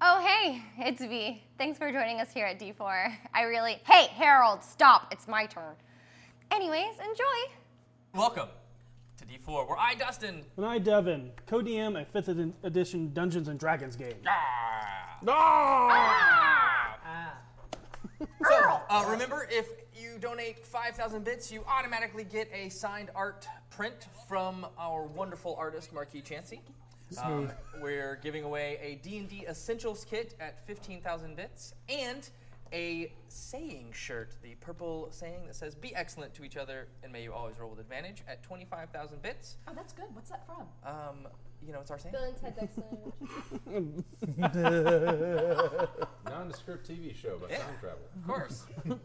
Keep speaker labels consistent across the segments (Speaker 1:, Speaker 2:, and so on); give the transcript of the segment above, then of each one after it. Speaker 1: Oh, Hey, it's V. Thanks for joining us here at D4. I really. Hey, Harold, stop. It's my turn. Anyways, enjoy.
Speaker 2: Welcome to D4, where I, Dustin,
Speaker 3: And I, Devin, co-DM a 5th ed- edition Dungeons & Dragons game.
Speaker 2: ah,
Speaker 1: Earl!
Speaker 2: uh, remember if you donate 5,000 bits, you automatically get a signed art print from our wonderful artist, Marquis Chansey. Um, we're giving away a D&D Essentials kit at 15,000 bits and a saying shirt, the purple saying that says, be excellent to each other and may you always roll with advantage at 25,000 bits.
Speaker 4: Oh, that's good. What's that from?
Speaker 2: Um, you know, it's our saying.
Speaker 5: Nondescript TV show about time travel.
Speaker 2: Of course.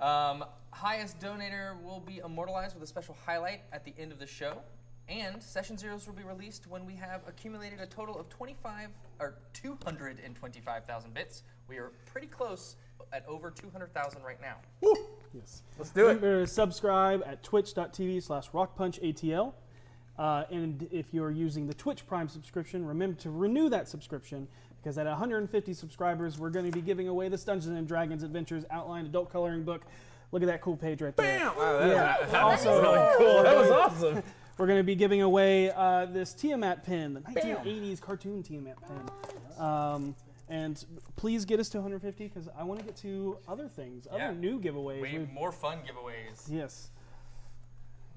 Speaker 2: um, highest donator will be immortalized with a special highlight at the end of the show. And session zeros will be released when we have accumulated a total of 25 or 225,000 bits. We are pretty close at over 200,000 right now.
Speaker 3: Yes.
Speaker 6: Let's do it.
Speaker 3: Remember to subscribe at twitch.tv slash rockpunchatl. Uh, and if you're using the Twitch Prime subscription, remember to renew that subscription because at 150 subscribers, we're going to be giving away this Dungeons and Dragons Adventures Outline Adult Coloring Book. Look at that cool page right there.
Speaker 6: Bam! Wow, that, that was
Speaker 3: Also-
Speaker 6: really cool. That was awesome.
Speaker 3: We're going to be giving away uh, this Tiamat pin, the 1980s cartoon Tiamat pin. Um, and please get us to 150 because I want to get to other things, other
Speaker 2: Yeah.
Speaker 3: new giveaways.
Speaker 2: Way
Speaker 3: We-
Speaker 2: more fun giveaways.
Speaker 3: yes.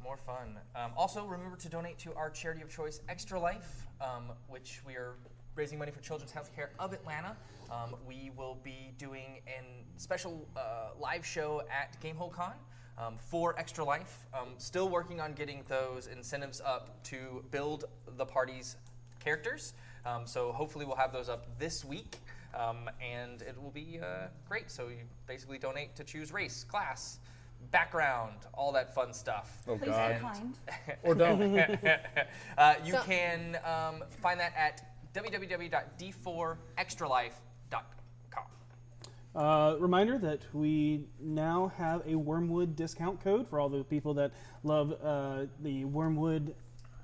Speaker 2: More fun. Um, also, remember to donate to our charity of choice, Extra Life, um, which we are raising money for Children's Healthcare of Atlanta. Um, we will be doing a special uh, live show at Gamehole Con um, for Extra Life. Um, still working on getting those incentives up to build the party's characters. Um, so hopefully we'll have those up this week, um, and it will be uh, great. So you basically donate to choose race, class, background, all that fun stuff.
Speaker 4: Please be kind.
Speaker 6: Or don't.
Speaker 2: Uh, you can um, find that at www.d4extralife.com.
Speaker 3: Uh, reminder that we now have a Wormwood discount code for all those people that love uh, the Wormwood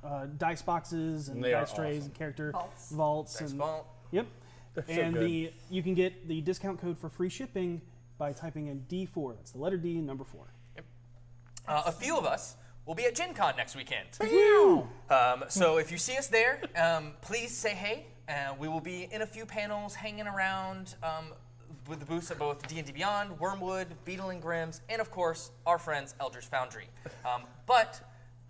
Speaker 3: uh, dice boxes and
Speaker 6: They are
Speaker 3: dice trays
Speaker 6: awesome.
Speaker 3: and character
Speaker 4: Vaults.
Speaker 3: vaults
Speaker 2: Thanks,
Speaker 3: and
Speaker 2: Vault.
Speaker 3: yep.
Speaker 6: so
Speaker 3: and
Speaker 6: good.
Speaker 3: the you can get the discount code for free shipping by typing in D4. That's the letter D, number four.
Speaker 2: Uh, a few of us will be at Gen Con next weekend. Um, so if you see us there, um, please say hey. Uh, we will be in a few panels hanging around um, with the booths at both D&D Beyond, Wormwood, Beetle and Grimm's, and of course, our friends Elders Foundry. Um, but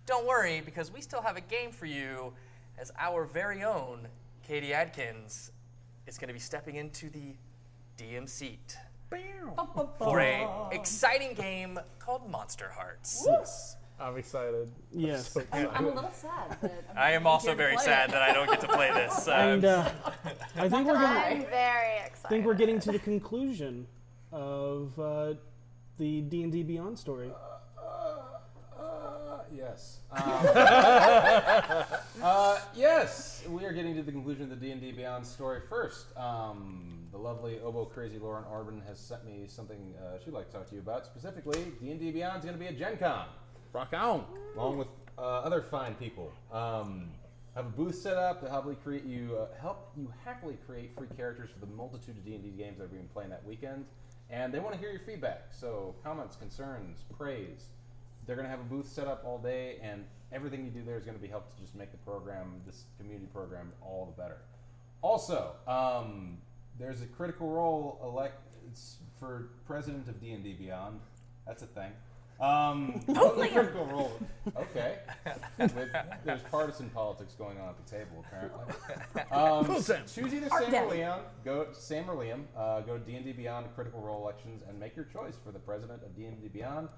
Speaker 2: don't worry, because we still have a game for you as our very own Katie Adkins is going to be stepping into the DM seat for a exciting game called Monster Hearts.
Speaker 3: Yes.
Speaker 6: I'm excited.
Speaker 3: Yes.
Speaker 6: So
Speaker 4: I'm, I'm a
Speaker 6: excited.
Speaker 4: little sad. That I'm
Speaker 2: I am
Speaker 4: not
Speaker 2: also
Speaker 4: here to
Speaker 2: very
Speaker 4: play
Speaker 2: sad
Speaker 4: it.
Speaker 2: that I don't get to play this. Um,
Speaker 3: And uh, I think we're gonna, I
Speaker 1: I'm very excited.
Speaker 3: think we're getting to the conclusion of uh, the D&D Beyond story.
Speaker 5: Uh, yes. Um, uh, yes, we are getting to the conclusion of the D&D Beyond story first. Um, the lovely oboe crazy Lauren Arbin has sent me something uh, she'd like to talk to you about. Specifically, D&D Beyond is going to be at Gen Con,
Speaker 6: Rock on.
Speaker 5: along with uh, other fine people. Um, have a booth set up to happily create you uh, help you happily create free characters for the multitude of D&D games that we've been playing that weekend. And they want to hear your feedback, so comments, concerns, praise. They're going to have a booth set up all day, and everything you do there is going to be helped to just make the program, this community program, all the better. Also, um, there's a critical role elect it's for president of D and D Beyond. That's a thing. Um, only critical role. Okay. With, there's partisan politics going on at the table apparently. Um,
Speaker 6: Cool, Sam.
Speaker 5: Choose either
Speaker 4: Art
Speaker 5: Sam or
Speaker 4: Daddy.
Speaker 5: Liam. Go Sam or Liam. Uh, go to D and D Beyond Critical Role Elections and make your choice for the president of D and D Beyond.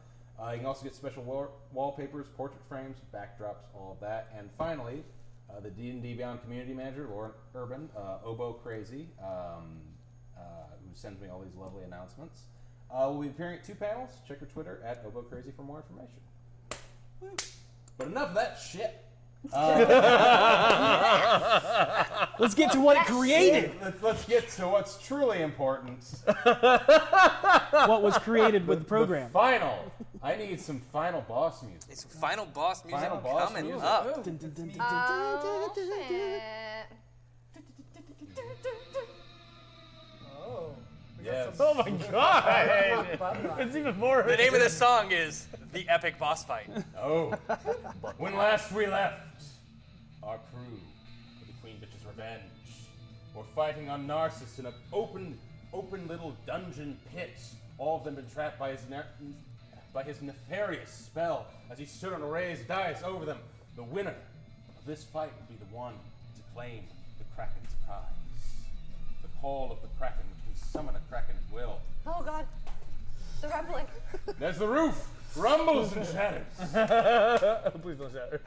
Speaker 5: Uh, you can also get special wall- wallpapers, portrait frames, backdrops, all of that. And finally, uh, the D and D Beyond community manager, Lauren Urban, uh, Oboe Crazy, um, uh, who sends me all these lovely announcements. Uh, we'll be appearing at two panels. Check her Twitter at Oboe Crazy for more information. But enough of that shit.
Speaker 3: Uh, Let's get to what it created.
Speaker 5: Let's, let's get to what's truly important.
Speaker 3: what was created with the program.
Speaker 5: The final. I need some final boss music.
Speaker 2: It's final boss music
Speaker 5: Final boss
Speaker 2: coming
Speaker 5: music.
Speaker 2: up.
Speaker 3: Dun, dun, dun, dun, dun.
Speaker 1: Oh, shit.
Speaker 2: Legends.
Speaker 6: Oh my god!
Speaker 4: Bubba.
Speaker 6: it's even more.
Speaker 2: The name of this song is The Epic Boss Fight.
Speaker 5: Oh. when last we left, our crew of the Queen Bitch's Revenge were fighting on Narcissus in an open, open little dungeon pit. All of them been trapped by his, ner- by his nefarious spell as he stood on a raised dice over them. The winner of this fight would be the one to claim the Kraken's prize. The call of the Kraken, which can summon a Kraken at will.
Speaker 1: Oh god. The rumbling.
Speaker 5: As the roof rumbles and shatters.
Speaker 6: Please don't shatter.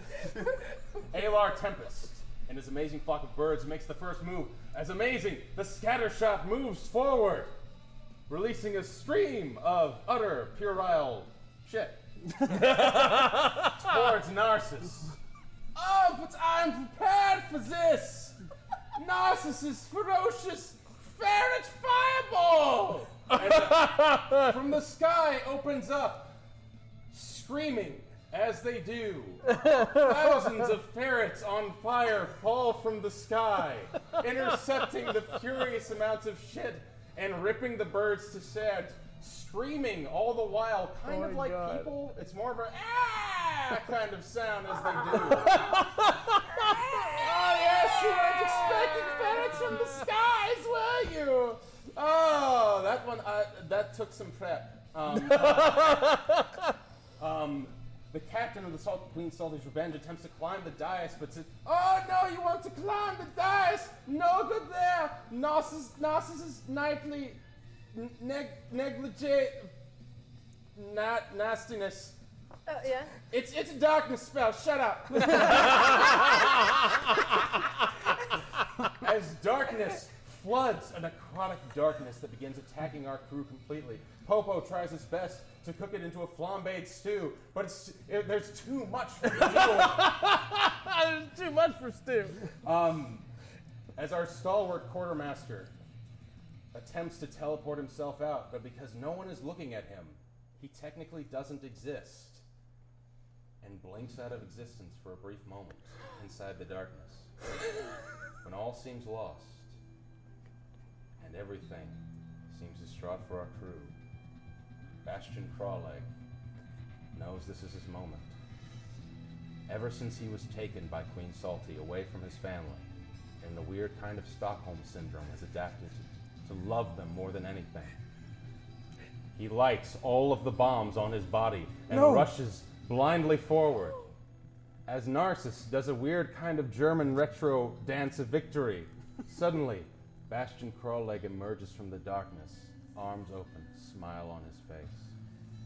Speaker 5: Alar Tempest and his amazing flock of birds makes the first move. As amazing, the scattershot moves forward, releasing a stream of utter puerile shit
Speaker 6: Ah.
Speaker 5: towards Narcissus. Oh, but I'm prepared for this! Narcissus, ferocious ferret fireball! And the- from the sky opens up, screaming as they do. Thousands of ferrets on fire fall from the sky, intercepting the furious amounts of shit and ripping the birds to shreds, screaming all the while, kind
Speaker 6: Oh
Speaker 5: of
Speaker 6: my
Speaker 5: like
Speaker 6: God.
Speaker 5: people. It's more of a ah kind of sound as they do. oh Ah, yes, you weren't expecting ferrets from the skies, were you? Oh, that one, I, that took some prep. Um, um, the captain of the Salt Queen Salty's Revenge attempts to climb the dais, but says, "Oh no, you want to climb the dais? No good there. Narcissus, Narcissus nightly n- neg- negligee, not nastiness.
Speaker 1: Oh yeah.
Speaker 5: It's it's a darkness spell. Shut up." As darkness floods a necrotic darkness that begins attacking our crew completely. Popo tries his best to cook it into a flambéed stew, but it's, it, there's too much for the stew.
Speaker 6: It's too much for Stu.
Speaker 5: Um, As our stalwart quartermaster attempts to teleport himself out, but because no one is looking at him, he technically doesn't exist and blinks out of existence for a brief moment inside the darkness. when all seems lost and everything seems distraught for our crew, Bastion Crawleg knows this is his moment. Ever since he was taken by Queen Salty away from his family, and the weird kind of Stockholm syndrome has adapted to, to love them more than anything. He lights all of the bombs on his body and rushes blindly forward. As Narcissus does a weird kind of German retro dance of victory, suddenly Bastion Crawleg emerges from the darkness, arms open, smile on his face.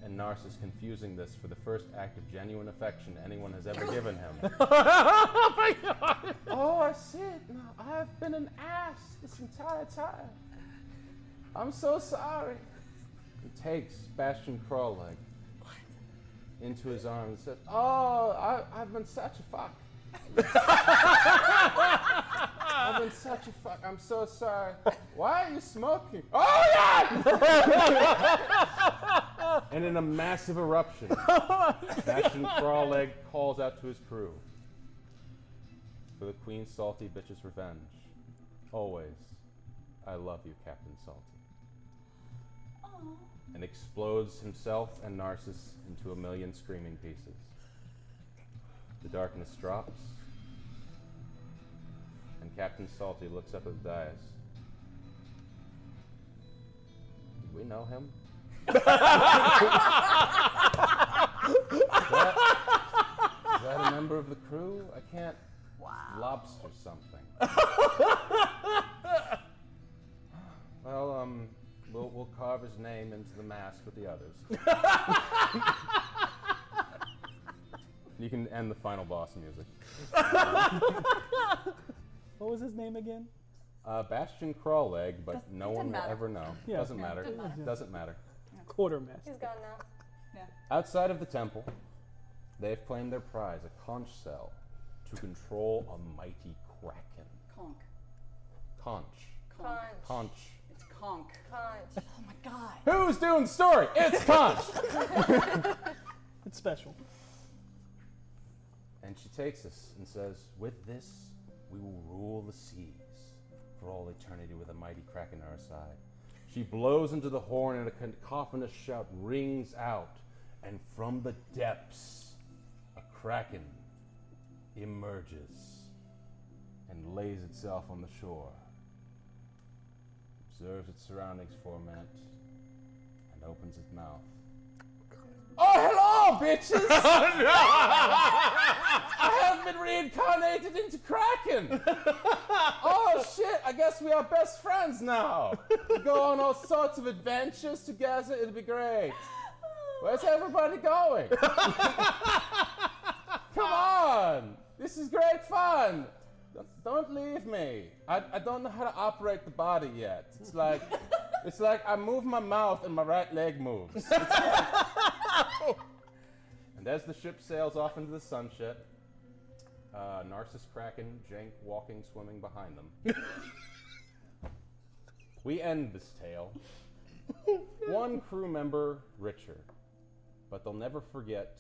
Speaker 5: And Narcissus confusing this for the first act of genuine affection anyone has ever given him. Oh, I see it now. I've been an ass this entire time. I'm so sorry. He takes Bastion Crawleg into his arms and says, Oh, I, I've been such a fuck. I've been such a fuck. I'm so sorry. Why are you smoking? Oh, yeah! and in a massive eruption, Bastion Crawleg calls out to his crew for the Queen's Salty Bitch's Revenge. Always, I love you, Captain Salty. And explodes himself and Narcissus into a million screaming pieces. The darkness drops, and Captain Salty looks up at the dais. Did we know him? is, that, is that a member of the crew? I can't lobster something. well, um, we'll, we'll carve his name into the mask with the others. you can end the final boss music.
Speaker 3: What was his name again?
Speaker 5: Uh, Bastion Crawleg, but no
Speaker 4: it
Speaker 5: one
Speaker 4: didn't
Speaker 5: will
Speaker 4: matter.
Speaker 5: ever know.
Speaker 3: Yeah.
Speaker 5: Doesn't
Speaker 4: No, it
Speaker 5: matter.
Speaker 4: didn't matter.
Speaker 5: Doesn't matter.
Speaker 3: Quartermaster.
Speaker 1: He's gone now.
Speaker 4: Yeah.
Speaker 5: Outside of the temple, they've claimed their prize, a conch cell, to control a mighty kraken.
Speaker 4: Conk.
Speaker 5: Conch.
Speaker 4: Conk.
Speaker 1: Conch.
Speaker 5: Conch.
Speaker 4: It's conk.
Speaker 1: Conch.
Speaker 4: Oh my god.
Speaker 5: Who's doing the story? It's Conch!
Speaker 3: It's special.
Speaker 5: And she takes us and says, With this, we will rule the seas for all eternity with a mighty kraken at our side. She blows into the horn, and a cacophonous shout rings out, and from the depths, a kraken emerges and lays itself on the shore. Observes its surroundings for a minute and opens its mouth. Oh, hello, bitches! I have been reincarnated into Kraken! oh shit, I guess we are best friends now. We go on all sorts of adventures together, it'll be great. Where's everybody going? Come on! This is great fun! Don't- Don't leave me. I, I don't know how to operate the body yet. It's like it's like I move my mouth and my right leg moves. and as the ship sails off into the sunset, uh, Narcissus Kraken, Jank walking, swimming behind them. we end this tale. One crew member richer, but they'll never forget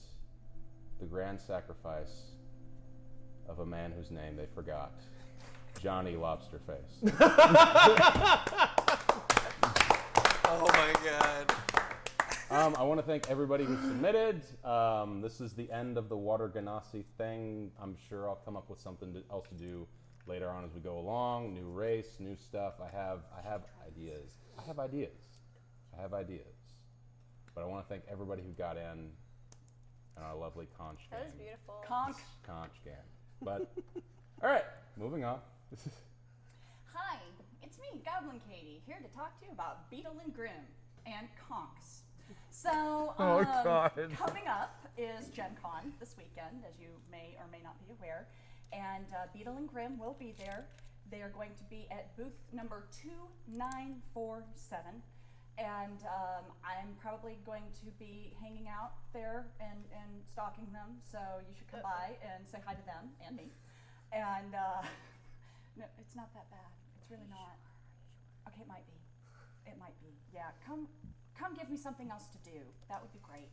Speaker 5: the grand sacrifice of a man whose name they forgot Johnny Lobsterface.
Speaker 2: Oh my god.
Speaker 5: um, I want to thank everybody who submitted. Um, this is the end of the Water Ganassi thing. I'm sure I'll come up with something to, else to do later on as we go along. New race, new stuff. I have, I have ideas. I have ideas. I have ideas. But I want to thank everybody who got in and our lovely conch gang.
Speaker 1: That was beautiful.
Speaker 4: Conk.
Speaker 5: Conch gang. But all right, moving on.
Speaker 4: Hi, it's me, Goblin Katie, here to talk to you about Beetle and Grim and conks. So,
Speaker 6: Oh,
Speaker 4: um,
Speaker 6: God.
Speaker 4: coming up is Gen Con this weekend, as you may or may not be aware, and uh, Beetle and Grim will be there. They are going to be at booth number 2947, and um, I'm probably going to be hanging out there and, and stalking them, so you should come by and say hi to them and me. And uh, no, it's not that bad. It's really not. Okay, it might be. It might be. Yeah, come, come, give me something else to do. That would be great.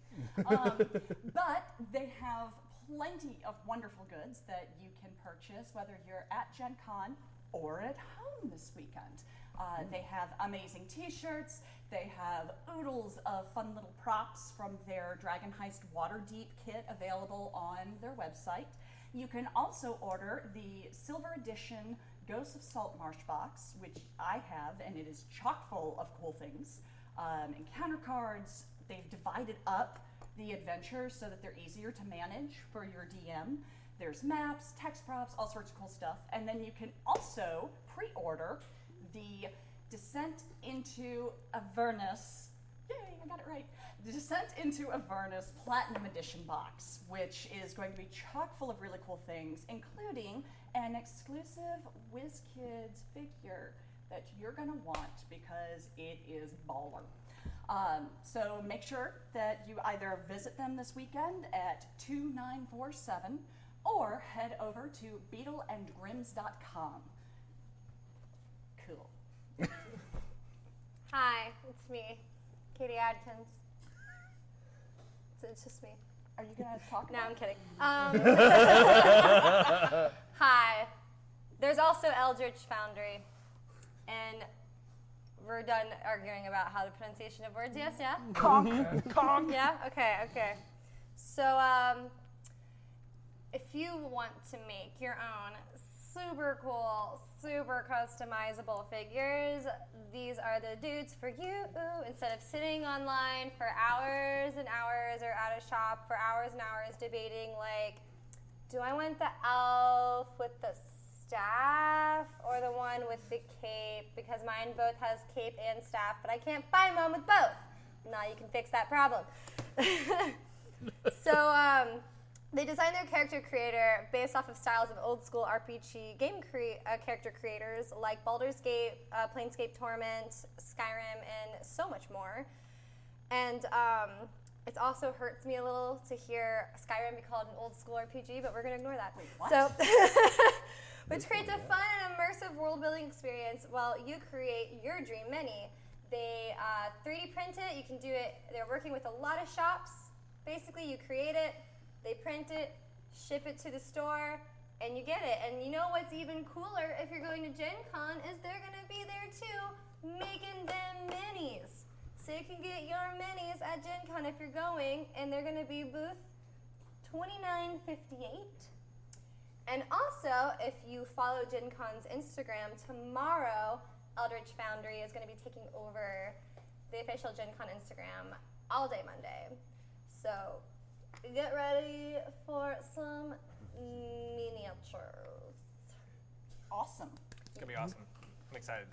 Speaker 4: Um, but they have plenty of wonderful goods that you can purchase, whether you're at Gen Con or at home this weekend. Uh, they have amazing T-shirts. They have oodles of fun little props from their Dragon Heist Waterdeep kit available on their website. You can also order the silver edition Ghosts of Salt Marsh box, which I have, and it is chock full of cool things. Um, encounter cards, they've divided up the adventures so that they're easier to manage for your DM. There's maps, text props, all sorts of cool stuff. And then you can also pre order the Descent into Avernus Yay, I got it right. The Descent into Avernus Platinum Edition box, which is going to be chock full of really cool things, including an exclusive WizKids figure that you're going to want because it is baller. Um, so make sure that you either visit them this weekend at 2947 or head over to beetleandgrims.com. Cool.
Speaker 1: Hi, it's me, Katie Adkins. It's- It's just me.
Speaker 4: Are you going to talk
Speaker 1: No,
Speaker 4: about
Speaker 1: I'm kidding. Um, hi. There's also Eldritch Foundry, and we're done arguing about how the pronunciation of words. Yes, yeah.
Speaker 6: Conk. Conk.
Speaker 1: Yeah? Okay, okay. So, um, if you want to make your own super cool, super customizable figures, these are the dudes for you. Instead of sitting online for hours and hours or at a shop for hours and hours debating, like, do I want the elf with the staff or the one with the cape? Because mine both has cape and staff, but I can't find one with both. Now you can fix that problem. so um, they designed their character creator based off of styles of old school RPG game cre- uh, character creators like Baldur's Gate, uh, Planescape Torment, Skyrim, and so much more. And um, it also hurts me a little to hear Skyrim be called an old school RPG, but we're going to ignore that.
Speaker 4: what?
Speaker 1: So, which creates a fun and immersive world building experience while you create your dream mini. They uh, 3D print it. You can do it. They're working with a lot of shops. Basically, you create it, they print it, ship it to the store, and you get it. And you know what's even cooler if you're going to Gen Con is they're going to be there too, making them minis. So you can get your minis at Gen Con if you're going, and they're going to be booth 2958. And also, if you follow Gen Con's Instagram, tomorrow Eldritch Foundry is going to be taking over the official Gen Con Instagram all day Monday. So get ready for some miniatures.
Speaker 4: Awesome.
Speaker 2: It's gonna be awesome. I'm excited.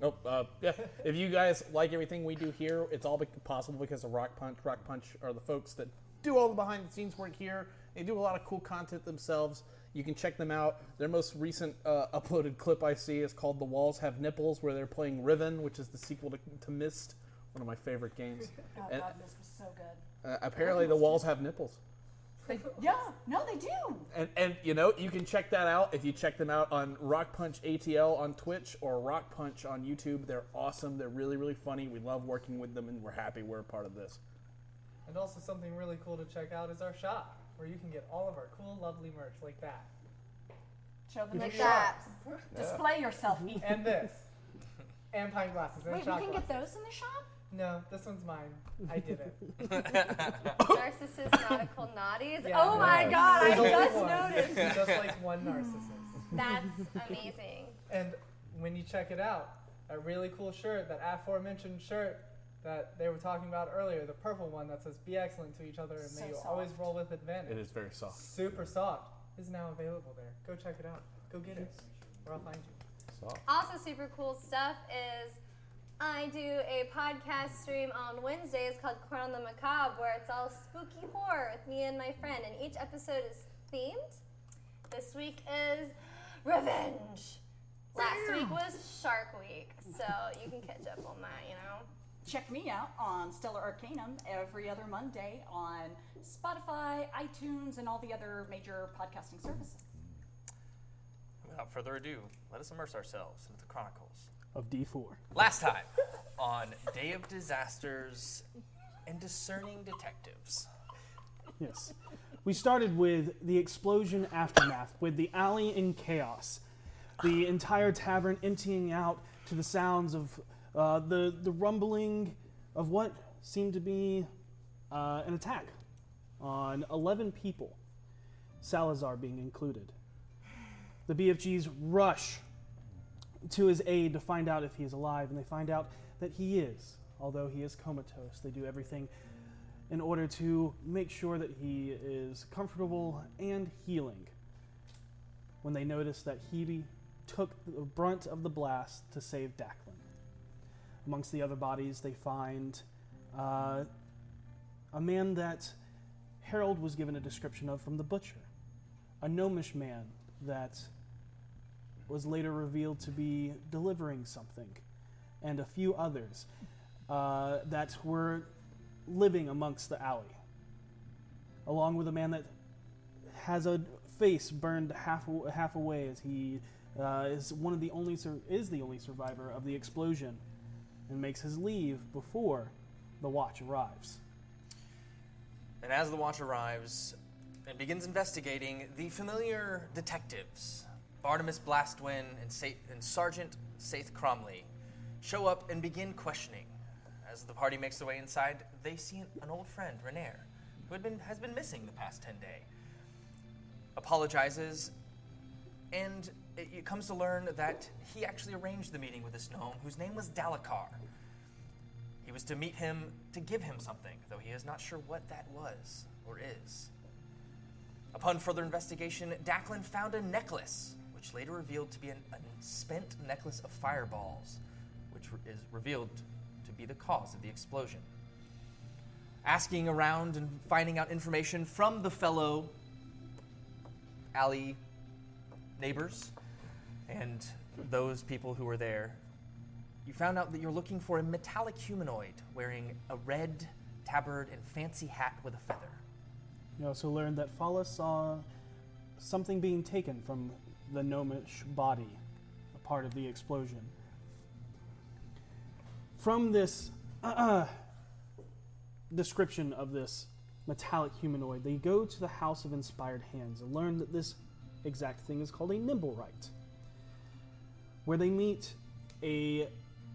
Speaker 7: Nope. Uh, yeah. if you guys like everything we do here, it's all be- possible because of Rock Punch. Rock Punch are the folks that do all the behind the scenes work here. They do a lot of cool content themselves. You can check them out. Their most recent uh, uploaded clip I see is called The Walls Have Nipples, where they're playing Riven, which is the sequel to, to Mist, one of my favorite games.
Speaker 4: Oh,
Speaker 7: And-
Speaker 4: God, this was so good.
Speaker 7: Uh, apparently, the walls have nipples.
Speaker 4: yeah, no, they do.
Speaker 7: And, and you know you can check that out if you check them out on Rock Punch ATL on Twitch or Rock Punch on YouTube. They're awesome. They're really really funny. We love working with them, and we're happy we're a part of this.
Speaker 8: And also something really cool to check out is our shop, where you can get all of our cool, lovely merch like that.
Speaker 4: Show them
Speaker 1: Like
Speaker 4: the
Speaker 1: that.
Speaker 4: shop. Display yourself, Ethan.
Speaker 8: And this. and pine glasses and
Speaker 4: Wait, we
Speaker 8: shot
Speaker 4: can get
Speaker 8: glasses.
Speaker 4: those in the shop?
Speaker 8: No, this one's mine. I did it.
Speaker 1: Narcissist nautical naughties.
Speaker 8: Yeah.
Speaker 1: Oh my
Speaker 5: Yeah.
Speaker 1: god, I
Speaker 8: There's only
Speaker 1: just
Speaker 8: one.
Speaker 1: noticed.
Speaker 8: Just like one narcissist.
Speaker 1: That's amazing.
Speaker 8: And when you check it out, that really cool shirt, that aforementioned shirt that they were talking about earlier, the purple one that says be excellent to each other and
Speaker 4: So
Speaker 8: may you always
Speaker 4: soft.
Speaker 8: roll with advantage.
Speaker 7: It is very soft.
Speaker 8: Super soft is now available there. Go check it out. Go get it. Or I'll find you.
Speaker 5: So,
Speaker 1: Also, super cool stuff is I do a podcast stream on Wednesdays called Corn on the Macabre, where it's all spooky horror with me and my friend, and each episode is themed. This week is revenge. Last week was Shark Week, so Oh, you can catch up on that, you know.
Speaker 4: Check me out on Stellar Arcanum every other Monday on Spotify, iTunes, and all the other major podcasting services.
Speaker 2: Without further ado, let us immerse ourselves into the chronicles.
Speaker 3: of D4.
Speaker 2: Last time on Day of Disasters and Discerning Detectives.
Speaker 3: Yes. We started with the explosion aftermath, with the alley in chaos, the entire tavern emptying out to the sounds of uh, the, the rumbling of what seemed to be uh, an attack on 11 people, Salazar being included. The BFGs rush to his aid to find out if he is alive, and they find out that he is, although he is comatose. They do everything in order to make sure that he is comfortable and healing. When they notice that Hebe took the brunt of the blast to save Dacklin. Amongst the other bodies, they find uh, a man that Harold was given a description of from the butcher, a gnomish man that was later revealed to be delivering something, and a few others uh, that were living amongst the alley, along with a man that has a face burned half half away as he uh, is one of the only sur- is the only survivor of the explosion, and makes his leave before the watch arrives.
Speaker 2: And as the watch arrives and begins investigating, the familiar detectives, Barnabas Blastwin and, Sa- and Sergeant Saith Cromley, show up and begin questioning. As the party makes their way inside, they see an, an old friend, Renair, who had been, has been missing the past 10 day. Apologizes, and it, it comes to learn that he actually arranged the meeting with this gnome, whose name was Dalakar. He was to meet him to give him something, though he is not sure what that was or is. Upon further investigation, Dacklin found a necklace, which later revealed to be an, a spent necklace of fireballs, which re- is revealed to be the cause of the explosion. Asking around and finding out information from the fellow alley neighbors and those people who were there, you found out that you're looking for a metallic humanoid wearing a red tabard and fancy hat with a feather.
Speaker 3: You also learned that Fala saw something being taken from the gnomish body, a part of the explosion. From this description of this metallic humanoid, they go to the House of Inspired Hands and learn that this exact thing is called a Nimblewright, where they meet a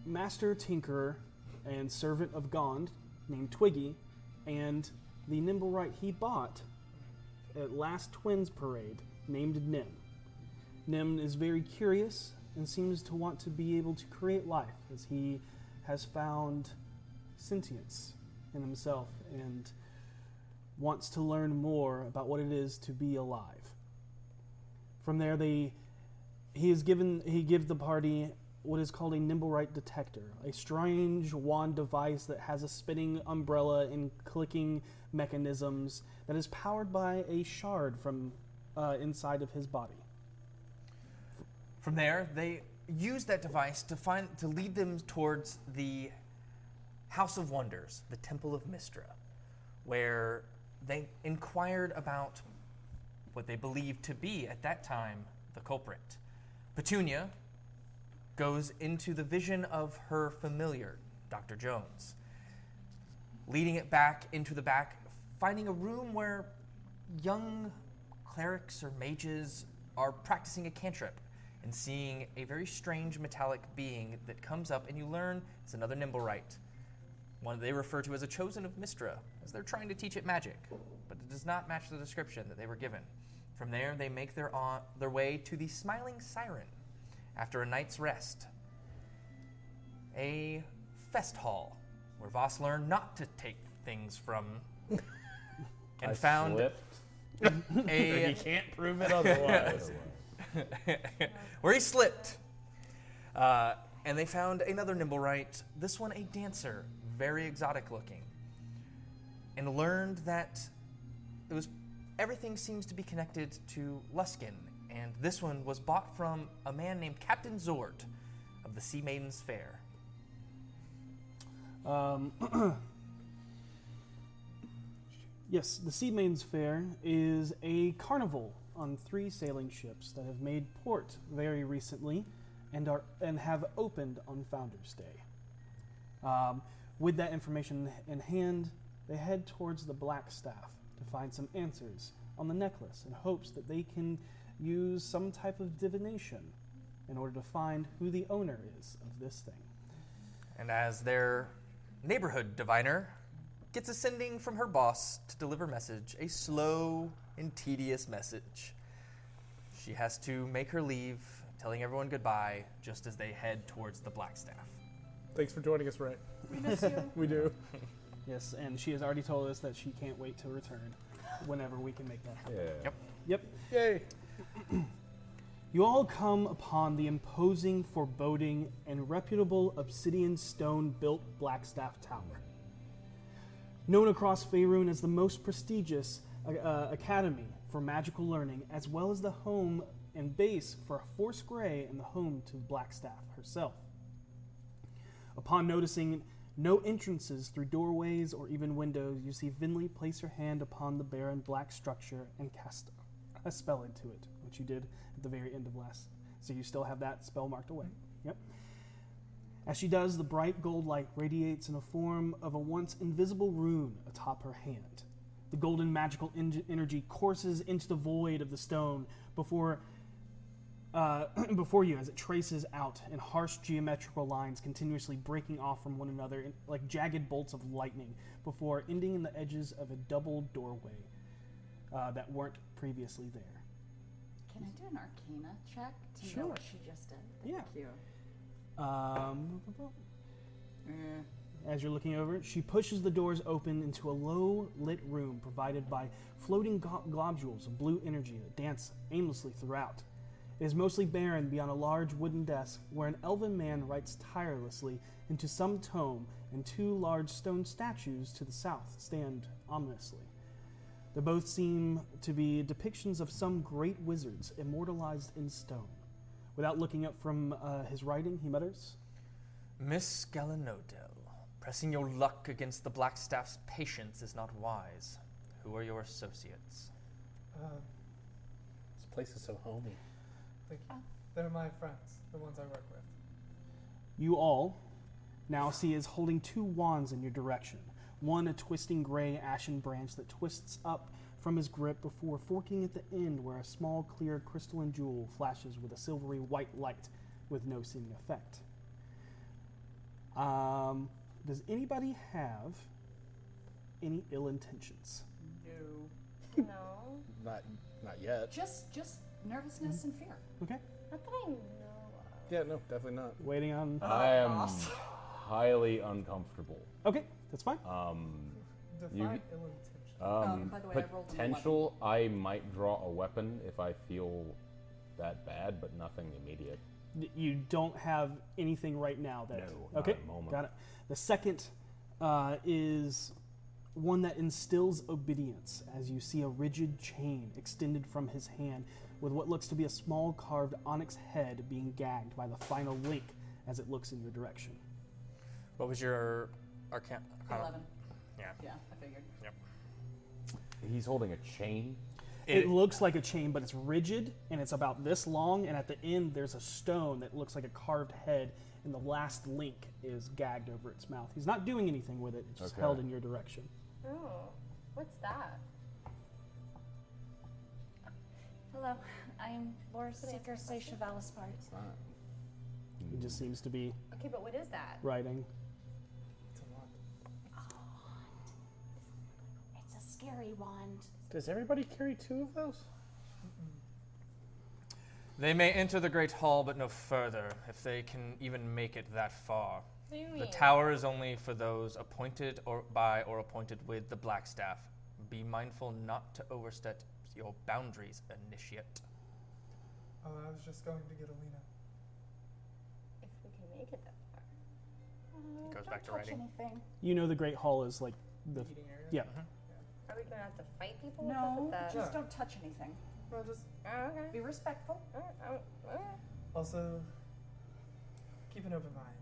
Speaker 3: master tinkerer and servant of Gond named Twiggy, and the nimble right he bought at last Twins Parade named Nim. Nim is very curious and seems to want to be able to create life as he has found sentience in himself and wants to learn more about what it is to be alive. From there, they he is given he gives the party what is called a nimblewright detector, a strange wand device that has a spinning umbrella and clicking mechanisms that is powered by a shard from uh, inside of his body.
Speaker 2: From there, they use that device to find to lead them towards the House of Wonders, the Temple of Mistra, where they inquired about what they believed to be at that time the culprit. Petunia goes into the vision of her familiar, Dr. Jones, leading it back into the back, finding a room where young clerics or mages are practicing a cantrip and seeing a very strange metallic being that comes up, and you learn it's another Nimblewright. One they refer to as a chosen of Mistra, as they're trying to teach it magic, but it does not match the description that they were given. From there, they make their, on, their way to the Smiling Siren after a night's rest. A fest hall where Voss learned not to take things from and
Speaker 5: I
Speaker 2: found
Speaker 5: slipped.
Speaker 2: a
Speaker 7: You can't prove it otherwise.
Speaker 2: where he slipped. Uh, and they found another Nimblewright, this one a dancer, very exotic looking, and learned that it was everything seems to be connected to Luskin, and this one was bought from a man named Captain Zord of the Sea Maidens Fair.
Speaker 3: Um, yes, the Sea Maids Fair is a carnival on three sailing ships that have made port very recently and are and have opened on Founder's Day. Um, with that information in hand, they head towards the Black Staff to find some answers on the necklace in hopes that they can use some type of divination in order to find who the owner is of this thing.
Speaker 2: And as their neighborhood diviner gets a sending from her boss to deliver message, a slow and tedious message. She has to make her leave, telling everyone goodbye just as they head towards the Black Staff.
Speaker 7: Thanks for joining us, Ray.
Speaker 4: We miss you.
Speaker 7: We do.
Speaker 3: Yes, and she has already told us that she can't wait to return whenever we can make that happen.
Speaker 5: Yeah.
Speaker 2: Yep.
Speaker 3: Yep.
Speaker 7: Yay.
Speaker 3: You all come upon the imposing, foreboding, and reputable obsidian stone built Blackstaff Tower. Known across Faerun as the most prestigious uh, uh, academy for magical learning, as well as the home and base for Force Grey and the home to Blackstaff herself. Upon noticing no entrances through doorways or even windows, you see Vinley place her hand upon the barren black structure and cast a spell into it, which you did at the very end of last. So you still have that spell marked away. Yep. As she does, the bright gold light radiates in the form of a once invisible rune atop her hand. The golden magical en- energy courses into the void of the stone before uh, before you as it traces out in harsh geometrical lines, continuously breaking off from one another in, like jagged bolts of lightning, before ending in the edges of a double doorway uh, that weren't previously there.
Speaker 4: Can I do an Arcana check to know
Speaker 3: Sure.
Speaker 4: what she just did? Thank
Speaker 3: Yeah.
Speaker 4: you.
Speaker 3: Um, as you're looking over, she pushes the doors open into a low lit room provided by floating go- globules of blue energy that dance aimlessly throughout. It is mostly barren beyond a large wooden desk where an elven man writes tirelessly into some tome, and two large stone statues to the south stand ominously. They both seem to be depictions of some great wizards immortalized in stone. Without looking up from uh, his writing, he mutters,
Speaker 2: Miss Gallinodo, pressing your luck against the Black Staff's patience is not wise. Who are your associates?
Speaker 8: Um,
Speaker 7: This place is so homey.
Speaker 8: like,
Speaker 1: Oh.
Speaker 8: they're my friends, the ones I work with.
Speaker 3: You all now see is holding two wands in your direction. One a twisting gray ashen branch that twists up from his grip before forking at the end where a small clear crystalline jewel flashes with a silvery white light with no seeming effect. Um, Does anybody have any ill intentions?
Speaker 4: No.
Speaker 1: No.
Speaker 7: Not, not yet.
Speaker 4: Just, just nervousness and fear.
Speaker 3: Okay.
Speaker 1: Not that I know of.
Speaker 7: Yeah, no, definitely not.
Speaker 3: Waiting on.
Speaker 2: Ah,
Speaker 5: I am
Speaker 4: Ross.
Speaker 5: highly uncomfortable. Um,
Speaker 3: Okay, that's fine.
Speaker 8: Define ill intention.
Speaker 4: Um, by the way, I rolled an 11.
Speaker 5: potential, I might draw a weapon if I feel that bad, but nothing immediate.
Speaker 3: Y- You don't have anything right now that.
Speaker 5: No, not
Speaker 3: okay.
Speaker 5: at the moment.
Speaker 3: Got it. The second uh, is one that instills obedience as you see a rigid chain extended from his hand with what looks to be a small carved onyx head being gagged by the final link as it looks in your direction.
Speaker 2: What was your arcana?
Speaker 4: Eleven.
Speaker 2: Yeah.
Speaker 4: Yeah, I figured.
Speaker 5: He's holding a chain.
Speaker 3: It, looks like a chain, but it's rigid and it's about this long. And at the end, there's a stone that looks like a carved head, and the last link is gagged over its mouth. He's not doing anything with it; it's just
Speaker 5: Okay.
Speaker 3: held in your direction.
Speaker 1: Oh, what's that?
Speaker 9: Hello, I'm Laura Seeker Seisha Valispart.
Speaker 3: He just seems to be
Speaker 6: Mm.
Speaker 1: Okay, but what is that?
Speaker 3: writing.
Speaker 9: It's a scary wand.
Speaker 7: Does everybody carry two of those?
Speaker 2: They may enter the Great Hall, but no further, if they can even make it that far.
Speaker 1: What do you
Speaker 2: The
Speaker 1: mean?
Speaker 2: tower is only for those appointed or by or appointed with the Black Staff. Be mindful not to overstep your boundaries, initiate.
Speaker 8: Oh, I was just going to get Alina.
Speaker 1: if we can make it that far. Uh,
Speaker 2: It goes back to writing.
Speaker 4: Anything?
Speaker 3: You know, the Great Hall is like the
Speaker 8: Eating area.
Speaker 3: yeah.
Speaker 6: Uh-huh.
Speaker 1: Are we gonna have to fight people? What's up
Speaker 4: No,
Speaker 1: with that?
Speaker 4: just don't touch anything.
Speaker 8: Well, just
Speaker 1: Oh, okay.
Speaker 4: Be respectful.
Speaker 1: Oh, oh, oh.
Speaker 8: also keep an open mind.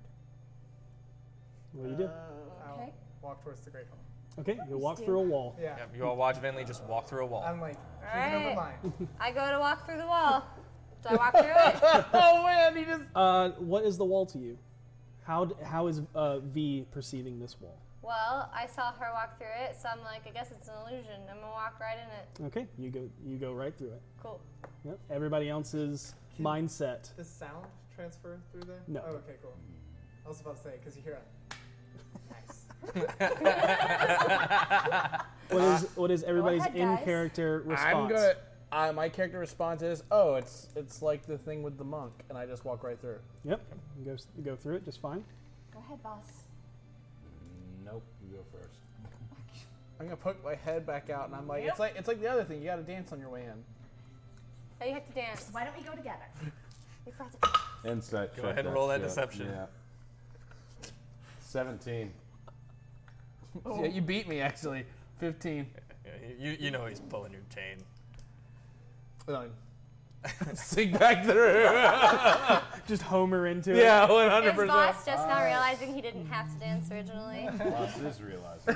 Speaker 3: What do you do?
Speaker 1: Uh,
Speaker 8: I'll
Speaker 4: Okay.
Speaker 8: walk towards the Great Hall.
Speaker 3: Okay, you walk through a wall.
Speaker 8: Yeah.
Speaker 2: Yep, you all watch Vinley just walk through a wall.
Speaker 8: I'm like, keep an open
Speaker 1: Alright.
Speaker 8: mind.
Speaker 1: I go to walk through the wall. Do I walk through it?
Speaker 6: Oh man, he just.
Speaker 3: Uh, what is the wall to you? How d- how is uh, V perceiving this wall?
Speaker 1: Well, I saw her walk through it, so I'm like, I guess it's an illusion. I'm gonna walk right in it.
Speaker 3: Okay, you go you go right through it.
Speaker 1: Cool.
Speaker 3: Yep. Everybody else's mindset.
Speaker 8: Does sound transfer through there?
Speaker 3: No.
Speaker 8: Oh, okay, cool. I was about to say, because you hear it. Nice.
Speaker 3: What is
Speaker 6: Ah.
Speaker 3: what is everybody's
Speaker 9: ahead,
Speaker 3: in
Speaker 9: guys.
Speaker 3: character response?
Speaker 7: I'm gonna. Uh, my character response is, "Oh, it's it's like the thing with the monk," and I just walk right through. it.
Speaker 3: Yep, you go you go through it just fine.
Speaker 9: Go ahead, boss.
Speaker 5: Nope, you go first.
Speaker 7: I'm gonna poke my head back out, and I'm like, "It's like it's like the other thing. You got to dance on your way in."
Speaker 1: Now you have to dance.
Speaker 9: Why don't we go together?
Speaker 1: You're friends.
Speaker 5: Insight.
Speaker 2: Go ahead and roll that deception.
Speaker 5: Yeah. Seventeen.
Speaker 7: Yeah, you beat me actually. Fifteen.
Speaker 2: You, you know he's pulling your chain.
Speaker 7: Nine. Sink back through.
Speaker 3: Just Homer into it.
Speaker 7: yeah, one
Speaker 1: It
Speaker 7: hundred
Speaker 1: was
Speaker 7: percent.
Speaker 1: boss just
Speaker 2: Uh,
Speaker 1: not realizing he didn't have to dance originally.
Speaker 5: Plus is realizing.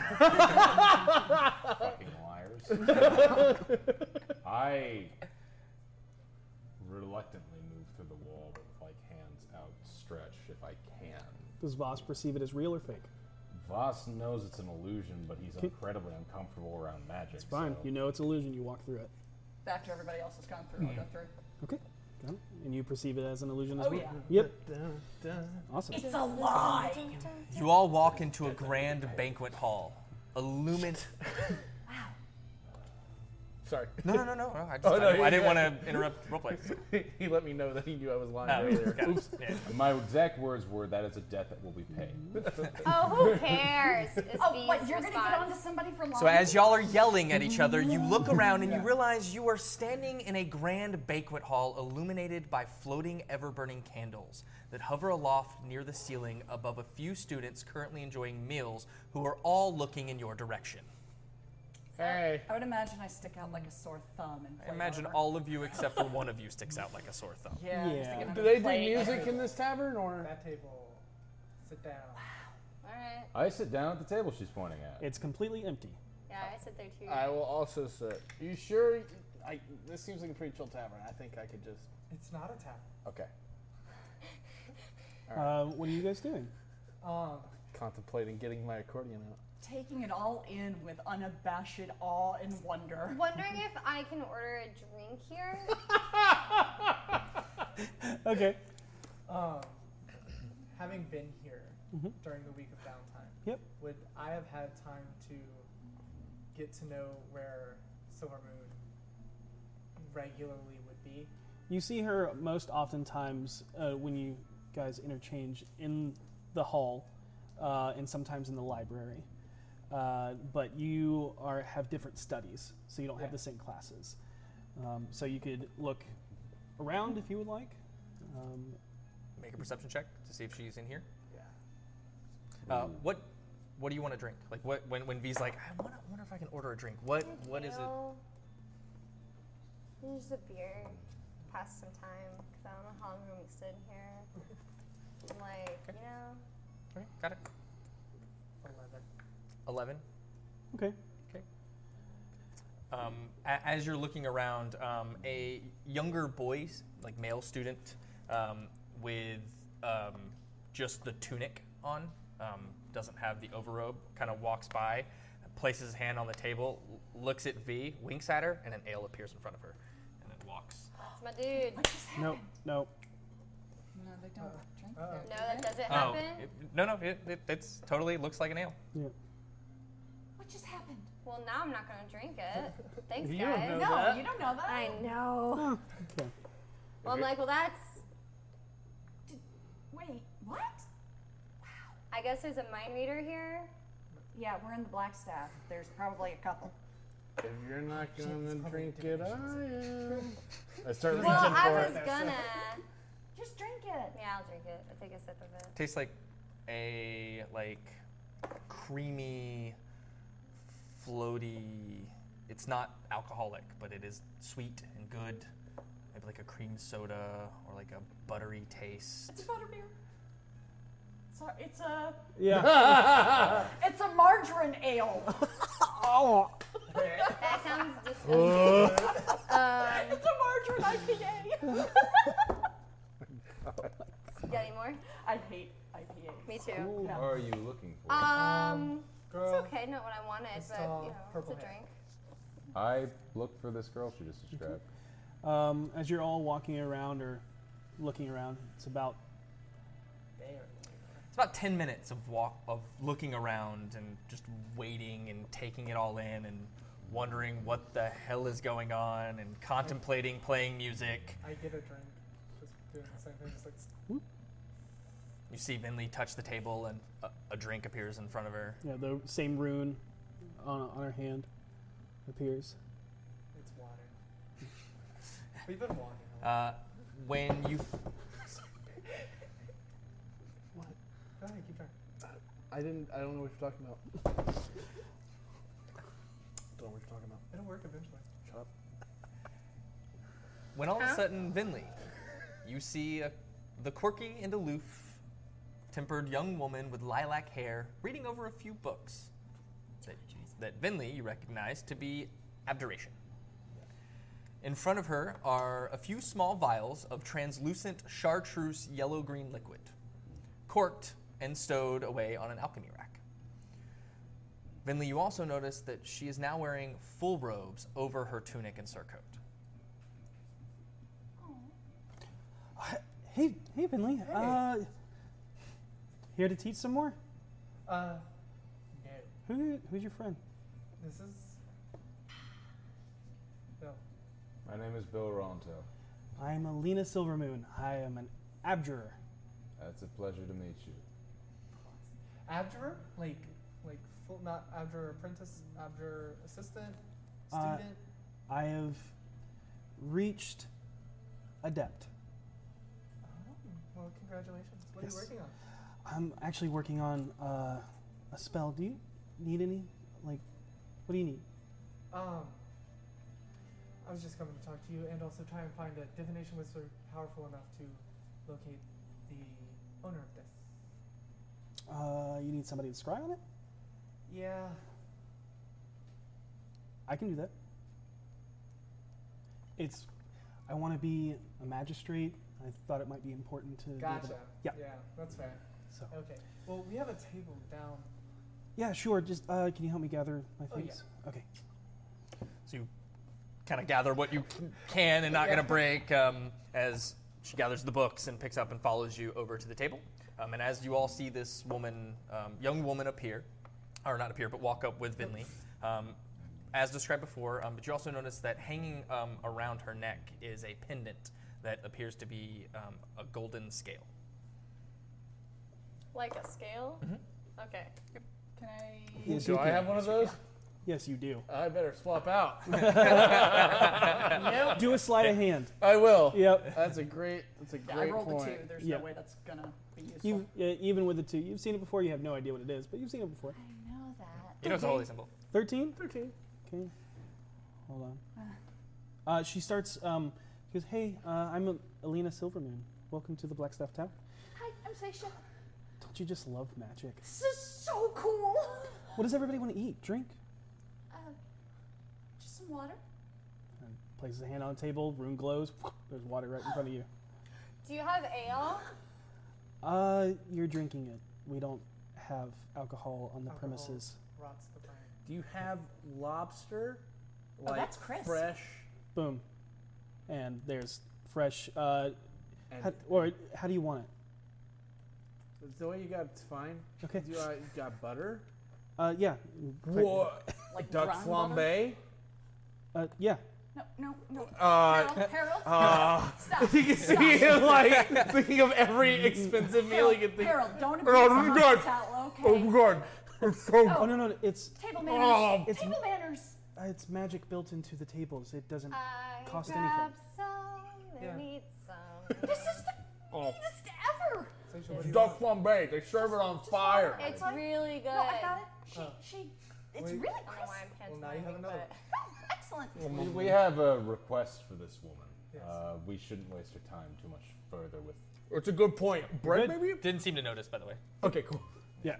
Speaker 5: Fucking liars. I reluctantly move through the wall with like hands outstretched if I can.
Speaker 3: Does Voss perceive it as real or fake?
Speaker 5: Voss knows it's an illusion, but he's incredibly uncomfortable around magic. It's
Speaker 3: Fine. You know it's illusion. You walk through it.
Speaker 4: After everybody else has gone through, I'll go through.
Speaker 3: Okay. Got it. And you perceive it as an illusion as
Speaker 4: Oh,
Speaker 3: well.
Speaker 4: yeah.
Speaker 3: Yep. Awesome.
Speaker 9: It's a lie.
Speaker 2: You all walk into a grand banquet hall. Illumined.
Speaker 7: Sorry,
Speaker 2: No, no, no, no. no, I, just, I
Speaker 7: Oh, no,
Speaker 2: didn't, I
Speaker 7: you-
Speaker 2: didn't want to interrupt roleplay.
Speaker 7: he let me know that he knew I was lying
Speaker 2: Um,
Speaker 7: earlier.
Speaker 2: yeah, yeah.
Speaker 5: My exact words were, "That is a debt that will be paid."
Speaker 1: Oh, who cares? Is
Speaker 4: Oh,
Speaker 1: V's
Speaker 4: what? You're
Speaker 1: response.
Speaker 4: gonna get onto somebody for long?
Speaker 2: So as y'all are yelling at each other, you look around and you realize you are standing in a grand banquet hall illuminated by floating, ever-burning candles that hover aloft near the ceiling above a few students currently enjoying meals who are all looking in your direction.
Speaker 7: Hey.
Speaker 4: I would imagine I stick out like a sore thumb and play
Speaker 2: I imagine
Speaker 4: over.
Speaker 2: all of you except for one of you sticks out like a sore thumb.
Speaker 4: Yeah. I'm just
Speaker 3: Yeah.
Speaker 4: thinking I'm
Speaker 7: Do
Speaker 4: gonna
Speaker 7: they do
Speaker 4: play
Speaker 7: music
Speaker 4: every-
Speaker 7: in this tavern or?
Speaker 8: That table. Sit down.
Speaker 1: All right.
Speaker 5: I sit down at the table she's pointing at.
Speaker 3: It's completely empty.
Speaker 1: Yeah, I sit there too.
Speaker 7: I will also sit. You sure? I, this seems like a pretty chill tavern. I think I could just.
Speaker 8: It's not a tap.
Speaker 7: Okay.
Speaker 3: Uh, what are you guys doing?
Speaker 8: Um,
Speaker 7: Contemplating getting my accordion out.
Speaker 4: Taking it all in with unabashed awe and wonder.
Speaker 1: Wondering if I can order a drink here.
Speaker 3: Okay.
Speaker 8: um, have having been here
Speaker 7: Mm-hmm.
Speaker 3: Mhm.
Speaker 8: during the week of downtime,
Speaker 3: Yep.
Speaker 8: would I have had time to get to know where Silver Moon regularly would be?
Speaker 3: You see her most oftentimes uh, when you guys interchange in the hall, uh, and sometimes in the library. Uh, but you are have different studies, so you don't have the same classes. Um, so you could look around if you would like. Um,
Speaker 2: Make a perception check to see if she's in here. Yeah. Uh, what What do you want to drink? Like what when when V's like, I wanna, wonder if I can order a drink. What What is it?
Speaker 1: There's just a beer. Pass some time because I don't know how long we're gonna be sitting here. I'm like, you know,
Speaker 2: Okay, got it.
Speaker 8: Eleven.
Speaker 2: Eleven.
Speaker 3: okay.
Speaker 2: Um, a- as you're looking around, um, a younger boy, s- like male student, um, with um, just the tunic on, um, doesn't have the overrobe, kind of walks by, places his hand on the table, l- looks at V, winks at her, and an ale appears in front of her, and then walks.
Speaker 1: that's my dude.
Speaker 3: No, no.
Speaker 4: No, they don't drink
Speaker 8: Uh-oh.
Speaker 4: there.
Speaker 1: No, that doesn't
Speaker 2: Oh,
Speaker 1: happen.
Speaker 2: it- no, no, it, it it's totally looks like an ale.
Speaker 3: Yeah.
Speaker 4: What just happened?
Speaker 1: Well, now I'm not gonna drink it. Thanks,
Speaker 3: You don't
Speaker 1: guys.
Speaker 3: know
Speaker 4: No,
Speaker 3: that.
Speaker 4: you don't know Oh. that.
Speaker 1: I know.
Speaker 3: Oh. Okay.
Speaker 1: Well, I'm like, well, that's.
Speaker 4: Wait, what?
Speaker 1: I guess there's a mind reader here.
Speaker 4: Yeah, we're in the black staff. There's probably a couple.
Speaker 6: If you're not gonna drink it, I am. I start reaching
Speaker 1: Well, I
Speaker 6: for
Speaker 1: was
Speaker 6: it.
Speaker 1: gonna.
Speaker 4: Just drink it.
Speaker 1: Yeah, I'll drink it. I'll take a sip of it.
Speaker 2: Tastes like a like creamy, floaty. It's not alcoholic, but it is sweet and good. Maybe like a cream soda or like a buttery
Speaker 4: It's a
Speaker 2: taste.
Speaker 4: butterbeer. Sorry, it's a
Speaker 3: Yeah.
Speaker 4: it's a margarine ale.
Speaker 3: oh.
Speaker 1: That sounds disgusting. um,
Speaker 4: It's a margarine IPA.
Speaker 1: you got any more?
Speaker 4: I hate IPA.
Speaker 1: Me too.
Speaker 5: Who are you looking for?
Speaker 1: Um, it's
Speaker 8: Girl,
Speaker 1: okay. Not what I wanted,
Speaker 8: I
Speaker 1: but
Speaker 8: saw
Speaker 1: you know, it's
Speaker 8: purple
Speaker 1: a
Speaker 8: hair.
Speaker 1: drink.
Speaker 5: I look for this girl she just described.
Speaker 3: Um, as you're all walking around or looking around, it's about
Speaker 8: there.
Speaker 2: It's about ten minutes of walk of looking around and just waiting and taking it all in and wondering what the hell is going on and contemplating playing music.
Speaker 8: I get a drink. Just doing the same thing. Just like
Speaker 2: You see Vinley touch the table and a, a drink appears in front of her.
Speaker 3: you know, the same rune on, on her hand appears.
Speaker 8: it's water. We've been walking. a lot.
Speaker 2: Uh, when you
Speaker 8: Go ahead, keep going.
Speaker 7: I didn't. I don't know what you're talking about. don't know what you're talking about.
Speaker 8: It'll work eventually.
Speaker 7: Shut up.
Speaker 2: When all of a sudden, Vinley, you see a, the quirky and aloof, tempered young woman with lilac hair reading over a few books that, that Vinley you recognize to be Abjuration. In front of her are a few small vials of translucent chartreuse yellow green liquid, corked and stowed away on an alchemy rack. Vinley, you also notice that she is now wearing full robes over her tunic and surcoat.
Speaker 3: Hey, hey, Vinley. Uh, here to teach some more?
Speaker 8: Uh, no.
Speaker 3: Who, who's your friend?
Speaker 8: This is. Bill.
Speaker 5: My name is Bill Ronto.
Speaker 3: I'm Alina Silvermoon. I am an abjurer.
Speaker 5: Uh, It's a pleasure to meet you.
Speaker 8: Abjurer? Like, like full, not abjurer apprentice, abjurer assistant,
Speaker 3: Uh,
Speaker 8: student?
Speaker 3: I have reached adept.
Speaker 8: oh, well, congratulations. What
Speaker 3: yes.
Speaker 8: are you working on?
Speaker 3: I'm actually working on uh, a spell. Do you need any? Like, what do you need?
Speaker 8: Um, I was just coming to talk to you and also try and find a divination wizard powerful enough to locate the owner of this.
Speaker 3: Uh, you need somebody to scry on it?
Speaker 8: Yeah.
Speaker 3: I can do that. It's. I want to be a magistrate. I thought it might be important to. be able to-
Speaker 8: Gotcha.
Speaker 3: Yeah.
Speaker 8: Yeah, that's fair.
Speaker 3: so.
Speaker 8: Okay. Well, we have a table down.
Speaker 3: Yeah, sure. Just uh, can you help me gather my
Speaker 8: Oh, yeah.
Speaker 3: things? Okay.
Speaker 2: So you kind of gather what you can and not going to break um, as She gathers the books and picks up and follows you over to the table. Um, and as you all see this woman, um, young woman appear, or not appear, but walk up with Vinley, um, as described before, um, but you also notice that hanging um, around her neck is a pendant that appears to be um, a golden scale.
Speaker 1: Like a scale?
Speaker 8: Mm-hmm.
Speaker 1: Okay.
Speaker 4: Can I?
Speaker 3: Yes,
Speaker 7: Do
Speaker 3: you
Speaker 7: I
Speaker 3: can.
Speaker 7: have one of those?
Speaker 3: Yes, you do.
Speaker 7: I better swap out.
Speaker 3: Do a sleight of hand.
Speaker 7: I will.
Speaker 3: Yep.
Speaker 7: That's a great. That's a
Speaker 4: Yeah, I
Speaker 7: great
Speaker 4: rolled a
Speaker 7: point.
Speaker 4: two. There's
Speaker 3: Yeah.
Speaker 4: no way that's gonna be useful.
Speaker 3: You uh, even with the two, you've seen it before. You have no idea what it is, but you've seen it before.
Speaker 9: I know that.
Speaker 2: You know, it's a holy symbol.
Speaker 3: Thirteen. Thirteen. Okay. Hold on. Uh, she starts. Um, she goes, "Hey, uh, I'm A- Alina Silverman. Welcome to the Blackstaff Tower.
Speaker 9: Hi, I'm Seisha.
Speaker 3: Don't you just love magic?
Speaker 9: This is so cool.
Speaker 3: What does everybody want to eat? Drink?"
Speaker 4: Uh,
Speaker 9: Um, just some water.
Speaker 3: And places a hand on the table. Room glows. There's water right in front of you.
Speaker 1: Do you have ale?
Speaker 3: Uh, you're drinking it. We don't have alcohol on the
Speaker 8: Alcohol.
Speaker 3: premises.
Speaker 8: Rots the brain.
Speaker 7: Do you have lobster?
Speaker 4: Oh, that's crisp.
Speaker 7: Fresh.
Speaker 3: Boom. And there's fresh. Uh,
Speaker 7: And
Speaker 3: how, or how do you want it?
Speaker 7: the way you got it's fine.
Speaker 3: Okay.
Speaker 7: Do I got butter?
Speaker 3: Uh, yeah.
Speaker 7: What?
Speaker 4: like
Speaker 7: Duck
Speaker 4: brown butter?
Speaker 7: flambe?
Speaker 3: Uh, yeah.
Speaker 4: No, no, no.
Speaker 7: Uh,
Speaker 4: Harold, Harold,
Speaker 7: uh,
Speaker 4: stop.
Speaker 7: you can see him like thinking of every expensive meal you
Speaker 4: Harold,
Speaker 7: can think.
Speaker 4: Harold, don't abuse
Speaker 7: Oh,
Speaker 4: the
Speaker 7: my God.
Speaker 4: hospital,
Speaker 7: Oh
Speaker 4: okay?
Speaker 7: my god, it's so
Speaker 3: Oh no no, no it's
Speaker 4: Table
Speaker 7: Oh.
Speaker 4: manners.
Speaker 3: It's-
Speaker 4: Table manners.
Speaker 3: uh, it's magic built into the tables. It doesn't.
Speaker 1: I
Speaker 3: Cost
Speaker 1: grab
Speaker 3: anything.
Speaker 1: some
Speaker 8: Yeah.
Speaker 1: and eat some.
Speaker 4: This is the
Speaker 7: Oh.
Speaker 4: neatest ever.
Speaker 8: Seisha, what do you
Speaker 7: duck flambe. They serve it on fire.
Speaker 1: It's really good.
Speaker 4: No, I got it. She,
Speaker 8: Oh.
Speaker 4: she. It's
Speaker 8: Wait.
Speaker 4: really
Speaker 1: I don't know
Speaker 4: crisp.
Speaker 1: why I'm
Speaker 8: Well, now you have
Speaker 1: pantomiming,
Speaker 8: another.
Speaker 1: but-
Speaker 4: Excellent.
Speaker 5: We, we
Speaker 7: Mm-hmm.
Speaker 5: have a request for this woman.
Speaker 8: Yes.
Speaker 5: Uh, we shouldn't waste her time too much further with.
Speaker 7: It's a good point. Bread,
Speaker 3: Good.
Speaker 7: maybe?
Speaker 2: Didn't seem to notice, by the way.
Speaker 7: Okay, cool.
Speaker 3: Yeah.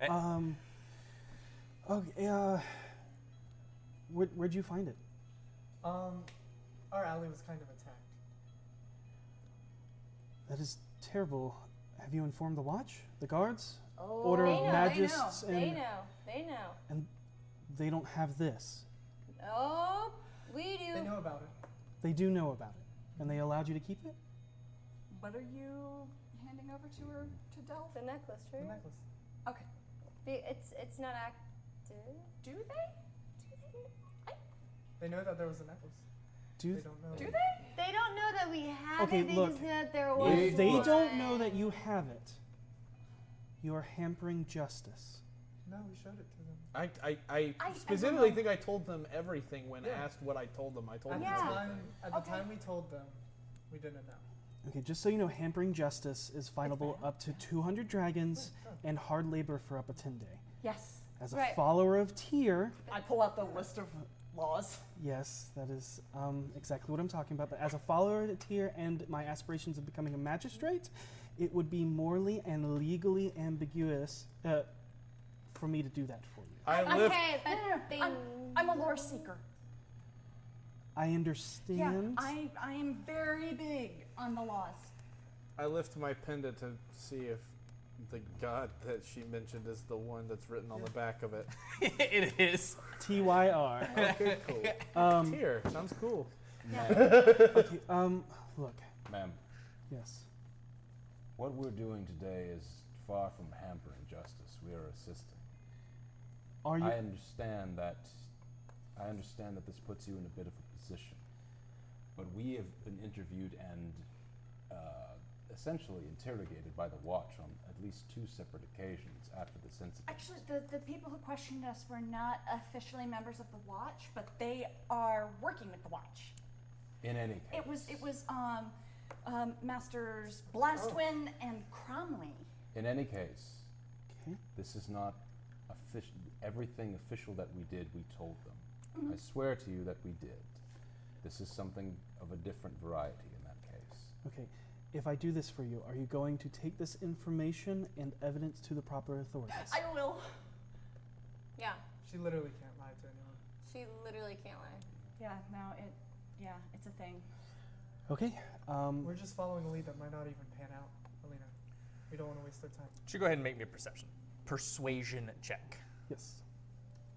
Speaker 2: Eh.
Speaker 3: Um. Okay. Uh, where, where'd you find it?
Speaker 8: Um, our alley was kind of attacked.
Speaker 3: That is terrible. Have you informed the watch, the guards,
Speaker 4: Oh.
Speaker 3: Order
Speaker 1: They
Speaker 3: of
Speaker 1: know, they
Speaker 3: Magists,
Speaker 1: They
Speaker 3: and
Speaker 1: know. They know.
Speaker 3: they don't have this.
Speaker 1: Oh, we
Speaker 8: They
Speaker 1: do.
Speaker 8: know about it.
Speaker 3: They do know about it, and they allowed you to keep it.
Speaker 4: What are you handing over to her to Delve?
Speaker 1: The necklace,
Speaker 8: The
Speaker 1: right?
Speaker 8: necklace.
Speaker 4: Okay.
Speaker 1: Be- it's it's not active.
Speaker 4: Do they?
Speaker 8: They know that there was a necklace.
Speaker 3: Do
Speaker 8: They don't know.
Speaker 4: Do they?
Speaker 1: They don't know that we have
Speaker 3: Okay,
Speaker 1: it. They
Speaker 3: look.
Speaker 1: just know that there was.
Speaker 3: If they
Speaker 1: one.
Speaker 3: don't know that you have it, you are hampering justice.
Speaker 8: No, we showed it to them.
Speaker 7: I, I, I,
Speaker 4: I
Speaker 7: specifically
Speaker 4: know.
Speaker 7: think I told them everything when
Speaker 8: Yeah.
Speaker 7: asked what I told them. I told
Speaker 8: At
Speaker 7: them
Speaker 8: the
Speaker 1: Yeah.
Speaker 8: time,
Speaker 7: everything.
Speaker 8: at the
Speaker 4: Okay.
Speaker 8: time we told them, we didn't know.
Speaker 3: Okay, just so you know, hampering justice is finable
Speaker 4: bad.
Speaker 3: up to 200 dragons and hard labor for up to 10 day.
Speaker 4: Yes.
Speaker 3: As a
Speaker 1: Right.
Speaker 3: follower of Tyr,
Speaker 4: I pull out the list of laws.
Speaker 3: yes, that is um, exactly what I'm talking about. But as a follower of Tyr and my aspirations of becoming a magistrate, it would be morally and legally ambiguous uh, for me to do that for you.
Speaker 7: I lift.
Speaker 1: Okay, but
Speaker 4: No, no, no,
Speaker 1: they.
Speaker 4: I'm, I'm a lore seeker.
Speaker 3: I
Speaker 4: Yeah,
Speaker 3: understand.
Speaker 4: I, I am very big on the laws.
Speaker 7: I lift my pendant to see if the god that she mentioned is the one that's written on the back of it.
Speaker 2: it is.
Speaker 3: TYR.
Speaker 7: Okay, cool.
Speaker 3: Um,
Speaker 7: Here, sounds cool.
Speaker 5: Ma'am,
Speaker 3: okay, um, look,
Speaker 5: ma'am,
Speaker 3: yes.
Speaker 5: what we're doing today is far from hampering justice. We are assisting.
Speaker 3: Are you
Speaker 5: I understand that. I understand that this puts you in a bit of a position, but we have been interviewed and uh, essentially interrogated by the Watch on at least two separate occasions after this incident.
Speaker 9: Actually,
Speaker 4: The, the people who questioned us were not officially members of the Watch, but they are working with the Watch.
Speaker 5: in any case,
Speaker 4: It was it was um, um, Masters Blastwin
Speaker 3: Oh.
Speaker 4: and Cromley.
Speaker 5: In any case,
Speaker 3: Okay.
Speaker 5: this is not official. Everything official that we did, we told them.
Speaker 3: Mm-hmm.
Speaker 5: I swear to you that we did. This is something of a different variety in that case.
Speaker 3: Okay, if I do this for you, are you going to take this information and evidence to the proper authorities?
Speaker 4: I will.
Speaker 1: Yeah,
Speaker 8: She literally can't lie to anyone.
Speaker 1: she literally can't lie.
Speaker 4: Yeah, no, it yeah, it's a thing.
Speaker 3: okay, um,
Speaker 8: We're just following a lead that might not even pan out, Alina. We don't want to waste their time.
Speaker 2: Should go ahead and make me a perception. Persuasion check.
Speaker 3: yes.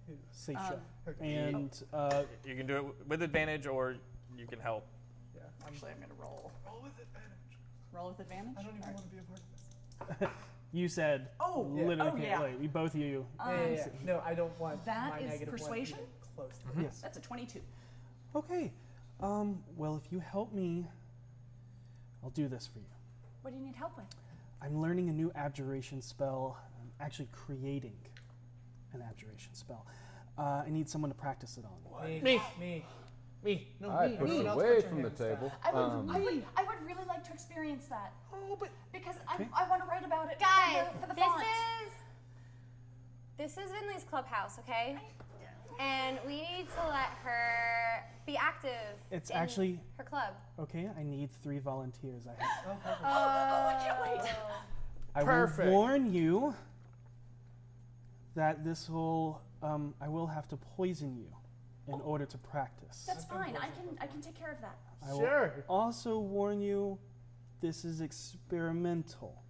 Speaker 8: Who?
Speaker 3: Seisha.
Speaker 8: Okay.
Speaker 3: and uh,
Speaker 2: You can do it with advantage, or you can help.
Speaker 8: yeah, I'm
Speaker 4: Actually, I'm gonna roll.
Speaker 8: roll with advantage.
Speaker 4: Roll with advantage.
Speaker 8: I don't even
Speaker 4: All right.
Speaker 8: want to be a part of this.
Speaker 3: You said
Speaker 4: Oh, yeah.
Speaker 3: literally
Speaker 4: Oh,
Speaker 3: can't
Speaker 4: yeah.
Speaker 3: wait. We both of you.
Speaker 4: Um,
Speaker 8: yeah, yeah, yeah. No, I don't want
Speaker 4: that
Speaker 8: my
Speaker 4: is
Speaker 8: negative one
Speaker 4: persuasion?
Speaker 8: even close. to
Speaker 5: Mm-hmm.
Speaker 8: that.
Speaker 3: Yes.
Speaker 4: That's a 22.
Speaker 3: Okay. Um, well, if you help me, I'll do this for you.
Speaker 4: What do you need help with?
Speaker 3: I'm learning a new abjuration spell. I'm actually creating an abjuration spell. Uh, I need someone to practice it on.
Speaker 8: Me,
Speaker 7: Me.
Speaker 8: me.
Speaker 7: Me, no,
Speaker 5: I
Speaker 7: me,
Speaker 5: push
Speaker 7: me.
Speaker 8: it else
Speaker 5: away
Speaker 8: put your
Speaker 5: from the
Speaker 8: hands down.
Speaker 5: table.
Speaker 4: I would,
Speaker 5: Um,
Speaker 4: I would, I would really like to experience that
Speaker 7: Oh, but
Speaker 4: because
Speaker 3: Okay.
Speaker 4: I, I want to write about it, for
Speaker 1: Guys,
Speaker 4: the- for the,
Speaker 1: this
Speaker 4: font.
Speaker 1: is this is Vinley's clubhouse, okay? And we need to let her be active.
Speaker 3: It's
Speaker 1: in
Speaker 3: actually-
Speaker 1: her club.
Speaker 3: Okay, I need three volunteers. I, have.
Speaker 1: Oh, I
Speaker 4: can't wait.
Speaker 1: Oh.
Speaker 3: I
Speaker 7: Perfect.
Speaker 3: will warn you that this will. Um, I will have to poison you in order to practice.
Speaker 4: That's fine. I can I can take care of that.
Speaker 3: I will
Speaker 7: sure.
Speaker 3: also warn you, this is experimental.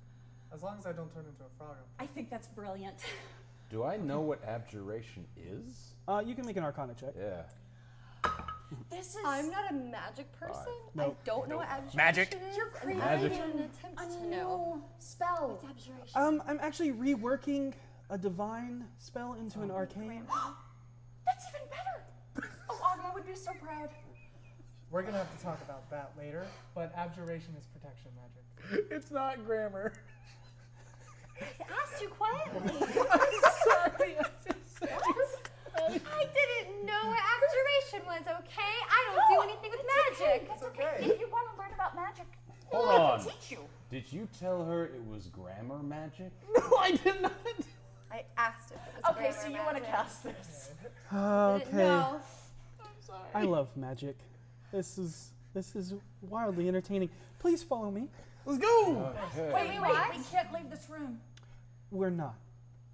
Speaker 8: As long as I don't turn into a frog. I'm-
Speaker 4: I think that's brilliant.
Speaker 5: Do I know what abjuration is?
Speaker 3: Uh, you can make an Arcana check.
Speaker 5: Yeah.
Speaker 4: This is
Speaker 1: I'm not a magic person. I
Speaker 3: No.
Speaker 1: don't know what abjuration
Speaker 2: Magic.
Speaker 1: is.
Speaker 4: You're
Speaker 1: and I
Speaker 5: Magic.
Speaker 1: made an
Speaker 4: a
Speaker 1: attempt to know.
Speaker 4: new spell.
Speaker 1: It's abjuration.
Speaker 3: Um, I'm actually reworking a divine spell into
Speaker 4: Oh,
Speaker 3: an arcane.
Speaker 4: That's even better. Oh, Agma would be so proud.
Speaker 8: We're gonna have to talk about that later. But abjuration is protection magic.
Speaker 7: It's not grammar.
Speaker 1: I asked you quietly. I didn't know what abjuration was, okay? I don't do anything with magic.
Speaker 4: That's okay. If you want to learn about magic,
Speaker 5: Hold
Speaker 4: I
Speaker 5: on.
Speaker 4: can teach you.
Speaker 5: Did you tell her it was grammar magic?
Speaker 7: No, I did not.
Speaker 1: I asked if it was
Speaker 4: Okay, so you want to cast this?
Speaker 8: Uh,
Speaker 3: Okay.
Speaker 1: No.
Speaker 3: I love magic. This is this is wildly entertaining. Please follow me.
Speaker 7: Let's go.
Speaker 5: Okay.
Speaker 4: Wait, wait, wait.
Speaker 1: what?
Speaker 4: We can't leave this room.
Speaker 3: We're not.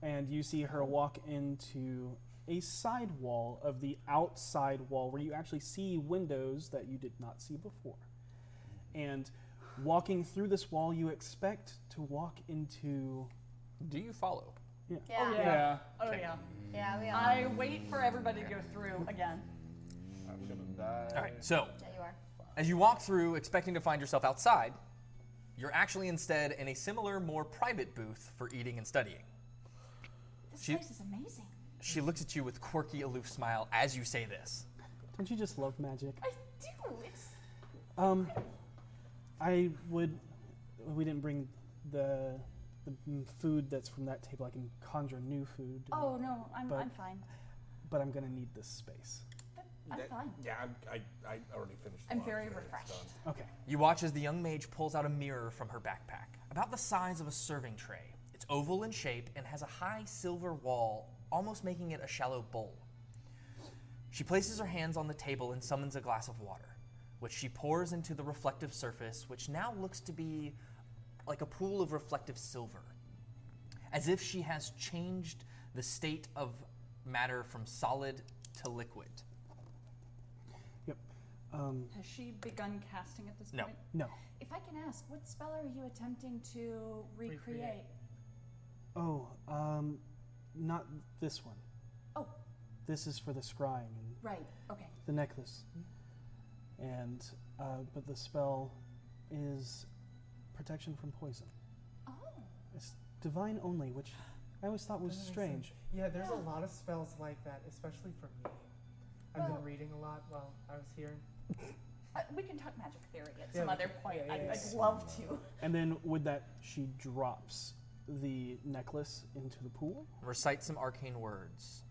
Speaker 3: And you see her walk into a side wall of the outside wall where you actually see windows that you did not see before. And walking through this wall, you expect to walk into.
Speaker 2: Do you follow?
Speaker 1: Yeah. yeah.
Speaker 7: Yeah.
Speaker 4: Oh yeah.
Speaker 1: we all.
Speaker 4: I wait for everybody to go through again.
Speaker 5: I'm gonna
Speaker 4: Hmm.
Speaker 5: die.
Speaker 2: All right. So
Speaker 1: yeah, you are.
Speaker 2: as you walk through, expecting to find yourself outside, you're actually instead in a similar, more private booth for eating and studying.
Speaker 4: This
Speaker 2: She-
Speaker 4: place is amazing.
Speaker 2: She looks at you with quirky, aloof smile as you say this.
Speaker 3: Don't you just love magic?
Speaker 4: I do. It's
Speaker 3: Um, I would. We didn't bring the the m- food that's from that table. I can conjure new food.
Speaker 4: Oh no, I'm
Speaker 3: But-
Speaker 4: I'm fine.
Speaker 3: But I'm gonna need this space.
Speaker 4: I'm
Speaker 7: That-
Speaker 4: fine.
Speaker 7: Yeah, I'm, I, I already finished. the
Speaker 4: I'm
Speaker 7: lot
Speaker 4: very
Speaker 7: today. It's
Speaker 4: refreshed.
Speaker 7: done.
Speaker 3: Okay.
Speaker 2: You watch as the young mage pulls out a mirror from her backpack, about the size of a serving tray. It's oval in shape and has a high silver wall, almost making it a shallow bowl. She places her hands on the table and summons a glass of water, which she pours into the reflective surface, which now looks to be like a pool of reflective silver, as if she has changed the state of matter from solid to liquid.
Speaker 3: Yep. Um,
Speaker 4: Has she begun casting at this
Speaker 2: No.
Speaker 4: point?
Speaker 3: no.
Speaker 4: If I can ask, what spell are you attempting to recreate?
Speaker 8: Recreate.
Speaker 3: Oh. Um, not this one.
Speaker 4: Oh,
Speaker 3: This is for the scrying and
Speaker 4: right. Okay.
Speaker 3: the necklace. And uh, but the spell is protection from poison.
Speaker 4: Oh,
Speaker 3: It's divine only, which I always thought was
Speaker 8: Doesn't make
Speaker 3: strange.
Speaker 8: sense. Yeah, there's a lot of spells like that, especially for me. I've
Speaker 4: Well-
Speaker 8: been reading a lot while I was here.
Speaker 4: uh, we can talk magic theory at
Speaker 8: Yeah,
Speaker 4: some
Speaker 8: we
Speaker 4: other
Speaker 8: can-
Speaker 4: point.
Speaker 8: yeah, yeah,
Speaker 4: I,
Speaker 8: yeah.
Speaker 4: I'd love to.
Speaker 3: And then with that, she drops the necklace into the pool.
Speaker 2: recite some arcane words,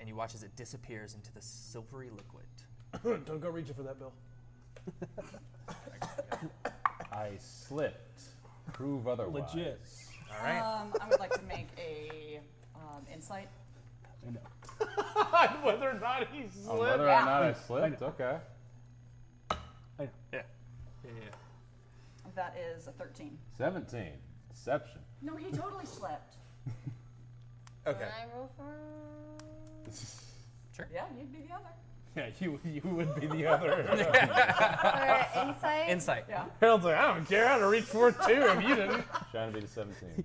Speaker 2: and you watch as it disappears into the silvery liquid.
Speaker 7: Don't go reaching for that, Bill.
Speaker 5: I slipped. Prove otherwise.
Speaker 3: Legit.
Speaker 2: All right.
Speaker 4: Um, I would like to make a um, insight.
Speaker 3: I know.
Speaker 7: Whether or not he
Speaker 5: On
Speaker 7: slipped.
Speaker 5: Oh, whether or not I slipped, okay.
Speaker 3: I know.
Speaker 4: That is a thirteen.
Speaker 5: 17. Deception.
Speaker 4: No, he totally slept.
Speaker 2: Okay.
Speaker 1: Can I roll for?
Speaker 4: Yeah, you'd be the other.
Speaker 7: Yeah, you, you would be the other.
Speaker 1: for insight.
Speaker 2: Insight.
Speaker 4: Yeah.
Speaker 7: Harold's like, I don't care. I'd have reached for it too if you didn't.
Speaker 5: Trying to be the 17.
Speaker 1: 15.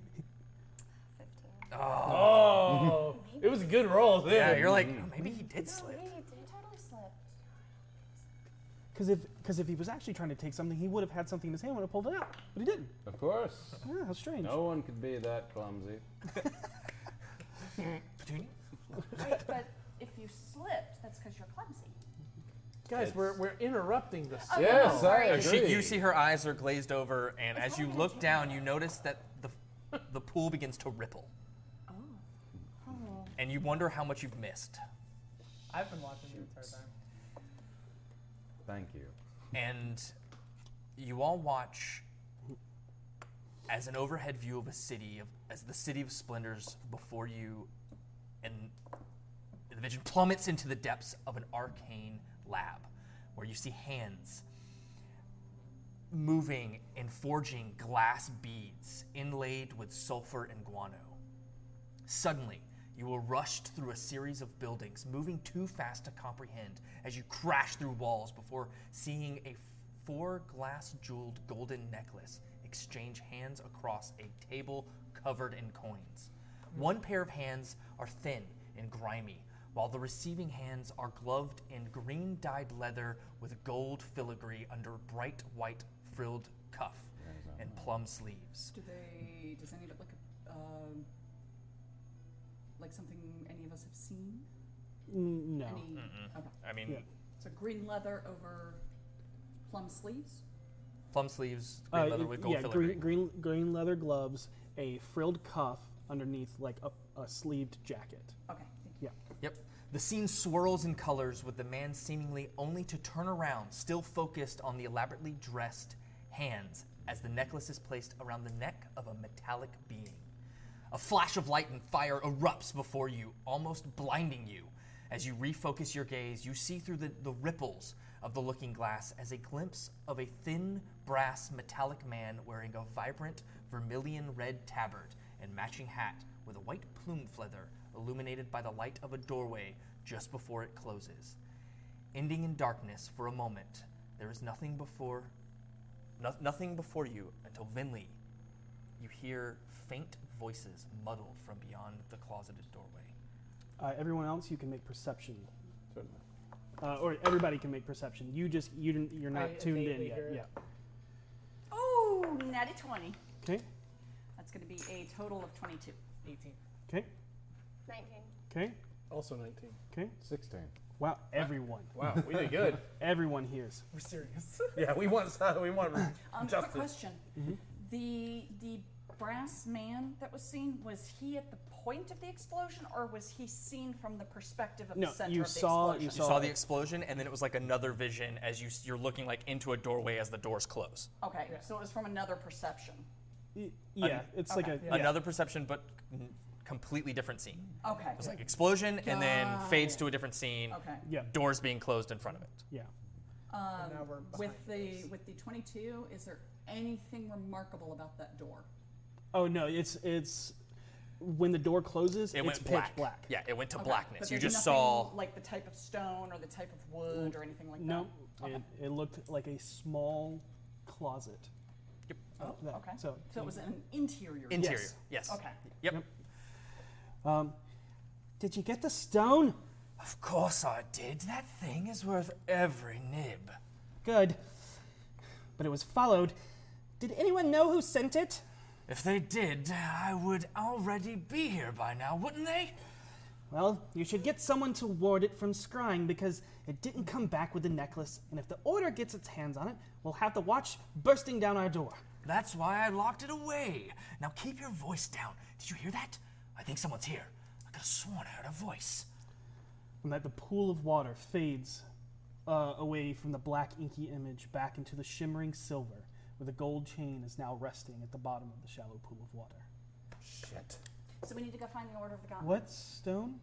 Speaker 2: Oh.
Speaker 7: Oh, it was a good roll too.
Speaker 3: Mm-hmm.
Speaker 2: Yeah, you're like, "Oh, maybe he did
Speaker 4: No,
Speaker 2: slip.
Speaker 4: he, he totally slept.
Speaker 3: Because if Because if he was actually trying to take something, he would have had something in his hand when I pulled it out, but he didn't.
Speaker 5: Of course.
Speaker 3: Yeah, how strange.
Speaker 5: No one could be that clumsy.
Speaker 7: Oh.
Speaker 4: Right, but if you slipped, that's because you're clumsy.
Speaker 7: Guys,
Speaker 5: It's-
Speaker 7: we're, we're interrupting this.
Speaker 4: Oh,
Speaker 5: Yes,
Speaker 4: no,
Speaker 5: I
Speaker 4: sorry.
Speaker 5: agree.
Speaker 2: She, you see her eyes are glazed over, and as you look down, you notice that the, the pool begins to ripple.
Speaker 4: Oh.
Speaker 2: And you wonder how much you've missed.
Speaker 8: I've been watching the entire time.
Speaker 5: Thank you.
Speaker 2: And you all watch as an overhead view of a city, of, as the city of splendors before you, and the vision plummets into the depths of an arcane lab where you see hands moving and forging glass beads inlaid with sulfur and guano. Suddenly, you are rushed through a series of buildings, moving too fast to comprehend as you crash through walls before seeing a four glass jeweled golden necklace exchange hands across a table covered in coins. One pair of hands are thin and grimy, while the receiving hands are gloved in green dyed leather with gold filigree under bright white frilled cuff and plum sleeves.
Speaker 4: Do they? Does any of it look um, like something any of us have seen?
Speaker 3: Mm, no.
Speaker 4: Any? Okay.
Speaker 2: I mean,
Speaker 3: Yeah.
Speaker 4: So green leather over plum sleeves.
Speaker 2: plum sleeves,
Speaker 3: Uh,
Speaker 2: green leather with gold
Speaker 3: yeah,
Speaker 2: filigree.
Speaker 3: green, green green leather gloves, a frilled cuff underneath like a, a sleeved jacket.
Speaker 4: Okay. Thank you.
Speaker 3: Yeah.
Speaker 2: Yep. The scene swirls in colors with the man seemingly only to turn around, still focused on the elaborately dressed hands as the necklace is placed around the neck of a metallic being. A flash of light and fire erupts before you, almost blinding you. As you refocus your gaze, you see through the, the ripples of the looking glass as a glimpse of a thin, brass, metallic man wearing a vibrant vermilion red tabard and matching hat with a white plume feather illuminated by the light of a doorway just before it closes. Ending in darkness for a moment, there is nothing before no- nothing before you until Vinley you hear faint voices muddled from beyond the closeted doorway.
Speaker 3: Uh, everyone else, you can make perception,
Speaker 5: Certainly.
Speaker 3: uh, or everybody can make perception. You just you didn't you're not
Speaker 6: I
Speaker 3: tuned in
Speaker 6: vaguely
Speaker 3: yet.
Speaker 6: hear it.
Speaker 3: Yeah.
Speaker 4: Oh, natty twenty.
Speaker 3: Okay.
Speaker 4: That's going to be a total of twenty-two.
Speaker 6: 18.
Speaker 3: Okay.
Speaker 1: 19.
Speaker 3: Okay.
Speaker 7: Also 19.
Speaker 3: Okay.
Speaker 5: 16.
Speaker 3: Wow. Everyone.
Speaker 7: Wow, we did good.
Speaker 3: Everyone hears.
Speaker 8: We're serious.
Speaker 7: yeah, we want we want
Speaker 4: Um, just a
Speaker 7: justice.
Speaker 4: question.
Speaker 3: Mm-hmm.
Speaker 4: The the brass man that was seen was he at the point of the explosion, or was he seen from the perspective of
Speaker 3: No,
Speaker 4: the center
Speaker 3: you
Speaker 4: of the
Speaker 3: saw- you
Speaker 4: explosion?
Speaker 2: You saw the
Speaker 3: it.
Speaker 2: explosion, and then it was like another vision as you, s- you're looking like into a doorway as the doors close.
Speaker 4: Okay, so it was from another perception.
Speaker 3: Y- Yeah. It's like a
Speaker 4: okay.
Speaker 3: yeah.
Speaker 2: Another perception, but n- completely different scene.
Speaker 4: Okay.
Speaker 2: It's like explosion, and then fades to a different scene.
Speaker 4: Okay.
Speaker 3: Yeah.
Speaker 2: Doors being closed in front of it.
Speaker 3: Yeah.
Speaker 4: Um,
Speaker 8: now we're
Speaker 4: with
Speaker 8: behind
Speaker 4: the with the 22, is there anything remarkable about that door?
Speaker 3: Oh no. It's it's when the door closes,
Speaker 2: It
Speaker 3: it's
Speaker 2: went
Speaker 3: pitch
Speaker 2: black.
Speaker 3: black.
Speaker 2: Yeah, it went to
Speaker 4: Okay, but
Speaker 2: blackness. You
Speaker 4: there's
Speaker 2: just
Speaker 4: nothing
Speaker 2: saw.
Speaker 4: like the type of stone or the type of wood or anything like
Speaker 3: No.
Speaker 4: that. Okay.
Speaker 3: It, it looked like a small closet.
Speaker 4: Oh,
Speaker 3: that-
Speaker 4: okay.
Speaker 3: So,
Speaker 4: So it was an interior.
Speaker 2: Interior.
Speaker 3: Yes.
Speaker 2: Yes.
Speaker 4: Okay.
Speaker 2: Yep.
Speaker 3: Yep. Um, did you get the stone?
Speaker 2: Of course I did. That thing is worth every nib.
Speaker 3: Good. But it was followed. Did anyone know who sent it?
Speaker 2: If they did, I would already be here by now, wouldn't they?
Speaker 3: Well, you should get someone to ward it from scrying because it didn't come back with the necklace, and if the Order gets its hands on it, we'll have the watch bursting down our door.
Speaker 2: That's why I locked it away. Now keep your voice down. Did you hear that? I think someone's here. I could have sworn I heard a voice.
Speaker 3: And that the pool of water fades uh, away from the black, inky image back into the shimmering silver, where the gold chain is now resting at the bottom of the shallow pool of water.
Speaker 7: Shit.
Speaker 4: So we need to go find the Order of the Gauntlet.
Speaker 3: What stone?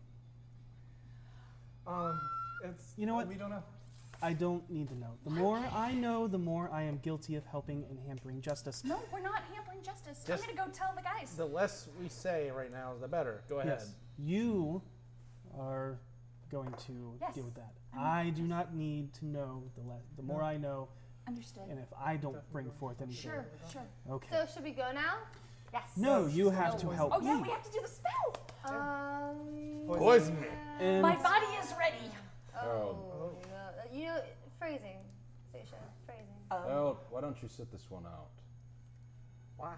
Speaker 8: Um, it's
Speaker 3: You know what?
Speaker 8: We don't know.
Speaker 3: I don't need to know. The more I know, the more I am guilty of helping and hampering justice.
Speaker 4: No, we're not hampering justice.
Speaker 7: Just-
Speaker 4: I'm going to go tell the guys.
Speaker 7: The less we say right now, the better. Go ahead.
Speaker 3: Yes. You are going to
Speaker 4: Yes.
Speaker 3: deal with that.
Speaker 4: I'm-
Speaker 3: I do not need to know the less. The more I know,
Speaker 4: Understood.
Speaker 3: and if I don't bring forth anything,
Speaker 4: Sure, sure.
Speaker 3: okay.
Speaker 1: So should we go now?
Speaker 4: Yes.
Speaker 3: no, you have to help
Speaker 4: Oh, yeah,
Speaker 3: me.
Speaker 4: we have to do the spell.
Speaker 1: Um,
Speaker 7: Poison me.
Speaker 3: and
Speaker 4: My body is ready.
Speaker 3: Oh.
Speaker 1: oh, no. You know, phrasing station.
Speaker 4: Um,
Speaker 5: Oh, why don't you sit this one out?
Speaker 7: Why?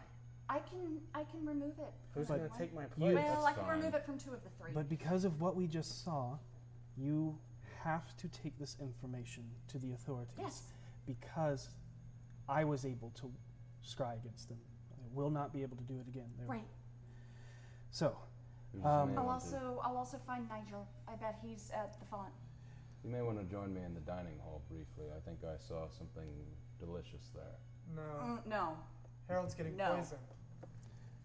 Speaker 4: I can I can remove it.
Speaker 7: Who's
Speaker 4: from
Speaker 7: gonna
Speaker 4: one.
Speaker 7: take my place?
Speaker 3: You-
Speaker 4: Well, I
Speaker 5: That's
Speaker 4: can
Speaker 5: fine.
Speaker 4: remove it from two of the three.
Speaker 3: But because of what we just saw, you have to take this information to the authorities.
Speaker 4: yes,
Speaker 3: Because I was able to scry against them. I will not be able to do it again. They-
Speaker 4: right.
Speaker 3: So,
Speaker 5: You
Speaker 3: Um,
Speaker 5: may
Speaker 4: I'll
Speaker 5: want to-
Speaker 4: also I'll also find Nigel. I bet he's at the font.
Speaker 5: you may want to join me in the dining hall briefly. I think I saw something delicious there.
Speaker 8: No.
Speaker 4: Mm, no,
Speaker 8: Harold's getting
Speaker 4: No.
Speaker 8: poisoned.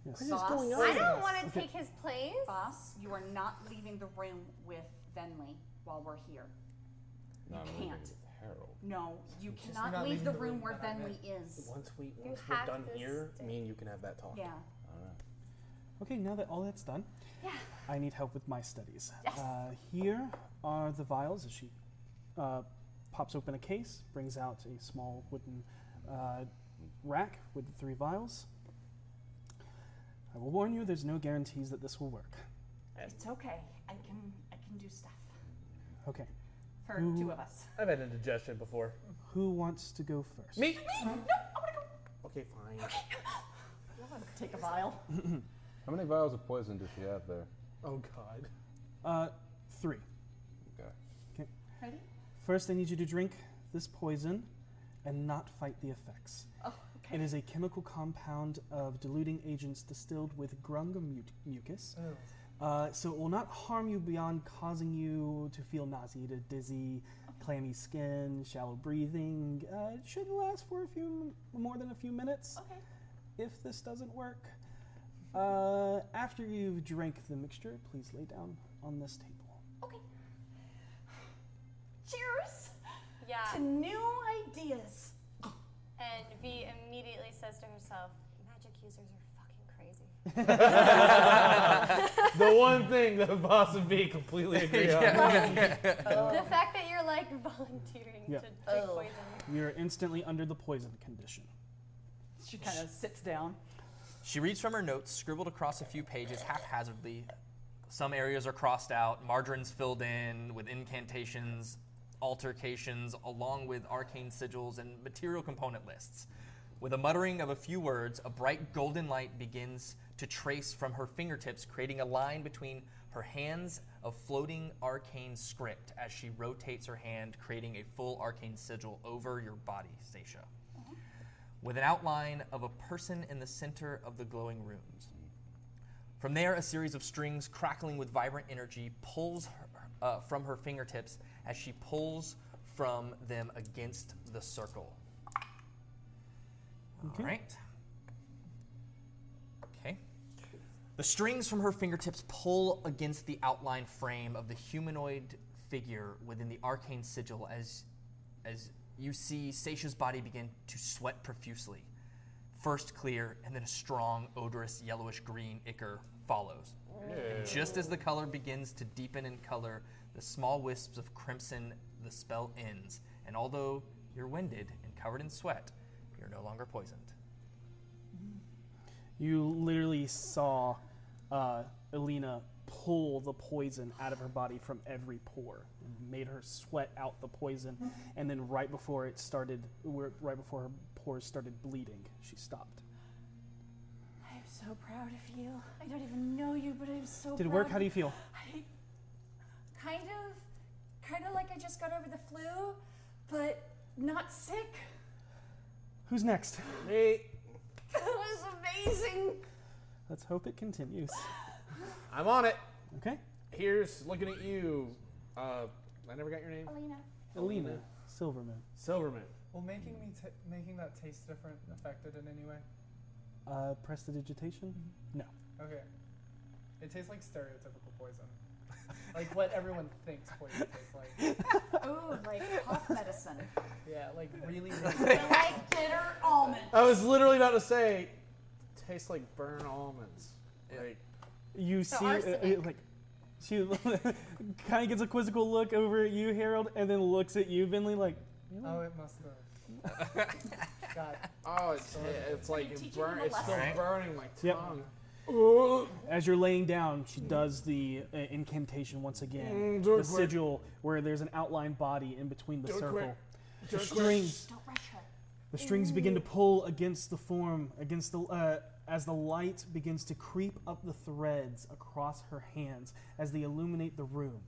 Speaker 3: yes.
Speaker 4: is Boss. going
Speaker 1: I don't want to take his place.
Speaker 4: boss, you are not leaving the room with Venley while we're here.
Speaker 5: No, I'm leaving
Speaker 4: can't.
Speaker 5: with Harold.
Speaker 4: No, you
Speaker 7: Just
Speaker 4: cannot
Speaker 8: not
Speaker 4: leave
Speaker 8: leaving
Speaker 4: the
Speaker 8: the
Speaker 4: room
Speaker 8: room
Speaker 4: where
Speaker 8: that I'm
Speaker 4: Venley is.
Speaker 7: Once we once
Speaker 1: have
Speaker 7: we're done
Speaker 1: to
Speaker 7: here,
Speaker 1: stay.
Speaker 7: me and you can have that talk.
Speaker 4: Yeah.
Speaker 5: All right.
Speaker 3: Okay, now that all that's done,
Speaker 4: Yeah.
Speaker 3: I need help with my studies.
Speaker 4: Yes.
Speaker 3: Uh, here are the vials as she uh, pops open a case, brings out a small wooden uh, rack with the three vials. I will warn you, there's no guarantees that this will work.
Speaker 4: It's okay. I can I can do stuff
Speaker 3: Okay,
Speaker 4: for
Speaker 3: Ooh.
Speaker 4: two of us.
Speaker 7: I've had indigestion before.
Speaker 3: who wants to go first?
Speaker 7: Me?
Speaker 4: no, I want to go.
Speaker 7: Okay, fine.
Speaker 4: You're allowed to Take a vial.
Speaker 5: How many vials of poison does she have there?
Speaker 7: Oh God.
Speaker 3: Uh, three.
Speaker 5: Okay.
Speaker 4: Ready?
Speaker 3: First, I need you to drink this poison and not fight the effects.
Speaker 4: Oh,
Speaker 3: It
Speaker 4: okay.
Speaker 3: is a chemical compound of diluting agents distilled with grung mu- mucus.
Speaker 8: Oh.
Speaker 3: Uh, so it will not harm you beyond causing you to feel nauseated, dizzy, clammy skin, shallow breathing. Uh, it should last for a few more than a few minutes
Speaker 4: Okay.
Speaker 3: if this doesn't work. Uh, after you've drank the mixture, please lay down on this table.
Speaker 4: Okay. Cheers
Speaker 1: Yeah.
Speaker 4: to new ideas.
Speaker 1: And V immediately says to herself, magic users are fucking crazy.
Speaker 7: the one thing that Boss and B completely agree on.
Speaker 1: The
Speaker 3: Uh,
Speaker 1: fact that you're like volunteering
Speaker 3: Yeah.
Speaker 1: to take
Speaker 4: Oh.
Speaker 1: poison.
Speaker 3: You're instantly under the poison condition.
Speaker 4: She kind of sits down.
Speaker 2: She reads from her notes, scribbled across a few pages haphazardly. Some areas are crossed out, margarines filled in with incantations, altercations, along with arcane sigils and material component lists. With a muttering of a few words, a bright golden light begins to trace from her fingertips, creating a line between her hands of floating arcane script as she rotates her hand, creating a full arcane sigil over your body, Stacia
Speaker 4: Mm-hmm.
Speaker 2: with an outline of a person in the center of the glowing rooms. From there, a series of strings crackling with vibrant energy pulls her, uh, from her fingertips as she pulls from them against the circle. All right. Okay. The strings from her fingertips pull against the outline frame of the humanoid figure within the arcane sigil as as you see Satia's body begin to sweat profusely. First clear, and then a strong, odorous, yellowish green ichor follows. And just as the color begins to deepen in color, the small wisps of crimson, the spell ends. And although you're winded and covered in sweat, you're no longer poisoned.
Speaker 4: Mm-hmm.
Speaker 3: You literally saw uh, Elena pull the poison out of her body from every pore, and made her sweat out the poison, and then right before it started, where- right before her pores started bleeding, she stopped.
Speaker 4: I'm so proud of you. I don't even know you, but I'm so
Speaker 3: Did it
Speaker 4: proud
Speaker 3: work?
Speaker 4: of
Speaker 3: How do you feel?
Speaker 4: I kind of, kind of like I just got over the flu, but not sick.
Speaker 3: Who's next?
Speaker 7: Me.
Speaker 4: That was amazing.
Speaker 3: Let's hope it continues.
Speaker 7: I'm on it.
Speaker 3: Okay,
Speaker 7: Here's looking at you. Uh, I never got your name.
Speaker 4: Alina,
Speaker 3: Elena Silverman.
Speaker 7: Silverman.
Speaker 8: Well, making me t- making that taste different affected in any way?
Speaker 3: Uh, prestidigitation? No.
Speaker 8: Okay. It tastes like stereotypical poison. like what everyone thinks poison tastes like.
Speaker 4: oh, like cough medicine,
Speaker 8: Yeah, like really, really.
Speaker 4: They're like bitter almond.
Speaker 7: I was literally about to say, tastes like burn almonds.
Speaker 2: Yeah.
Speaker 7: Like,
Speaker 3: You
Speaker 1: So
Speaker 3: see, uh, uh,
Speaker 1: arsenic.
Speaker 3: like, she kind of gets a quizzical look over at you, Harold, and then looks at you, Vinley, like,
Speaker 8: oh, it must have. God.
Speaker 7: oh, it's, it's like
Speaker 4: Teaching
Speaker 7: it burn,
Speaker 4: him a
Speaker 7: it's still
Speaker 2: lesson.
Speaker 7: burning my
Speaker 3: Yep.
Speaker 7: tongue.
Speaker 3: As you're laying down, she does the uh, incantation once again.
Speaker 7: Mm, do it
Speaker 3: the
Speaker 7: quick.
Speaker 3: sigil where there's an outlined body in between the
Speaker 7: Do it
Speaker 3: circle.
Speaker 7: quick.
Speaker 3: The strings
Speaker 4: Don't rush her.
Speaker 3: The strings begin to pull against the form, against the uh, as the light begins to creep up the threads across her hands as they illuminate the room.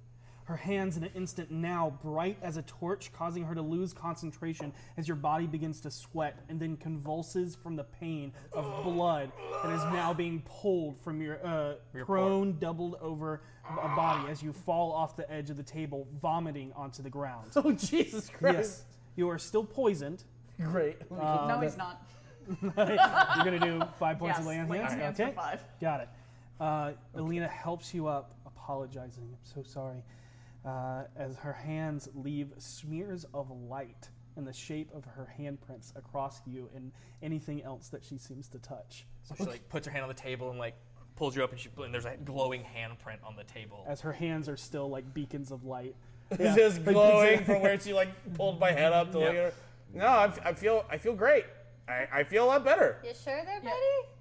Speaker 3: Her hands in an instant now bright as a torch, causing her to lose concentration as your body begins to sweat and then convulses from the pain of blood that is now being pulled from your uh, prone, doubled over b- body as you fall off the edge of the table, vomiting onto the ground.
Speaker 7: Oh Jesus
Speaker 3: Yes,
Speaker 7: Christ!
Speaker 3: you are still poisoned.
Speaker 7: Great.
Speaker 3: Uh,
Speaker 4: Uh, no, he's not.
Speaker 3: You're gonna do five points
Speaker 4: Yes,
Speaker 3: of lay on
Speaker 4: lay on
Speaker 3: hands.
Speaker 4: hands
Speaker 3: okay,
Speaker 4: for five.
Speaker 3: got it. Uh, Alina helps you up, apologizing. I'm so sorry. Uh, as her hands leave smears of light in the shape of her handprints across you and anything else that she seems to touch.
Speaker 2: So she like puts her hand on the table and like pulls you up, and she and there's a glowing handprint on the table.
Speaker 3: As her hands are still like beacons of light.
Speaker 7: It's just glowing from where she like pulled my head up to look
Speaker 2: Yeah.
Speaker 7: at her. No, I, I feel I feel great. I, I feel a lot better.
Speaker 1: You sure there, buddy?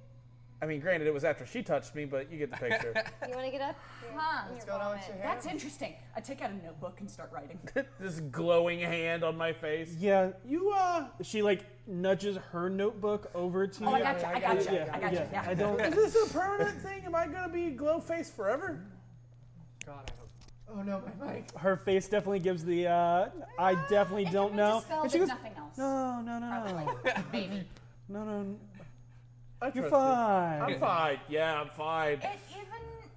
Speaker 7: I mean, granted, it was after she touched me, but you get the picture.
Speaker 1: You want to get up? You're-
Speaker 9: Huh.
Speaker 1: you're
Speaker 6: going on with
Speaker 1: vomit.
Speaker 6: your
Speaker 4: That's interesting. I take out a notebook and start writing.
Speaker 7: this glowing hand on my face.
Speaker 3: Yeah,
Speaker 7: You uh,
Speaker 3: she like nudges her notebook over to
Speaker 4: Oh,
Speaker 3: you.
Speaker 4: I got you. I got you. I got you.
Speaker 3: I
Speaker 4: Yeah.
Speaker 3: don't.
Speaker 7: is this a permanent thing? Am I gonna be glow face forever?
Speaker 6: God, I hope. Oh no, my mic.
Speaker 3: her face definitely gives the uh, I definitely
Speaker 4: It
Speaker 3: don't
Speaker 4: can be
Speaker 3: know.
Speaker 4: dispelled
Speaker 3: And she
Speaker 4: with
Speaker 3: goes,
Speaker 4: nothing else.
Speaker 3: no, no, no, no,
Speaker 4: Probably. Maybe.
Speaker 3: no, no, no.
Speaker 7: I
Speaker 3: You're
Speaker 7: trust you.
Speaker 3: fine.
Speaker 7: I'm fine. Yeah, I'm fine.
Speaker 9: It even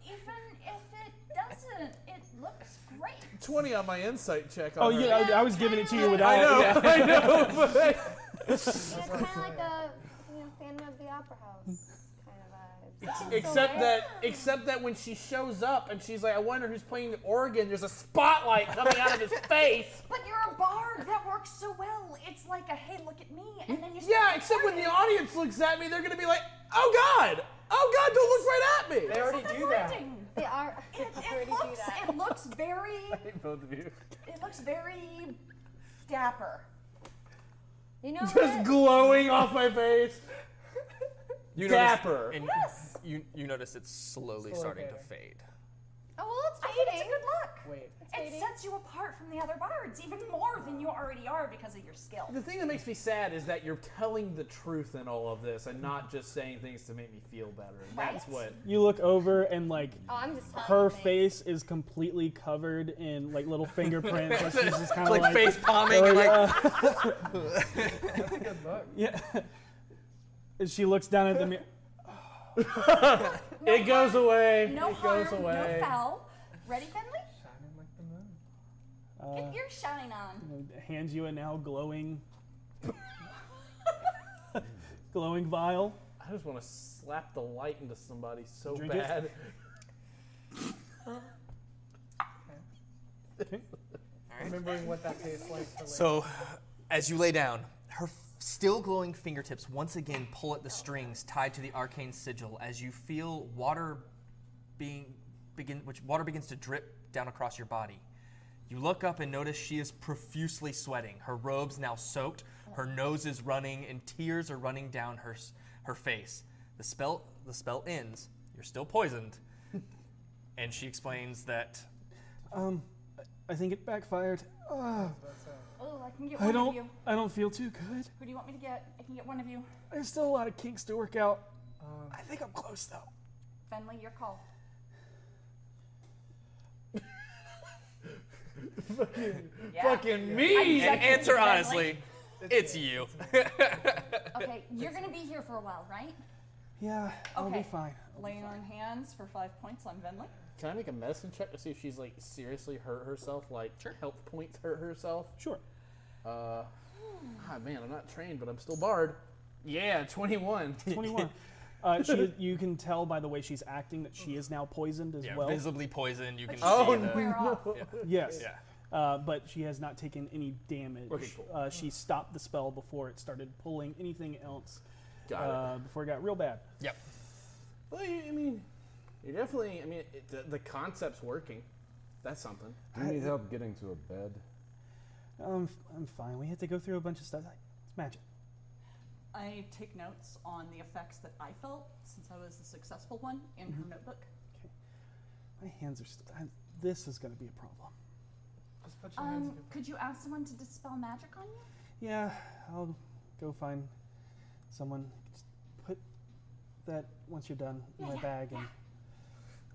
Speaker 9: even if it doesn't, it looks great.
Speaker 7: Twenty on my insight check.
Speaker 3: Oh
Speaker 7: On her.
Speaker 3: yeah, I, I was giving it to you without.
Speaker 7: I know.
Speaker 3: yeah.
Speaker 7: I know. But
Speaker 1: Yeah, it's kind of like a you know, Phantom of the Opera House kind of vibe.
Speaker 7: Except that, except that when she shows up and she's like, "I wonder who's playing the organ." There's a spotlight coming out of his face.
Speaker 4: But you're a bard. That works so well. It's like a hey, look at me, and then you. start
Speaker 7: Yeah, except when the audience looks at me, they're gonna be like, "Oh God, oh God, don't look right at
Speaker 6: They
Speaker 7: me."
Speaker 6: already do that.
Speaker 4: recording.
Speaker 1: They are.
Speaker 4: It,
Speaker 1: already
Speaker 4: it
Speaker 1: do
Speaker 4: looks.
Speaker 1: that.
Speaker 4: It looks very.
Speaker 5: Both of you.
Speaker 4: It looks very dapper.
Speaker 1: You know
Speaker 7: Just
Speaker 1: what?
Speaker 7: glowing off my face.
Speaker 2: You
Speaker 7: Dapper.
Speaker 2: Notice, and
Speaker 4: Yes.
Speaker 2: you you notice it's slowly
Speaker 6: Slowly
Speaker 2: starting to
Speaker 6: fading.
Speaker 2: fade.
Speaker 1: Oh well, it's
Speaker 4: I think it's a
Speaker 1: fading.
Speaker 4: good look.
Speaker 6: Wait.
Speaker 4: It sets you apart from the other bards even more than you already are because of your skill.
Speaker 7: The thing that makes me sad is that you're telling the truth in all of this and not just saying things to make me feel better. And That's
Speaker 4: Right?
Speaker 7: what.
Speaker 3: You look over and like
Speaker 1: Oh, I'm just. telling
Speaker 3: her
Speaker 1: you things.
Speaker 3: face is completely covered in like little fingerprints. like, she's just kind of
Speaker 2: Like,
Speaker 3: like,
Speaker 2: face palming. and, like,
Speaker 6: Good luck.
Speaker 3: yeah. And she looks down at the mirror.
Speaker 7: it goes away.
Speaker 4: No
Speaker 7: it
Speaker 4: harm,
Speaker 7: goes away.
Speaker 4: no foul. Ready, Finley?
Speaker 6: Shining like the moon.
Speaker 3: Uh,
Speaker 4: Get your shine on.
Speaker 3: Hands you a now glowing, glowing vial.
Speaker 7: I just want to slap the light into somebody so
Speaker 3: Drink it.
Speaker 7: bad.
Speaker 6: Remembering what that tastes like. For later.
Speaker 2: So, as you lay down, her f- still glowing fingertips once again pull at the strings tied to the arcane sigil as you feel water being begin which water begins to drip down across your body. You look up and notice she is profusely sweating. Her robes now soaked, her nose is running and tears are running down her s- her face. The spell the spell ends. You're still poisoned. and she explains that
Speaker 3: Um, I think it backfired. Ah,
Speaker 4: Oh, I can get one
Speaker 3: I
Speaker 4: of you.
Speaker 3: don't. I don't feel too good.
Speaker 4: Who do you want me to get? I can get one of you.
Speaker 3: There's still a lot of kinks to work out. I think I'm close though.
Speaker 4: Finley, your call. Yeah.
Speaker 7: Fucking me.
Speaker 2: and
Speaker 4: Exactly,
Speaker 2: answer
Speaker 4: exactly.
Speaker 2: honestly, it's you.
Speaker 4: Okay, you're gonna be here for a while, right?
Speaker 3: Yeah, I'll be
Speaker 4: Okay.
Speaker 3: fine.
Speaker 4: Laying on hands for five points on Venley.
Speaker 7: Can I make a medicine check to see if she's like seriously hurt herself, like health points hurt herself?
Speaker 3: Sure.
Speaker 7: Uh, ah, man, I'm not trained, but I'm still barred. Yeah, 21.
Speaker 3: 21. uh, she, you can tell by the way she's acting that she is now poisoned as
Speaker 2: Yeah,
Speaker 3: well.
Speaker 2: visibly poisoned. You can
Speaker 7: Oh,
Speaker 2: see the,
Speaker 4: Wear off.
Speaker 3: Yes.
Speaker 2: Yeah.
Speaker 3: Uh, but she has not taken any damage.
Speaker 7: Okay, cool.
Speaker 3: uh, she stopped the spell before it started pulling anything else.
Speaker 7: Got it.
Speaker 3: Uh, before it got real bad.
Speaker 2: Yep.
Speaker 7: Well, you, I mean, you're definitely. I mean, it, the, the concept's working. That's something.
Speaker 5: Do you need help getting to a bed?
Speaker 3: I'm, Um, f- I'm fine. We had to go through a bunch of stuff. It's magic.
Speaker 4: I take notes on the effects that I felt since I was the successful one in her notebook.
Speaker 3: My hands are still. I- This is going to be a problem.
Speaker 6: Just put your hands
Speaker 4: Um,
Speaker 6: in your
Speaker 4: could you ask someone to dispel magic on you?
Speaker 3: Yeah, I'll go find someone. Just put that once you're done in my bag, and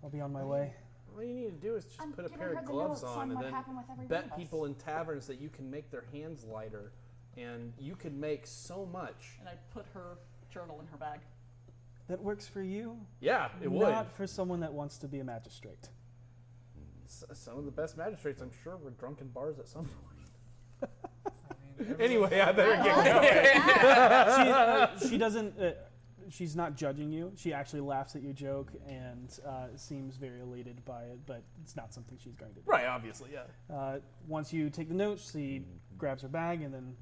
Speaker 3: I'll be on my way.
Speaker 7: All you need to do is just
Speaker 4: I'm
Speaker 7: put a
Speaker 4: giving
Speaker 7: pair
Speaker 4: her
Speaker 7: of
Speaker 4: the
Speaker 7: gloves
Speaker 4: notes on
Speaker 7: on, and
Speaker 4: what
Speaker 7: then
Speaker 4: happened with every one of
Speaker 7: bet
Speaker 4: us.
Speaker 7: people in taverns that you can make their hands lighter, and you can make so much.
Speaker 10: And I put her journal in her bag.
Speaker 3: That works for you.
Speaker 7: Yeah, it would.
Speaker 3: Not for someone that wants to be a magistrate.
Speaker 7: S- some of the best magistrates, I'm sure, were drunk in bars at some point.
Speaker 11: Anyway, I better get
Speaker 3: she, uh, she doesn't. Uh, she's not judging you. She actually laughs at your joke and uh, seems very elated by it, but it's not something she's going to do.
Speaker 7: Right, obviously, yeah.
Speaker 3: Uh, once you take the notes, she grabs her bag and then,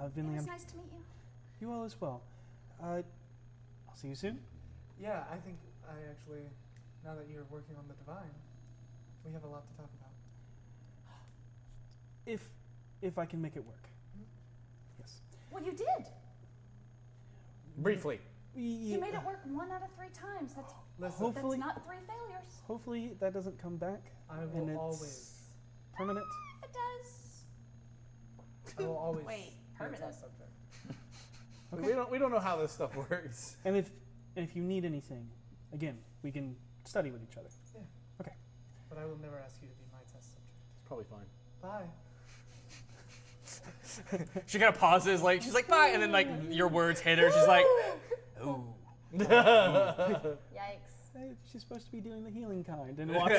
Speaker 3: uh,
Speaker 4: It
Speaker 3: Vinley,
Speaker 4: was
Speaker 3: I'm-
Speaker 4: nice to meet you.
Speaker 3: you all as well. Uh, I'll see you soon.
Speaker 8: Yeah, I think I actually, now that you're working on the divine, we have a lot to talk about.
Speaker 3: If if I can make it work. Yes.
Speaker 4: Well, you did.
Speaker 7: Briefly.
Speaker 4: You made it work one out of three times. That's,
Speaker 8: Listen,
Speaker 3: Hopefully,
Speaker 4: that's not three failures.
Speaker 3: hopefully that doesn't come back.
Speaker 8: I
Speaker 3: and
Speaker 8: will
Speaker 3: it's
Speaker 8: always,
Speaker 3: permanent.
Speaker 4: It does.
Speaker 8: I will always
Speaker 10: Wait,
Speaker 8: bring up that
Speaker 10: permanent.
Speaker 8: subject.
Speaker 7: We don't we don't know how this stuff works.
Speaker 3: And if and if you need anything, again, we can study with each other.
Speaker 8: But I will never ask you to be my test subject.
Speaker 7: It's probably fine.
Speaker 8: Bye.
Speaker 2: She kind of pauses, like she's like bye, and then like your words hit her. She's like, ooh.
Speaker 1: Yikes.
Speaker 3: Hey, She's supposed to be doing the healing kind and walks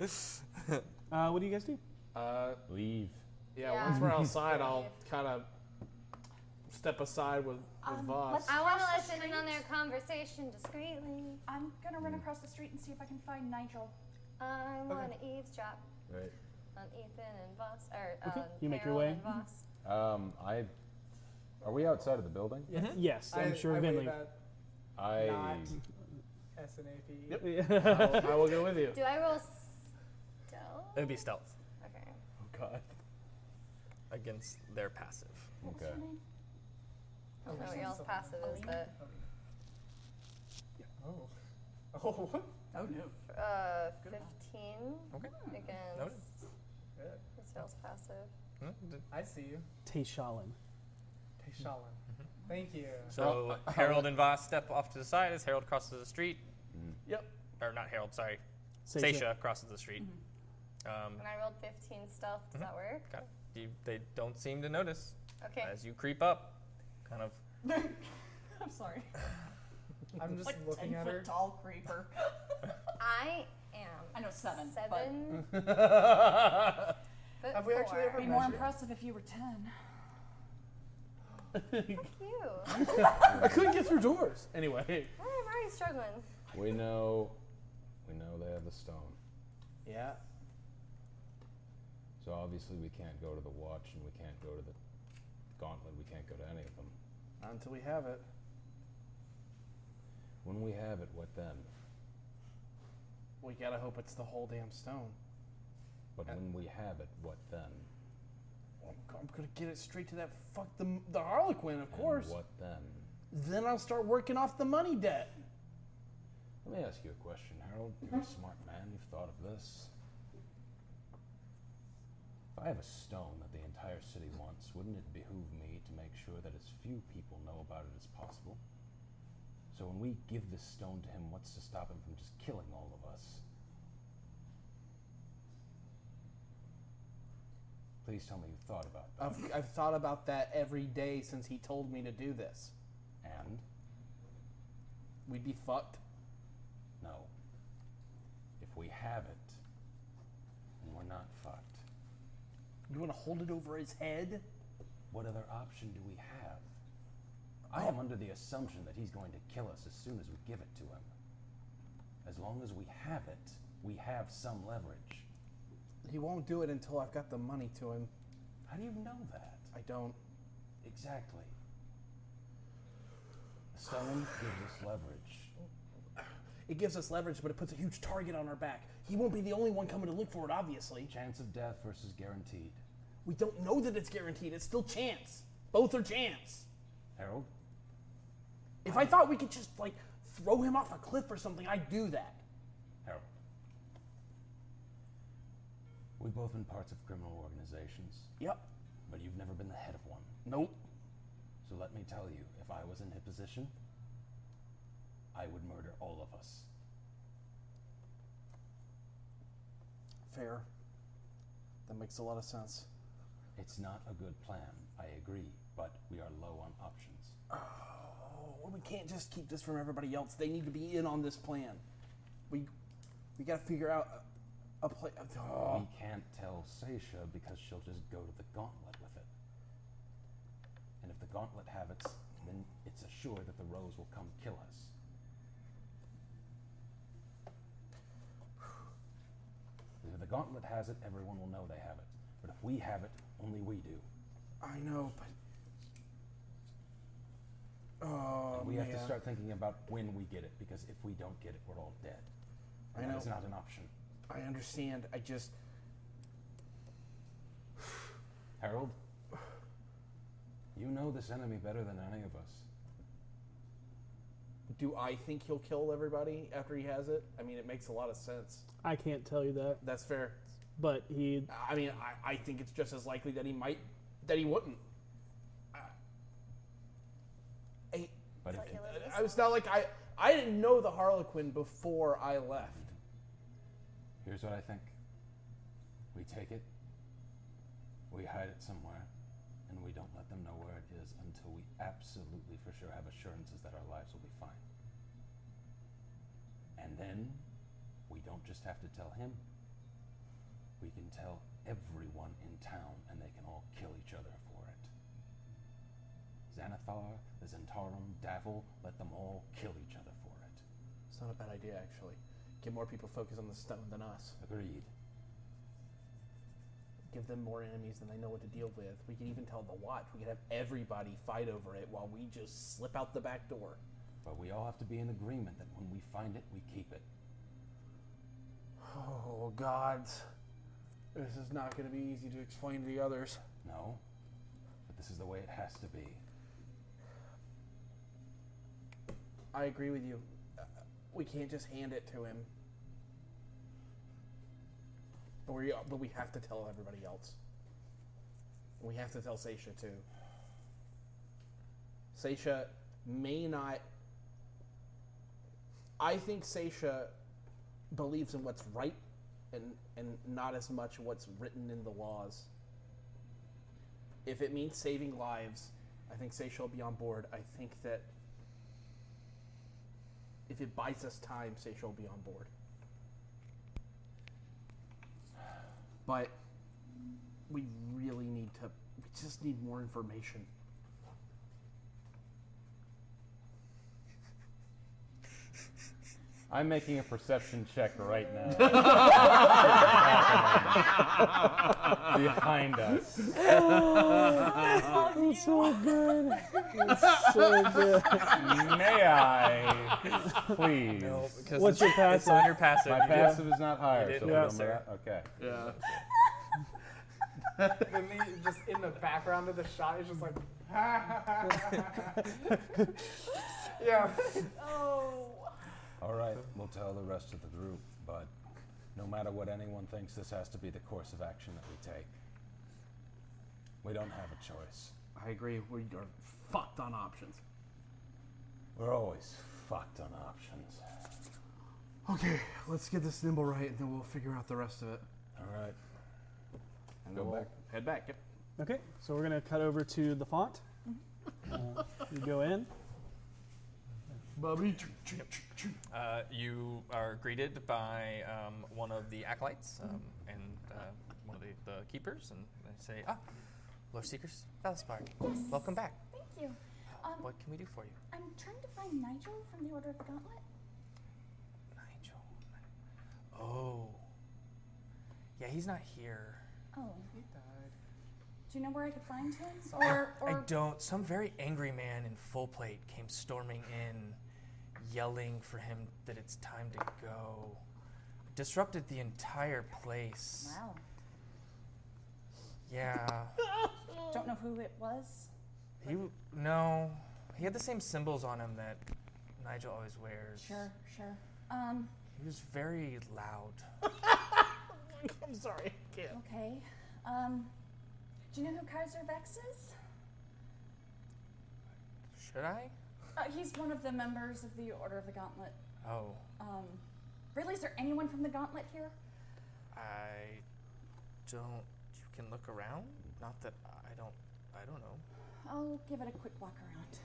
Speaker 3: out. uh, what do you guys do?
Speaker 7: Uh,
Speaker 12: Leave.
Speaker 7: yeah,
Speaker 1: Yeah.
Speaker 7: Once we're outside, I'll kind of step aside with with
Speaker 4: Um,
Speaker 7: Voss.
Speaker 4: let's-
Speaker 1: I want to
Speaker 4: Across the
Speaker 1: listen in on
Speaker 4: street.
Speaker 1: their conversation discreetly.
Speaker 4: I'm gonna
Speaker 8: Hmm.
Speaker 4: run across the street and see if I can find Nigel.
Speaker 1: I want to eavesdrop
Speaker 12: Right.
Speaker 1: on Ethan and Voss, or
Speaker 3: Okay.
Speaker 1: on
Speaker 3: You make your
Speaker 1: Harold and
Speaker 3: way.
Speaker 1: Voss.
Speaker 12: Um, I. Are we outside of the building?
Speaker 3: Yes, I'm
Speaker 8: Mm-hmm. I-
Speaker 3: sure
Speaker 8: I wave
Speaker 3: Vinley.
Speaker 8: at
Speaker 12: I.
Speaker 8: Not. S and A P. E. Oh.
Speaker 7: Yep. I'll- I will go with you.
Speaker 1: Do I roll
Speaker 2: It
Speaker 1: stealth?
Speaker 2: would be stealth
Speaker 1: Okay.
Speaker 7: Oh God.
Speaker 2: against their passive.
Speaker 12: Okay.
Speaker 1: I don't know what y'all's passive is, but
Speaker 8: Oh. Oh, what?
Speaker 10: Oh no.
Speaker 1: uh,
Speaker 10: Good enough.
Speaker 1: 15
Speaker 2: Okay.
Speaker 1: against
Speaker 2: Noted.
Speaker 8: Good.
Speaker 1: what's y'all's passive.
Speaker 7: Hmm?
Speaker 8: I see you.
Speaker 3: Tayshalin.
Speaker 8: Tayshalin.
Speaker 7: Mm-hmm.
Speaker 8: Thank you. Oh,
Speaker 2: So
Speaker 8: uh,
Speaker 2: Harold and Voss step off to the side as Harold crosses the street.
Speaker 7: Yep.
Speaker 2: Or not Harold, sorry.
Speaker 3: Seisha.
Speaker 2: Seisha, crosses the street. Um,
Speaker 1: And I rolled 15 stealth. Does that work?
Speaker 2: kind of- you, they don't seem to notice
Speaker 1: Okay.
Speaker 2: as you creep up. Kind of.
Speaker 10: I'm sorry.
Speaker 8: I'm just
Speaker 10: Like
Speaker 8: looking
Speaker 10: ten
Speaker 8: at
Speaker 10: foot
Speaker 8: her.
Speaker 10: tall creeper.
Speaker 1: I
Speaker 10: I
Speaker 1: am
Speaker 10: know seven. But it'd
Speaker 1: seven foot
Speaker 8: Have we actually
Speaker 1: four.
Speaker 8: ever
Speaker 10: be more
Speaker 8: measured?
Speaker 10: impressive if you were ten.
Speaker 1: Cute.
Speaker 7: I couldn't get through doors. Anyway.
Speaker 1: I'm already struggling.
Speaker 12: We know. We know they have the stone.
Speaker 7: Yeah.
Speaker 12: So obviously we can't go to the watch, and we can't go to the gauntlet. We can't go to any of them.
Speaker 7: Not until we have it.
Speaker 12: When we have it, what then?
Speaker 7: We gotta hope it's the whole damn stone.
Speaker 12: But
Speaker 7: Uh,
Speaker 12: when we have it, what then?
Speaker 7: I'm, go- I'm gonna get it straight to that fuck the the Harlequin, of
Speaker 12: And
Speaker 7: course.
Speaker 12: what then?
Speaker 7: Then I'll start working off the money debt.
Speaker 12: Let me ask you a question, Harold. You're a smart man. You've thought of this. If I have a stone that the entire city wants, wouldn't it behoove me to make sure that as few people know about it as possible? So when we give this stone to him, what's to stop him from just killing all of us? Please tell me you thought about that.
Speaker 7: I've, I've thought about that every day since he told me to do this.
Speaker 12: And
Speaker 7: We'd be fucked.
Speaker 12: no. If we have it, then we're not fucked.
Speaker 7: You want to hold it over his head?
Speaker 12: What other option do we have? I am under the assumption that he's going to kill us as soon as we give it to him. As long as we have it, we have some leverage.
Speaker 7: He won't do it until I've got the money to him.
Speaker 12: How do you know that?
Speaker 7: I don't.
Speaker 12: Exactly. The stone gives us leverage.
Speaker 7: It gives us leverage, but it puts a huge target on our back. He won't be the only one coming to look for it, obviously.
Speaker 12: Chance of death versus guaranteed.
Speaker 7: We don't know that it's guaranteed. It's still chance. Both are chance.
Speaker 12: Harold?
Speaker 7: If I thought we could just, like, throw him off a cliff or something, I'd do that.
Speaker 12: Harold. We've both been parts of criminal organizations,
Speaker 7: Yep.
Speaker 12: but you've never been the head of one.
Speaker 7: Nope.
Speaker 12: So let me tell you, if I was in his position, I would murder all of us.
Speaker 7: Fair. That makes a lot of sense.
Speaker 12: It's not a good plan, I agree, but we are low on options.
Speaker 7: Oh, well, we can't just keep this from everybody else. They need to be in on this plan. We we got to figure out a, oh, a plan.
Speaker 12: We can't tell Seisha because she'll just go to the gauntlet with it. And if the gauntlet have it, then it's assured that the rose will come kill us. If the gauntlet has it, everyone will know they have it. But if we have it, only we do.
Speaker 7: I know, but oh,
Speaker 12: and we have to
Speaker 7: man.
Speaker 12: start thinking about when we get it, because if we don't get it, we're all dead.
Speaker 7: I
Speaker 12: And that is
Speaker 7: know.
Speaker 12: not an option.
Speaker 7: I understand. I just
Speaker 12: Harold, you know this enemy better than any of us.
Speaker 7: do. I think he'll kill everybody after he has it. I mean, it makes a lot of sense.
Speaker 3: I can't tell you that,
Speaker 7: That's fair.
Speaker 3: but he
Speaker 7: I mean, I, I think it's just as likely that he might that he wouldn't. I, I,
Speaker 12: But if,
Speaker 7: I was not like I I didn't know the Harlequin before I left.
Speaker 12: Here's what I think. We take it, we hide it somewhere, and we don't let them know where it is until we absolutely for sure have assurances that our lives will be fine. And then we don't just have to tell him. We can tell everyone in town, and they can all kill each other for it. Xanathar, the Zentarum, Davil, let them all kill each other for it.
Speaker 7: It's not a bad idea actually. Get more people focused on the stone than us.
Speaker 12: Agreed.
Speaker 7: Give them more enemies than they know what to deal with. We could even tell the watch. We could have everybody fight over it while we just slip out the back door.
Speaker 12: But we all have to be in agreement that when we find it, we keep it.
Speaker 7: Oh God. This is not gonna be easy to explain to the others.
Speaker 12: No. But this is the way it has to be.
Speaker 7: I agree with you. Uh, We can't just hand it to him. But we, but we have to tell everybody else. We have to tell Seisha too. Seisha may not. I think Seisha believes in what's right and, and not as much what's written in the laws. If it means saving lives, I think Seisha will be on board. I think that if it buys us time, Seisha will be on board. But we really need to. We just need more information.
Speaker 12: I'm making a perception check right now. Behind us.
Speaker 3: Oh, It's so good. It's so good.
Speaker 12: May I please?
Speaker 2: Because
Speaker 3: What's your
Speaker 2: It's on your
Speaker 3: passive?
Speaker 2: passive.
Speaker 12: My passive is not higher,
Speaker 2: You
Speaker 12: so
Speaker 2: did
Speaker 12: we don't
Speaker 2: not,
Speaker 12: know
Speaker 2: sir.
Speaker 12: that. Okay.
Speaker 7: Yeah.
Speaker 8: Then the, just in the background of the shot, it's just like, yeah.
Speaker 4: Oh.
Speaker 12: All right. We'll tell the rest of the group, but no matter what anyone thinks, this has to be the course of action that we take. We don't have a choice.
Speaker 7: I agree. We are fucked on options.
Speaker 12: We're always fucked on options.
Speaker 7: Okay, let's get this nimble right, and then we'll figure out the rest of it.
Speaker 12: All right.
Speaker 7: And
Speaker 12: Go
Speaker 7: then we'll
Speaker 12: back.
Speaker 7: Head back. Yep.
Speaker 3: Okay, so we're gonna cut over to the font. Uh, you go in.
Speaker 7: Bobby.
Speaker 2: Uh, you are greeted by um, one of the acolytes um, and uh, one of the, the keepers, and they say, "Ah, Lord Seekers, Valspar, welcome back.
Speaker 4: Thank you. Um,
Speaker 2: What can we do for you?"
Speaker 4: I'm trying to find Nigel from the Order of the Gauntlet.
Speaker 2: Nigel. Oh. Yeah, he's not here.
Speaker 4: Oh.
Speaker 8: He died.
Speaker 4: Do you know where I could find him? Or, or
Speaker 2: I don't. Some very angry man in full plate came storming in, yelling for him that it's time to go. Disrupted the entire place.
Speaker 4: Wow.
Speaker 2: Yeah.
Speaker 4: Don't know who it was.
Speaker 2: He w- no, he had the same symbols on him that Nigel always wears.
Speaker 4: Sure, sure. Um,
Speaker 2: He was very loud.
Speaker 7: I'm sorry. I can't.
Speaker 4: okay. Um, do you know who Kaiser Vex is?
Speaker 2: I Should I?
Speaker 13: Uh, he's one of the members of the Order of the Gauntlet.
Speaker 2: Oh,
Speaker 13: Um, really, is there anyone from the Gauntlet here?
Speaker 2: I don't. You can look around. Not that I don't. I don't know.
Speaker 13: I'll give it a quick walk around.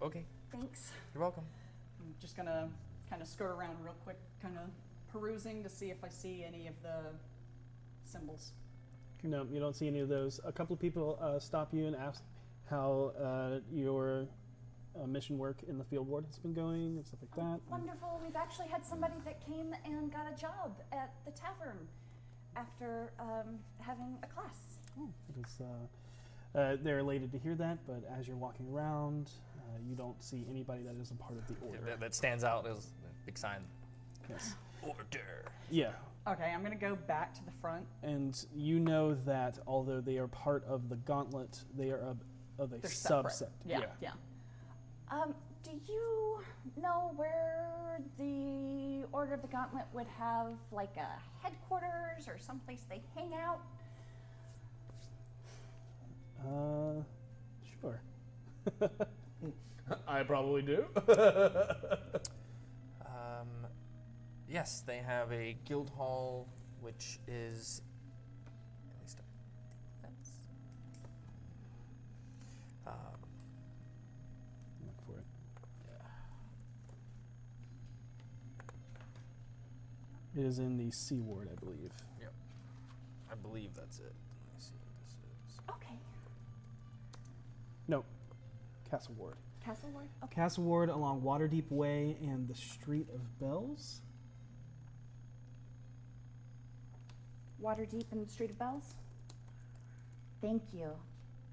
Speaker 2: Oh, okay.
Speaker 13: Thanks.
Speaker 2: You're welcome.
Speaker 13: I'm just gonna kind of skirt around real quick, kind of perusing to see if I see any of the symbols.
Speaker 3: No, you don't see any of those. A couple of people uh, stop you and ask how uh, your uh, mission work in the field ward has been going and stuff like that.
Speaker 4: Wonderful. We've actually had somebody that came and got a job at the tavern after um, having a class.
Speaker 3: It is, uh, uh, they're elated to hear that, but as you're walking around, uh, you don't see anybody that isn't part of the order.
Speaker 2: That, that stands out as a big sign.
Speaker 3: Yes.
Speaker 2: Order.
Speaker 3: Yeah,
Speaker 13: Okay, I'm gonna go back to the front.
Speaker 3: and you know that although they are part of the gauntlet, they are of, of a
Speaker 13: They're
Speaker 3: subset.
Speaker 13: separate. Yeah, yeah.
Speaker 4: Um, do you know where the Order of the Gauntlet would have like a headquarters or someplace they hang out?
Speaker 3: Uh, sure.
Speaker 7: I probably do.
Speaker 2: Um, yes, they have a guild hall, which is. At least I think that's. Um,
Speaker 3: Look for it. It is in the C ward, I believe.
Speaker 2: I believe that's it. Let me see what this is.
Speaker 4: Okay,
Speaker 3: No, Castle Ward.
Speaker 4: Castle Ward. Okay.
Speaker 3: Castle Ward along Waterdeep Way and the Street of Bells.
Speaker 4: Water deep in the Street of Bells. Thank you.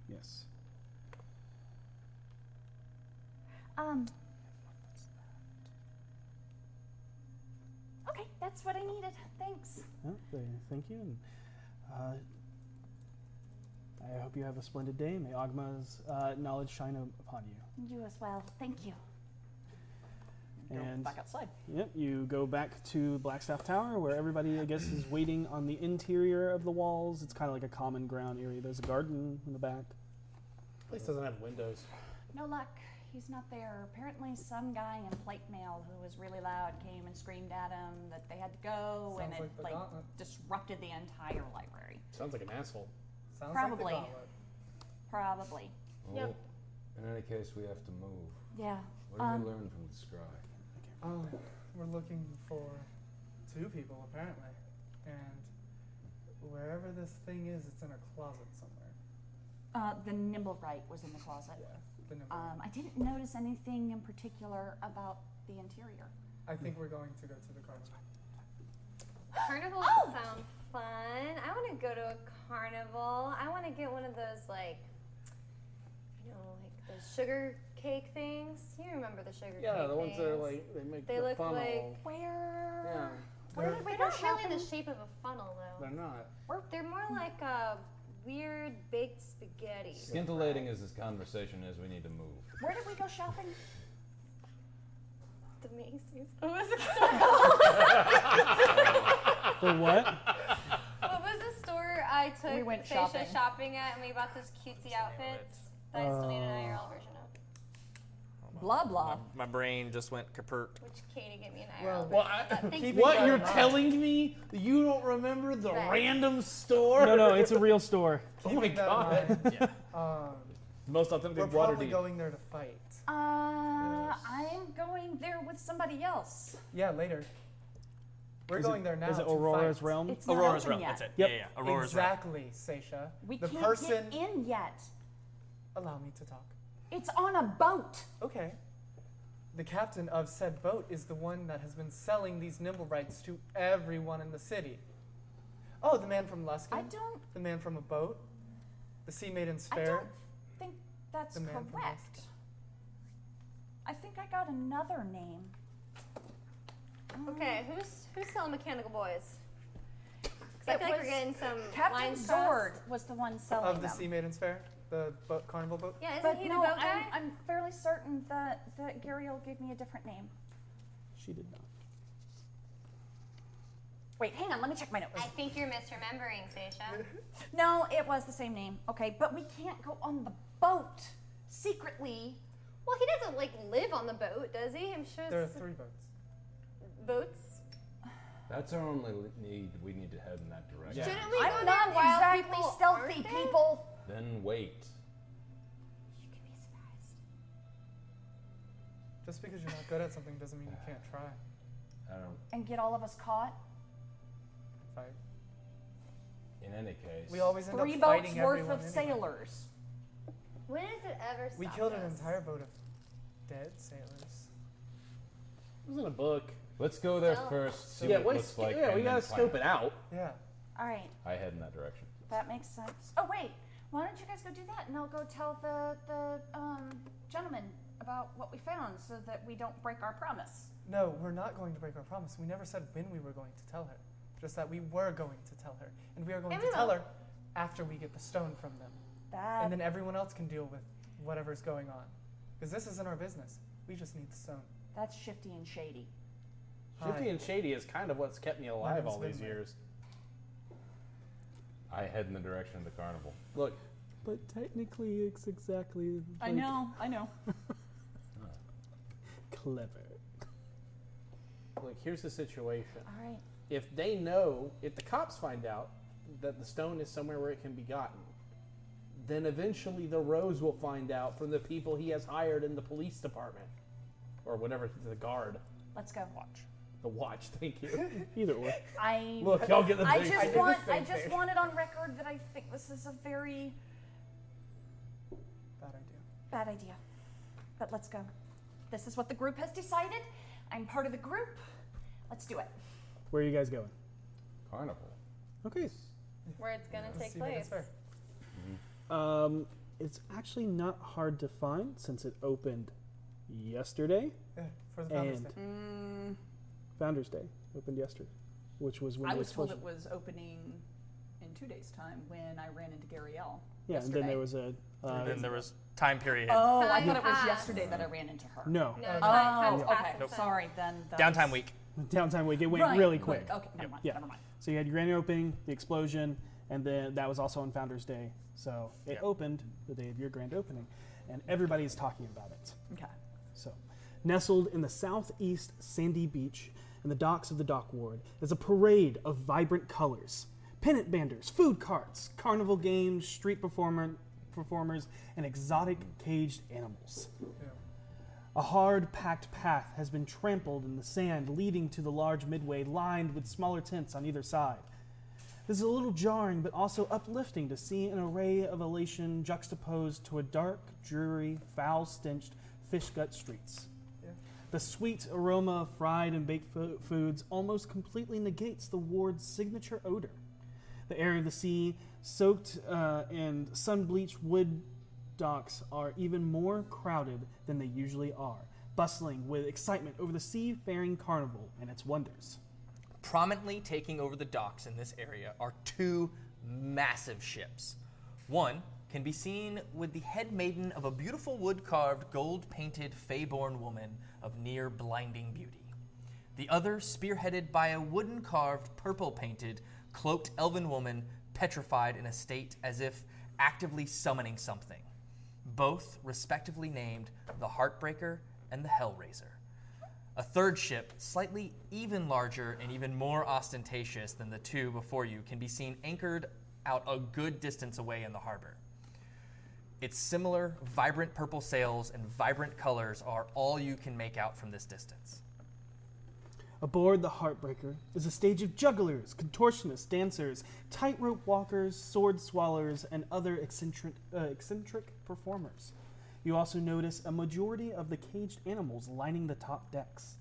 Speaker 3: Yes.
Speaker 4: Um. Okay, that's what I needed. Thanks.
Speaker 3: Well, they thank Oh, you, and uh, I hope you have a splendid day. May Agma's uh, knowledge shine up- upon you.
Speaker 4: You as well. Thank you.
Speaker 13: Go
Speaker 3: And
Speaker 13: back outside.
Speaker 3: yep, you go back to Blackstaff Tower, where everybody, I guess, is waiting on the interior of the walls. It's kind of like a common ground area. There's a garden in the back.
Speaker 7: Place doesn't have windows.
Speaker 4: No luck. He's not there. Apparently, some guy in plate mail who was really loud came and screamed at him that they had to go, and
Speaker 8: Sounds
Speaker 4: it
Speaker 8: like the
Speaker 4: like
Speaker 8: gauntlet.
Speaker 4: disrupted the entire library.
Speaker 7: Sounds like an asshole.
Speaker 8: Sounds
Speaker 4: Probably.
Speaker 8: like the gauntlet.
Speaker 4: Probably.
Speaker 12: Oh.
Speaker 1: Yep.
Speaker 12: in any case, we have to move.
Speaker 4: Yeah.
Speaker 12: What did
Speaker 4: Um,
Speaker 12: we learn from the scribe?
Speaker 8: Um, we're looking for two people apparently, and wherever this thing is, it's in a closet somewhere.
Speaker 4: Uh, the nimble right was in the closet.
Speaker 8: The number.
Speaker 4: Um, I didn't notice anything in particular about the interior.
Speaker 8: I think we're going to go to the carnival.
Speaker 1: Carnivals
Speaker 4: Oh!
Speaker 1: sound fun. I want to go to a carnival. I want to get one of those like, you know, like those sugar cake things. You remember the sugar cake
Speaker 7: Yeah, the ones that are
Speaker 1: things.
Speaker 7: like they make
Speaker 1: They
Speaker 7: the
Speaker 1: look
Speaker 7: funnel.
Speaker 1: like-
Speaker 4: Where?
Speaker 7: Yeah,
Speaker 4: Where
Speaker 7: they're,
Speaker 4: did we
Speaker 1: They're
Speaker 4: go
Speaker 1: not
Speaker 4: shopping?
Speaker 1: really the shape of a funnel though.
Speaker 7: they're not.
Speaker 1: They're more like a weird baked spaghetti.
Speaker 12: Scintillating as this conversation is, we need to move.
Speaker 4: Where did we go shopping?
Speaker 1: The Macy's.
Speaker 4: Uh,
Speaker 3: The what?
Speaker 1: What was the store I took
Speaker 13: We went
Speaker 1: Seisha
Speaker 13: shopping.
Speaker 1: shopping at and we bought those cutesy outfits that I still need an
Speaker 7: Uh.
Speaker 1: IRL version of?
Speaker 13: Blah blah.
Speaker 2: My brain just went kaput.
Speaker 1: Which Katie gave me an IRL
Speaker 8: Well,
Speaker 1: version.
Speaker 7: Well, I,
Speaker 1: That thing-
Speaker 7: what you're telling me? You don't remember the
Speaker 1: Right.
Speaker 7: random store?
Speaker 3: No, no, it's a real store.
Speaker 7: oh my
Speaker 8: Keeping that in
Speaker 7: god.
Speaker 8: mind, Um,
Speaker 7: Most
Speaker 8: we're
Speaker 7: authentic water
Speaker 8: probably
Speaker 7: deep.
Speaker 8: going there to fight.
Speaker 4: Uh, I'm going there with somebody else.
Speaker 8: Yeah, later. We're
Speaker 3: Is it-
Speaker 8: going there now.
Speaker 3: Is it
Speaker 8: to
Speaker 3: Aurora's
Speaker 8: fight.
Speaker 3: realm?
Speaker 4: It's not
Speaker 2: Aurora's
Speaker 4: open
Speaker 2: realm.
Speaker 4: yet.
Speaker 2: That's it.
Speaker 3: Yep.
Speaker 2: Yeah, yeah. Aurora's realm.
Speaker 8: exactly, Seisha.
Speaker 4: We
Speaker 8: the
Speaker 4: can't
Speaker 8: person.
Speaker 4: get in yet.
Speaker 8: Allow me to talk.
Speaker 4: It's on a boat.
Speaker 8: Okay. The captain of said boat is the one that has been selling these nimble rights to everyone in the city. Oh, the man from Luskin.
Speaker 4: I don't.
Speaker 8: The man from a boat. The sea maiden's
Speaker 4: I don't
Speaker 8: fair.
Speaker 4: think that's
Speaker 8: The man from
Speaker 4: correct. I think I got another name. Oh.
Speaker 1: Okay, who's who's selling mechanical boys? 'Cause I
Speaker 4: It
Speaker 1: feel like we're
Speaker 4: was
Speaker 1: getting some
Speaker 4: Captain
Speaker 1: lines
Speaker 4: Zord
Speaker 1: crossed.
Speaker 4: was the one selling
Speaker 8: Of the
Speaker 4: them.
Speaker 8: sea maiden's fair, the boat, carnival boat.
Speaker 1: Yeah, isn't
Speaker 4: But
Speaker 1: he
Speaker 4: no,
Speaker 1: the boat
Speaker 4: I'm,
Speaker 1: guy?
Speaker 4: I'm fairly certain that that Gariel gave me a different name.
Speaker 3: She did not.
Speaker 4: Wait, hang on. Let me check my notes.
Speaker 1: I think you're misremembering, Seisha.
Speaker 4: No, it was the same name. Okay, but we can't go on the boat secretly
Speaker 1: Well, he doesn't like live on the boat, does he? I'm sure
Speaker 8: There are
Speaker 1: it's
Speaker 8: three boats.
Speaker 1: boats.
Speaker 5: That's our only li- need. We need to head in that
Speaker 12: Oh,
Speaker 5: direction.
Speaker 1: Shouldn't we go
Speaker 9: I'm
Speaker 1: there
Speaker 9: not
Speaker 1: while
Speaker 9: exactly
Speaker 1: people
Speaker 9: stealthy
Speaker 1: aren't there?
Speaker 9: people.
Speaker 5: Then wait.
Speaker 1: You could be surprised.
Speaker 8: Just because you're not good at something doesn't mean you can't try.
Speaker 5: I don't.
Speaker 9: And get all of us caught.
Speaker 8: Fight.
Speaker 5: In any case,
Speaker 8: We always end
Speaker 9: Three
Speaker 8: up
Speaker 9: boats
Speaker 8: fighting
Speaker 9: worth
Speaker 8: everyone
Speaker 9: of
Speaker 8: anyway.
Speaker 9: sailors.
Speaker 1: When does it ever stop?
Speaker 8: We killed an
Speaker 1: us?
Speaker 8: entire boat of dead sailors.
Speaker 7: It was in a book.
Speaker 5: let's go there
Speaker 1: Stealth.
Speaker 5: first. See
Speaker 7: yeah,
Speaker 5: what
Speaker 7: we,
Speaker 5: it looks like.
Speaker 7: yeah,
Speaker 5: and
Speaker 7: we
Speaker 5: then
Speaker 7: gotta
Speaker 5: plan.
Speaker 7: scope it out.
Speaker 8: Yeah.
Speaker 9: All right,
Speaker 5: I head in that direction.
Speaker 9: that makes sense. Oh wait, why don't you guys go do that, and I'll go tell the the um, gentleman about what we found, so that we don't break our promise.
Speaker 8: No, we're not going to break our promise. We never said when we were going to tell her. Just that we were going to tell her. And we are going
Speaker 1: And
Speaker 8: to
Speaker 1: we
Speaker 8: tell
Speaker 1: will.
Speaker 8: her after we get the stone from them.
Speaker 9: That
Speaker 8: and then everyone else can deal with whatever's going on. Because this isn't our business. We just need the stone.
Speaker 9: that's shifty and shady.
Speaker 7: Shifty
Speaker 8: Hi.
Speaker 7: and Shady is kind of what's kept me alive
Speaker 8: name's
Speaker 7: all these
Speaker 8: Vinland.
Speaker 7: years.
Speaker 5: I head in the direction of the carnival.
Speaker 7: Look,
Speaker 3: But technically, it's exactly.
Speaker 4: I
Speaker 3: like,
Speaker 4: know, I know.
Speaker 3: Clever.
Speaker 7: look. Here's the situation.
Speaker 9: All right,
Speaker 7: If they know, if the cops find out that the stone is somewhere where it can be gotten, then eventually the Rose will find out from the people he has hired in the police department, or whatever the guard,
Speaker 9: let's go.
Speaker 7: the watch. Thank you.
Speaker 3: Either way.
Speaker 9: I
Speaker 7: look, y'all get the
Speaker 9: I
Speaker 7: thing.
Speaker 9: just
Speaker 8: did the
Speaker 9: want I
Speaker 8: same
Speaker 9: just
Speaker 8: thing.
Speaker 9: want it on record that I think this is a very
Speaker 8: Bad idea.
Speaker 9: bad idea. But let's go. This is what the group has decided. I'm part of the group. Let's do it.
Speaker 3: Where are you guys going?
Speaker 5: Carnival.
Speaker 3: Okay.
Speaker 1: Where it's gonna
Speaker 8: Let's
Speaker 1: take
Speaker 8: see if
Speaker 1: place.
Speaker 8: it's fair.
Speaker 3: Um, it's actually not hard to find since it opened yesterday
Speaker 8: Yeah, for the Founders
Speaker 3: and
Speaker 8: Day.
Speaker 3: Founder's Day opened yesterday, which was when
Speaker 4: Mm, I
Speaker 3: they
Speaker 4: was told
Speaker 3: supposed-
Speaker 4: it was opening in two days' time when I ran into Garielle.
Speaker 3: Yeah, and then there was a. Uh,
Speaker 2: And then there was time period.
Speaker 4: Oh, I
Speaker 1: Time
Speaker 4: thought it was
Speaker 1: passed.
Speaker 4: yesterday that I ran into her.
Speaker 3: no,
Speaker 1: No, time,
Speaker 8: Oh,
Speaker 4: Oh,
Speaker 1: time
Speaker 4: okay.
Speaker 1: passes
Speaker 4: Sorry, then. that
Speaker 2: Downtime
Speaker 4: was-
Speaker 2: week.
Speaker 3: downtime week. It went
Speaker 4: Right,
Speaker 3: really quick.
Speaker 4: Okay, never mind.
Speaker 3: Yeah.
Speaker 4: Never mind.
Speaker 3: So you had your grand opening, the explosion, and then that was also on Founder's Day. So it
Speaker 2: Yeah.
Speaker 3: opened the day of your grand opening, and everybody's talking about it.
Speaker 4: Okay.
Speaker 3: So, nestled in the southeast sandy beach and the docks of the dock ward is a parade of vibrant colors. Pennant banders, food carts, carnival games, street performer, performers, and exotic caged animals. A hard packed path has been trampled in the sand, leading to the large midway lined with smaller tents on either side. This is a little jarring, but also uplifting to see an array of elation juxtaposed to a dark, dreary, foul stenched fish gut streets. The sweet aroma of fried and baked fo- foods almost completely negates the ward's signature odor. The air of the sea, soaked uh, and sun bleached wood docks are even more crowded than they usually are, bustling with excitement over the seafaring carnival and its wonders.
Speaker 2: prominently taking over the docks in this area are two massive ships. One can be seen with the head maiden of a beautiful wood carved, gold painted, feyborn woman of near blinding beauty. The other spearheaded by a wooden carved, purple painted, cloaked elven woman, petrified in a state as if actively summoning something. Both respectively named the Heartbreaker and the Hellraiser. A third ship, slightly even larger and even more ostentatious than the two before you, can be seen anchored out a good distance away in the harbor. Its similar vibrant purple sails and vibrant colors are all you can make out from this distance.
Speaker 3: Aboard the Heartbreaker is a stage of jugglers, contortionists, dancers, tightrope walkers, sword swallowers, and other eccentric, uh, eccentric performers. You also notice a majority of the caged animals lining the top decks.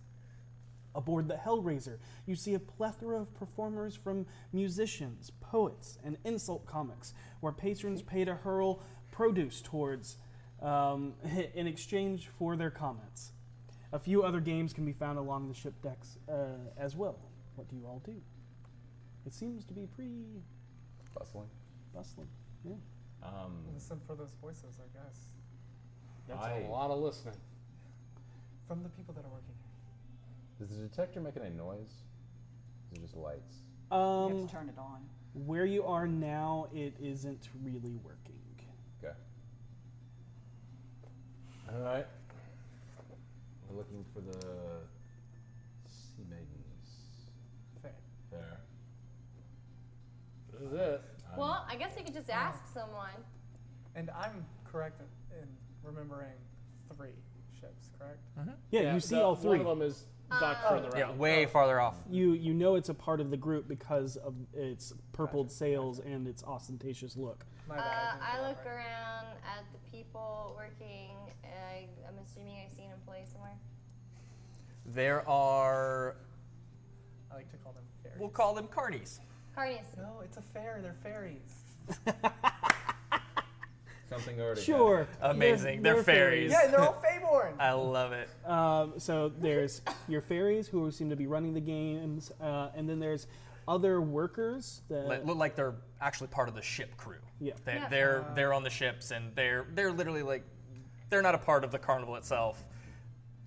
Speaker 3: Aboard the Hellraiser, you see a plethora of performers from musicians, poets, and insult comics, where patrons pay to hurl produce towards um, in exchange for their comments. A few other games can be found along the ship decks uh, as well. What do you all do? It seems to be pretty
Speaker 5: Bustling.
Speaker 3: bustling. Yeah.
Speaker 5: Um,
Speaker 8: Listen for those voices, I guess.
Speaker 7: That's
Speaker 5: I-
Speaker 7: a lot of listening.
Speaker 8: From the people that are working here.
Speaker 5: does the detector make any noise? Is it just lights?
Speaker 4: You have
Speaker 3: Um,
Speaker 4: to turn it on.
Speaker 3: where you are now, it isn't really working.
Speaker 5: Okay. All right. We're looking for the sea maidens.
Speaker 8: Fair.
Speaker 5: Fair. Um,
Speaker 7: This is it.
Speaker 5: I'm-
Speaker 1: Well, I guess you could just ask someone.
Speaker 8: And I'm correct in remembering three ships, correct?
Speaker 3: Yeah, you see
Speaker 7: the-
Speaker 3: all three.
Speaker 7: One of them is docked
Speaker 1: Uh,
Speaker 7: further out.
Speaker 2: Yeah, way
Speaker 8: Oh.
Speaker 2: farther off.
Speaker 3: You you know it's a part of the group because of its purpled sails and its ostentatious look.
Speaker 8: My
Speaker 1: Uh,
Speaker 8: bad. didn't
Speaker 1: I
Speaker 8: do that
Speaker 1: look
Speaker 8: right.
Speaker 1: around at the people working. I, I'm assuming I see an employee somewhere.
Speaker 2: There are,
Speaker 8: I like to call them fairies.
Speaker 2: we'll call them carnies.
Speaker 1: Carnies.
Speaker 8: no, it's a fair. They're fairies.
Speaker 5: Something already.
Speaker 3: Sure.
Speaker 2: Amazing. They're fairies.
Speaker 8: Yeah, they're all Feyborn.
Speaker 2: I love it.
Speaker 3: Um, so there's your fairies who seem to be running the games, uh, and then there's other workers that
Speaker 2: Li- Look like they're actually part of the ship crew.
Speaker 3: Yeah.
Speaker 2: They're,
Speaker 1: Yeah.
Speaker 2: they're they're on the ships and they're they're literally like they're not a part of the carnival itself.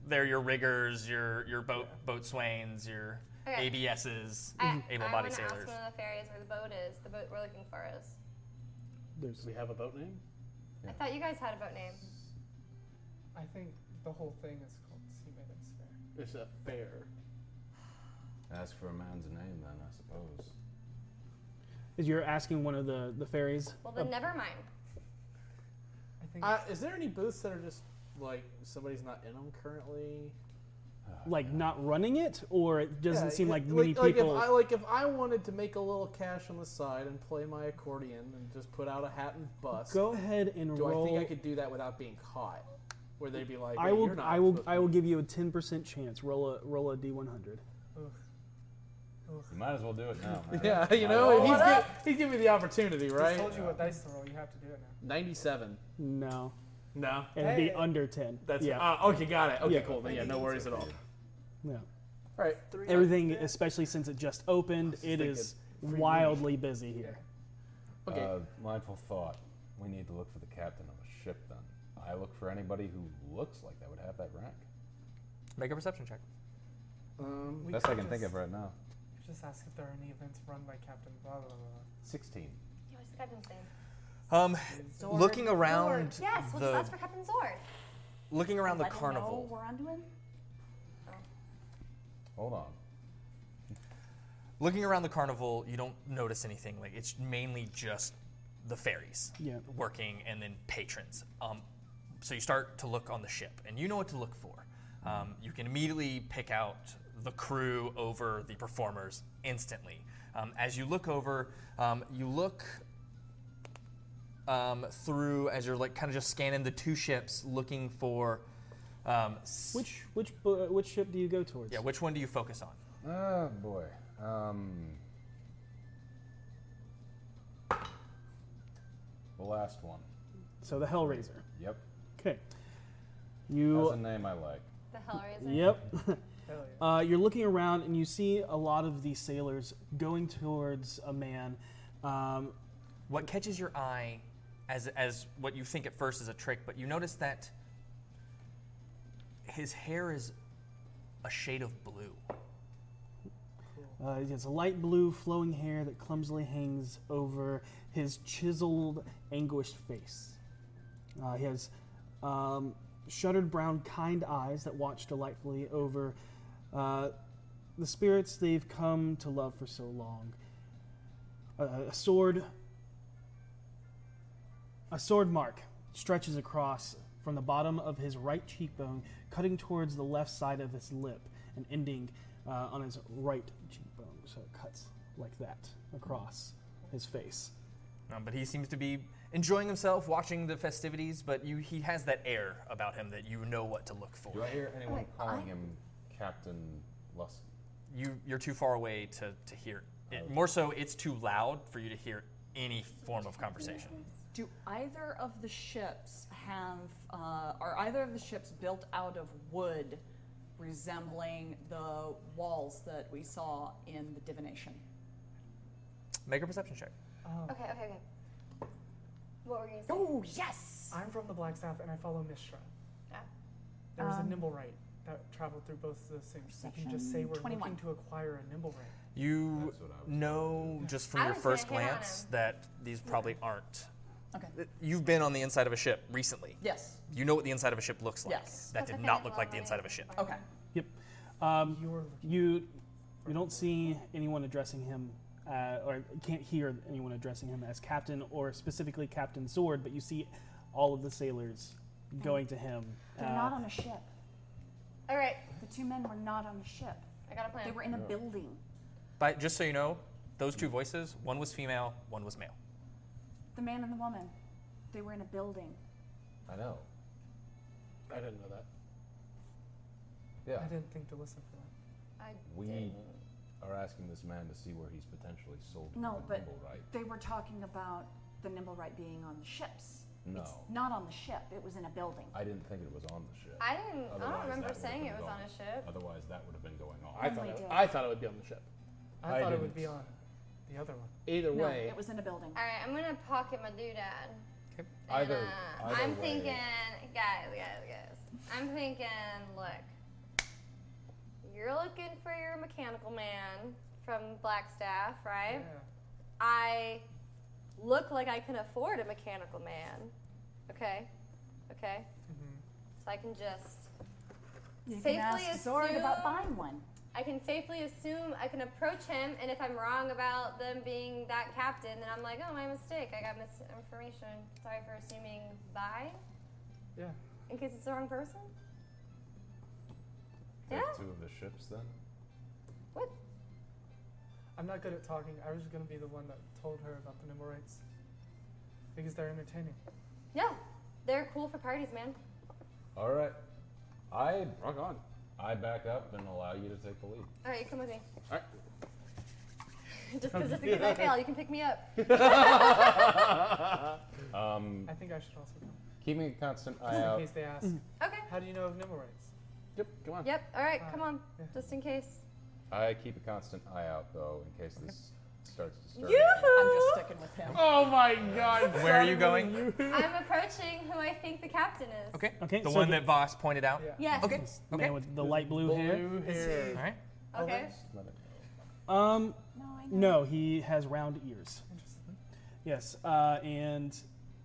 Speaker 2: They're your riggers, your your boat boat swains, your
Speaker 1: Okay.
Speaker 2: ABSs,
Speaker 1: I,
Speaker 2: able
Speaker 1: I
Speaker 2: Mm-hmm. body
Speaker 1: want to ask
Speaker 2: sailors.
Speaker 1: one of the fairies where the boat is. The boat we're looking for is.
Speaker 3: there's
Speaker 7: Do we have a boat name?
Speaker 1: I thought you guys had a boat name.
Speaker 8: I think the whole thing is called Sea Maiden's Fair.
Speaker 7: It's a fair.
Speaker 5: Ask for a man's name then, I suppose.
Speaker 3: is you're asking one of the the fairies.
Speaker 1: Well,
Speaker 8: Oh.
Speaker 1: then never mind.
Speaker 8: I think
Speaker 7: Uh, is there any booths that are just like somebody's not in them currently?
Speaker 3: like not running it, or it doesn't
Speaker 7: Yeah,
Speaker 3: seem
Speaker 7: yeah,
Speaker 3: like many
Speaker 7: like
Speaker 3: people.
Speaker 7: If I, like if I wanted to make a little cash on the side and play my accordion and just put out a hat and bust,
Speaker 3: Go ahead and
Speaker 7: do
Speaker 3: roll.
Speaker 7: I think I could do that without being caught? Where they'd be like,
Speaker 3: I
Speaker 7: "Wait,
Speaker 3: will.
Speaker 7: You're not
Speaker 3: I will.
Speaker 7: supposed to
Speaker 3: I will
Speaker 7: be
Speaker 3: give you a ten percent chance. Roll a roll a d one hundred.
Speaker 5: You might as well do it now. man.
Speaker 7: Yeah, you know, he's, gi- he's giving me the opportunity,
Speaker 8: I
Speaker 7: right?
Speaker 8: told you what dice to roll. You have to do it now.
Speaker 7: 97.
Speaker 3: No,
Speaker 7: No.
Speaker 3: and it'd be
Speaker 8: Hey.
Speaker 3: under ten.
Speaker 7: That's
Speaker 3: yeah.
Speaker 7: Ah, okay, got it. Okay,
Speaker 3: Yeah.
Speaker 7: cool. Then, yeah, no worries at all.
Speaker 3: no.
Speaker 7: All right.
Speaker 3: Everything, especially since it just opened,
Speaker 7: just
Speaker 3: it
Speaker 7: thinking,
Speaker 3: is wildly busy here.
Speaker 7: Okay.
Speaker 5: Uh, mindful thought. We need to look for the captain of a ship then. I look for anybody who looks like that would have that rank.
Speaker 2: Make a perception check.
Speaker 7: um, we
Speaker 5: Best I can think of
Speaker 8: just-
Speaker 5: right now.
Speaker 8: Just ask if there are any events run by Captain blah blah blah.
Speaker 5: 16.
Speaker 1: Yeah, what's Captain's name?
Speaker 2: Um,
Speaker 1: Zord.
Speaker 2: looking around
Speaker 1: Zord. Yes, we'll
Speaker 2: the
Speaker 1: just ask for Captain Zord.
Speaker 2: looking around the
Speaker 9: Let him Know
Speaker 2: carnival,
Speaker 9: we're onto him.
Speaker 5: Hold on.
Speaker 2: looking around the carnival, you don't notice anything. Like it's mainly just the fairies
Speaker 3: Yeah.
Speaker 2: working and then patrons. Um, so you start to look on the ship, and you know what to look for. Um, you can immediately pick out the crew over the performers instantly. Um, as you look over, um, you look um, through as you're like kind of just scanning the two ships, looking for um, s-
Speaker 3: Which which bo- which ship do you go towards?
Speaker 2: yeah. Which one do you focus on?
Speaker 5: Oh boy. Um, the last one.
Speaker 3: So the Hellraiser.
Speaker 5: Yep.
Speaker 3: Okay.
Speaker 5: That's
Speaker 3: You.
Speaker 5: a name I like.
Speaker 1: The Hellraiser.
Speaker 3: Yep.
Speaker 8: Hell yeah.
Speaker 3: Uh, you're looking around and you see a lot of these sailors going towards a man. Um,
Speaker 2: What catches your eye as, as what you think at first is a trick, but you notice that his hair is a shade of blue.
Speaker 3: uh, he has a light blue flowing hair that clumsily hangs over his chiseled, anguished face. Uh, he has um, shuttered brown, kind eyes that watch delightfully over uh, the spirits they've come to love for so long. Uh, a sword, a sword mark stretches across from the bottom of his right cheekbone, cutting towards the left side of his lip and ending uh, on his right cheekbone. So it cuts like that across his face.
Speaker 2: Um, but he seems to be enjoying himself, watching the festivities, but you, he has that air about him that you know what to look for.
Speaker 5: Do I hear anyone
Speaker 9: Alright,
Speaker 5: calling
Speaker 9: I-
Speaker 5: him Captain Luskin?
Speaker 2: You, you're too far away to, to hear it.
Speaker 5: Oh.
Speaker 2: More so, it's too loud for you to hear any form of conversation.
Speaker 4: Do either of the ships have, uh, are either of the ships built out of wood resembling the walls that we saw in the divination?
Speaker 2: Make a perception check.
Speaker 1: Okay, okay, okay. What were you going to say?
Speaker 4: Oh, yes!
Speaker 8: I'm from the Blackstaff and I follow Mishra.
Speaker 1: Ah.
Speaker 8: There was
Speaker 4: Um,
Speaker 8: a nimble right that traveled through both of those things. You can just say
Speaker 4: Section
Speaker 8: we're
Speaker 4: 21.
Speaker 8: looking to acquire a nimble right.
Speaker 2: You
Speaker 5: That's what I was
Speaker 2: know just from
Speaker 1: I
Speaker 2: your
Speaker 1: was gonna
Speaker 2: first
Speaker 1: hit on
Speaker 2: glance
Speaker 1: him.
Speaker 2: that these probably aren't
Speaker 4: Okay.
Speaker 2: You've been on the inside of a ship recently.
Speaker 4: Yes.
Speaker 2: You know what the inside of a ship looks like.
Speaker 4: Yes.
Speaker 2: That
Speaker 1: That's
Speaker 2: did
Speaker 1: okay,
Speaker 2: not
Speaker 1: I
Speaker 2: look
Speaker 1: love
Speaker 2: like the
Speaker 1: it.
Speaker 2: inside of a ship.
Speaker 4: Okay.
Speaker 3: Yep. Um,
Speaker 8: You're
Speaker 3: you you don't see anyone addressing him, uh, or can't hear anyone addressing him as captain or specifically Captain Sword, but you see all of the sailors going to him.
Speaker 9: They're
Speaker 2: Uh,
Speaker 9: not on a ship.
Speaker 1: All right,
Speaker 9: The two men were not on a ship.
Speaker 1: I got a
Speaker 9: They
Speaker 1: plan.
Speaker 9: were in a building.
Speaker 2: But just so you know, those two voices, one was female, one was male.
Speaker 9: The man and the woman. They were in a building.
Speaker 5: I know.
Speaker 7: I didn't know that.
Speaker 5: Yeah.
Speaker 8: I didn't think to listen for that.
Speaker 1: I
Speaker 5: We are asking this man to see where he's potentially sold. to
Speaker 9: No,
Speaker 5: the
Speaker 9: but
Speaker 5: Nimble right.
Speaker 9: they were talking about the nimble right being on the ships.
Speaker 12: Oh.
Speaker 9: It's
Speaker 5: No.
Speaker 9: not on the ship. It was in a building.
Speaker 5: I didn't think it was on the ship.
Speaker 1: I didn't. I
Speaker 5: Otherwise,
Speaker 1: don't remember
Speaker 5: that would've
Speaker 1: saying
Speaker 5: been
Speaker 1: it was on
Speaker 5: gone.
Speaker 1: a ship.
Speaker 5: Otherwise, that would have been going on.
Speaker 7: I
Speaker 9: Only
Speaker 7: thought it,
Speaker 9: did.
Speaker 7: I thought it would be on the ship.
Speaker 8: I,
Speaker 5: I
Speaker 8: thought it would be
Speaker 5: didn't.
Speaker 8: on the other one.
Speaker 7: Either
Speaker 9: no,
Speaker 7: way,
Speaker 9: it was in a building.
Speaker 1: All right, I'm gonna pocket my doodad.
Speaker 2: Okay.
Speaker 5: Either-
Speaker 1: And, uh,
Speaker 5: either
Speaker 1: I'm
Speaker 5: way.
Speaker 1: thinking, guys, guys, guys. I'm thinking, look, you're looking for your mechanical man from Blackstaff, right?
Speaker 8: Yeah.
Speaker 1: I look like I can afford a mechanical man. Okay, okay. So I can just,
Speaker 9: You
Speaker 1: Safely
Speaker 9: can ask Zord about
Speaker 1: assume-
Speaker 9: buying one.
Speaker 1: I can safely assume I can approach him, and if I'm wrong about them being that captain, then I'm like, oh, my mistake. I got misinformation. Sorry for assuming by,
Speaker 8: Yeah.
Speaker 1: in case it's the wrong person.
Speaker 5: Take
Speaker 1: Yeah.
Speaker 5: Two of the ships, then.
Speaker 1: What?
Speaker 8: I'm not good at talking. I was going to be the one that told her about the nimble rights. Because they're entertaining.
Speaker 1: Yeah, they're cool for parties, man.
Speaker 5: All right. I
Speaker 7: rock on.
Speaker 5: I back up and allow you to take the lead.
Speaker 1: All right, you come with me.
Speaker 7: All right.
Speaker 1: Just
Speaker 7: Oh,
Speaker 1: because just in case I fail, you can pick me up.
Speaker 8: I think I should also go.
Speaker 5: Keeping Um, a constant eye
Speaker 8: Just in
Speaker 5: out.
Speaker 8: case they ask,
Speaker 3: Mm.
Speaker 1: Okay.
Speaker 8: how do you know of nimble rights?
Speaker 7: Yep, come on.
Speaker 1: Yep. All right,
Speaker 8: Fine.
Speaker 1: come on.
Speaker 8: Yeah.
Speaker 1: Just in case.
Speaker 5: I keep a constant eye out though, in case this starts to stir.
Speaker 4: I'm just sticking with him.
Speaker 7: Oh my god.
Speaker 2: Where are you going?
Speaker 1: I'm approaching who I think the captain is.
Speaker 2: Okay.
Speaker 3: Okay,
Speaker 2: The
Speaker 3: so
Speaker 2: one
Speaker 3: the-
Speaker 2: that Voss pointed out.
Speaker 8: Yeah.
Speaker 1: Yes.
Speaker 2: Okay.
Speaker 3: The
Speaker 2: Okay.
Speaker 3: man with the light blue, hair.
Speaker 7: Blue hair.
Speaker 2: All right.
Speaker 7: Oh,
Speaker 1: Okay.
Speaker 5: Let it
Speaker 3: Um,
Speaker 9: No, I know.
Speaker 3: no, he has round ears.
Speaker 8: Interesting.
Speaker 3: Yes, uh, and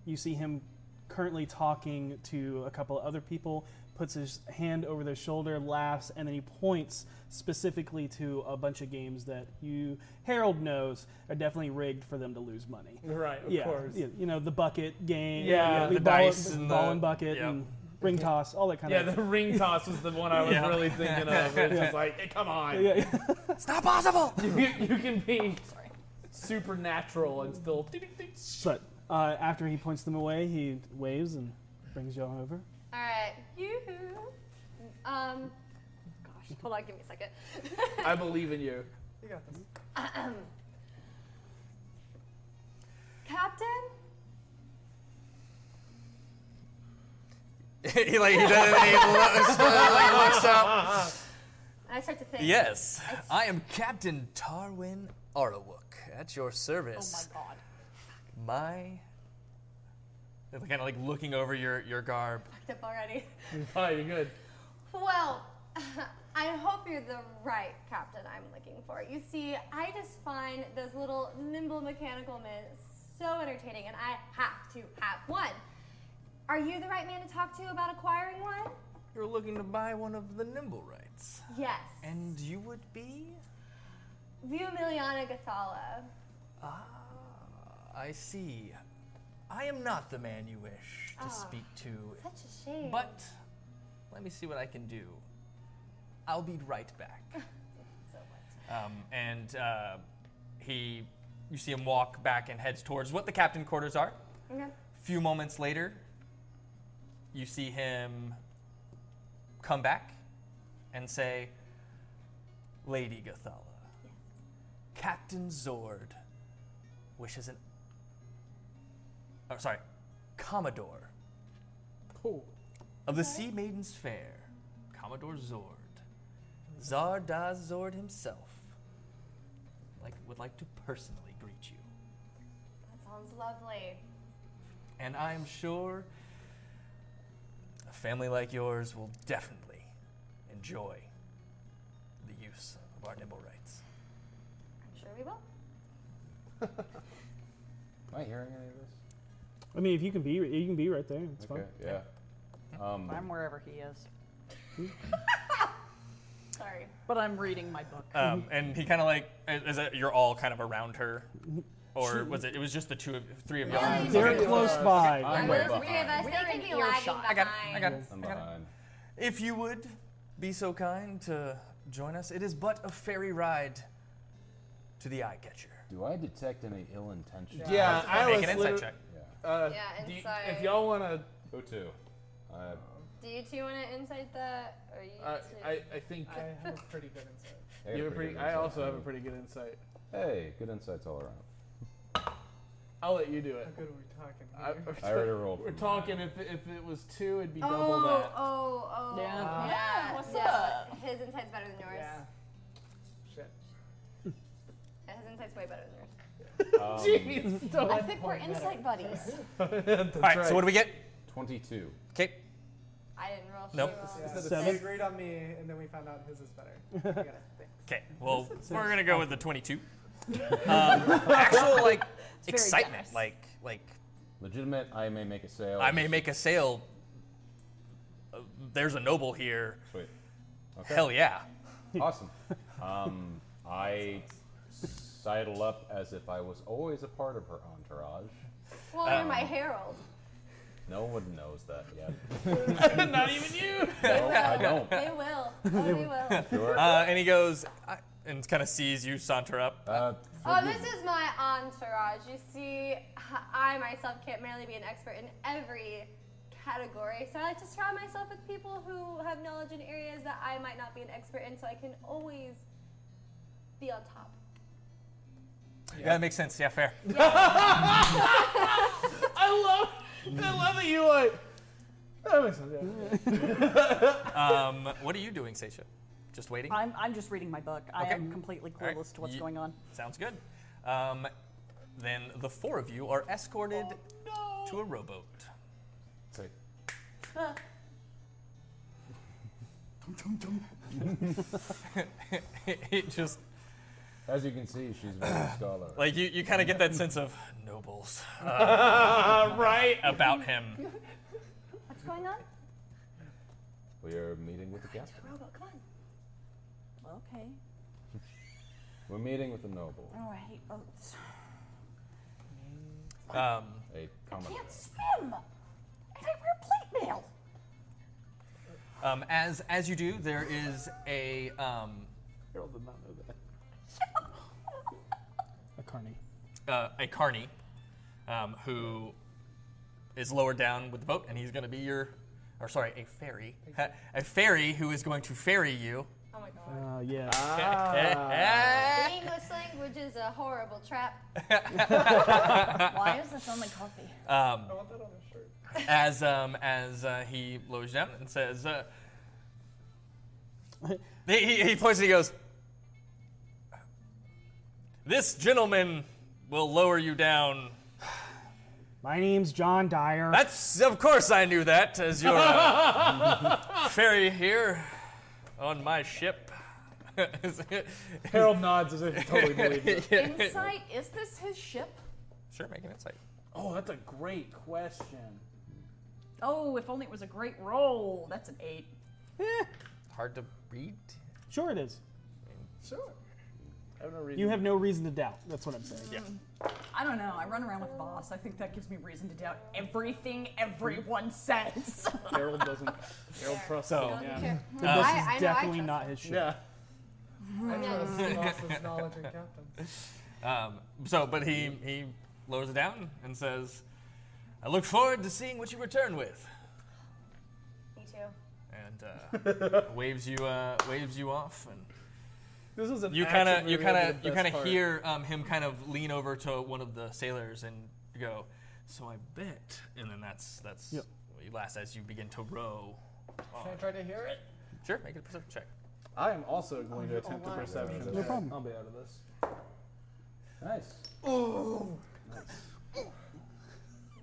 Speaker 3: you see him currently talking to a couple of other people. Puts his hand over their shoulder, laughs, and then he points specifically to a bunch of games that you Harold knows are definitely rigged for them to lose money.
Speaker 7: Right, of
Speaker 3: yeah,
Speaker 7: course.
Speaker 3: yeah, you know the bucket game.
Speaker 7: Yeah,
Speaker 3: you know,
Speaker 2: the
Speaker 3: ball,
Speaker 2: dice and
Speaker 3: ball
Speaker 2: the-
Speaker 3: and bucket
Speaker 2: yeah.
Speaker 3: and ring toss, all that kind
Speaker 7: Yeah,
Speaker 3: of.
Speaker 7: the ring toss was the one I was
Speaker 2: Yeah.
Speaker 7: really thinking of. It's just like, eh, come on.
Speaker 3: yeah, yeah.
Speaker 2: It's not possible.
Speaker 7: You, you can be
Speaker 4: Sorry.
Speaker 7: supernatural and still.
Speaker 3: But uh, after he points them away, he waves and brings y'all over.
Speaker 1: All right. Yoo-hoo. Um. Gosh. Hold on. Give me a second.
Speaker 7: I believe in you.
Speaker 8: You got this.
Speaker 1: captain.
Speaker 2: he like he does it. He looks, like, looks up.
Speaker 1: I start to think.
Speaker 2: Yes, I am Captain Tarwin Arlawuk at your
Speaker 4: Oh my
Speaker 2: service.
Speaker 4: god.
Speaker 2: my. They're kind of like looking over your your garb.
Speaker 1: Fucked up already.
Speaker 7: Oh, you're good.
Speaker 1: Well, I hope you're the right captain I'm looking for. You see, I just find those little nimble mechanical men so entertaining, and I have to have one. Are you the right man to talk to about acquiring one?
Speaker 2: You're looking to buy one of the nimble rights,
Speaker 1: Yes.
Speaker 2: and you would be.
Speaker 1: View Miliana Gathala.
Speaker 2: Ah, I see. I am not the man you wish to
Speaker 1: Ah.
Speaker 2: speak to
Speaker 1: Such a shame.
Speaker 2: But let me see what I can do. I'll be right back.
Speaker 1: So much.
Speaker 2: Um, and uh, he, you see him walk back and heads towards what the captain quarters are.
Speaker 1: Okay.
Speaker 2: Few moments later, you see him come back and say, "Lady Gathala, Captain Zord wishes an. Oh, sorry, Commodore."
Speaker 7: Cool.
Speaker 2: Of the Sea Maidens Fair, Commodore Zord, Zardaz Zord himself, like, would like to personally greet you.
Speaker 1: That sounds lovely.
Speaker 2: And I am sure a family like yours will definitely enjoy the use of our nimble rights.
Speaker 1: I'm sure we will.
Speaker 5: Am I hearing any of this?
Speaker 3: I mean, if you can be, you can be right there. It's
Speaker 5: Okay,
Speaker 3: fine.
Speaker 5: yeah. Um,
Speaker 12: I'm wherever he is.
Speaker 4: Sorry.
Speaker 12: But I'm reading my book.
Speaker 2: Um, and he kind of like, is it, you're all kind of around her, or
Speaker 3: Sure.
Speaker 2: was it? It was just the two of, three of you.
Speaker 1: Yeah,
Speaker 2: Okay.
Speaker 3: They're
Speaker 1: Okay.
Speaker 3: close by.
Speaker 5: I'm
Speaker 1: And
Speaker 5: way
Speaker 1: there's three of
Speaker 5: behind.
Speaker 1: us.
Speaker 12: We're
Speaker 1: They
Speaker 12: in
Speaker 1: uh, can be lagging
Speaker 12: earshot.
Speaker 1: behind.
Speaker 2: I got, I got,
Speaker 5: I'm
Speaker 2: I got.
Speaker 5: behind.
Speaker 2: If you would be so kind to join us, it is but a ferry ride to the eye catcher.
Speaker 5: Do I detect any ill intention?
Speaker 7: Yeah, I
Speaker 2: Make
Speaker 7: was
Speaker 2: an insight
Speaker 7: liter-
Speaker 2: check.
Speaker 7: Uh,
Speaker 1: Yeah,
Speaker 7: do you-
Speaker 1: inside.
Speaker 7: if y'all want to,
Speaker 5: Who to? I
Speaker 1: Do you two want to insight that, or you
Speaker 7: uh,
Speaker 1: two?
Speaker 7: I, I think
Speaker 8: I have a pretty good insight.
Speaker 5: I,
Speaker 7: you
Speaker 5: got
Speaker 7: have
Speaker 5: a
Speaker 7: a pretty.
Speaker 5: good
Speaker 7: I
Speaker 5: insight.
Speaker 7: also have a pretty good insight.
Speaker 5: Hey, good insights all around.
Speaker 7: I'll let you do it.
Speaker 8: How good are we talking?
Speaker 7: I,
Speaker 8: here?
Speaker 5: I already rolled.
Speaker 7: we're
Speaker 5: for mine.
Speaker 7: talking. If, if it was two, it'd be double
Speaker 1: oh,
Speaker 7: that.
Speaker 1: oh, oh,
Speaker 12: Yeah.
Speaker 1: yeah.
Speaker 4: what's
Speaker 1: yeah.
Speaker 4: up?
Speaker 1: His insight's better than yours.
Speaker 8: Yeah. Shit.
Speaker 1: Yeah, His insight's way better than yours.
Speaker 5: Um,
Speaker 7: Jeez, don't-
Speaker 9: I think we're insight buddies.
Speaker 7: That's
Speaker 2: All right, So what do we get?
Speaker 5: Twenty-two.
Speaker 2: Okay.
Speaker 1: I didn't roll.
Speaker 2: Nope.
Speaker 1: She rolled.
Speaker 8: Yeah, so
Speaker 3: Seven.
Speaker 8: They agreed on me, and then we found out his is better. We gotta think.
Speaker 2: Okay. Well, we're gonna go with the 22. Um, actual
Speaker 12: very
Speaker 2: like excitement,
Speaker 12: generous.
Speaker 2: like like
Speaker 5: Legitimate. I may make a sale.
Speaker 2: I may make a sale. Uh, There's a noble here.
Speaker 5: Sweet.
Speaker 2: Hell yeah.
Speaker 5: Awesome. Um, I sidle up as if I was always a part of her entourage.
Speaker 1: Well, you're
Speaker 5: Um,
Speaker 1: my herald.
Speaker 5: No one knows that yet.
Speaker 7: Not even you.
Speaker 5: No, I don't.
Speaker 1: They will. Oh, they will.
Speaker 5: Sure.
Speaker 2: Uh, and he goes I, and kind of sees you saunter up.
Speaker 5: Uh,
Speaker 1: Oh, this is my entourage. You see, h- I myself can't merely be an expert in every category, so I like to surround myself with people who have knowledge in areas that I might not be an expert in, so I can always be on top.
Speaker 2: Yeah, that makes sense. Yeah, fair.
Speaker 9: Ah.
Speaker 7: I love. I love that you like. That makes sense. Yeah.
Speaker 2: Um, what are you doing, Seisha? Just waiting.
Speaker 12: I'm, I'm just reading my book. I
Speaker 2: Okay.
Speaker 12: am completely clueless
Speaker 2: All right.
Speaker 12: to what's
Speaker 2: Ye-
Speaker 12: going on.
Speaker 2: Sounds good. Um, then the four of you are escorted to a rowboat.
Speaker 5: Say,
Speaker 2: it just
Speaker 5: As you can see, she's very scholar.
Speaker 2: like you, you kind of get that sense of nobles
Speaker 5: Uh,
Speaker 2: uh,
Speaker 7: right.
Speaker 2: about him.
Speaker 1: What's going on?
Speaker 5: We are meeting with the captain.
Speaker 1: Robot, come on.
Speaker 12: Okay.
Speaker 5: We're meeting with the noble.
Speaker 12: All right. Oh, it's-
Speaker 2: Um,
Speaker 5: A
Speaker 9: I
Speaker 5: common.
Speaker 9: can't swim. And I wear plate mail.
Speaker 2: um, as as you do, there is a um,
Speaker 7: Harold did not know that.
Speaker 3: A carny.
Speaker 2: uh, a carney um, who is lowered down with the boat, and he's going to be your, or sorry, a fairy, a fairy who is going to ferry you.
Speaker 1: Oh my god.
Speaker 3: Uh, yeah.
Speaker 1: The English language is a horrible trap.
Speaker 9: Why is this only coffee?
Speaker 2: um,
Speaker 8: I want that on a shirt.
Speaker 2: as um, as uh, he lowers down and says, uh, he, he, he points and he goes, "This gentleman will lower you down."
Speaker 3: My name's John Dyer.
Speaker 2: That's of course I knew that as your uh, ferry here on my ship.
Speaker 7: Harold nods as if he totally believes it.
Speaker 12: Insight, is this his ship?
Speaker 2: sure, make an insight.
Speaker 7: Oh, that's a great question.
Speaker 12: Oh, if only it was a great roll. That's an eight.
Speaker 2: Hard to read.
Speaker 3: Sure it is.
Speaker 7: Sure. I have no reason.
Speaker 3: You have no reason to doubt. That's what I'm saying.
Speaker 8: Mm.
Speaker 12: I don't know. I run around with boss. I think that gives me reason to doubt everything everyone
Speaker 7: Hmm.
Speaker 12: says.
Speaker 7: Harold doesn't. Harold trusts.
Speaker 2: So- Uh,
Speaker 7: him, yeah.
Speaker 1: Here.
Speaker 3: This
Speaker 1: I- I
Speaker 3: is
Speaker 1: know I
Speaker 3: definitely
Speaker 1: trust
Speaker 3: not his shit.
Speaker 7: Yeah.
Speaker 8: I'm trying to see Ross's knowledge and captain.
Speaker 2: Um, so, but he he lowers it down and says, "I look forward to seeing what you return with."
Speaker 1: Me too.
Speaker 2: And uh, waves you uh, waves you off, and
Speaker 7: This is an
Speaker 2: you kind
Speaker 7: action
Speaker 2: of you
Speaker 7: movie, that'd
Speaker 2: kind of
Speaker 7: be
Speaker 2: you
Speaker 7: the
Speaker 2: kind
Speaker 7: best
Speaker 2: of
Speaker 7: part.
Speaker 2: hear um, him kind of lean over to one of the sailors and go, "So I bet," and then that's that's
Speaker 3: Yep.
Speaker 2: what you last as you begin to row.
Speaker 8: Can I try to hear it?
Speaker 2: Sure, make a perception check.
Speaker 7: I am also going to attempt a
Speaker 8: online.
Speaker 7: perception.
Speaker 3: No problem.
Speaker 7: I'll be out of this.
Speaker 5: Nice.
Speaker 1: Both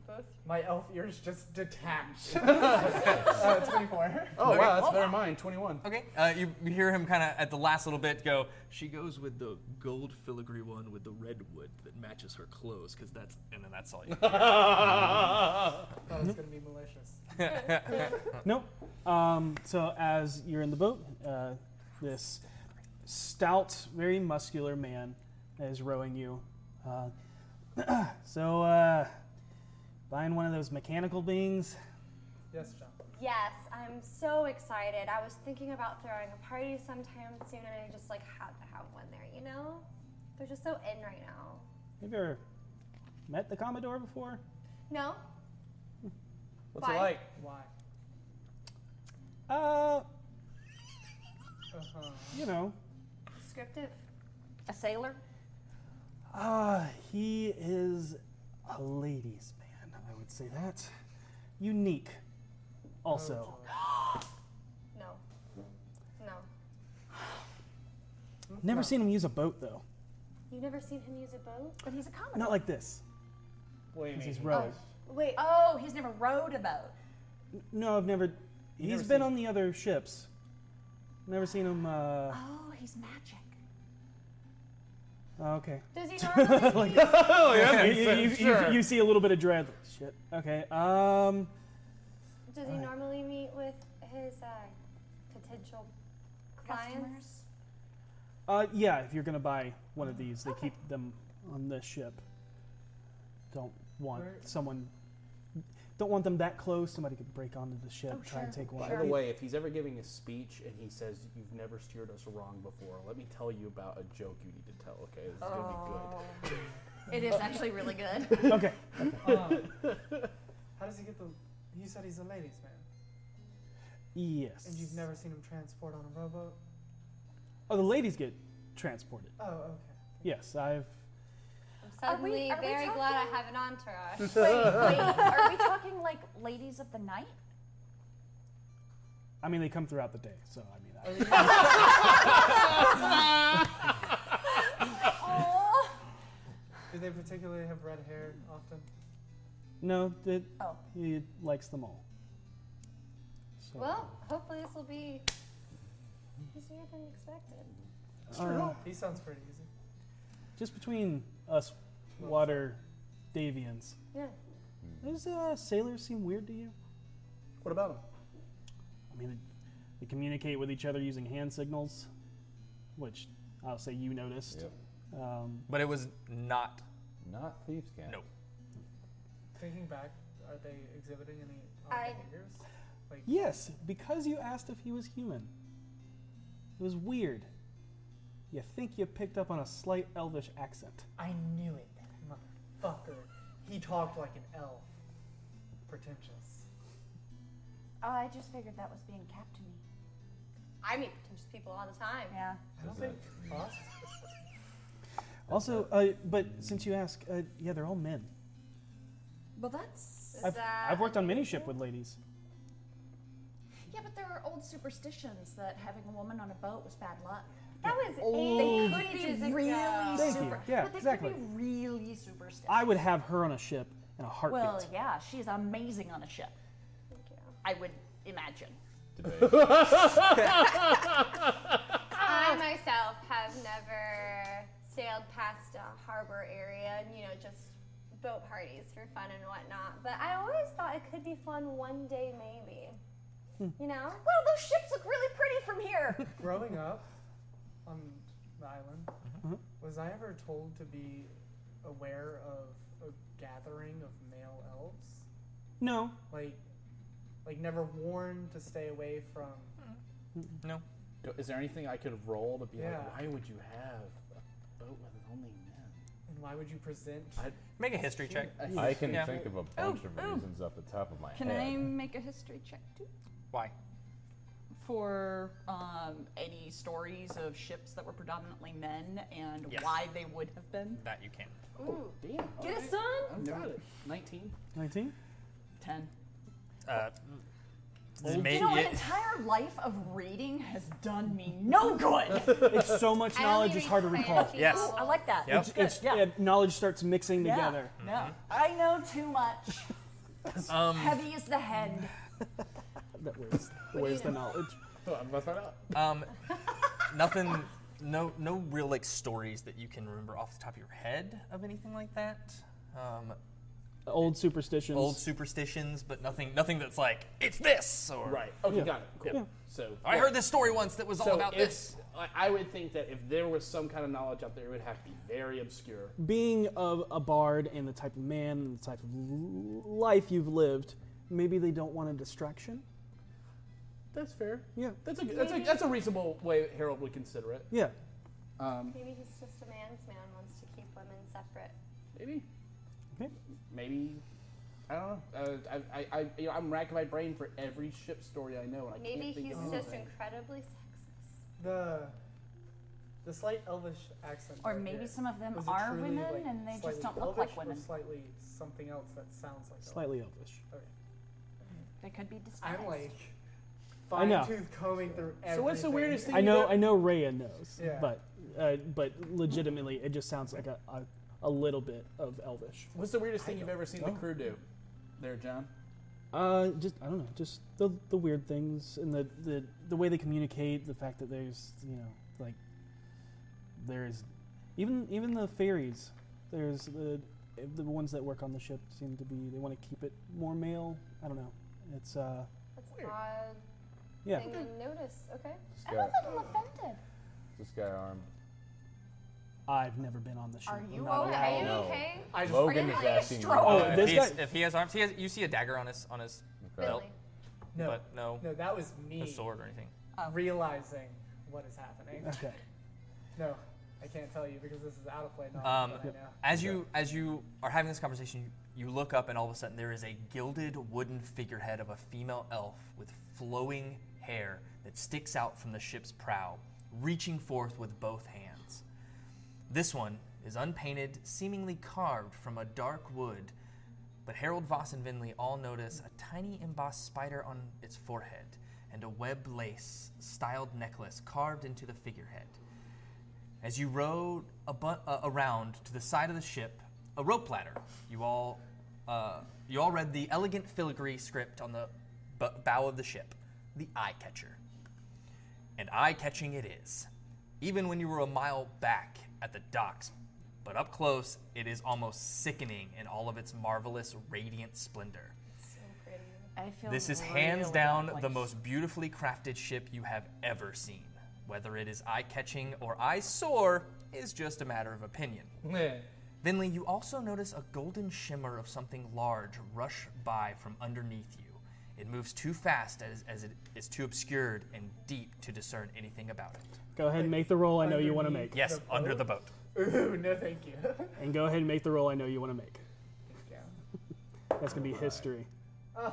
Speaker 4: both?
Speaker 8: My elf ears just detached. uh, 24.
Speaker 2: Okay.
Speaker 7: Oh,
Speaker 1: Oh,
Speaker 7: better than mine. Twenty-one.
Speaker 2: Okay. Uh, you you hear him kind of at the last little bit go. She goes with the gold filigree one with the red wood that matches her clothes, because that's and then that's all you.
Speaker 8: I thought it was
Speaker 2: hear.
Speaker 8: going to Oh, be malicious.
Speaker 3: nope. Um, so as you're in the boat, uh, this stout, very muscular man is rowing you. Uh, so uh, buying one of those mechanical beings.
Speaker 8: Yes, John.
Speaker 1: Yes, I'm so excited. I was thinking about throwing a party sometime soon, and I just like had to have one there. You know, they're just so in right now.
Speaker 3: Have you ever met the Commodore before?
Speaker 1: No,
Speaker 7: What's it
Speaker 1: Why?
Speaker 7: like?
Speaker 8: Why?
Speaker 3: Uh,
Speaker 8: Uh-huh.
Speaker 3: you know,
Speaker 1: descriptive.
Speaker 12: A sailor?
Speaker 3: Uh, he is a ladies' man, I would say that. Unique, also.
Speaker 7: Oh.
Speaker 1: No. No.
Speaker 3: Never seen him use a boat, though.
Speaker 1: You've never seen him use a boat?
Speaker 12: But he's a commodore.
Speaker 3: Not like this.
Speaker 7: What do you
Speaker 3: 'cause he's
Speaker 7: mean?
Speaker 3: rowing.
Speaker 1: Wait.
Speaker 12: Oh, he's never rowed a boat.
Speaker 3: No, I've never. He's
Speaker 7: You've never
Speaker 3: been
Speaker 7: seen-
Speaker 3: on the other ships. Never seen him. Uh,
Speaker 12: Oh, he's magic.
Speaker 3: oh, okay.
Speaker 1: Does he normally?
Speaker 3: Like-
Speaker 7: Oh, yeah, that
Speaker 3: you,
Speaker 7: makes
Speaker 3: you-
Speaker 7: sense,
Speaker 3: you-
Speaker 7: sure.
Speaker 3: you see a little bit of dread. Shit. Okay. Um.
Speaker 1: does
Speaker 12: uh,
Speaker 1: he normally meet with his uh, potential clients?
Speaker 12: Customers.
Speaker 3: Uh, yeah, if you're gonna buy one of these, they keep them on the ship. Don't want
Speaker 8: Where-
Speaker 3: someone. Don't want them that close. Somebody could break onto the ship,
Speaker 12: Oh,
Speaker 3: try and
Speaker 12: sure,
Speaker 3: take one.
Speaker 7: By the way, if he's ever giving a speech and he says you've never steered us wrong before, let me tell you about a joke you need to tell. Okay, this is gonna be good.
Speaker 12: It is actually really good.
Speaker 3: okay.
Speaker 8: Um, how does he get the. You said he's a ladies' man.
Speaker 3: Yes.
Speaker 8: And you've never seen him transport on a rowboat?
Speaker 3: Oh, the ladies get transported.
Speaker 8: Oh, okay.
Speaker 3: Yes, I've.
Speaker 1: I'm
Speaker 9: Are we-
Speaker 1: suddenly
Speaker 9: are we
Speaker 1: very glad
Speaker 9: talking-
Speaker 1: I have an entourage.
Speaker 9: Wait, wait, are we talking like ladies of the night?
Speaker 3: I mean, they come throughout the day, so I mean. I,
Speaker 9: Oh,
Speaker 8: Do they particularly have red hair often?
Speaker 3: no, that
Speaker 12: Oh.
Speaker 3: he likes them all. So,
Speaker 1: well, hopefully this will be easier than expected.
Speaker 3: uh,
Speaker 8: He sounds pretty easy.
Speaker 3: just between us, water, Davians.
Speaker 1: Yeah.
Speaker 3: Does uh, sailors seem weird to you?
Speaker 7: What about him?
Speaker 3: I mean, they communicate with each other using hand signals, which I'll say you noticed.
Speaker 5: Yep.
Speaker 3: Um,
Speaker 2: but it was not.
Speaker 5: Not thieves can.
Speaker 2: Nope.
Speaker 8: Thinking back, are they exhibiting any odd
Speaker 1: I-
Speaker 8: behaviors? Like,
Speaker 3: yes, because you asked if he was human. It was weird. You think you picked up on a slight elvish accent.
Speaker 8: I knew it, that motherfucker. He talked like an elf. Pretentious.
Speaker 9: Oh, I just figured that was being kept to me.
Speaker 1: I meet pretentious people all the time.
Speaker 12: Yeah.
Speaker 8: I don't
Speaker 5: Is
Speaker 8: think us.
Speaker 3: Also, uh, but since you ask, uh, yeah, they're all men.
Speaker 12: Well, that's.
Speaker 1: Is
Speaker 3: I've,
Speaker 1: that
Speaker 3: I've worked on mini ship with ladies.
Speaker 12: Yeah, but there are old superstitions that having a woman on a boat was bad luck.
Speaker 1: That was
Speaker 12: They
Speaker 1: eight
Speaker 12: could
Speaker 1: ages
Speaker 12: be
Speaker 1: ago.
Speaker 12: really
Speaker 3: Thank
Speaker 12: super.
Speaker 3: you. Yeah,
Speaker 12: but they
Speaker 3: exactly.
Speaker 12: could be really superstitious.
Speaker 3: I would have her on a ship in a heartbeat.
Speaker 12: Well, yeah, she's amazing on a ship.
Speaker 1: Thank you.
Speaker 12: I would imagine.
Speaker 5: Debate.
Speaker 1: I myself have never sailed past a harbor area and, you know, just boat parties for fun and whatnot. But I always thought it could be fun one day, maybe.
Speaker 9: Hmm.
Speaker 1: You know?
Speaker 12: Wow, those ships look really pretty from here.
Speaker 8: Growing up on the island,
Speaker 7: Mm-hmm.
Speaker 8: was I ever told to be aware of a gathering of male elves?
Speaker 3: No,
Speaker 8: Like, like never warned to stay away from.
Speaker 9: Mm-hmm.
Speaker 2: No.
Speaker 7: Is there anything I could roll to be
Speaker 8: Yeah.
Speaker 7: like, why would you have a boat with only men?
Speaker 8: And why would you present?
Speaker 2: Make a history check.
Speaker 7: I-
Speaker 5: I can
Speaker 2: Yeah. Oh,
Speaker 5: think of a bunch of reasons off the top of my
Speaker 12: Can
Speaker 5: head.
Speaker 12: I make a history check too?
Speaker 2: Why?
Speaker 12: For um, any stories of ships that were predominantly men and
Speaker 2: Yes.
Speaker 12: why they would have been?
Speaker 2: That you can.
Speaker 1: Ooh.
Speaker 7: Damn.
Speaker 12: Get a son?
Speaker 7: I've got it. 19.
Speaker 3: 19?
Speaker 12: 10.
Speaker 2: Uh, this may-
Speaker 12: You know, an
Speaker 2: yeah.
Speaker 12: entire life of reading has done me no good.
Speaker 3: It's so much
Speaker 1: I only
Speaker 3: knowledge, it's
Speaker 1: read
Speaker 3: hard to recall.
Speaker 1: fantasy
Speaker 2: Yes.
Speaker 1: novels.
Speaker 12: I like that.
Speaker 2: Yep.
Speaker 3: It's,
Speaker 12: Yeah.
Speaker 3: yeah, knowledge starts mixing
Speaker 12: Yeah,
Speaker 3: together.
Speaker 12: No, I know too much.
Speaker 2: Um,
Speaker 12: Heavy is the head.
Speaker 3: That weighs, weighs the knowledge.
Speaker 7: I'm gonna find out.
Speaker 2: Um, nothing, no, no real like stories that you can remember off the top of your head of anything like that. Um,
Speaker 3: Old superstitions.
Speaker 2: old superstitions, but nothing, nothing that's like it's this or
Speaker 7: Right. Okay,
Speaker 2: Yeah.
Speaker 7: got it. Cool.
Speaker 2: Yep.
Speaker 7: So
Speaker 2: I heard this story once that was all
Speaker 7: So
Speaker 2: about
Speaker 7: if-
Speaker 2: this.
Speaker 7: I I would think that if there was some kind of knowledge out there, it would have to be very obscure.
Speaker 3: Being of a bard and the type of man and the type of l- life you've lived, maybe they don't want a distraction.
Speaker 7: That's fair.
Speaker 3: Yeah.
Speaker 7: That's a that's a that's a reasonable way Harold would consider it.
Speaker 3: Yeah.
Speaker 7: Um,
Speaker 1: Maybe he's just a man's man, wants to keep women separate.
Speaker 7: maybe.
Speaker 3: Okay.
Speaker 7: Maybe. I don't know. Uh, I, I, I, you know, I'm racking my brain for every ship story I know, and I
Speaker 1: Maybe
Speaker 7: can't think
Speaker 1: he's
Speaker 7: of
Speaker 1: just
Speaker 7: anything.
Speaker 1: incredibly sexist.
Speaker 8: The the slight Elvish accent.
Speaker 9: Or
Speaker 8: right
Speaker 9: maybe
Speaker 8: there
Speaker 9: some of them
Speaker 8: was
Speaker 9: are
Speaker 8: it truly,
Speaker 9: women
Speaker 8: like,
Speaker 9: and they just
Speaker 8: slightly
Speaker 9: don't look like
Speaker 8: Elvish
Speaker 9: women.
Speaker 8: Or slightly something else that sounds like.
Speaker 3: Slightly elvish.
Speaker 8: Elvish.
Speaker 9: They could be disguised.
Speaker 8: I'm like
Speaker 3: I
Speaker 8: fine
Speaker 3: know.
Speaker 8: tooth combing through everything.
Speaker 7: So what's the weirdest thing
Speaker 3: I
Speaker 7: you
Speaker 3: know,
Speaker 7: got-
Speaker 3: I know, Rhea knows,
Speaker 8: Yeah.
Speaker 3: but uh, but legitimately, it just sounds like a, a, a little bit of elvish.
Speaker 7: What's the weirdest thing you've ever seen
Speaker 3: know.
Speaker 7: the crew do? There, John.
Speaker 3: Uh, just I don't know, just the the weird things and the, the the way they communicate, the fact that there's you know like there's even even the fairies, there's the the ones that work on the ship seem to be they want to keep it more male. I don't know. It's uh
Speaker 1: That's an
Speaker 7: Weird.
Speaker 1: odd
Speaker 3: yeah.
Speaker 1: thing to notice. Okay.
Speaker 5: This
Speaker 9: I'm a
Speaker 5: guy,
Speaker 9: little offended.
Speaker 5: this guy um, arm.
Speaker 3: I've never been on the ship.
Speaker 9: Are
Speaker 3: I'm
Speaker 9: you
Speaker 3: not
Speaker 1: Okay. Are you
Speaker 5: No.
Speaker 1: okay?
Speaker 8: I just
Speaker 5: Logan
Speaker 1: Are you
Speaker 5: is
Speaker 1: playing a
Speaker 5: asking. you
Speaker 1: stroke?
Speaker 3: Oh,
Speaker 5: why.
Speaker 3: this
Speaker 2: if, he's-
Speaker 3: guy-
Speaker 2: if he has arms, he has, you see a dagger on his on his
Speaker 5: Okay.
Speaker 2: belt,
Speaker 1: Billy.
Speaker 8: no,
Speaker 2: but no,
Speaker 8: no, that was me
Speaker 2: no sword or anything.
Speaker 8: realizing what is happening.
Speaker 3: Okay.
Speaker 8: no, I can't tell you because this is out of play knowledge.
Speaker 2: Um,
Speaker 8: but I know.
Speaker 2: As you as you are having this conversation, you, you look up and all of a sudden there is a gilded wooden figurehead of a female elf with flowing hair that sticks out from the ship's prow, reaching forth with both hands. This one is unpainted, seemingly carved from a dark wood, but Harold Voss and Vinley all notice a tiny embossed spider on its forehead and a web lace styled necklace carved into the figurehead. As you rowed abu- uh, around to the side of the ship, a rope ladder. You all, uh, you all read the elegant filigree script on the b- bow of the ship, the eye catcher. And eye catching it is, even when you were a mile back at the docks. But up close, it is almost sickening in all of its marvelous, radiant splendor.
Speaker 12: I feel
Speaker 2: This is hands down the most beautifully crafted ship you have ever seen. Whether it is eye catching or eye sore is just a matter of opinion. Vinley, you also notice a golden shimmer of something large rush by from underneath you. It moves too fast as, as it is too obscured and deep to discern anything about it.
Speaker 3: Go ahead and make the roll I know you want to
Speaker 8: Underneath.
Speaker 3: make.
Speaker 2: Yes,
Speaker 8: The
Speaker 2: under
Speaker 8: boat?
Speaker 2: the boat.
Speaker 8: Ooh, no, thank you. There
Speaker 3: And go ahead and make the roll I know you want to make.
Speaker 8: you go.
Speaker 3: That's gonna be history.
Speaker 8: Oh,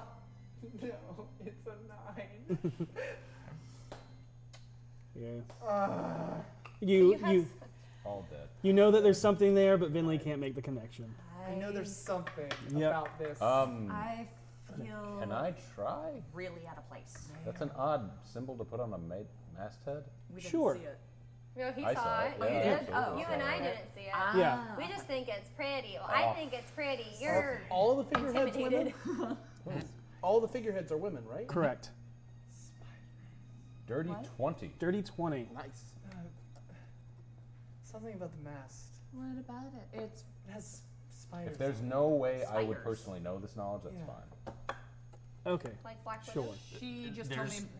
Speaker 8: no, it's a nine.
Speaker 3: Yeah.
Speaker 8: uh,
Speaker 3: You
Speaker 1: You have
Speaker 3: you
Speaker 5: All dead.
Speaker 3: you know that there's something there, but Vinley can't make the connection.
Speaker 8: I know there's something
Speaker 3: Yep.
Speaker 8: about this.
Speaker 5: Um,
Speaker 12: I feel
Speaker 5: can I try?
Speaker 12: really out of place.
Speaker 5: That's an odd symbol to put on a ma- masthead.
Speaker 12: We
Speaker 3: Sure.
Speaker 12: Didn't see it.
Speaker 1: No, he
Speaker 5: I
Speaker 1: saw,
Speaker 5: saw it,
Speaker 1: it. Oh,
Speaker 5: yeah,
Speaker 1: you did.
Speaker 5: absolutely
Speaker 1: you
Speaker 5: saw
Speaker 1: and I
Speaker 5: it.
Speaker 1: didn't see it.
Speaker 3: Yeah.
Speaker 1: we just think it's pretty. Well,
Speaker 5: Oh.
Speaker 1: I think it's pretty. You're
Speaker 3: Oh.
Speaker 7: All of the figureheads women. Hmm.
Speaker 1: intimidated.
Speaker 7: All the figureheads are women, right?
Speaker 3: Correct.
Speaker 5: Dirty twenty.
Speaker 3: Dirty twenty.
Speaker 7: Nice.
Speaker 8: something about the mast.
Speaker 12: What about it? It's
Speaker 8: It has s- spiders.
Speaker 5: If there's no way I would
Speaker 12: Spiders.
Speaker 5: personally know this knowledge, that's
Speaker 8: Yeah.
Speaker 5: fine.
Speaker 3: Okay.
Speaker 1: like Black Widow.
Speaker 3: Sure.
Speaker 12: she just told me.
Speaker 2: There's-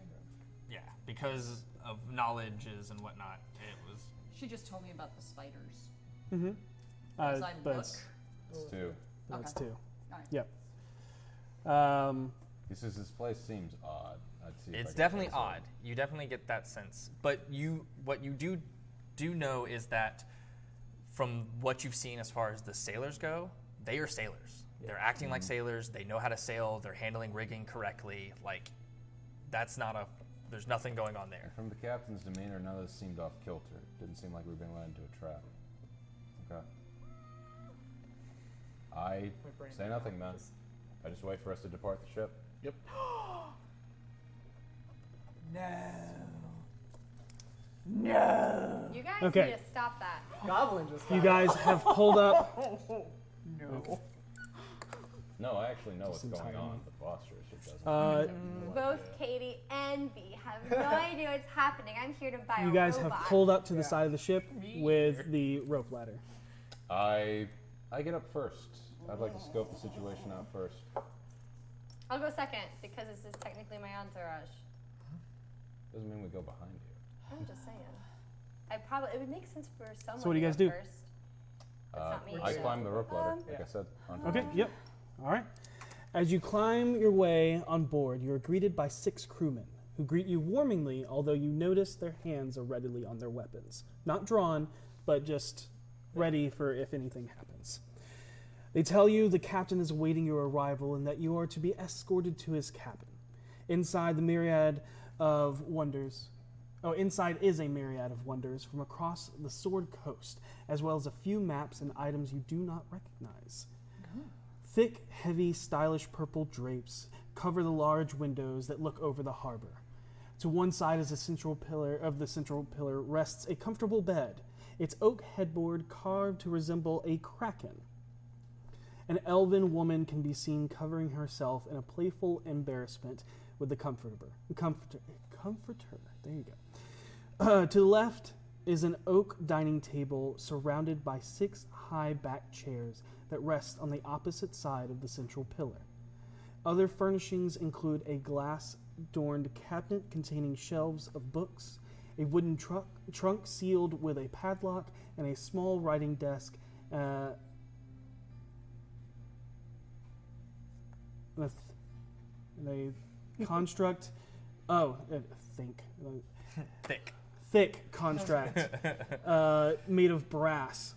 Speaker 2: Yeah, because of knowledges and whatnot, it was.
Speaker 12: She just told me about the spiders.
Speaker 3: Mm-hmm. Uh,
Speaker 12: As I
Speaker 3: but
Speaker 12: look,
Speaker 3: it's-
Speaker 5: It's two.
Speaker 3: that's
Speaker 12: Okay.
Speaker 3: two.
Speaker 12: Alright.
Speaker 3: Yep. Um,
Speaker 5: He says this place seems odd. I'd see. if I
Speaker 2: It's
Speaker 5: can
Speaker 2: definitely
Speaker 5: trace it.
Speaker 2: odd. You definitely get that sense. But you, what you do, do know is that from what you've seen as far as the sailors go, they are sailors. They're acting like sailors. They know how to sail. They're handling rigging correctly. Like, that's not a. There's nothing going on there.
Speaker 5: From the captain's demeanor, none of this seemed off kilter. Didn't seem like we were being led into a trap. Okay. I
Speaker 8: My brain
Speaker 5: say
Speaker 8: went
Speaker 5: nothing,
Speaker 8: out.
Speaker 5: man.
Speaker 8: Just-
Speaker 5: I just wait for us to depart the ship.
Speaker 7: Yep.
Speaker 1: You guys
Speaker 3: Okay.
Speaker 1: need to stop that.
Speaker 12: Mm,
Speaker 8: Goblin just.
Speaker 3: you
Speaker 8: got
Speaker 3: guys have pulled up.
Speaker 5: No, I actually know
Speaker 3: Just
Speaker 5: what's going
Speaker 3: entirely.
Speaker 5: on, but boss sure as shit doesn't.
Speaker 3: Uh,
Speaker 1: Both Katie and B have no idea what's happening. I'm here to buy
Speaker 3: You
Speaker 1: a
Speaker 3: guys have
Speaker 1: robot.
Speaker 3: pulled up to the side of the ship with the rope ladder.
Speaker 5: I I get up first. I'd like to scope the situation out first.
Speaker 1: I'll go second because this is technically my entourage.
Speaker 5: Doesn't mean we go behind you.
Speaker 1: I'm just saying. I probably it would make sense for someone.
Speaker 3: So what do you
Speaker 1: to
Speaker 3: guys
Speaker 1: go
Speaker 3: do?
Speaker 1: First.
Speaker 5: Uh,
Speaker 1: not me,
Speaker 5: I
Speaker 1: so-
Speaker 5: climb the rope ladder,
Speaker 1: Um,
Speaker 5: like I said. on
Speaker 3: Okay,
Speaker 5: command.
Speaker 3: yep. All right. As you climb your way on board, you are greeted by six crewmen who greet you warmly, although you notice their hands are readily on their weapons. Not drawn, but just ready for if anything happens. They tell you the captain is awaiting your arrival and that you are to be escorted to his cabin. Inside the myriad of wonders, oh, inside is a myriad of wonders from across the Sword Coast, as well as a few maps and items you do not recognize. Thick, heavy, stylish purple drapes cover the large windows that look over the harbor. To one side is a central pillar of the central pillar rests a comfortable bed, its oak headboard carved to resemble a kraken. An elven woman can be seen covering herself in a playful embarrassment with the comforter. Comforter. Comforter. There you go. Uh, to the left is an oak dining table surrounded by six high back chairs that rest on the opposite side of the central pillar. Other furnishings include a glass adorned cabinet containing shelves of books, a wooden truck, trunk sealed with a padlock, and a small writing desk uh, with and a construct. Oh, uh, think.
Speaker 2: Thick.
Speaker 3: Thick construct uh, made of brass.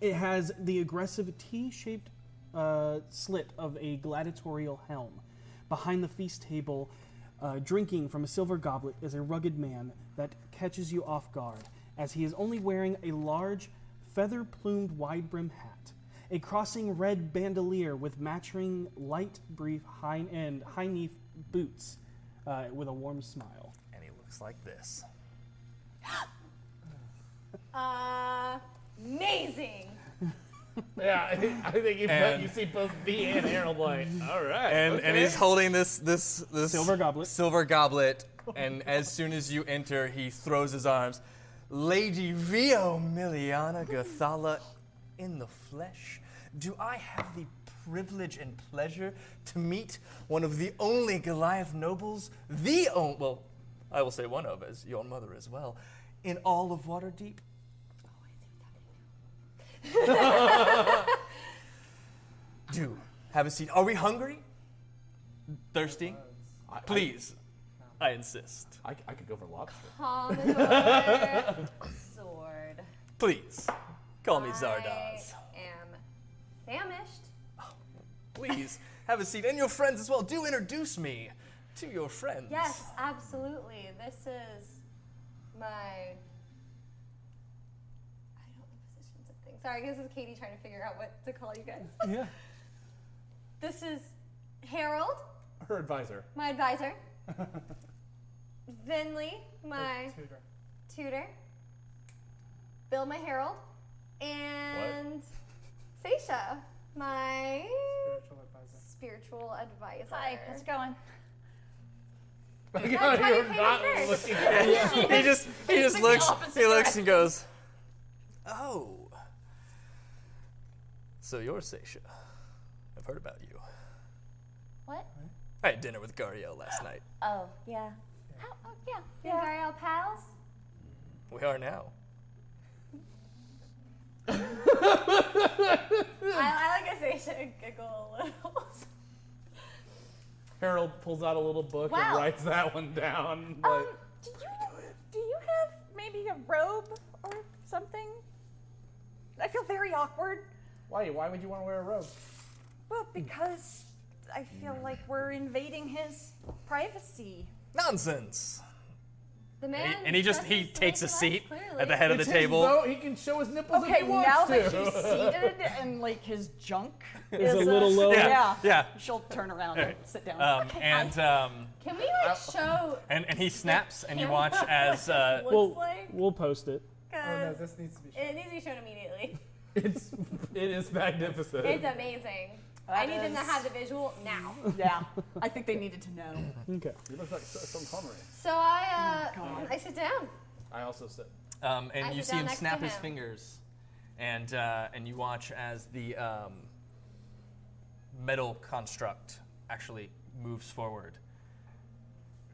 Speaker 3: It has the aggressive T shaped uh, slit of a gladiatorial helm. Behind the feast table, uh, drinking from a silver goblet, is a rugged man that catches you off guard, as he is only wearing a large, feather plumed wide brim hat. A crossing red bandolier with matching light, brief, high end, high knee boots uh, with a warm smile.
Speaker 2: And he looks like this.
Speaker 1: Amazing.
Speaker 7: Yeah, I think, I think you,
Speaker 2: And-
Speaker 7: you see both V and Harold like, all right.
Speaker 2: and and
Speaker 7: okay."
Speaker 2: he's holding this this this
Speaker 3: Silver goblet.
Speaker 2: Silver goblet, and as soon as you enter, he throws his arms. Lady Rio Miliana Gathala, in the flesh, do I have the privilege and pleasure to meet one of the only Goliath nobles, the only, well, I will say one of, as your mother as well, in all of Waterdeep? Do have a seat. Are we hungry? Thirsty? Please. I insist.
Speaker 7: I, I could go for lobster.
Speaker 1: Commodore Sword.
Speaker 2: Please. Call me Zardoz.
Speaker 1: I am famished.
Speaker 2: Please have a seat. And your friends as well. Do introduce me to your friends.
Speaker 1: Yes, absolutely. This is my. I don't know positions of things. Sorry, this is Katie trying to figure out what to call you guys.
Speaker 3: Yeah.
Speaker 1: This is Harold,
Speaker 7: Her advisor.
Speaker 1: my advisor. Vinley, my
Speaker 8: Tutor.
Speaker 1: tutor. Bill, my Harold. And Seisha, my
Speaker 8: Spiritual advisor.
Speaker 1: spiritual advisor.
Speaker 9: Hi, how's it going?
Speaker 1: That's why you came in first.
Speaker 2: he just he just looks he looks and goes, Oh. So you're Seisha. I've heard about you.
Speaker 9: What?
Speaker 2: I had dinner with Gariel last night.
Speaker 9: Oh, yeah. Oh, oh yeah.
Speaker 1: You and Gariel pals?
Speaker 2: We are now.
Speaker 1: I, I like Asasia giggle a
Speaker 8: Oh,
Speaker 1: little.
Speaker 7: Harold pulls out a little book and
Speaker 1: Wow.
Speaker 7: writes that one down. But
Speaker 9: Um, do you do you have maybe a robe or something? I feel very awkward.
Speaker 7: why? Why would you want to wear a robe?
Speaker 9: Well, because I feel like we're invading his privacy.
Speaker 2: Nonsense.
Speaker 1: The man.
Speaker 2: And he, and he just he
Speaker 1: dresses
Speaker 2: takes a
Speaker 1: nice
Speaker 2: seat
Speaker 1: clearly.
Speaker 2: at the head of the
Speaker 7: It's his
Speaker 2: table.
Speaker 7: boat, He can show his nipples if
Speaker 12: Okay,
Speaker 7: he wants
Speaker 12: now
Speaker 7: to.
Speaker 12: that he's seated and like his junk
Speaker 3: Is a little lower.
Speaker 2: Yeah,
Speaker 12: yeah,
Speaker 2: yeah.
Speaker 12: she'll turn around and sit down.
Speaker 2: Um, and um,
Speaker 1: Can we like show?
Speaker 2: and and he snaps, and you watch as uh,
Speaker 1: Looks
Speaker 3: We'll,
Speaker 1: like
Speaker 3: we'll post it.
Speaker 8: Oh no,
Speaker 1: 'cause
Speaker 8: this needs to be. Shown.
Speaker 1: it needs to be shown immediately.
Speaker 7: It's it is magnificent.
Speaker 1: It's amazing. I need them to have the visual now.
Speaker 12: Yeah, I think they needed to know.
Speaker 3: Okay.
Speaker 7: You look like so- some Connery.
Speaker 1: So I, uh,
Speaker 7: God.
Speaker 1: I sit down.
Speaker 7: I also said.
Speaker 2: Um, and
Speaker 1: I
Speaker 2: you
Speaker 1: sit
Speaker 2: see
Speaker 1: down
Speaker 2: him
Speaker 1: next to
Speaker 2: snap his
Speaker 1: him.
Speaker 2: fingers, and uh, and you watch as the um, metal construct actually moves forward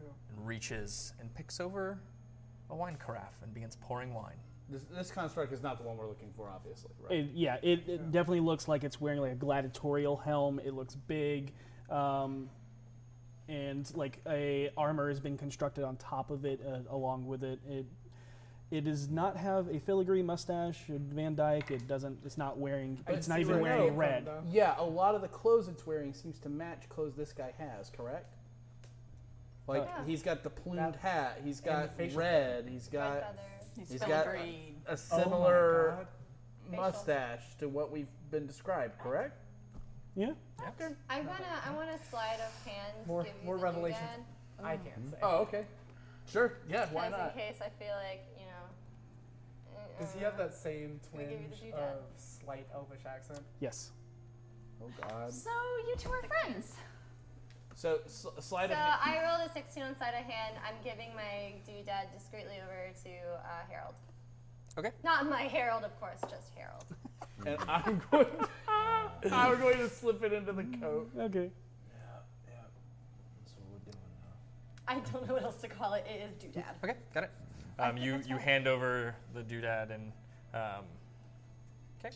Speaker 2: and reaches and picks over a wine carafe and begins pouring wine.
Speaker 7: This, this construct is not the one we're looking for, obviously. Right?
Speaker 3: It, yeah, it, it definitely looks like it's wearing like a gladiatorial helm. It looks big, um, and like a armor has been constructed on top of it uh, along with it. It it does not have a filigree mustache. or Van Dyke. It doesn't. It's not wearing.
Speaker 7: I
Speaker 3: It's not
Speaker 7: see
Speaker 3: even
Speaker 7: where it came
Speaker 3: wearing
Speaker 7: from,
Speaker 3: red.
Speaker 7: though. Yeah, a lot of the clothes it's wearing seems to match clothes this guy has. Correct. Like
Speaker 1: Yeah.
Speaker 7: he's got the plumed hat. He's
Speaker 8: And the
Speaker 7: got
Speaker 8: facial
Speaker 7: red. He's
Speaker 1: Red
Speaker 7: got
Speaker 1: feathers.
Speaker 7: he's got a,
Speaker 12: filigree.
Speaker 7: a
Speaker 8: Oh my
Speaker 7: similar
Speaker 8: God.
Speaker 1: Facial.
Speaker 7: mustache to what we've been described. Correct.
Speaker 3: Yeah.
Speaker 1: I'm gonna. I want a slide of hand.
Speaker 8: More-
Speaker 1: give you
Speaker 8: more
Speaker 1: the new
Speaker 8: revelations.
Speaker 1: dad,
Speaker 8: I can't say.
Speaker 7: Oh, okay. Sure. Yeah. Why
Speaker 1: just
Speaker 7: not?
Speaker 1: In case I feel like you know. uh,
Speaker 8: Does he have that same
Speaker 1: Can we give you the
Speaker 8: twinge
Speaker 1: doodad?
Speaker 8: of slight Elvish accent?
Speaker 3: Yes.
Speaker 7: Oh God.
Speaker 9: So you two are friends.
Speaker 7: So sl- slide
Speaker 1: So
Speaker 7: of hand.
Speaker 1: I rolled a 16 on sleight of hand. I'm giving my doodad discreetly over to uh, Harold.
Speaker 2: Okay.
Speaker 1: Not my Harold, of course, just Harold.
Speaker 7: and I'm going. To, I'm going to slip it into the coat.
Speaker 3: Okay.
Speaker 5: That's what we're doing now.
Speaker 1: I don't know what else to call it. It is doodad.
Speaker 2: Okay, got it. Um, you you hand over the doodad and um, okay.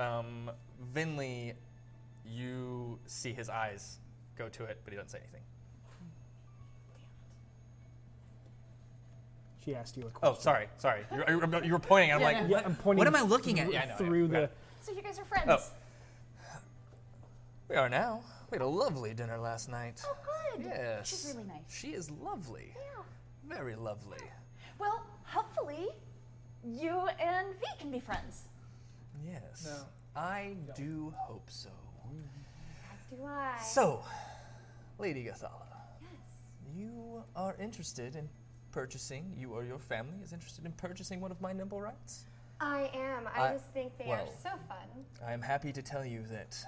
Speaker 2: Um, Vinley, you see his eyes go to it, but he doesn't say anything.
Speaker 3: She asked you a question.
Speaker 2: Oh, sorry, sorry. You're, you're, you're pointing. I'm like,
Speaker 3: Yeah, I'm pointing.
Speaker 2: What am I looking at?
Speaker 3: through-
Speaker 2: Yeah, I know,
Speaker 3: Through
Speaker 2: yeah, got
Speaker 3: the.
Speaker 2: it.
Speaker 9: So you guys are friends.
Speaker 2: Oh. we are now. We had a lovely dinner last night.
Speaker 9: Oh, good.
Speaker 2: Yes.
Speaker 9: She's really nice.
Speaker 2: She is lovely.
Speaker 9: Yeah.
Speaker 2: Very lovely.
Speaker 9: Well, hopefully, you and V can be friends.
Speaker 2: Yes.
Speaker 8: No.
Speaker 2: I do hope so.
Speaker 1: Do I?
Speaker 2: So, Lady Gathala, you are interested in purchasing, you or your family is interested in purchasing one of my nimble rights?
Speaker 1: I am. I,
Speaker 2: I-
Speaker 1: just think they are
Speaker 2: well.
Speaker 1: so fun.
Speaker 2: I am happy to tell you that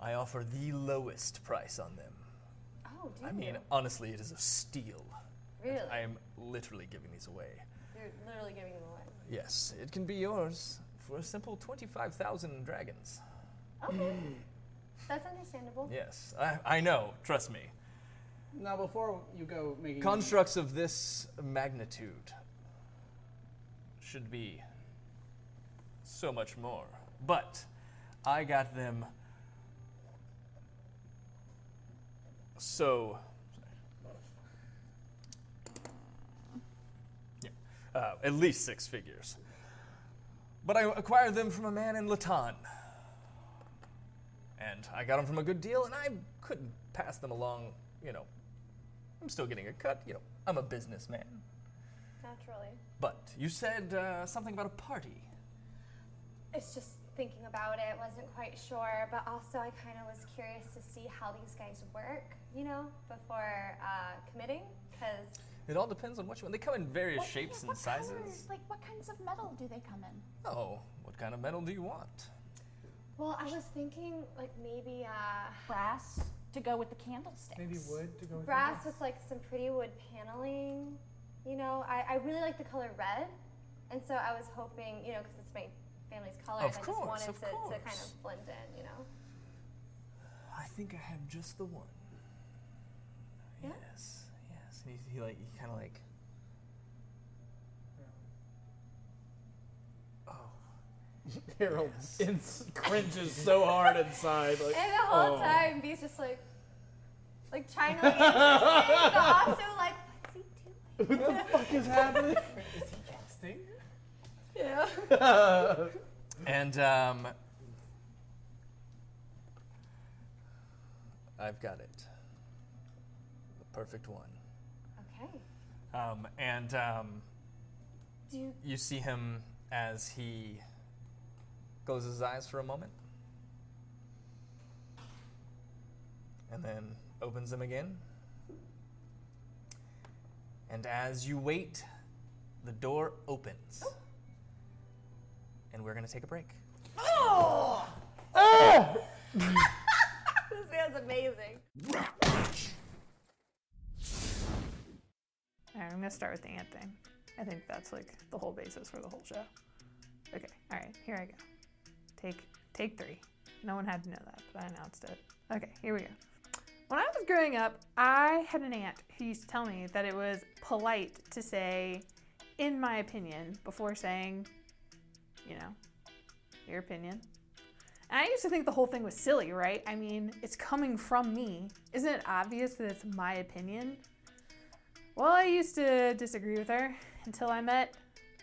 Speaker 2: I offer the lowest price on them.
Speaker 1: Oh, do
Speaker 2: I mean,
Speaker 1: you?
Speaker 2: honestly, it is a steal.
Speaker 1: really?
Speaker 2: I am literally giving these away.
Speaker 1: You're literally giving them away.
Speaker 2: Yes, it can be yours for a simple 25,000 dragons. Mm.
Speaker 1: Okay. That's understandable.
Speaker 2: Yes, I, I know, trust me.
Speaker 7: Now, before you go making
Speaker 2: Constructs of this magnitude should be so much more. But I got them so. Yeah, uh, at least six figures. But I acquired them from a man in Latan. And I got them from a good deal, and I couldn't pass them along, you know, I'm still getting a cut. You know, I'm a businessman.
Speaker 1: Naturally.
Speaker 2: But you said uh, something about a party.
Speaker 1: It's just thinking about it, wasn't quite sure, but also I kind of was curious to see how these guys work, you know, before uh, committing, because
Speaker 2: It all depends on what you want. They come in various
Speaker 9: What-
Speaker 2: shapes
Speaker 9: yeah,
Speaker 2: and
Speaker 9: what
Speaker 2: sizes.
Speaker 9: Colors, like what kinds of metal do they come in?
Speaker 2: Oh, what kind of metal do you want?
Speaker 1: Well, I was thinking like maybe uh,
Speaker 9: Brass to go with the candlesticks.
Speaker 8: Maybe wood to go with the
Speaker 1: brass
Speaker 8: glass?
Speaker 1: with like some pretty wood paneling. You know, I, I really like the color red, and so I was hoping, you know, because it's my family's color,
Speaker 2: Of
Speaker 1: and
Speaker 2: course,
Speaker 1: I just wanted
Speaker 2: of
Speaker 1: to, to kind
Speaker 2: course.
Speaker 1: of blend in, you know.
Speaker 2: I think I have just the one.
Speaker 1: Yeah?
Speaker 2: Yes, yes. And he, he like he kind of like. Oh.
Speaker 7: Harold ins- cringes so hard inside. Like,
Speaker 1: And the whole
Speaker 7: oh.
Speaker 1: time, B's just like, like trying to like, interesting, but also like, what's he doing?
Speaker 7: What the fuck is happening?
Speaker 8: Sting?
Speaker 1: Yeah.
Speaker 2: And um. I've got it. The perfect one.
Speaker 1: Okay.
Speaker 2: Um, and um,
Speaker 1: Do you,
Speaker 2: you see him as he closes his eyes for a moment and then opens them again. And as you wait, the door opens.
Speaker 1: Oh.
Speaker 4: Oh!
Speaker 2: And we're going to take a break.
Speaker 12: Oh!
Speaker 1: is amazing.
Speaker 10: All right, I'm gonna start with the ant thing. I think that's like the whole basis for the whole show. Okay, all right, here I go. Take take three. No one had to know that, but I announced it. Okay, here we go. When I was growing up, I had an aunt who used to tell me that it was polite to say, in my opinion, before saying, you know, your opinion. And I used to think the whole thing was silly, right? I mean, it's coming from me. Isn't it obvious that it's my opinion? Well, I used to disagree with her until I met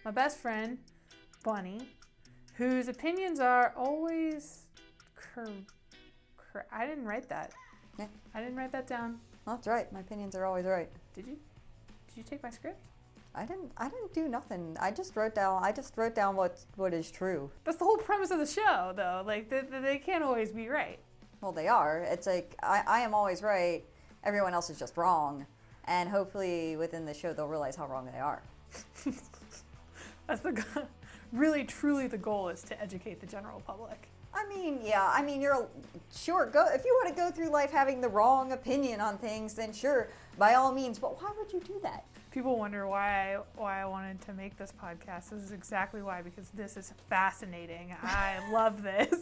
Speaker 10: my best friend, Bunny, whose opinions are always cor- cor- I didn't write that. I didn't write that down.
Speaker 13: That's right. My opinions are always right.
Speaker 10: Did you? Did you take my script?
Speaker 13: I didn't. I didn't do nothing. I just wrote down. I just wrote down what what is true.
Speaker 10: That's the whole premise of the show, though. Like they, they- they can't always be right.
Speaker 13: Well, they are. It's like I, I am always right. Everyone else is just wrong, and hopefully within the show they'll realize how wrong they are.
Speaker 10: That's the go- really truly the goal is to educate the general public.
Speaker 13: I mean, yeah. I mean, you're sure go if you want to go through life having the wrong opinion on things, then sure, by all means. But why would you do that?
Speaker 10: People wonder why I, why I wanted to make this podcast. This is exactly why because this is fascinating. I love this.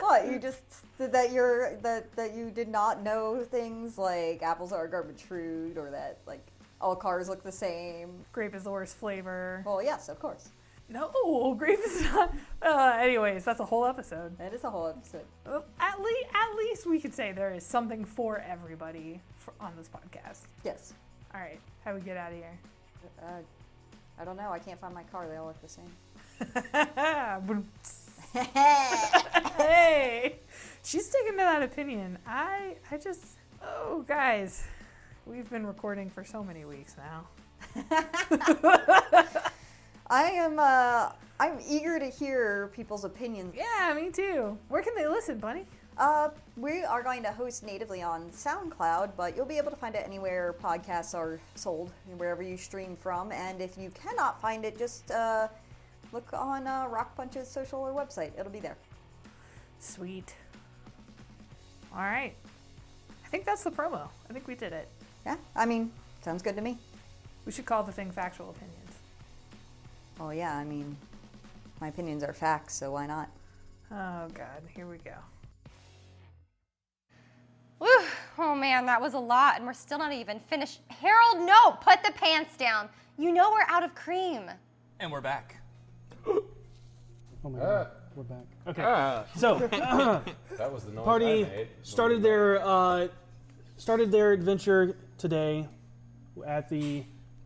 Speaker 13: What you just that you're that that you did not know things like apples are garbage fruit, or that like all cars look the same.
Speaker 10: Grape is the worst flavor.
Speaker 13: Well, yes, of course.
Speaker 10: No, grape is not. Uh, anyways, that's a whole episode. Oh,
Speaker 13: That is a whole episode.
Speaker 10: At least, at least we could say there is something for everybody for, on this podcast.
Speaker 13: Yes.
Speaker 10: All right, how do we get out of here?
Speaker 13: Uh, I don't know. I can't find my car. They all look the same.
Speaker 10: hey, she's sticking to that opinion. I, I just, oh guys, we've been recording for so many weeks now.
Speaker 13: I am. Uh, I'm eager to hear people's opinions.
Speaker 10: Yeah, me too. Where can they listen, Bunny?
Speaker 13: Uh, we are going to host natively on SoundCloud, but you'll be able to find it anywhere podcasts are sold, wherever you stream from. And if you cannot find it, just uh, look on uh, Rock Punch's social or website. It'll be there.
Speaker 10: Sweet. All right, I think that's the promo. I think we did it.
Speaker 13: Yeah, I mean, sounds good to me.
Speaker 10: We should call the thing factual opinions.
Speaker 13: Oh yeah, I mean, my opinions are facts, so why not?
Speaker 10: Oh God, here we go.
Speaker 1: Whew. Oh man, that was a lot, and we're still not even finished. Harold, no, put the pants down. You know we're out of cream.
Speaker 2: And we're back.
Speaker 3: Oh
Speaker 2: Ah.
Speaker 3: my god, we're back. Okay,
Speaker 2: Ah.
Speaker 3: so
Speaker 2: That was the noise
Speaker 3: party
Speaker 2: I made.
Speaker 3: started their uh, started their adventure today at the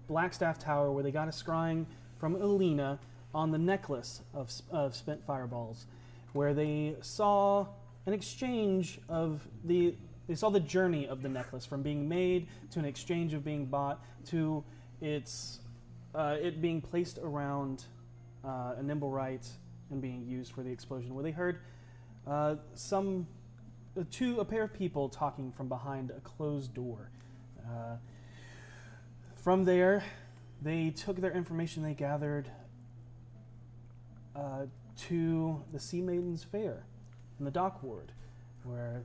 Speaker 3: Blackstaff Tower, where they got a scrying from Alina on the necklace of, s- of spent fireballs, where they saw an exchange of the they saw the journey of the necklace from being made to an exchange of being bought to its uh, it being placed around uh, a nimble right and being used for the explosion, where they heard uh, some uh, two a pair of people talking from behind a closed door. Uh, from there, they took their information they gathered uh, to the Sea Maidens Fair in the Dock Ward, where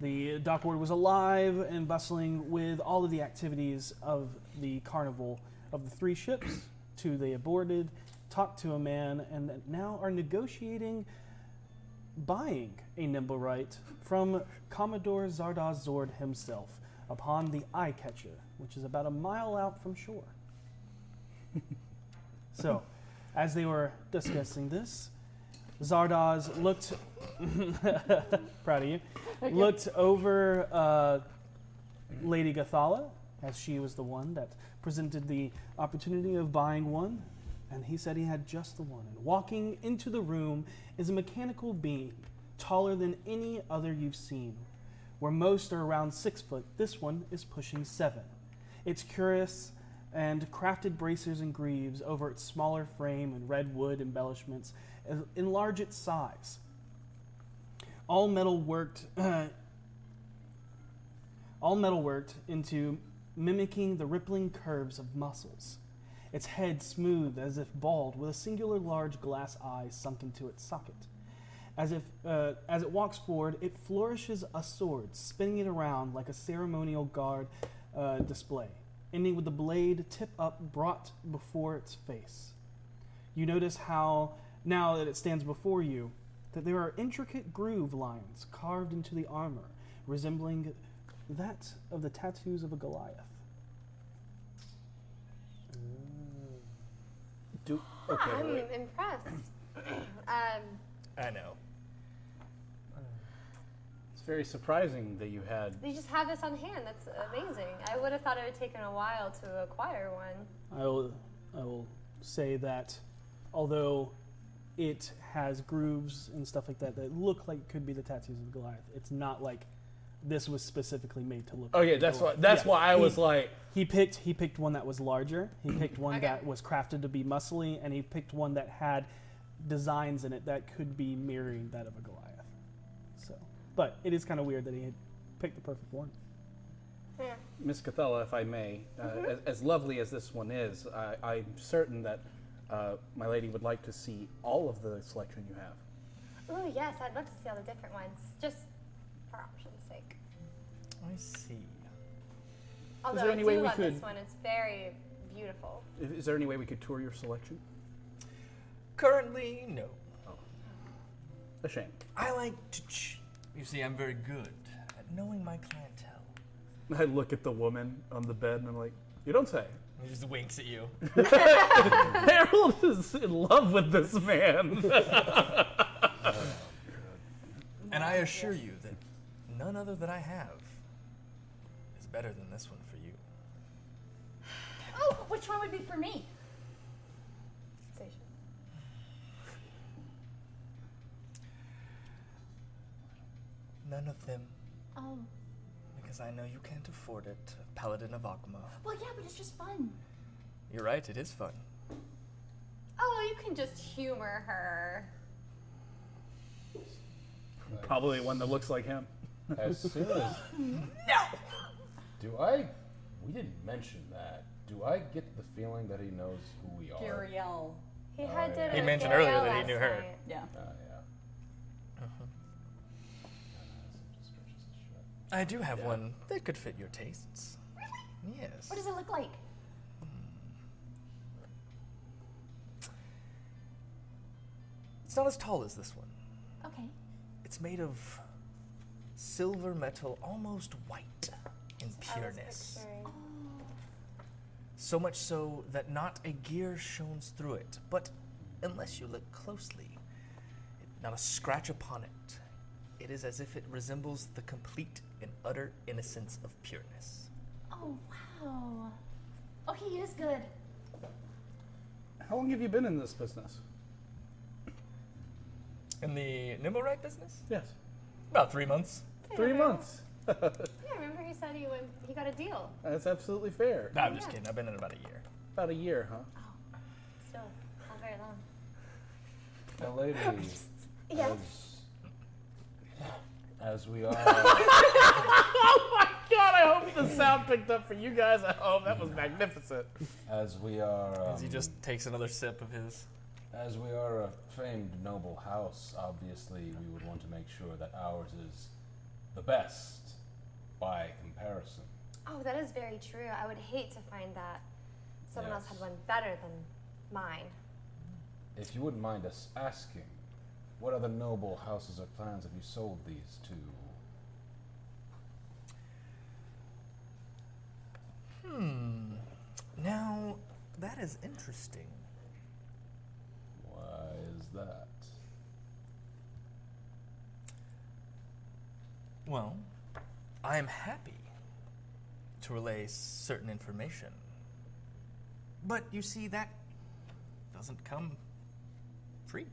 Speaker 3: the Dock Ward was alive and bustling with all of the activities of the carnival of the three ships. Two they aborted, talked to a man, and now are negotiating buying a Nimblewright from Commodore Zardoz Zord himself upon the Eye Catcher, which is about a mile out from shore. so, as they were discussing this, Zardoz looked, proud of you,
Speaker 6: Thank you.
Speaker 3: looked over uh, Lady Gathala, as she was the one that presented the opportunity of buying one, and he said he had just the one. And walking into the room is a mechanical being, taller than any other you've seen. Where most are around six foot, this one is pushing seven. Its curious and crafted bracers and greaves over its smaller frame and red wood embellishments en- enlarge its size. All metal worked all metal worked into mimicking the rippling curves of muscles. Its head smooth as if bald, with a singular large glass eye sunk into its socket. As if, uh, as it walks forward, it flourishes a sword, spinning it around like a ceremonial guard uh, display, ending with the blade tip up brought before its face. You notice how, now that it stands before you, that there are intricate groove lines carved into the armor, resembling that of the tattoos of a Goliath.
Speaker 7: Do,
Speaker 1: I'm impressed. um,
Speaker 7: I know. It's very surprising that you had.
Speaker 1: they just have this on hand. That's amazing. I would have thought it would have taken a while to acquire one.
Speaker 3: I will, I will say that although it has grooves and stuff like that that look like could be the tattoos of Goliath, it's not like this was specifically made to look.
Speaker 7: Oh, yeah,
Speaker 3: like
Speaker 7: that's
Speaker 3: Goliath.
Speaker 7: why- that's why I
Speaker 3: He-
Speaker 7: was like-
Speaker 3: he picked he picked one that was larger. He picked one that was crafted to be muscly, and he picked one that had designs in it that could be mirroring that of a Goliath. So, but it is kind of weird that he had picked the perfect one.
Speaker 7: Miss Cathella, if I may, uh, as, as lovely as this one is, I, I'm certain that uh, my lady would like to see all of the selection you have.
Speaker 1: Ooh, yes, I'd love to see all the different ones, just for option's sake.
Speaker 7: I see.
Speaker 1: Although
Speaker 7: there any
Speaker 1: I do
Speaker 7: way we
Speaker 1: love this
Speaker 7: could-
Speaker 1: one. It's very beautiful.
Speaker 7: Is, is there any way we could tour your selection?
Speaker 2: Currently, no.
Speaker 7: A shame.
Speaker 2: I like to. Ch- you see, I'm very good at knowing my clientele.
Speaker 7: I look at the woman on the bed and I'm like, you don't say.
Speaker 2: He just winks at you.
Speaker 7: Harold is in love with this man.
Speaker 2: and I assure you that none other that I have is better than this one for you.
Speaker 4: Oh, which one would be for me?
Speaker 2: None of them,
Speaker 4: Oh,
Speaker 2: because I know you can't afford it. Paladin of Akma.
Speaker 4: well, yeah, but it's just fun.
Speaker 2: You're right, it is fun.
Speaker 1: Oh, you can just humor her.
Speaker 7: Probably one that looks like him.
Speaker 5: As soon as. Do I. We didn't mention that. Do I get the feeling that he knows who we are?
Speaker 4: Gariel.
Speaker 1: He had
Speaker 5: Oh,
Speaker 1: dinner.
Speaker 5: yeah.
Speaker 2: He
Speaker 1: with
Speaker 2: mentioned
Speaker 1: Gary
Speaker 2: earlier
Speaker 1: L
Speaker 2: that he
Speaker 1: last
Speaker 2: knew her. Oh,
Speaker 1: night.
Speaker 4: Yeah.
Speaker 5: Uh, yeah.
Speaker 2: I do have one that could fit your tastes. Really? Yes.
Speaker 4: What does it look like?
Speaker 2: It's not as tall as this one.
Speaker 4: Okay.
Speaker 2: It's made of silver metal, almost white in pureness. Oh. So much so that not a gear shines through it, but unless you look closely, it- not a scratch upon it. It is as if it resembles the complete and utter innocence of pureness.
Speaker 4: Oh, wow. Oh, he is good.
Speaker 7: How long have you been in this business?
Speaker 2: In the Nimorite business?
Speaker 7: Yes.
Speaker 2: About three months.
Speaker 7: Three months.
Speaker 1: Yeah, remember he said he went. He got a deal.
Speaker 7: That's absolutely fair.
Speaker 2: No, I'm
Speaker 1: Yeah.
Speaker 2: just kidding. I've been in about a year.
Speaker 7: About a year, huh?
Speaker 1: Still, not very long.
Speaker 5: Now, lady,
Speaker 1: Yes.
Speaker 5: as we are.
Speaker 7: oh my god, I hope the sound picked up for you guys at home. That was magnificent.
Speaker 5: As we are.
Speaker 2: As he
Speaker 5: um,
Speaker 2: just takes another sip of his.
Speaker 5: As we are a famed noble house, obviously we would want to make sure that ours is the best by comparison.
Speaker 1: Oh, that is very true. I would hate to find that someone else had one better than mine.
Speaker 5: If you wouldn't mind us asking, what other noble houses or clans have you sold these to?
Speaker 2: Hmm. Now, that is interesting.
Speaker 5: Why is that?
Speaker 2: Well, I am happy to relay certain information. But you see, that doesn't come free.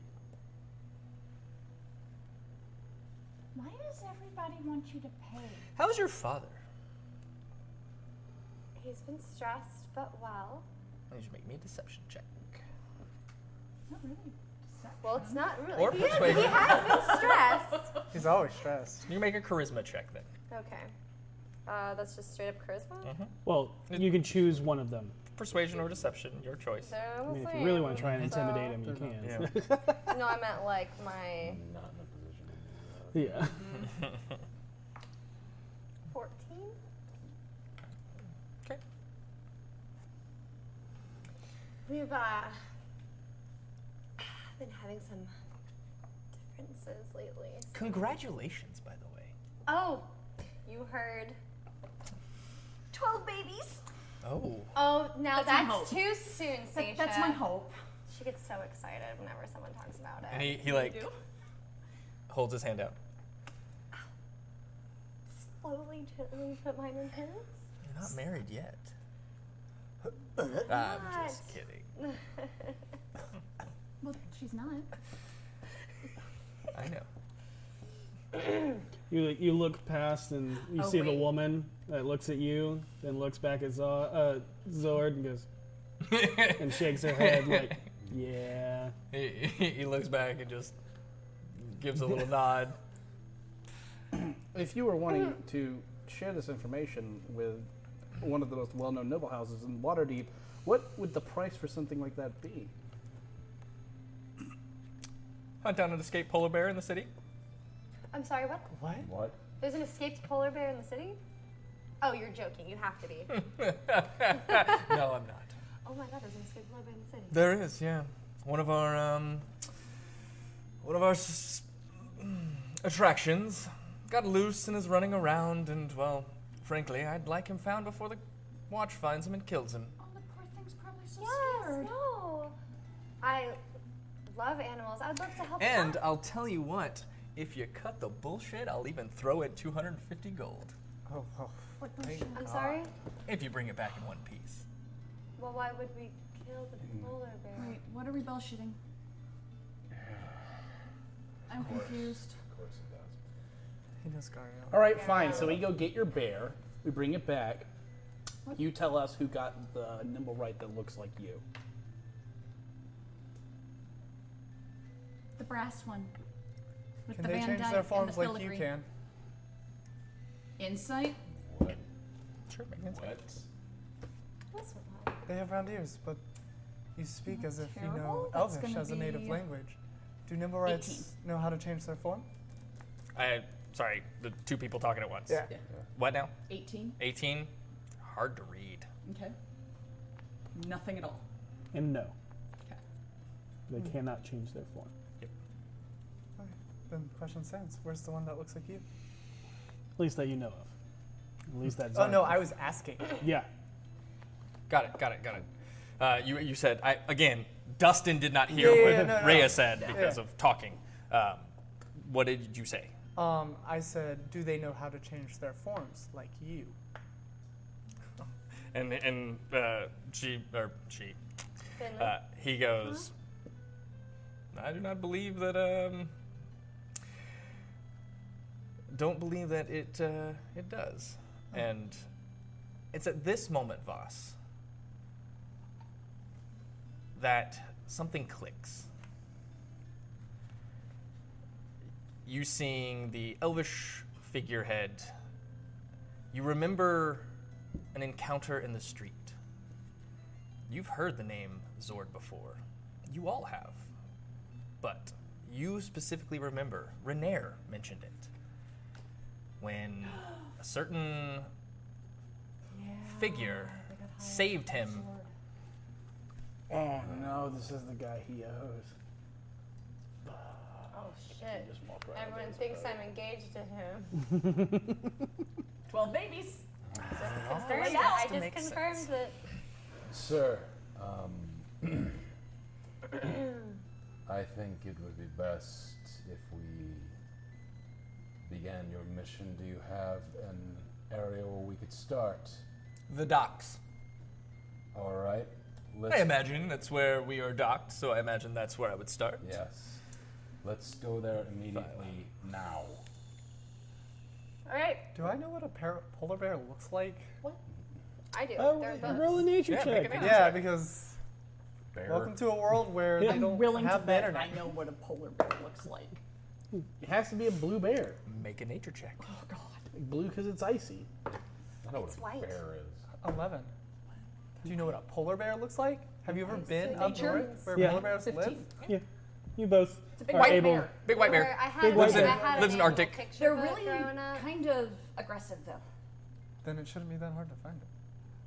Speaker 9: Why does everybody want you to pay?
Speaker 2: How's your father?
Speaker 1: He's been stressed, but well.
Speaker 2: You should make me a deception check.
Speaker 4: Not really.
Speaker 1: Well, it's not really.
Speaker 2: Or
Speaker 1: he, is-
Speaker 2: persuasion.
Speaker 1: he has been stressed.
Speaker 2: He's always stressed. You make a charisma check then.
Speaker 1: Okay. Uh, that's just straight up charisma.
Speaker 3: Well, you can choose one of them.
Speaker 2: Persuasion or deception, your choice.
Speaker 1: They're
Speaker 3: I mean,
Speaker 1: the
Speaker 3: if you really
Speaker 1: same,
Speaker 3: want to try and
Speaker 1: so-
Speaker 3: intimidate him, you can.
Speaker 2: Yeah.
Speaker 1: no, I meant like my.
Speaker 5: Not in a
Speaker 3: Yeah.
Speaker 1: 14?
Speaker 2: Okay.
Speaker 1: We've uh, been having some differences lately. so-
Speaker 2: Congratulations, by the way.
Speaker 1: Oh, you heard. 12 babies!
Speaker 2: Oh.
Speaker 1: Oh, now
Speaker 4: That's my
Speaker 1: that's,
Speaker 4: hope.
Speaker 1: too soon,
Speaker 4: That- that's my
Speaker 1: Sasha.
Speaker 4: hope.
Speaker 1: She gets so excited whenever someone talks about it.
Speaker 2: And he, he like holds his hand out.
Speaker 1: slowly, gently put mine in his.
Speaker 2: You're not married yet.
Speaker 1: I'm
Speaker 2: I'm
Speaker 1: not.
Speaker 2: just kidding.
Speaker 9: Well, she's not.
Speaker 2: I know.
Speaker 3: You you look past and you
Speaker 9: Oh,
Speaker 3: see the
Speaker 9: wait.
Speaker 3: woman that looks at you, then looks back at Zo- uh, Zord and goes and shakes her head like, yeah.
Speaker 2: He, he he looks back and just gives a little nod.
Speaker 7: If you were wanting to share this information with one of the most well-known noble houses in Waterdeep, what would the price for something like that be?
Speaker 2: Hunt down an escaped polar bear in the city.
Speaker 1: I'm sorry, what?
Speaker 7: What?
Speaker 5: What?
Speaker 1: There's an escaped polar bear in the city? Oh, you're joking. You have to be.
Speaker 2: No, I'm not.
Speaker 1: oh my god, there's an escaped polar bear in the city.
Speaker 2: There is, yeah. One of our um, one of our s- mm, attractions got loose and is running around, and well, frankly, I'd like him found before the watch finds him and kills him.
Speaker 1: Oh,
Speaker 9: Thing's probably so
Speaker 1: yes, no. I love animals. I'd love to help
Speaker 2: And
Speaker 1: them.
Speaker 2: I'll tell you what, if you cut the bullshit, I'll even throw in 250 gold.
Speaker 7: Oh,
Speaker 1: What
Speaker 2: Thank
Speaker 1: bullshit? I'm
Speaker 2: God.
Speaker 1: sorry?
Speaker 2: If you bring it back in one piece.
Speaker 1: Well, why would we kill the
Speaker 7: Mm.
Speaker 1: polar bear?
Speaker 12: Wait, what are we bullshitting? I'm confused.
Speaker 8: He knows Gario.
Speaker 7: All right, fine. So we go get your bear. We bring it back. You tell us who got the nimble right that looks like you.
Speaker 12: The brass one. With
Speaker 7: Can
Speaker 12: the
Speaker 7: they
Speaker 12: Van
Speaker 7: change
Speaker 12: Dyke
Speaker 7: their
Speaker 12: and the
Speaker 7: forms like you
Speaker 12: filigree.
Speaker 7: can?
Speaker 12: Insight?
Speaker 2: Sure,
Speaker 5: What?
Speaker 8: They have round ears, but you speak as if you know
Speaker 12: terrible. That's
Speaker 8: Elvish
Speaker 12: gonna
Speaker 8: as a native
Speaker 12: be
Speaker 8: language. Do Nimblewrights know how to change their form?
Speaker 2: I, sorry, the two people talking at once.
Speaker 8: Yeah. Yeah.
Speaker 2: What now?
Speaker 12: 18.
Speaker 2: 18? Hard to read.
Speaker 12: Okay. Nothing at all.
Speaker 3: And no. They cannot change their form.
Speaker 8: Okay. Then question stands. Where's the one that looks like you?
Speaker 3: At least that you know of. At least that's.
Speaker 8: Oh no, I was asking.
Speaker 3: Yeah.
Speaker 2: Got it, got it, got it. Uh, you, you said, I, again, Dustin did not hear
Speaker 8: Yeah, yeah,
Speaker 2: what
Speaker 8: yeah, no, no.
Speaker 2: Rhea said
Speaker 8: Yeah.
Speaker 2: because
Speaker 8: Yeah.
Speaker 2: of talking. Um, what did you say?
Speaker 8: Um, I said, do they know how to change their forms like you?
Speaker 2: And, and uh, she, or she,
Speaker 1: Finley?
Speaker 2: uh, he goes, I do not believe that, um, don't believe that it, uh, it does. And it's at this moment, Voss, that something clicks. You seeing the elvish figurehead, you remember an encounter in the street. You've heard the name Zord before. You all have. But you specifically remember Renair mentioned it. When a certain figure saved him.
Speaker 7: Oh no, this is the guy he owes.
Speaker 1: Oh shit.
Speaker 7: just walked right
Speaker 1: Everyone
Speaker 7: against
Speaker 1: thinks
Speaker 7: the
Speaker 1: I'm engaged to him.
Speaker 12: 12 babies.
Speaker 1: Confirmed it. I just confirmed it.
Speaker 5: Sir, um, I think it would be best if we began your mission. Do you have an area where we could start?
Speaker 2: The docks.
Speaker 5: All right.
Speaker 2: I imagine that's where we are docked, so I imagine that's where I would start.
Speaker 5: Yes. Let's go there immediately now.
Speaker 1: All right,
Speaker 8: Do I know what a par- polar bear looks like?
Speaker 1: I do.
Speaker 8: Oh,
Speaker 1: They're both.
Speaker 8: roll a nature Yeah, check. make a nature Yeah, check. because Welcome to a world where they
Speaker 7: I'm
Speaker 8: don't
Speaker 7: willing to
Speaker 8: have the
Speaker 7: bet
Speaker 8: internet.
Speaker 7: I
Speaker 12: know what a polar bear looks like.
Speaker 7: It has to be a blue bear.
Speaker 2: Make a nature check. Oh
Speaker 7: god. Blue because it's icy.
Speaker 5: I
Speaker 7: know
Speaker 8: It's white.
Speaker 5: bear is.
Speaker 8: 11. Do you know what a polar bear looks like? Have you ever
Speaker 5: Nice.
Speaker 8: been
Speaker 5: So
Speaker 8: up
Speaker 5: nature-
Speaker 8: north where
Speaker 3: Yeah.
Speaker 8: polar bears live?
Speaker 3: Yeah. You both
Speaker 4: It's a big
Speaker 3: are
Speaker 4: white
Speaker 3: able.
Speaker 4: bear. Big white bear.
Speaker 1: Where I had
Speaker 3: Big
Speaker 1: a-
Speaker 3: white
Speaker 1: I
Speaker 3: bear.
Speaker 1: had
Speaker 2: lives in
Speaker 1: an animal
Speaker 2: Arctic.
Speaker 1: picture
Speaker 4: They're
Speaker 1: of it
Speaker 4: really
Speaker 1: growing up.
Speaker 4: kind of aggressive, though.
Speaker 5: Then it shouldn't be that hard to find it.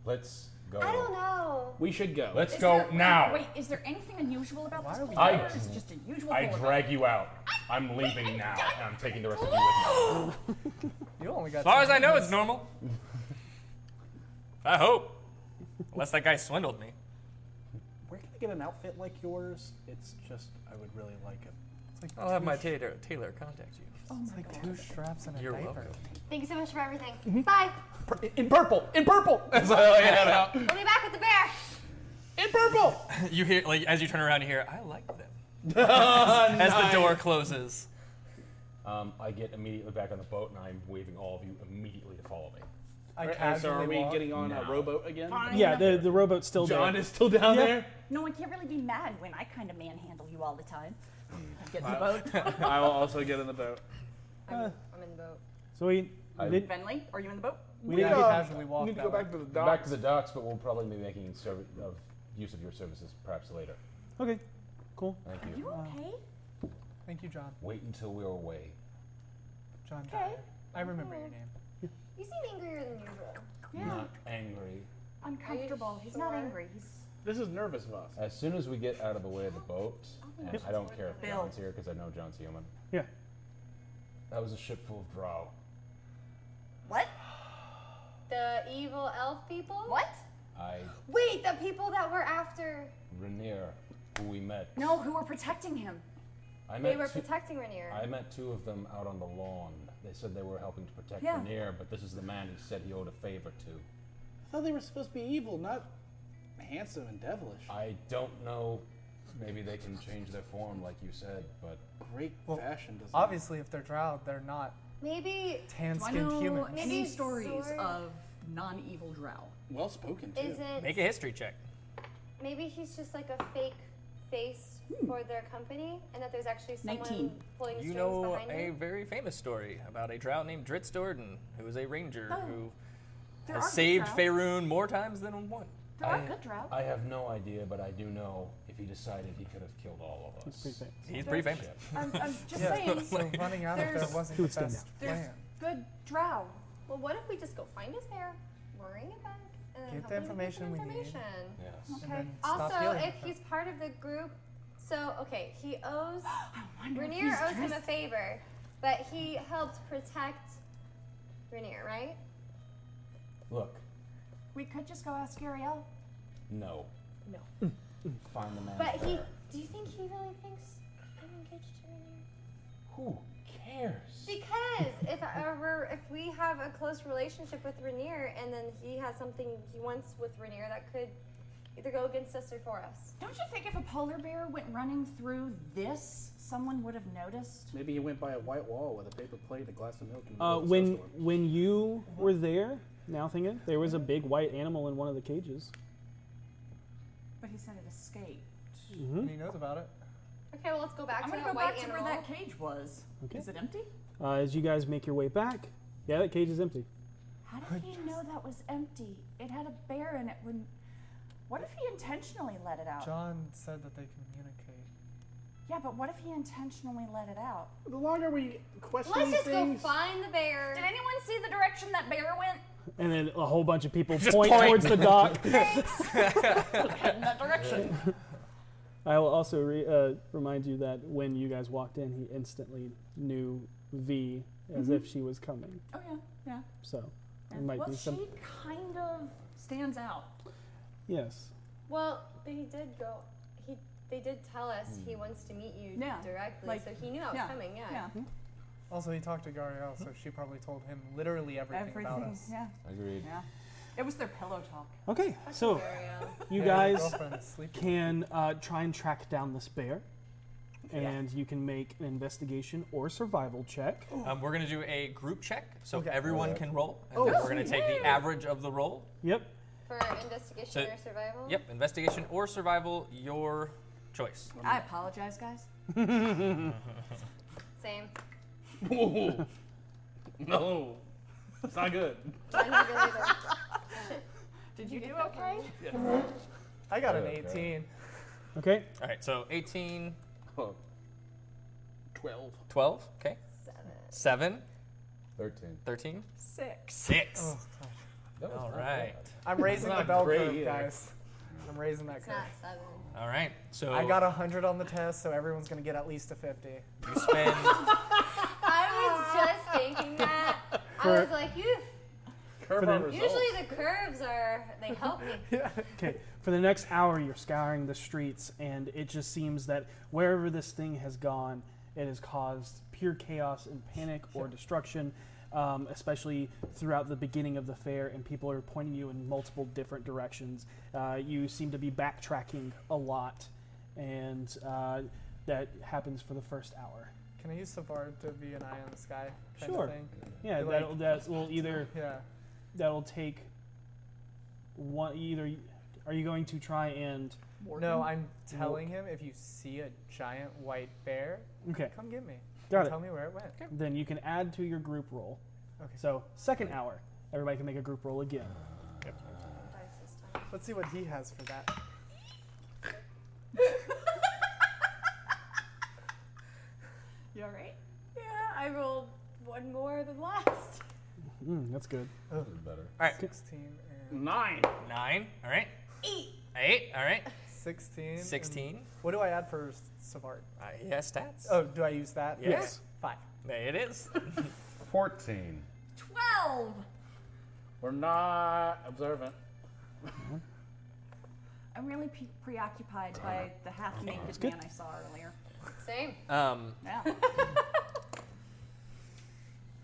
Speaker 12: Let's go.
Speaker 1: I don't know.
Speaker 7: Oh. We should go.
Speaker 12: Let's
Speaker 4: Is
Speaker 12: go
Speaker 4: there-
Speaker 12: now.
Speaker 4: Wait, is there anything unusual about this polar
Speaker 12: I,
Speaker 4: bear? It's just a usual
Speaker 12: I
Speaker 4: polar bear.
Speaker 12: drag you out. I'm leaving now, and I'm taking the rest of you with me.
Speaker 5: You only got.
Speaker 2: As far as
Speaker 5: some
Speaker 2: I know, it's
Speaker 5: minutes.
Speaker 2: normal. I hope. Unless that guy swindled me.
Speaker 7: Where can I get an outfit like yours? It's just, I would really like it. It's like
Speaker 2: I'll have
Speaker 7: two
Speaker 2: my
Speaker 7: sh-
Speaker 2: tailor, tailor contact you.
Speaker 5: It's like two straps and a
Speaker 2: You're
Speaker 5: diaper.
Speaker 2: welcome.
Speaker 1: Thank you so much for everything. Bye.
Speaker 7: Mm-hmm. In purple! In purple!
Speaker 2: That's all I had out.
Speaker 1: We'll be back with the bear.
Speaker 7: In purple!
Speaker 2: You hear, like, as you turn around, you hear, I like them. As the
Speaker 12: Nice.
Speaker 2: door closes.
Speaker 12: Um, I get immediately back on the boat, and I'm waving all of you immediately to follow me.
Speaker 8: I
Speaker 7: Right,
Speaker 8: casually
Speaker 7: so are we
Speaker 8: walk.
Speaker 7: getting on
Speaker 12: No.
Speaker 7: a rowboat again?
Speaker 3: Yeah, the, the rowboat's still there.
Speaker 7: John is still down
Speaker 3: Yeah.
Speaker 7: there?
Speaker 4: No one can really be mad when I kind of manhandle you all the time. Get in the
Speaker 7: Wow.
Speaker 4: boat.
Speaker 7: I will also get in the boat.
Speaker 3: Uh,
Speaker 1: I'm in the boat.
Speaker 3: so uh, we,
Speaker 12: I-
Speaker 3: we did,
Speaker 4: Bentley, are you in the boat?
Speaker 3: we
Speaker 5: We
Speaker 3: didn't
Speaker 5: um,
Speaker 3: get-
Speaker 5: casually walk
Speaker 7: need to
Speaker 5: that
Speaker 7: go
Speaker 5: way.
Speaker 7: back to the dock.
Speaker 12: Back to the docks, but we'll probably be making serv- of use of your services perhaps later.
Speaker 3: Okay, cool.
Speaker 12: Thank
Speaker 4: Are
Speaker 12: you.
Speaker 4: you okay?
Speaker 8: Thank you, John.
Speaker 12: Wait until we're away.
Speaker 8: John
Speaker 4: Okay.
Speaker 8: Dyer. I remember your name.
Speaker 1: You seem angrier than usual.
Speaker 4: Yeah.
Speaker 12: Not angry.
Speaker 4: Uncomfortable. He's not
Speaker 1: sure?
Speaker 4: angry. He's
Speaker 7: This is nervous of us.
Speaker 12: As soon as we get out of the way of the boat, and I don't care if
Speaker 4: Bill.
Speaker 12: John's here because I know John's human.
Speaker 3: Yeah.
Speaker 12: That was a ship full of drow.
Speaker 4: what?
Speaker 1: The evil elf people?
Speaker 4: What?
Speaker 12: I,
Speaker 1: Wait, the people that were after.
Speaker 12: Rainier, who we met.
Speaker 4: No, who are protecting him?
Speaker 12: I met
Speaker 1: They were
Speaker 12: two-
Speaker 1: protecting Rainier.
Speaker 12: I met two of them out on the lawn. They said they were helping to protect
Speaker 4: Yeah.
Speaker 12: Rainier, but this is the man he said he owed a favor to.
Speaker 7: I thought they were supposed to be evil, not handsome and devilish.
Speaker 12: I don't know. Maybe they can change their form, like you said, but
Speaker 7: Great
Speaker 5: Well,
Speaker 7: fashion design.
Speaker 8: Obviously, if they're drow, they're not
Speaker 1: Maybe
Speaker 4: Do I
Speaker 8: tan-skinned
Speaker 4: know
Speaker 8: humans.
Speaker 4: any
Speaker 1: Maybe
Speaker 4: stories
Speaker 1: sword?
Speaker 4: of non-evil drow?
Speaker 7: Well spoken, too.
Speaker 1: isn't.
Speaker 2: Make a history check.
Speaker 1: Maybe he's just like a fake face
Speaker 7: Hmm.
Speaker 1: for their company, and that there's actually someone
Speaker 4: 19.
Speaker 1: pulling strings
Speaker 2: You know
Speaker 1: behind
Speaker 2: a
Speaker 1: him.
Speaker 2: very famous story about a drow named Dritz Dordan, who was a ranger
Speaker 4: Oh.
Speaker 2: who
Speaker 4: There are
Speaker 2: has
Speaker 4: good
Speaker 2: saved
Speaker 4: drow.
Speaker 2: Faerun more times than one.
Speaker 4: There are good drow.
Speaker 12: I have no idea, but I do know if he decided he could have killed all of
Speaker 3: That's pretty
Speaker 12: us.
Speaker 3: fair.
Speaker 2: He's pretty famous.
Speaker 4: I'm, I'm just
Speaker 8: Yeah,
Speaker 4: saying,
Speaker 8: so running out of there
Speaker 4: There's-
Speaker 3: He
Speaker 8: wasn't the
Speaker 3: would stand
Speaker 8: best
Speaker 4: there's
Speaker 8: plan.
Speaker 4: good drow.
Speaker 1: Well, what if we just go find his bear, bring it back, and then
Speaker 8: Get the
Speaker 1: help him get
Speaker 8: information we need.
Speaker 1: information.
Speaker 12: Yes.
Speaker 8: And
Speaker 4: Okay.
Speaker 8: then stop
Speaker 1: Also,
Speaker 8: yelling
Speaker 1: if
Speaker 8: at them.
Speaker 1: he's part of the group, so okay, he owes
Speaker 4: I wonder if
Speaker 1: Rainier
Speaker 4: he's
Speaker 1: owes him a
Speaker 4: dressed-
Speaker 1: favor, but he helped protect Rainier, right?
Speaker 12: Look,
Speaker 4: We could just go ask Ariel.
Speaker 12: no.
Speaker 4: No.
Speaker 12: Find the man.
Speaker 1: But he,
Speaker 12: there.
Speaker 1: do you think he really thinks I'm engaged to Rainier?
Speaker 12: Who cares?
Speaker 1: Because if I were, if we have a close relationship with Rainier, and then he has something he wants with Rainier that could either go against us or for us.
Speaker 4: Don't you think if a polar bear went running through this, someone would have noticed?
Speaker 7: Maybe he went by a white wall with a paper plate, a glass of milk, and
Speaker 3: Uh, when when you were there, now thinking, there was a big white animal in one of the cages.
Speaker 4: But he said it escaped.
Speaker 3: Mm-hmm.
Speaker 5: And he knows about it.
Speaker 1: Okay, well let's go back
Speaker 4: I'm
Speaker 1: to
Speaker 4: gonna
Speaker 1: that
Speaker 4: go
Speaker 1: white
Speaker 4: back to
Speaker 1: animal.
Speaker 4: where that cage was.
Speaker 3: Okay.
Speaker 4: Is it empty?
Speaker 3: Uh, as you guys make your way back, yeah, that cage is empty.
Speaker 4: How did he know that was empty? It had a bear in it when. What if he intentionally let it out?
Speaker 8: John said that they communicate.
Speaker 4: Yeah, but what if he intentionally let it out?
Speaker 7: the longer we question
Speaker 1: Let's
Speaker 7: these
Speaker 1: just
Speaker 7: things,
Speaker 1: go find the bear.
Speaker 4: Did anyone see the direction that bear went?
Speaker 3: And then a whole bunch of people
Speaker 2: Just
Speaker 3: point,
Speaker 2: point.
Speaker 3: towards the dock.
Speaker 4: Head in that direction.
Speaker 3: I will also re- uh, remind you that when you guys walked in, he instantly knew V as if she was coming.
Speaker 4: Mm-hmm. oh yeah, yeah.
Speaker 3: So it might
Speaker 4: well,
Speaker 3: be some.
Speaker 4: she kind of stands out.
Speaker 3: Yes.
Speaker 1: Well, but he did go. He they did tell us he
Speaker 8: Hmm.
Speaker 1: wants to meet you
Speaker 4: Yeah,
Speaker 1: directly,
Speaker 4: like-
Speaker 1: so he knew I was
Speaker 4: yeah,
Speaker 1: coming. Yeah.
Speaker 4: Yeah,
Speaker 8: Also, he talked to Gariel, so she probably told him literally everything, about
Speaker 4: everything.
Speaker 8: us.
Speaker 4: Yeah,
Speaker 12: Agreed.
Speaker 4: yeah. It was their pillow talk.
Speaker 3: Okay, so
Speaker 1: Ariel.
Speaker 3: you
Speaker 8: Yeah, your
Speaker 3: guys
Speaker 8: girlfriend is sleeping.
Speaker 3: can uh, try and track down this bear, and you can make an investigation or survival check.
Speaker 2: Um, we're going to do a group check so
Speaker 8: Okay.
Speaker 2: everyone
Speaker 12: Alright.
Speaker 2: can roll.
Speaker 7: Oh.
Speaker 2: And then we're going to take the average of the roll.
Speaker 3: Yep.
Speaker 1: For investigation
Speaker 2: So-
Speaker 1: or survival.
Speaker 2: Yep, investigation or survival, your choice.
Speaker 4: I apologize, guys.
Speaker 1: Same.
Speaker 7: Whoa. no, it's not good.
Speaker 1: Mine neither either.
Speaker 4: Did you, do okay?
Speaker 8: I got an
Speaker 2: Oh,
Speaker 12: Yeah, okay.
Speaker 8: 18.
Speaker 3: Okay.
Speaker 2: All right, so 18.
Speaker 7: Oh, Twelve.
Speaker 2: 12? Okay.
Speaker 1: Seven.
Speaker 2: 7?
Speaker 5: 13.
Speaker 2: 13?
Speaker 4: Six.
Speaker 2: 6.
Speaker 4: Oh,
Speaker 5: That was
Speaker 2: All
Speaker 5: not
Speaker 2: right.
Speaker 8: I'm raising the
Speaker 2: Not
Speaker 8: bell
Speaker 2: great
Speaker 8: curve,
Speaker 2: either.
Speaker 8: guys. I'm raising that
Speaker 1: It's
Speaker 8: curve.
Speaker 1: not seven.
Speaker 2: All right. So
Speaker 8: I got a hundred on the test, so everyone's gonna get at least a fifty.
Speaker 2: You spend
Speaker 1: I was just thinking that. I
Speaker 3: For-
Speaker 1: was like, you.
Speaker 3: For the-
Speaker 1: Usually the curves are they help me.
Speaker 3: Okay, for the next hour, you're scouring the streets, and it just seems that wherever this thing has gone, it has caused pure chaos and panic or destruction, um, especially throughout the beginning of the fair, and people are pointing you in multiple different directions. Uh, you seem to be backtracking a lot, and uh, that happens for the first hour.
Speaker 8: Can I use Savard to be an eye on the sky kind
Speaker 3: Sure.
Speaker 8: of thing?
Speaker 3: Yeah,
Speaker 8: Be like-
Speaker 3: that'll, that will either.
Speaker 8: Yeah.
Speaker 3: That'll take one. Either are you going to try and?
Speaker 8: No, I'm telling him if you see a giant white bear,
Speaker 3: Okay.
Speaker 8: come get me.
Speaker 3: Got
Speaker 8: And
Speaker 3: it.
Speaker 8: Tell me where it went.
Speaker 3: Then you can add to your group roll.
Speaker 8: Okay.
Speaker 3: So second hour, everybody can make a group roll again.
Speaker 8: Let's see what he has for that.
Speaker 4: You all right?
Speaker 1: Yeah, I rolled one more than last.
Speaker 3: Mm, that's good.
Speaker 8: Oh,
Speaker 5: better.
Speaker 2: All right.
Speaker 8: 16
Speaker 2: 9. 9. All right. 8. 8. All right.
Speaker 8: 16. and
Speaker 2: 16.
Speaker 8: What do I add for S- Savard?
Speaker 2: Uh, he has stats.
Speaker 8: Oh, do I use that?
Speaker 2: Yeah. Yes.
Speaker 8: Five.
Speaker 2: There it is.
Speaker 5: 14.
Speaker 4: Twelve.
Speaker 7: We're not observant.
Speaker 4: I'm really pe- preoccupied by the half-naked man I saw earlier.
Speaker 1: Same.
Speaker 2: Um,
Speaker 4: Yeah.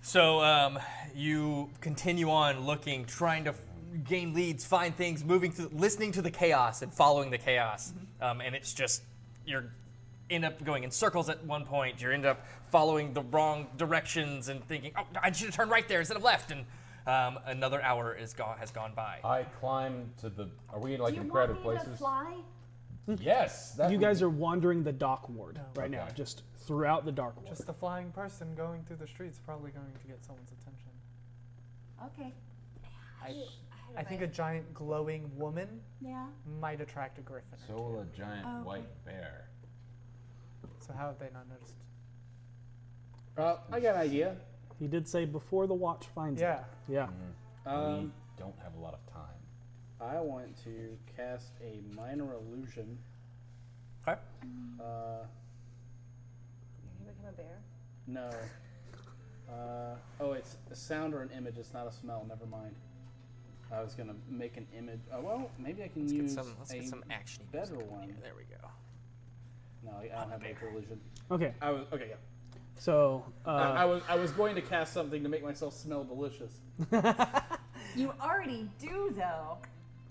Speaker 2: So um, you continue on looking, trying to f- gain leads, find things, moving through, listening to the chaos and following the chaos. Um, and it's just you're end up going in circles at one point. You end up following the wrong directions and thinking, "Oh, I should have turned right there instead of left." And um, another hour is gone has gone by. Oh,
Speaker 5: I climbed to the. Are we like
Speaker 4: Do
Speaker 5: in
Speaker 4: you want
Speaker 5: crowded
Speaker 4: me to
Speaker 5: places?
Speaker 4: fly?
Speaker 5: Yes. that
Speaker 3: Hmm. you
Speaker 5: would
Speaker 3: guys
Speaker 5: be-
Speaker 3: are wandering the dock ward right now,
Speaker 5: Okay.
Speaker 3: just throughout the dark ward.
Speaker 8: Oh. Just a flying person going through the streets, probably going to get someone's attention.
Speaker 4: Okay.
Speaker 8: I, I think a giant glowing woman
Speaker 4: Yeah.
Speaker 8: might attract a griffin.
Speaker 5: So will a giant
Speaker 4: Oh, okay.
Speaker 5: white bear.
Speaker 8: So how have they not noticed?
Speaker 7: Uh, I got an idea.
Speaker 3: He did say before the watch finds
Speaker 7: Yeah.
Speaker 3: it. Yeah.
Speaker 5: we
Speaker 7: Um,
Speaker 5: don't have a lot of time.
Speaker 7: I want to cast a minor illusion.
Speaker 2: Okay.
Speaker 7: Uh,
Speaker 1: You become a bear.
Speaker 7: no. Uh, oh, it's a sound or an image. It's not a smell. Never mind. I was gonna make an image. Oh well, maybe I can
Speaker 2: Let's get
Speaker 7: use
Speaker 2: some- let's
Speaker 7: a
Speaker 2: get some action-y
Speaker 7: better
Speaker 2: music
Speaker 7: one.
Speaker 2: There we go.
Speaker 7: No, I I don't have major illusion.
Speaker 3: Okay.
Speaker 7: I was okay. Yeah.
Speaker 3: So uh,
Speaker 7: I, I was I was going to cast something to make myself smell delicious.
Speaker 4: You already do though.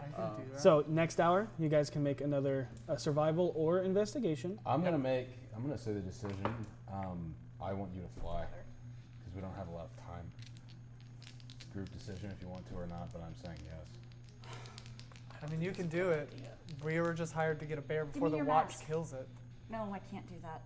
Speaker 8: I can
Speaker 7: Um,
Speaker 8: do that.
Speaker 3: so next hour, you guys can make another uh, survival or investigation.
Speaker 5: I'm gonna make. I'm gonna say the decision. Um, I want you to fly because we don't have a lot of time. Group decision if you want to or not, but I'm saying yes.
Speaker 8: I mean, you can do it. We were just hired to get a bear before
Speaker 4: me
Speaker 8: the
Speaker 4: your
Speaker 8: watch
Speaker 4: mask.
Speaker 8: kills it.
Speaker 4: No, I can't do that.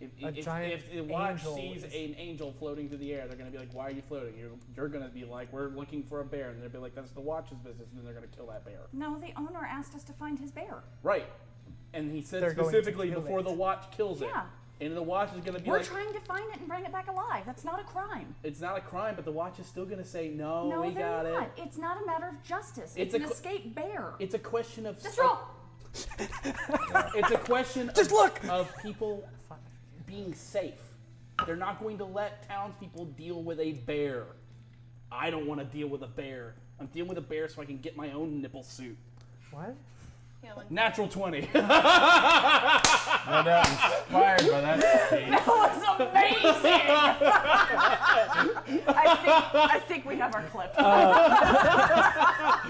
Speaker 7: If,
Speaker 8: A
Speaker 7: if,
Speaker 8: giant
Speaker 7: if the watch
Speaker 8: angel
Speaker 7: sees
Speaker 8: is-
Speaker 7: an angel floating through the air, they're going to be like, "Why are you floating?" You're, you're going to be like, "We're looking for a bear," and they'll be like, "That's the watch's business," and then they're going to kill that bear.
Speaker 4: No, the owner asked us to find his bear.
Speaker 7: Right. And he said
Speaker 8: They're going to
Speaker 7: specifically
Speaker 8: kill
Speaker 7: before
Speaker 8: it.
Speaker 7: the watch kills
Speaker 4: Yeah.
Speaker 7: it, and the watch is going to be
Speaker 4: We're
Speaker 7: like,
Speaker 4: trying to find it and bring it back alive. That's not a crime.
Speaker 7: "It's not a crime," but the watch is still going to say, "No,
Speaker 4: no,
Speaker 7: Oh, we
Speaker 4: they're
Speaker 7: got
Speaker 4: not.
Speaker 7: it."
Speaker 4: It's not a matter of justice. It's,
Speaker 7: It's a
Speaker 4: an
Speaker 7: qu-
Speaker 4: escaped bear.
Speaker 7: It's a question of
Speaker 4: Just roll.
Speaker 7: it's a question just of, look of people being safe. They're not going to let townspeople deal with a bear. I don't want to deal with a bear. I'm dealing with a bear so I can get my own nipple suit.
Speaker 8: What?
Speaker 7: Natural twenty.
Speaker 5: No doubt inspired by that.
Speaker 4: That was amazing. I think I think we have our clip.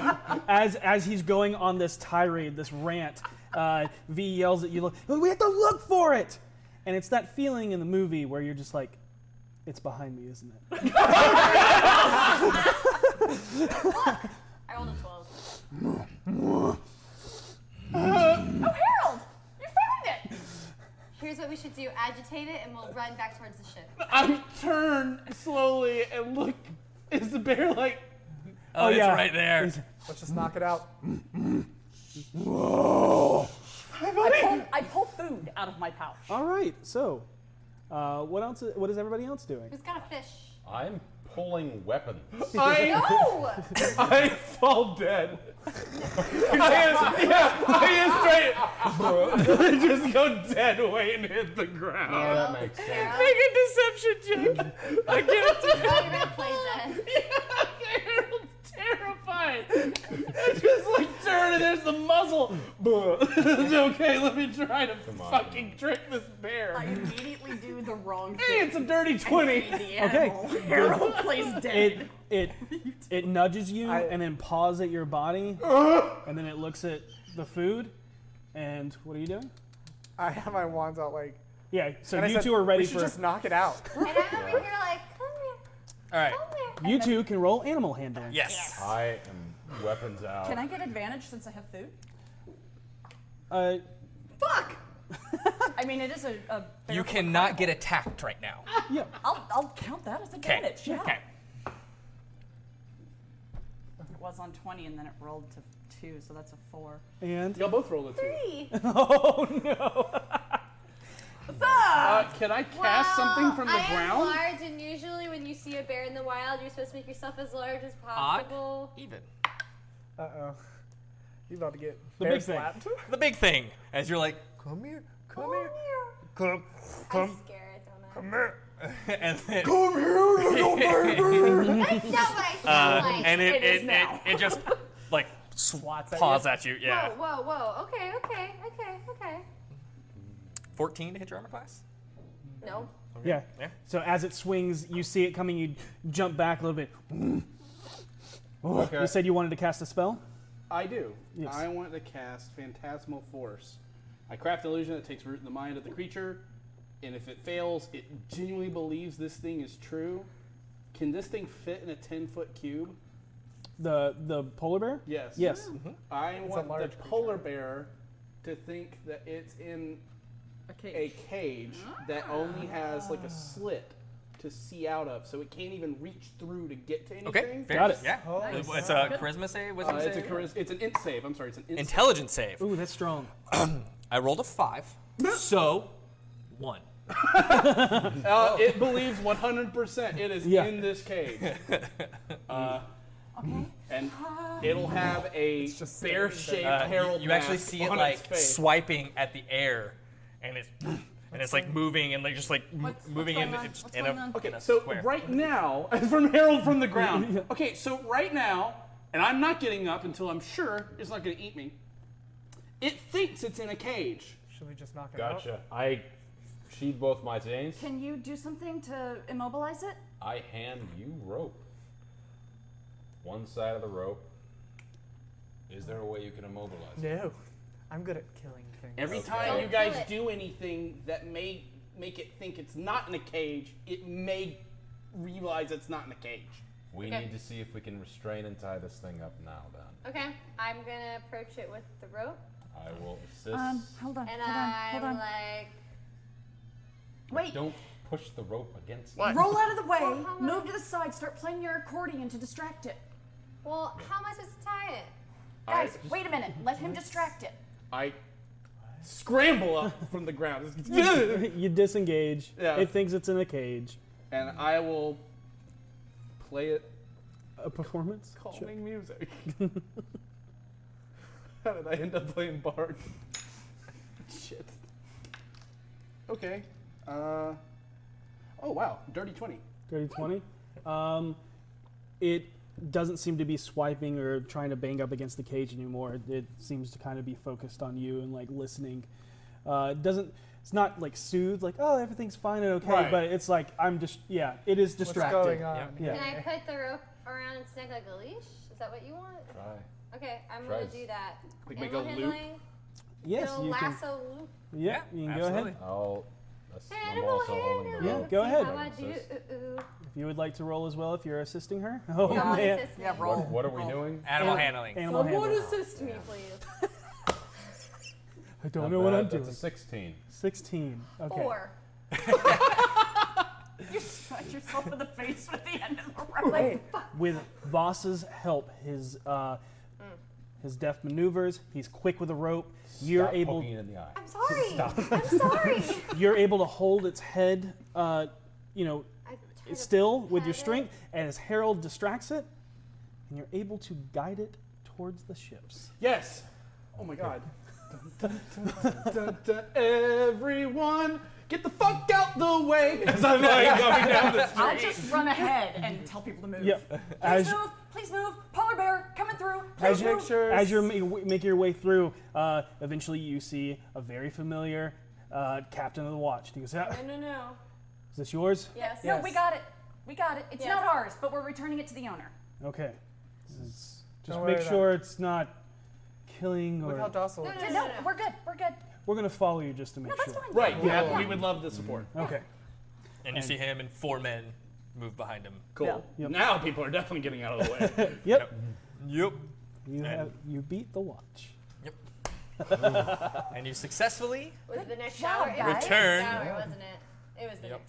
Speaker 3: Uh, as as he's going on this tirade, this rant, uh, V yells at you, "Look, we have to look for it!" And it's that feeling in the movie where you're just like, "It's behind me, isn't it?"
Speaker 1: I rolled a twelve.
Speaker 4: oh, Harold, you found it.
Speaker 1: Here's what we should do: agitate it, and we'll run back towards the ship.
Speaker 7: I turn slowly and look. Is the bear like?
Speaker 2: Oh, it's
Speaker 3: yeah.
Speaker 2: right there.
Speaker 8: Let's just knock it out.
Speaker 4: I pull, I pull food out of my pouch.
Speaker 3: All right, so Uh, what else? What is everybody else doing?
Speaker 1: Who's got a fish?
Speaker 5: I'm pulling weapons.
Speaker 1: I- No!
Speaker 7: I fall dead. I is, yeah, I is straight. just go dead away and hit the ground.
Speaker 5: Oh, that makes sense.
Speaker 7: Make a deception check. I get
Speaker 1: it. play dead.
Speaker 7: terrified. It's just like turn and there's the muzzle. okay, let me try to
Speaker 5: on.
Speaker 7: fucking trick this bear.
Speaker 12: I immediately do the wrong thing.
Speaker 7: Hey, it's a dirty
Speaker 12: I
Speaker 7: 20.
Speaker 12: feed the animal. Harold plays dead.
Speaker 3: It it it nudges you and then paws at your body, and then it looks at the food. And what are you doing?
Speaker 6: I have my wands out like.
Speaker 3: Yeah. So
Speaker 6: and I
Speaker 3: you
Speaker 6: said,
Speaker 3: two are ready
Speaker 6: we should
Speaker 3: for
Speaker 6: just knock it out.
Speaker 1: And I'm over here like, come here.
Speaker 3: All right. You two can roll animal handling.
Speaker 2: Yes.
Speaker 5: I am weapons out.
Speaker 3: Oh.
Speaker 4: Can I get advantage since I have food?
Speaker 3: Uh,
Speaker 4: I mean, it is a. a
Speaker 2: You cannot get attacked right now.
Speaker 3: yeah.
Speaker 4: I'll, I'll count that as
Speaker 2: Okay.
Speaker 4: advantage. Yeah.
Speaker 2: Okay.
Speaker 4: It was on 20 and then it rolled to 2, so that's a 4.
Speaker 3: And
Speaker 7: y'all both rolled a two.
Speaker 1: Three.
Speaker 3: Oh
Speaker 7: no. Uh, can I cast something from the
Speaker 1: I
Speaker 7: ground?
Speaker 1: am large, and usually when you see a bear in the wild, you're supposed to make yourself as large as possible.
Speaker 2: Even.
Speaker 6: Uh oh. You about to get
Speaker 2: The
Speaker 6: bear
Speaker 2: big thing.
Speaker 6: slapped?
Speaker 2: The big thing. As you're like,
Speaker 6: Come here. Come here. Come. Come. Come here.
Speaker 2: and then,
Speaker 6: Come here, little baby.
Speaker 1: That's not what I
Speaker 2: uh,
Speaker 1: sound like.
Speaker 2: and it it, it, it just like swats paws at you. Yeah.
Speaker 1: Whoa, whoa, whoa. Okay, okay, okay, okay.
Speaker 2: 14 to hit your armor class.
Speaker 1: No.
Speaker 3: Yeah.
Speaker 2: Yeah.
Speaker 3: So as it swings, you see it coming. You jump back a little bit. Oh,
Speaker 7: Okay.
Speaker 3: You said you wanted to cast a spell.
Speaker 7: I do.
Speaker 3: Yes.
Speaker 7: I want to cast Phantasmal Force. I craft an illusion that takes root in the mind of the creature, and if it fails, it genuinely believes this thing is true. Can this thing fit in a 10 foot cube?
Speaker 3: The the polar bear.
Speaker 7: Yes. Mm-hmm.
Speaker 3: Yes.
Speaker 7: I
Speaker 6: Mm-hmm. It's a
Speaker 7: want the
Speaker 6: large
Speaker 7: polar bear to think that it's in a cage, Ah. that only has like a slit to see out of, so it can't even reach through to get to anything.
Speaker 2: Okay, fair. Got it. Yeah. Nice. It's a charisma save, wisdom
Speaker 7: Uh, It's a
Speaker 2: save?
Speaker 7: charis- It's an int save. I'm sorry. It's an int
Speaker 2: Intelligence save.
Speaker 3: Ooh, that's strong.
Speaker 2: I rolled a five. so, one.
Speaker 7: Uh, it believes 100% it is
Speaker 2: Yeah.
Speaker 7: in this cage. Uh, And it'll have a bear shaped
Speaker 2: Uh,
Speaker 7: herald.
Speaker 2: you, you actually
Speaker 7: mask
Speaker 2: see it
Speaker 7: on
Speaker 2: like
Speaker 7: its face.
Speaker 2: swiping at the air, and it's and it's like moving and like just like m- moving
Speaker 7: what's
Speaker 2: in,
Speaker 7: going on?
Speaker 2: it's
Speaker 7: What's
Speaker 2: in
Speaker 7: going
Speaker 2: a
Speaker 7: on? Okay,
Speaker 2: in a
Speaker 7: so
Speaker 2: square.
Speaker 7: right now, from Harold from the ground. Okay, so right now, and I'm not getting up until I'm sure it's not going to eat me. It thinks it's in a cage.
Speaker 6: Should we just knock it out?
Speaker 5: Gotcha. I sheathe both my chains.
Speaker 4: Can you do something to immobilize it?
Speaker 5: I hand you rope. One side of the rope. Is there a way you can immobilize? it?
Speaker 6: No. I'm good at killing things.
Speaker 7: Every
Speaker 5: Okay.
Speaker 7: time you
Speaker 5: Don't
Speaker 7: guys
Speaker 5: do it.
Speaker 7: do anything that may make it think it's not in a cage, it may realize it's not in a cage.
Speaker 5: We
Speaker 1: Okay.
Speaker 5: need to see if we can restrain and tie this thing up now. Then
Speaker 1: Okay, I'm gonna approach it with the rope.
Speaker 5: I will assist.
Speaker 4: Um, hold on,
Speaker 1: And
Speaker 4: hold on,
Speaker 1: I'm
Speaker 4: hold on.
Speaker 1: like,
Speaker 4: Wait.
Speaker 5: Don't push the rope against.
Speaker 4: Roll out of the way, move to the side, start playing your accordion to distract it.
Speaker 1: well, how am I supposed to tie it?
Speaker 7: I
Speaker 4: Guys,
Speaker 7: just-
Speaker 4: wait a minute. Let him distract it.
Speaker 7: I scramble up from the ground,
Speaker 3: you disengage.
Speaker 7: Yeah.
Speaker 3: It thinks it's in a cage.
Speaker 7: and I will play it
Speaker 3: A performance.
Speaker 7: calming music. How did I end up playing Bard? Shit. Okay. Uh. Oh wow, dirty twenty.
Speaker 3: Thirty twenty. Um, it doesn't seem to be swiping or trying to bang up against the cage anymore. It, it seems to kind of be focused on you and like listening. Uh, it doesn't. It's not like soothed, like oh everything's fine and okay,
Speaker 7: Right.
Speaker 3: but it's like I'm just yeah. It is
Speaker 6: What's
Speaker 3: distracted.
Speaker 6: going on Yep.
Speaker 3: Yeah.
Speaker 1: Can I put the rope around its neck like a leash? Is that what you want? Okay, I'm
Speaker 5: Try
Speaker 1: gonna
Speaker 5: s-
Speaker 1: do that.
Speaker 5: like make
Speaker 1: Animal
Speaker 5: a loop?
Speaker 1: handling.
Speaker 3: Yes,
Speaker 1: Little
Speaker 3: you can-
Speaker 1: lasso loop.
Speaker 3: Yeah, you can go ahead.
Speaker 5: I'll. ass- I'm
Speaker 1: Animal
Speaker 5: also holding the
Speaker 3: Yeah,
Speaker 5: rope.
Speaker 3: go ahead.
Speaker 1: How I do? Ooh, ooh.
Speaker 3: If you would like to roll as well, if you're assisting her. Oh
Speaker 1: Someone
Speaker 3: man.
Speaker 1: assist me. Yeah,
Speaker 5: roll. What- what are we Roll. doing?
Speaker 2: Animal handling.
Speaker 3: Oh. Animal handling.
Speaker 1: assist me, please.
Speaker 3: I don't
Speaker 5: Not
Speaker 3: know what
Speaker 5: bad.
Speaker 3: I'm
Speaker 5: That's a
Speaker 3: doing.
Speaker 5: 16.
Speaker 3: 16. Okay.
Speaker 1: Four.
Speaker 12: You shot yourself in the face with the end of the rope.
Speaker 1: Mm.
Speaker 3: With Voss's help, his uh, his deft maneuvers. He's quick with a rope. You're
Speaker 5: Stop
Speaker 3: able.
Speaker 5: poking it in the eye.
Speaker 1: I'm sorry.
Speaker 3: Stop.
Speaker 1: I'm sorry.
Speaker 3: You're able to hold its head, uh, you know,
Speaker 1: to
Speaker 3: still with
Speaker 1: pat
Speaker 3: your
Speaker 1: it.
Speaker 3: strength, and as Harold distracts it, and you're able to guide it towards the ships.
Speaker 7: Yes. Oh my god. Dun, dun, dun, dun, dun. Everyone, get the fuck out the way as I'm like going down the street.
Speaker 12: I'll just run ahead and tell people to move.
Speaker 3: Yeah.
Speaker 12: Please
Speaker 3: As-
Speaker 12: move, please move. Polar bear coming through. Please
Speaker 3: As, you,
Speaker 12: move.
Speaker 3: as you're ma- making your way through, uh, eventually you see a very familiar uh, captain of the watch. He goes, "Ah,
Speaker 12: no, no.
Speaker 3: "Is this yours?"
Speaker 12: Yes. No, we got it. We got it. It's
Speaker 4: Yes.
Speaker 12: not ours, but we're returning it to the owner.
Speaker 3: Okay. This is, just
Speaker 6: Don't
Speaker 3: make
Speaker 6: worry about
Speaker 3: sure it's not killing or.
Speaker 6: Look how docile it
Speaker 12: No,
Speaker 6: is.
Speaker 12: no, we're good. We're good.
Speaker 3: We're gonna follow you just to make
Speaker 12: that's
Speaker 3: sure.
Speaker 12: fine.
Speaker 7: Right, yeah, we would love the support.
Speaker 3: Okay.
Speaker 2: And you see him and four men move behind him.
Speaker 7: Cool.
Speaker 3: Yep.
Speaker 7: Now people are definitely getting out of the way.
Speaker 3: Yep.
Speaker 2: Yep.
Speaker 3: You have, you beat the watch.
Speaker 2: and you successfully
Speaker 1: Was it the next hour?
Speaker 12: job,
Speaker 1: It was the
Speaker 2: Return.
Speaker 1: next hour, wasn't it? It was the
Speaker 2: Yep.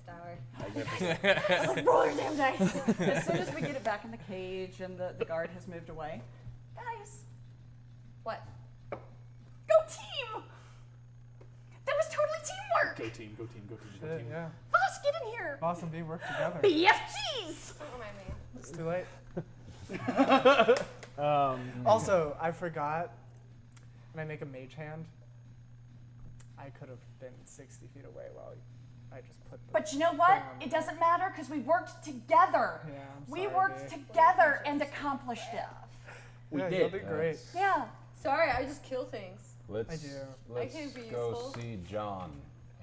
Speaker 1: next hour.
Speaker 2: I
Speaker 1: was like, roll your damn dice.
Speaker 12: as soon as we get it back in the cage and the, the guard has moved away,
Speaker 4: Guys,
Speaker 1: What?
Speaker 4: go team! That was totally teamwork.
Speaker 7: Go team, go team, go team, go
Speaker 8: Shit,
Speaker 7: team.
Speaker 8: yeah.
Speaker 4: Boss, get in here.
Speaker 8: Awesome, they work together.
Speaker 4: BFGs.
Speaker 1: Don't remind me.
Speaker 8: It's too late.
Speaker 3: Um,
Speaker 8: Also, I forgot when I make a mage hand, I could have been 60 feet away while I just put the.
Speaker 4: But you know what? It doesn't matter because we worked together.
Speaker 8: Yeah, I'm
Speaker 4: we
Speaker 8: sorry,
Speaker 4: worked
Speaker 8: babe.
Speaker 4: together and accomplished it.
Speaker 5: We
Speaker 8: yeah,
Speaker 5: did.
Speaker 8: You'll be great.
Speaker 5: That's-
Speaker 4: Yeah.
Speaker 1: Sorry, I just kill things.
Speaker 5: Let's,
Speaker 8: I do.
Speaker 5: Let's
Speaker 1: I can't be
Speaker 5: go
Speaker 1: useful.
Speaker 5: see John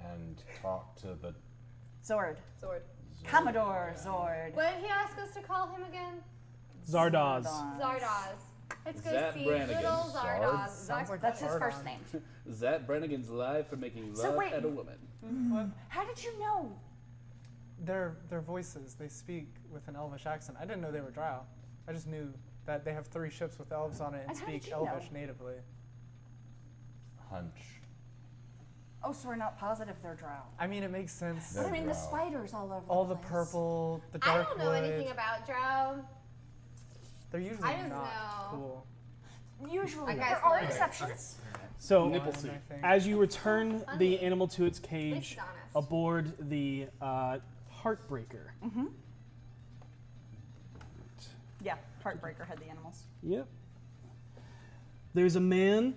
Speaker 5: and talk to the.
Speaker 12: Zord.
Speaker 1: Sword.
Speaker 12: Commodore Zord.
Speaker 1: What did he ask us to call him again?
Speaker 3: Zardoz.
Speaker 1: Zardoz. Let's go
Speaker 14: Zat
Speaker 1: see
Speaker 14: Brannigan.
Speaker 1: good old
Speaker 14: Zard?
Speaker 1: Zardoz.
Speaker 14: Sounds
Speaker 1: Zar-
Speaker 12: That's his first name.
Speaker 14: Zat Brannigan's live for making
Speaker 12: So
Speaker 14: love
Speaker 12: wait-
Speaker 14: at a woman.
Speaker 8: Mm-hmm.
Speaker 12: How did you know?
Speaker 8: Their their voices, they speak with an elvish accent. I didn't know they were drow. I just knew that they have three ships with elves on it and
Speaker 12: And how did
Speaker 8: speak
Speaker 12: you know?
Speaker 8: elvish natively.
Speaker 5: Hunch.
Speaker 12: Oh, so we're not positive they're drow.
Speaker 8: I mean, it makes sense.
Speaker 12: But I mean, the spiders all over.
Speaker 8: All the purple, the
Speaker 1: I
Speaker 8: dark
Speaker 1: don't know
Speaker 8: wood.
Speaker 1: anything about Drow.
Speaker 8: They're usually
Speaker 1: I just
Speaker 8: not
Speaker 1: know.
Speaker 8: cool. Oh,
Speaker 12: Usually,
Speaker 1: I guess
Speaker 12: there are
Speaker 1: not.
Speaker 12: exceptions.
Speaker 3: So,
Speaker 8: Nipple One, suit. I think.
Speaker 3: as you return
Speaker 1: funny.
Speaker 3: the animal to its cage
Speaker 1: This is honest.
Speaker 3: aboard the uh, Heartbreaker.
Speaker 12: Mm-hmm. Yeah, Heartbreaker had the animals.
Speaker 3: Yep. There's a man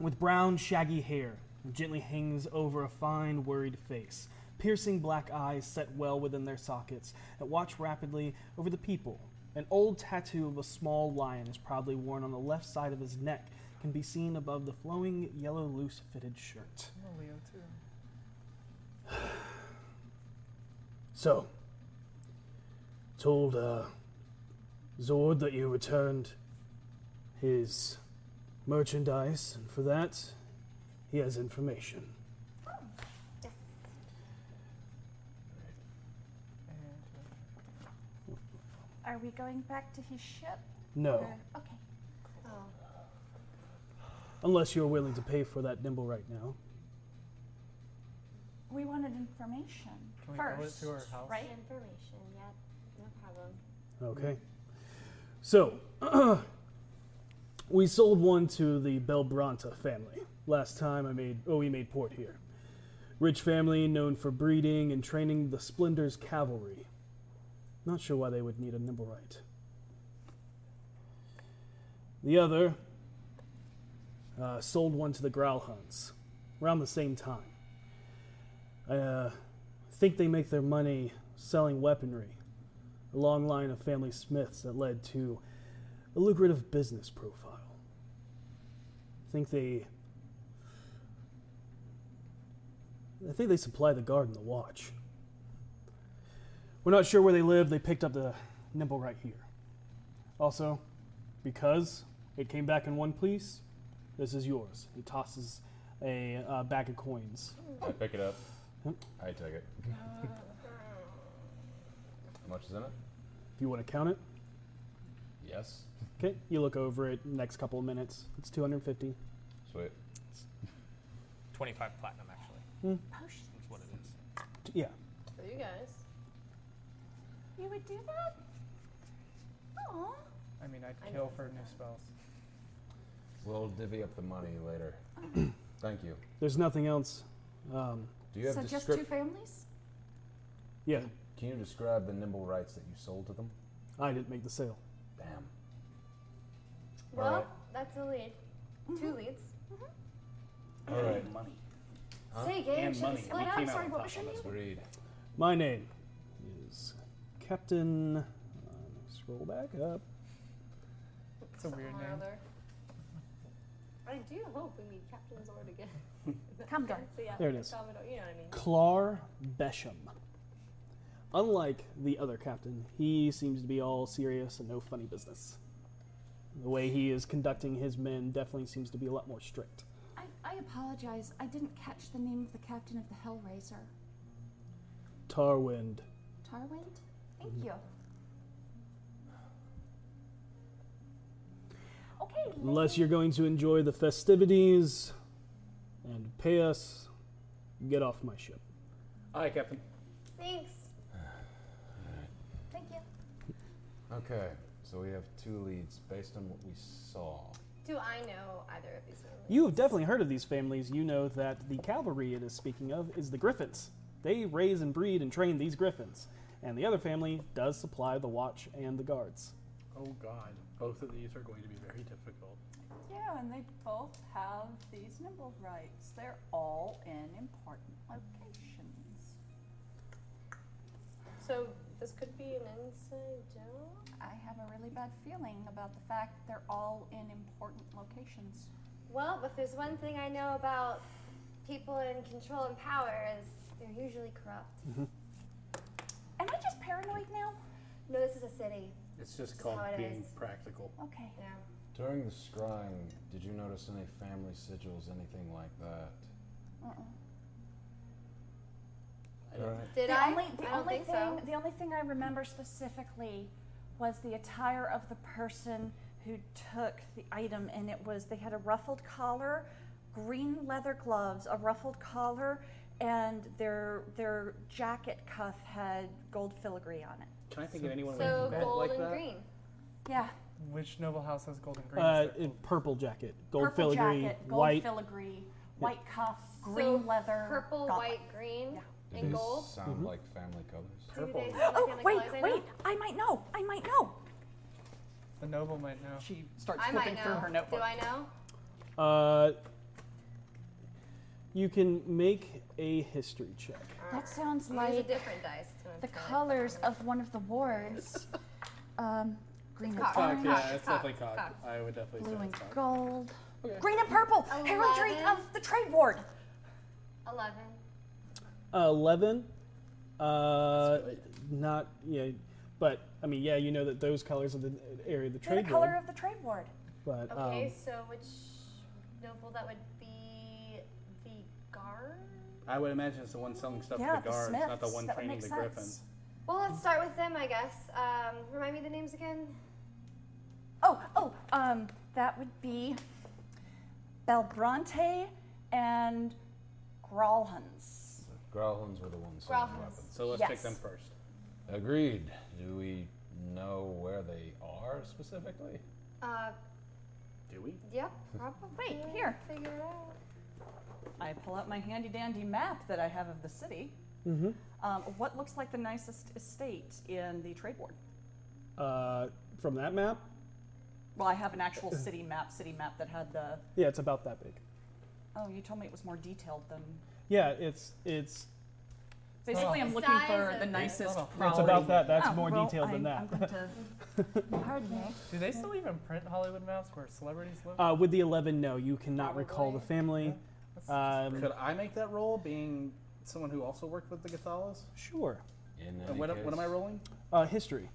Speaker 3: with brown, shaggy hair that gently hangs over a fine, worried face. Piercing black eyes set well within their sockets that watch rapidly over the people. An old tattoo of a small lion is proudly worn on the left side of his neck, can be seen above the flowing yellow loose fitted shirt.
Speaker 8: I'm a Leo too.
Speaker 15: So, told uh, Zord that you returned his merchandise, and for that, he has information.
Speaker 9: Are we going back to his ship?
Speaker 15: No.
Speaker 9: Or- Okay.
Speaker 4: Oh.
Speaker 15: Unless you're willing to pay for that nimble right now.
Speaker 9: We wanted information
Speaker 8: Can we go
Speaker 9: first,
Speaker 8: to her house?
Speaker 9: right?
Speaker 1: Information, yep. No problem.
Speaker 15: Okay. So, we sold one to the Belbranta family. Last time I made, oh, we made port here. Rich family known for breeding and training the Splendor's cavalry. Not sure why they would need a Nimblerite. The other uh, sold one to the Growlhuns around the same time. I uh, think they make their money selling weaponry a long line of family smiths that led to a lucrative business profile. I think they I think they supply the guard and the watch. We're not sure where they live, they picked up the nimble right here. Also, because it came back in one piece, this is yours. He tosses a uh, bag of coins.
Speaker 5: I pick it up.
Speaker 15: Yep.
Speaker 5: I take it.
Speaker 4: Uh,
Speaker 5: How much is in it?
Speaker 15: If you want to count it,
Speaker 5: Yes.
Speaker 15: okay, you look over it next couple of minutes. It's 250.
Speaker 5: Sweet.
Speaker 2: 25 platinum, actually.
Speaker 15: Hmm.
Speaker 2: Potions. That's what it is.
Speaker 15: T- Yeah.
Speaker 1: For you guys.
Speaker 9: You would do that? Aw.
Speaker 8: I mean, I'd
Speaker 1: I know
Speaker 8: kill
Speaker 1: it's
Speaker 8: for
Speaker 1: not
Speaker 8: new
Speaker 1: bad.
Speaker 8: spells.
Speaker 12: We'll divvy up the money later. Thank you.
Speaker 3: There's nothing else. Um,
Speaker 12: Do you have
Speaker 4: so just two
Speaker 12: descrip-
Speaker 4: families?
Speaker 3: Yeah,
Speaker 12: Can you describe the nimble rights that you sold to them?
Speaker 3: I didn't make the sale.
Speaker 12: Damn.
Speaker 1: Well,
Speaker 12: Alright.
Speaker 1: that's a lead.
Speaker 4: Mm-hmm.
Speaker 1: Two leads.
Speaker 12: All right.
Speaker 16: Money.
Speaker 1: Huh? Say again,
Speaker 16: And
Speaker 1: should we
Speaker 16: money.
Speaker 1: split
Speaker 16: We
Speaker 1: up?
Speaker 16: came out
Speaker 1: Sorry,
Speaker 16: on
Speaker 1: what
Speaker 16: top
Speaker 1: was
Speaker 16: on this one.
Speaker 12: Read.
Speaker 3: My name is Captain. Uh, scroll back up.
Speaker 1: It's a weird name. I do hope we meet Captain Zord again. Commodore.
Speaker 3: There it is.
Speaker 1: Commodore, you know what I mean.
Speaker 3: Clar Besham. Unlike the other captain, he seems to be all serious and no funny business. The way he is conducting his men definitely seems to be a lot more strict.
Speaker 4: I, I apologize. I didn't catch the name of the captain of the Hellraiser.
Speaker 3: Tarwind.
Speaker 4: Tarwind? Thank
Speaker 12: Mm-hmm.
Speaker 4: you. Okay.
Speaker 3: Unless you're going to enjoy the festivities and pay us, get off my ship.
Speaker 7: Aye, Captain.
Speaker 1: Thanks.
Speaker 4: Thank you.
Speaker 12: Okay, so we have two leads based on what we saw.
Speaker 1: Do I know either of these families?
Speaker 3: You have definitely heard of these families. You know that the cavalry it is speaking of is the Griffins. They raise and breed and train these Griffins. And the other family does supply the watch and the guards.
Speaker 7: Oh God, both of these are going to be very difficult.
Speaker 17: Yeah, and they both have these nimble rights. They're all in important locations.
Speaker 1: So this could be an inside job.
Speaker 17: I have a really bad feeling about the fact they're all in important locations.
Speaker 1: Well, if there's one thing I know about people in control and power is they're usually corrupt.
Speaker 3: Mm-hmm.
Speaker 4: Am I just paranoid now?
Speaker 1: No, this is a city.
Speaker 7: It's just
Speaker 1: That's
Speaker 7: called
Speaker 1: how it
Speaker 7: being
Speaker 1: is.
Speaker 7: practical.
Speaker 4: Okay.
Speaker 1: Yeah.
Speaker 12: During the scrying, did you notice any family sigils, anything like that? All right.
Speaker 1: Did
Speaker 4: the
Speaker 1: I?
Speaker 4: Only,
Speaker 1: I
Speaker 4: the
Speaker 1: don't
Speaker 4: only
Speaker 1: think
Speaker 4: thing,
Speaker 1: so.
Speaker 4: The only thing I remember specifically was the attire of the person who took the item, and it was they had a ruffled collar, green leather gloves, a ruffled collar, and their their jacket cuff had gold filigree on it.
Speaker 7: Can I think of anyone
Speaker 1: So
Speaker 7: with
Speaker 1: gold
Speaker 7: like
Speaker 1: and
Speaker 7: that?
Speaker 1: green.
Speaker 4: Yeah.
Speaker 8: Which noble house has golden green?
Speaker 3: Uh, in purple jacket, gold
Speaker 4: purple
Speaker 3: filigree,
Speaker 4: jacket, gold
Speaker 3: white.
Speaker 4: filigree, white cuff, green
Speaker 1: So
Speaker 4: leather,
Speaker 1: Purple,
Speaker 4: gauntlet.
Speaker 1: white, green,
Speaker 12: Do
Speaker 1: and
Speaker 12: these
Speaker 1: gold.
Speaker 12: sound
Speaker 3: Mm-hmm.
Speaker 12: like family colors?
Speaker 1: Do they sound
Speaker 4: Oh
Speaker 1: like the
Speaker 4: wait,
Speaker 1: colors I know?
Speaker 4: wait! I might know. I might know.
Speaker 8: The noble might know.
Speaker 17: She starts
Speaker 1: I might know. Do I know?
Speaker 3: Uh, you can make a history check.
Speaker 4: That sounds
Speaker 1: Use a
Speaker 4: like
Speaker 1: different dice. to
Speaker 4: the
Speaker 1: tell it.
Speaker 4: colors of one of the wards. Um, green and
Speaker 1: cocked.
Speaker 7: Cock,
Speaker 4: orange,
Speaker 7: yeah, it's
Speaker 1: cock,
Speaker 7: definitely cocked.
Speaker 1: cock.
Speaker 7: I would definitely say
Speaker 4: blue and
Speaker 7: it's cocked.
Speaker 4: gold, green and purple. Heraldry of
Speaker 1: Eleven.
Speaker 4: the trade ward.
Speaker 1: Eleven.
Speaker 3: Uh, Eleven. Uh, not yeah, but I mean yeah, you know that those colors of the area of the
Speaker 4: They're
Speaker 3: trade
Speaker 4: the color
Speaker 3: war,
Speaker 4: of the trade ward.
Speaker 3: But
Speaker 1: Okay,
Speaker 3: um,
Speaker 1: so which noble that would be the guard?
Speaker 7: I would imagine it's the one selling stuff
Speaker 1: Yeah,
Speaker 7: to
Speaker 1: the
Speaker 7: the guards, not the
Speaker 1: Smiths,
Speaker 7: one
Speaker 1: that would
Speaker 7: training
Speaker 1: make
Speaker 7: the
Speaker 1: sense.
Speaker 7: griffins.
Speaker 1: Well, let's start with them, I guess. Um, remind me the names again.
Speaker 4: Oh, oh, um, that would be Belbronte and Gralhans.
Speaker 12: Growlhunds were the ones selling
Speaker 4: Growlhunds.
Speaker 12: weapons.
Speaker 7: So let's pick
Speaker 4: Yes.
Speaker 7: them first.
Speaker 12: Agreed. Do we know where they are specifically?
Speaker 1: Uh,
Speaker 7: Do we?
Speaker 1: yeah, probably.
Speaker 4: Wait, here.
Speaker 1: Figure it out.
Speaker 17: I pull out my handy dandy map that I have of the city.
Speaker 3: hmm
Speaker 17: Um, what looks like the nicest estate in the trade ward?
Speaker 3: uh, from that map,
Speaker 17: Well, I have an actual city map, city map that had the.
Speaker 3: yeah, it's about that big.
Speaker 17: Oh, you told me it was more detailed than.
Speaker 3: Yeah, it's it's
Speaker 8: Oh.
Speaker 17: Basically, I'm looking for the Oh, nicest.
Speaker 3: It's about that. That's more detailed than that.
Speaker 8: Do they still even print Hollywood maps where celebrities live?
Speaker 3: Uh, with the 11, no, you cannot recall the family. Um,
Speaker 7: Could I make that roll, being someone who also worked with the Gathalas?
Speaker 3: Sure.
Speaker 12: In
Speaker 7: And what, what am I rolling?
Speaker 3: Uh, history.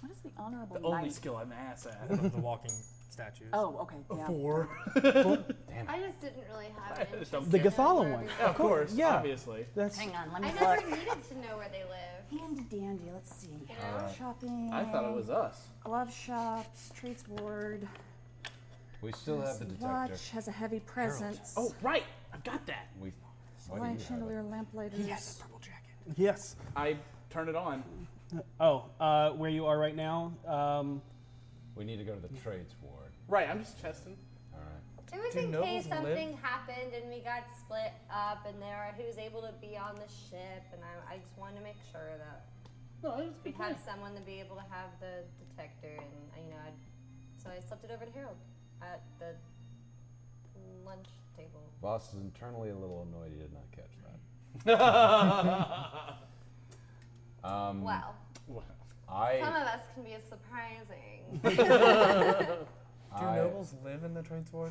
Speaker 17: What is the honorable
Speaker 7: The only
Speaker 17: knight?
Speaker 7: skill I'm ass at.
Speaker 2: Of the walking statues.
Speaker 17: Oh, okay. Yeah.
Speaker 7: Four.
Speaker 12: Damn
Speaker 1: I just didn't really have an interest.
Speaker 3: The
Speaker 1: in
Speaker 3: Gathala
Speaker 1: knowing
Speaker 3: one.
Speaker 1: where
Speaker 7: Of course,
Speaker 3: Yeah.
Speaker 7: obviously.
Speaker 3: That's
Speaker 4: Hang on,
Speaker 1: every-
Speaker 4: let me
Speaker 1: I
Speaker 4: look.
Speaker 1: never needed to know where they live.
Speaker 4: Handy dandy, let's see.
Speaker 12: Alright.
Speaker 4: Shopping.
Speaker 7: I thought it was us.
Speaker 4: Glove shops, trades ward.
Speaker 12: We still have the detector.
Speaker 4: Watch has a heavy presence.
Speaker 7: Oh, right. I've got that.
Speaker 12: We. Why do you
Speaker 4: Light
Speaker 12: have
Speaker 4: chandelier, lamplighters. Yes, purple jacket.
Speaker 3: Yes.
Speaker 7: I turn it on.
Speaker 3: Oh, uh, where you are right now. Um,
Speaker 12: We need to go to the trades ward.
Speaker 7: Right, I'm just chesting.
Speaker 1: It was
Speaker 7: Do
Speaker 1: in
Speaker 7: nobles
Speaker 1: case
Speaker 7: live?
Speaker 1: something happened and we got split up, and there he was able to be on the ship, and I, I just wanted to make sure that we'd have someone to be able to have the detector, and uh, you know, I'd, so I slipped it over to Harold at the lunch table.
Speaker 5: Boss is internally a little annoyed he did not catch that. um,
Speaker 1: Well.
Speaker 5: I
Speaker 1: Some of us can be surprising.
Speaker 8: Do
Speaker 5: I-
Speaker 8: nobles live in the trades ward?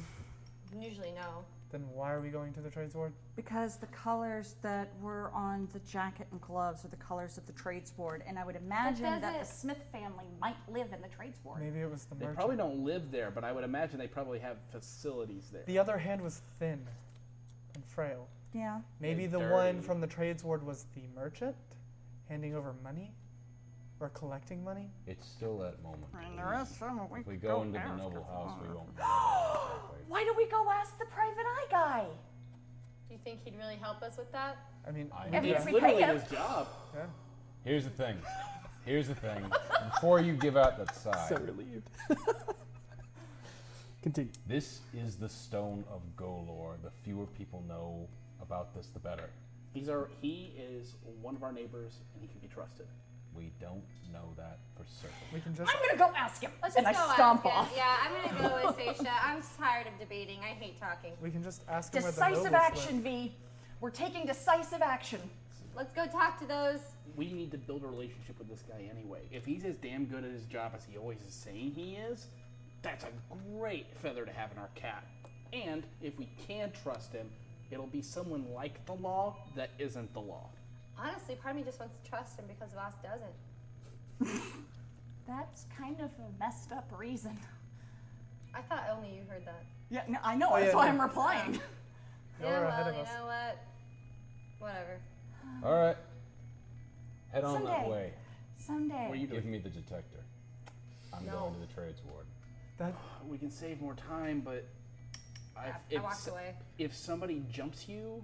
Speaker 1: Usually, no.
Speaker 8: Then why are we going to the trades ward?
Speaker 9: Because the colors that were on the jacket and gloves are the colors of the trades ward, and I would imagine that, the
Speaker 4: doesn't-
Speaker 9: Smith family might live in the trades ward.
Speaker 8: Maybe it was the
Speaker 7: They
Speaker 8: merchant.
Speaker 7: probably don't live there, but I would imagine they probably have facilities there.
Speaker 8: The other hand was thin and frail.
Speaker 9: Yeah.
Speaker 8: Maybe
Speaker 7: And
Speaker 8: the one
Speaker 7: dirty.
Speaker 8: from the trades ward was the merchant handing over money or collecting money.
Speaker 5: It's still that moment.
Speaker 9: And there is some
Speaker 5: If
Speaker 9: we
Speaker 5: we
Speaker 9: could
Speaker 5: go
Speaker 9: go
Speaker 5: into the
Speaker 9: ask
Speaker 5: noble
Speaker 9: if
Speaker 5: house, we
Speaker 9: they
Speaker 5: won't.
Speaker 9: Why don't we go ask the private eye guy?
Speaker 1: Do you think he'd really help us with that?
Speaker 8: I mean,
Speaker 5: I
Speaker 9: If
Speaker 5: it's
Speaker 9: we pay him.
Speaker 7: job.
Speaker 8: Yeah.
Speaker 5: Here's the thing. Here's the thing. Before you give out that sigh,
Speaker 3: So relieved. Continue.
Speaker 5: This is the stone of Golor. The fewer people know about this, the better.
Speaker 7: He's our, he is one of our neighbors, and he can be trusted.
Speaker 5: We don't know that for certain.
Speaker 8: We can
Speaker 7: just.
Speaker 4: I'm gonna go ask him.
Speaker 1: Let's just
Speaker 4: and
Speaker 1: go
Speaker 4: I
Speaker 1: ask
Speaker 4: stomp
Speaker 1: him.
Speaker 4: off.
Speaker 1: Yeah, I'm gonna go with Seisha. I'm tired of debating. I hate talking.
Speaker 8: We can just ask him where the nobles
Speaker 4: Decisive
Speaker 8: live.
Speaker 4: action, V. We're taking decisive action.
Speaker 1: Let's go talk to those.
Speaker 7: We need to build a relationship with this guy anyway. If he's as damn good at his job as he always is saying he is, that's a great feather to have in our cap. And if we can trust him, it'll be someone like the law that isn't the law.
Speaker 1: Honestly, part of me just wants to trust him because Voss doesn't.
Speaker 4: That's kind of a messed up reason.
Speaker 1: I thought only you heard that.
Speaker 4: Yeah, no, I know.
Speaker 1: Oh,
Speaker 4: that's
Speaker 1: yeah,
Speaker 4: why
Speaker 1: no.
Speaker 4: I'm replying.
Speaker 5: Y'all
Speaker 1: yeah,
Speaker 5: are
Speaker 1: well,
Speaker 5: ahead of
Speaker 1: you
Speaker 5: us.
Speaker 1: know what? Whatever.
Speaker 5: All right. Head on that
Speaker 1: Someday.
Speaker 5: way.
Speaker 1: Someday.
Speaker 5: Will you give me the detector? I'm
Speaker 1: No.
Speaker 5: going to the trades ward.
Speaker 8: That
Speaker 7: we can save more time, but I,
Speaker 1: I walked away.
Speaker 7: If somebody jumps you,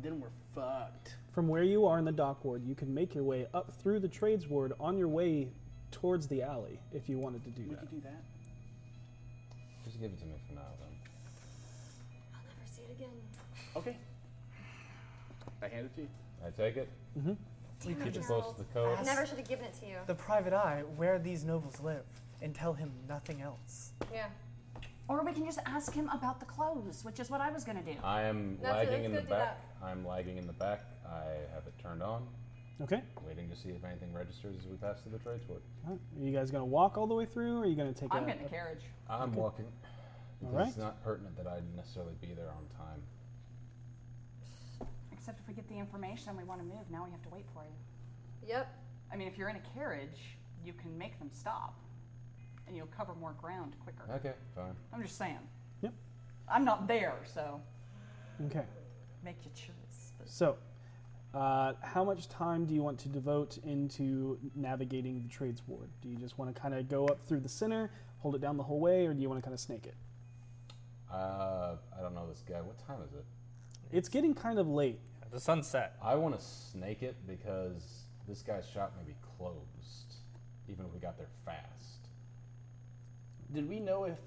Speaker 7: then we're fucked.
Speaker 3: From where you are in the dock ward, you can make your way up through the trades ward on your way towards the alley if you wanted to do
Speaker 7: We
Speaker 3: that.
Speaker 7: could do that.
Speaker 5: Just give it to me for now, then.
Speaker 1: I'll never see it again.
Speaker 7: Okay. I hand it to you.
Speaker 5: I take it.
Speaker 3: Mm-hmm.
Speaker 8: We
Speaker 1: Damn
Speaker 8: could
Speaker 1: it,
Speaker 8: just
Speaker 1: Harold.
Speaker 5: Close to the coast.
Speaker 1: I never should have given it to you.
Speaker 8: The private eye where these nobles live and tell him nothing else.
Speaker 1: yeah.
Speaker 4: Or we can just ask him about the clothes, which is what I was gonna do.
Speaker 5: I am
Speaker 4: That's it,
Speaker 5: lagging
Speaker 4: let's
Speaker 5: in
Speaker 4: go
Speaker 5: the
Speaker 4: do
Speaker 5: back. I'm lagging in the back. I have it turned on.
Speaker 3: Okay.
Speaker 5: Waiting to see if anything registers as we pass through the trades ward.
Speaker 3: Alright, Are you guys going to walk all the way through, or are you going to take a- a-
Speaker 4: carriage.
Speaker 5: I'm
Speaker 3: Okay.
Speaker 5: walking.
Speaker 3: All
Speaker 5: Because
Speaker 3: right.
Speaker 5: It's not pertinent that I necessarily be there on time.
Speaker 4: Except if we get the information and we want to move, now we have to wait for you.
Speaker 1: Yep.
Speaker 4: I mean, if you're in a carriage, you can make them stop, and you'll cover more ground quicker.
Speaker 5: Okay, fine.
Speaker 4: I'm just saying.
Speaker 3: Yep.
Speaker 4: I'm not there, so
Speaker 3: Okay.
Speaker 4: make your choice. But
Speaker 3: So, uh, how much time do you want to devote into navigating the trades ward? Do you just want to kind of go up through the center, hold it down the whole way, or do you want to kind of snake it?
Speaker 5: Uh, I don't know this guy. What time is it?
Speaker 3: It's getting kind of late.
Speaker 5: The sunset. I want to snake it because this guy's shop may be closed, even if we got there fast.
Speaker 7: Did we know if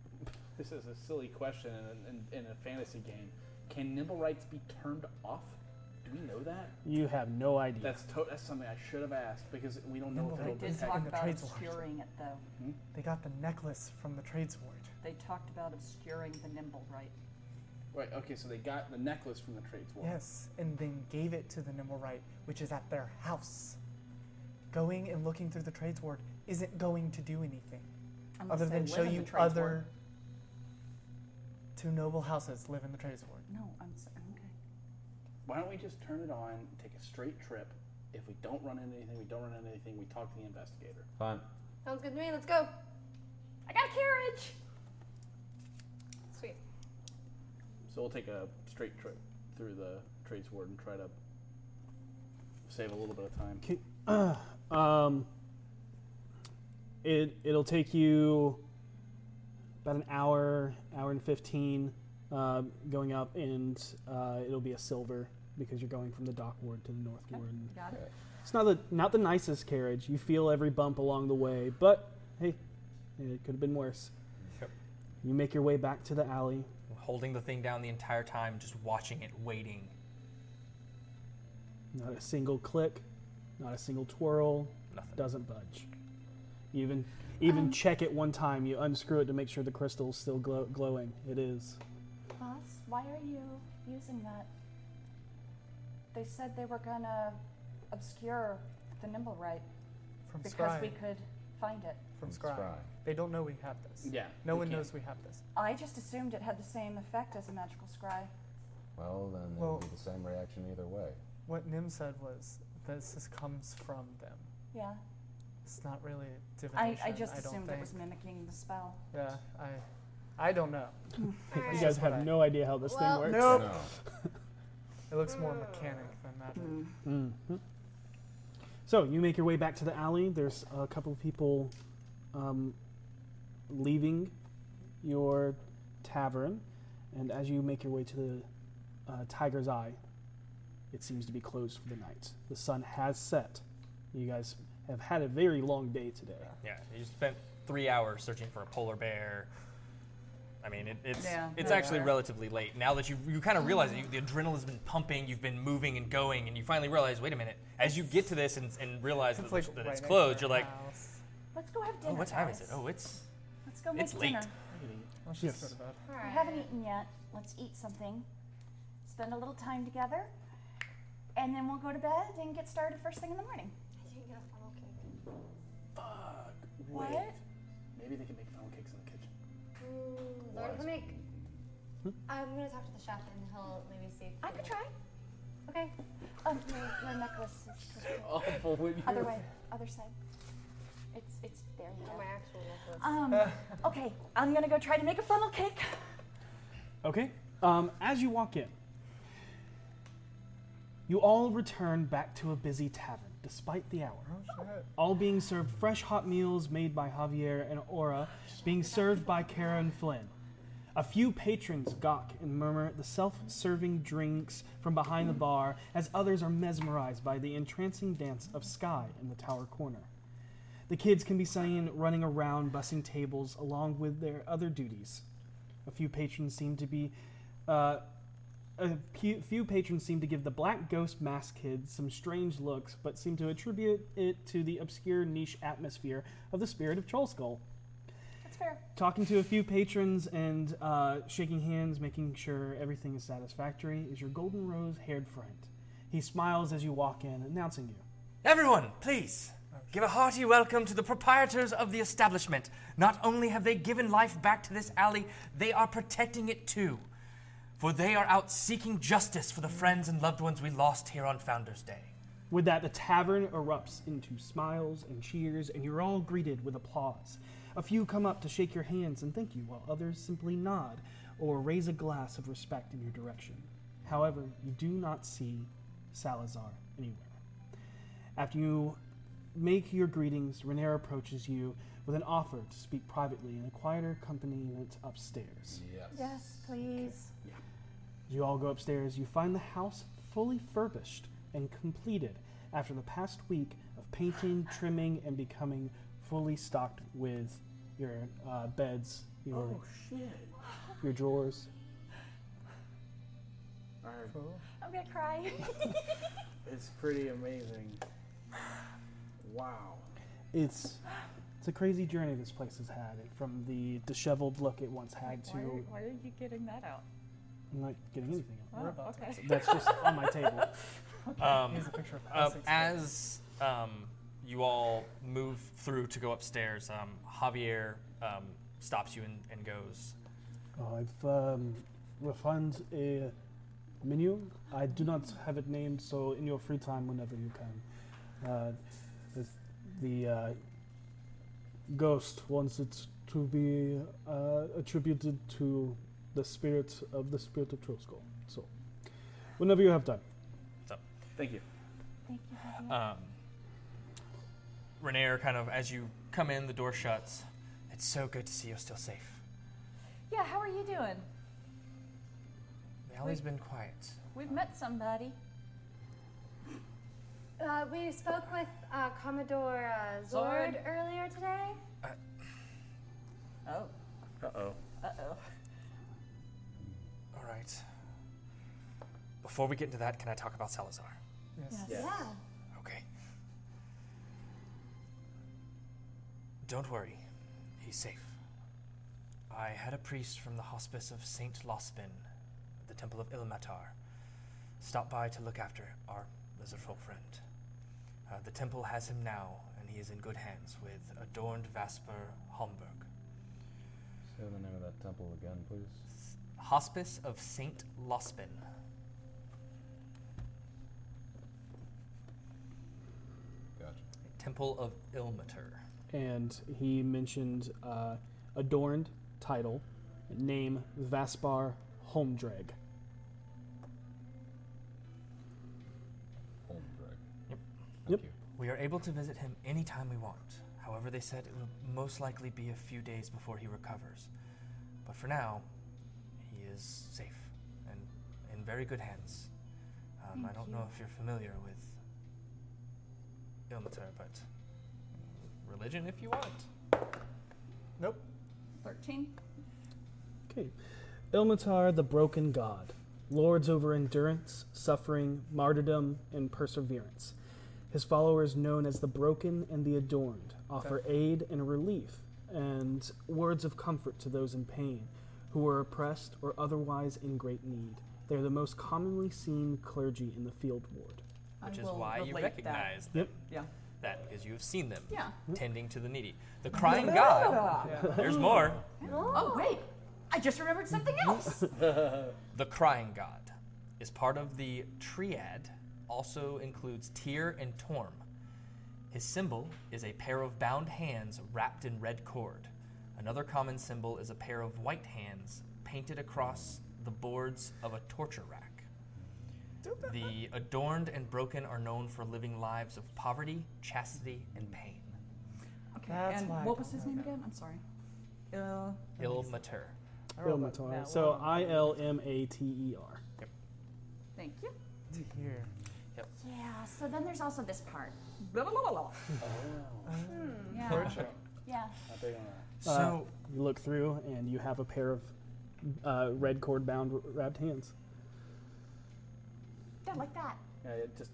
Speaker 7: this is a silly question in, in, in a fantasy game? Can nimble rights be turned off? Do we know that?
Speaker 3: You have no idea.
Speaker 7: That's to- that's something I should have asked because we don't know
Speaker 8: Nimble
Speaker 7: if
Speaker 8: right
Speaker 7: it'll
Speaker 8: did
Speaker 7: detect-
Speaker 8: talk about Trades ward.
Speaker 4: obscuring it, though,
Speaker 8: They got the necklace from the trades ward.
Speaker 4: they talked about obscuring the nimble, right?
Speaker 7: Right. Okay. So they got the necklace from the trades ward.
Speaker 8: Yes, and then gave it to the Nimblewright, which is at their house. Going and looking through the trades ward isn't going to do anything
Speaker 4: I'm gonna
Speaker 8: other
Speaker 4: say
Speaker 8: than
Speaker 4: live
Speaker 8: show
Speaker 4: in the
Speaker 8: you
Speaker 4: trades
Speaker 8: other
Speaker 4: ward.
Speaker 8: two noble houses live in the trades ward.
Speaker 4: No, Oh, I'm s- okay.
Speaker 7: Why don't we just turn it on, take a straight trip? If we don't run into anything, we don't run into anything. We talk to the investigator.
Speaker 5: Fine.
Speaker 1: Sounds good to me. Let's go.
Speaker 4: I got a carriage.
Speaker 1: Sweet.
Speaker 7: So we'll take a straight trip through the trades ward and try to save a little bit of time.
Speaker 3: um, it it'll take you about an hour, hour and fifteen, uh, going up, and uh, it'll be a silver because you're going from the dock ward to the north ward. and-
Speaker 4: Got it.
Speaker 3: It's not the not the nicest carriage. You feel every bump along the way, but hey, it could have been worse. You make your way back to the alley.
Speaker 2: Holding the thing down the entire time, just watching it, waiting.
Speaker 3: Not a single click, not a single twirl.
Speaker 2: Nothing.
Speaker 3: Doesn't budge. You even even
Speaker 9: Um.
Speaker 3: check it one time. You unscrew it to make sure the crystal's still glow- glowing. It is.
Speaker 9: Boss, why are you using that? They said they were gonna obscure the nimble right
Speaker 8: From
Speaker 9: because we
Speaker 8: scrying.
Speaker 9: could find it.
Speaker 8: From Scry. They don't know we have this.
Speaker 7: Yeah,
Speaker 8: No
Speaker 7: we
Speaker 8: one
Speaker 7: can't.
Speaker 8: knows we have this.
Speaker 9: I just assumed it had the same effect as a magical scry.
Speaker 5: Well, then it
Speaker 8: Well-
Speaker 5: would be the same reaction either way.
Speaker 8: What Nim said was this is, comes from them.
Speaker 9: Yeah.
Speaker 8: It's not really
Speaker 9: I,
Speaker 8: divination.
Speaker 9: I just
Speaker 8: don't
Speaker 9: assumed it
Speaker 8: think.
Speaker 9: was mimicking the spell.
Speaker 8: Yeah, I, I don't know.
Speaker 3: You guys have no idea how this
Speaker 9: Well-
Speaker 3: thing works.
Speaker 8: Nope. it looks more mechanic than magic.
Speaker 9: Hmm.
Speaker 3: Mhm. So you make your way back to the alley. There's a couple of people um, leaving your tavern, and as you make your way to the uh, Tiger's Eye, it seems to be closed for the night. The sun has set. You guys have had a very long day today.
Speaker 2: Yeah, you spent three hours searching for a polar bear. I mean, it, it's
Speaker 7: Yeah,
Speaker 2: it's
Speaker 7: yeah.
Speaker 2: actually relatively late now that you you kind of realize that you, the adrenaline's been pumping, you've been moving and going, and you finally realize, wait a minute, as you get to this and, and realize that,
Speaker 8: It's like
Speaker 2: that
Speaker 8: right
Speaker 2: it's
Speaker 8: next to
Speaker 2: closed,
Speaker 8: our
Speaker 2: you're like,
Speaker 8: house.
Speaker 9: Let's go have
Speaker 2: oh,
Speaker 9: dinner.
Speaker 2: what time is it?
Speaker 9: guys.
Speaker 2: Oh, it's
Speaker 9: Let's go make
Speaker 2: it's late.
Speaker 9: dinner.
Speaker 8: Oh, she's
Speaker 2: Yes.
Speaker 8: sort of bad.
Speaker 9: We haven't eaten yet. Let's eat something. Spend a little time together, and then we'll go to bed and get started first thing in the morning. I didn't get a funnel cake.
Speaker 7: Fuck.
Speaker 9: What?
Speaker 7: Wait. Maybe they can make funnel cakes in the kitchen.
Speaker 1: Mm,
Speaker 7: Why
Speaker 1: Lord,
Speaker 7: is-
Speaker 1: can make. I'm gonna talk to the chef and he'll maybe see. I could try.
Speaker 9: Okay. Um, my, my necklace is
Speaker 14: Awful when you-
Speaker 9: Other way, other side. It's it's there. now.
Speaker 1: Oh, my actual necklace.
Speaker 9: Um. okay, I'm gonna go try to make a funnel cake.
Speaker 3: Okay. Um, as you walk in, you all return back to a busy tavern, despite the hour. All being served fresh hot meals made by Javier and Aura, being served by Kara and Flynn. A few patrons gawk and murmur at the self serving drinks from behind the bar, as others are mesmerized by the entrancing dance of Sky in the tower corner. The kids can be seen running around, bussing tables, along with their other duties. A few patrons seem to be. Uh, a pe- few patrons seem to give the Black Ghost Mask Kid some strange looks, but seem to attribute it to the obscure niche atmosphere of the spirit of Troll Skull.
Speaker 9: That's fair.
Speaker 3: Talking to a few patrons and uh, shaking hands, making sure everything is satisfactory, is your golden rose haired friend. He smiles as you walk in, announcing you.
Speaker 2: Everyone, please give a hearty welcome to the proprietors of the establishment. Not only have they given life back to this alley, they are protecting it too. For they are out seeking justice for the friends and loved ones we lost here on Founders Day.
Speaker 3: With that, the tavern erupts into smiles and cheers, and you're all greeted with applause. A few come up to shake your hands and thank you, while others simply nod or raise a glass of respect in your direction. However, you do not see Salazar anywhere. After you make your greetings, Renera approaches you with an offer to speak privately in a quieter company unit upstairs.
Speaker 9: Yes, please.
Speaker 3: You all go upstairs. You find the house fully furbished and completed after the past week of painting, trimming, and becoming fully stocked with your uh, beds, your
Speaker 7: Oh shit.
Speaker 3: your drawers.
Speaker 9: I'm gonna cry.
Speaker 7: It's pretty amazing. Wow.
Speaker 3: It's it's a crazy journey this place has had. From the disheveled look it once had to
Speaker 12: Why, are- why are you getting that out?
Speaker 3: I'm not getting anything. out.
Speaker 12: Oh, okay.
Speaker 3: That's just on my table.
Speaker 2: Um,
Speaker 8: Here's a picture of the
Speaker 2: uh,
Speaker 8: house instead.
Speaker 2: as um, you all move through to go upstairs, um, Javier um, stops you and, and goes,
Speaker 15: I've um, refined a menu. I do not have it named, so in your free time, whenever you can. Uh, the the uh, ghost wants it to be uh, attributed to the spirit of the spirit of Trollskull. So, whenever you have time.
Speaker 2: What's up?
Speaker 7: Thank you.
Speaker 9: Thank you. Javier.
Speaker 2: Um, Renair, kind of as you come in, the door shuts. It's so good to see you're still safe.
Speaker 9: yeah, how are you doing?
Speaker 2: The alley's been quiet.
Speaker 9: We've met somebody.
Speaker 1: Uh, we spoke with uh, Commodore uh, Zord,
Speaker 12: Zord.
Speaker 1: earlier today.
Speaker 12: Oh.
Speaker 7: Uh oh.
Speaker 12: Uh oh.
Speaker 2: All right. Before we get into that, can I talk about Salazar?
Speaker 8: Yes.
Speaker 12: Yes. Yeah.
Speaker 2: Okay. Don't worry, he's safe. I had a priest from the hospice of Saint Lospin, the temple of Ilmatar, stop by to look after our lizard folk friend. Uh, the temple has him now, and he is in good hands with adorned Vasper Homburg.
Speaker 5: Say the name of that temple again, please.
Speaker 2: Hospice of Saint Lospin.
Speaker 5: Gotcha.
Speaker 2: Temple of Ilmater.
Speaker 3: and he mentioned uh, adorned title, name Vaspar Holmdreg.
Speaker 5: Home Greg.
Speaker 2: Yep.
Speaker 5: Thank you.
Speaker 2: We are able to visit him anytime we want. However, they said it will most likely be a few days before he recovers. But for now, he is safe and in very good hands. Um, I
Speaker 12: Thank
Speaker 2: don't
Speaker 12: you.
Speaker 2: know if you're familiar with Ilmater, but religion if you want.
Speaker 7: Nope.
Speaker 12: 13.
Speaker 3: Okay. Ilmatar, the broken god, lords over endurance, suffering, martyrdom, and perseverance. His followers, known as the broken and the adorned, offer aid and relief and words of comfort to those in pain who are oppressed or otherwise in great need. They are the most commonly seen clergy in the field ward.
Speaker 12: I
Speaker 2: Which is
Speaker 12: will
Speaker 2: why you
Speaker 12: relate that.
Speaker 2: recognize
Speaker 3: Yep.
Speaker 2: them.
Speaker 12: Yeah.
Speaker 2: That because you have seen them
Speaker 12: Yeah.
Speaker 2: tending to the needy. The crying god.
Speaker 12: Yeah.
Speaker 2: There's more.
Speaker 12: Oh, wait. I just remembered something else.
Speaker 2: the crying god is part of the triad, also includes Tyr and Torm. His symbol is a pair of bound hands wrapped in red cord. Another common symbol is a pair of white hands painted across the boards of a torture rack. The adorned and broken are known for living lives of poverty, chastity, and pain.
Speaker 12: Okay.
Speaker 7: That's
Speaker 12: and
Speaker 7: why I
Speaker 12: what
Speaker 7: don't
Speaker 12: was his
Speaker 7: know
Speaker 12: name again? I'm sorry. Uh,
Speaker 2: Il mater.
Speaker 3: Ilmatar. So I L M A T E R.
Speaker 12: Thank you.
Speaker 3: To hear.
Speaker 2: Yep.
Speaker 12: Yeah, so then there's also this part. Blah, blah, blah, blah, blah. Hmm, yeah. Yeah.
Speaker 3: Uh,
Speaker 2: So-
Speaker 3: you look through, and you have a pair of uh, red cord bound w- wrapped hands.
Speaker 12: Yeah, like that.
Speaker 7: Yeah, yeah, just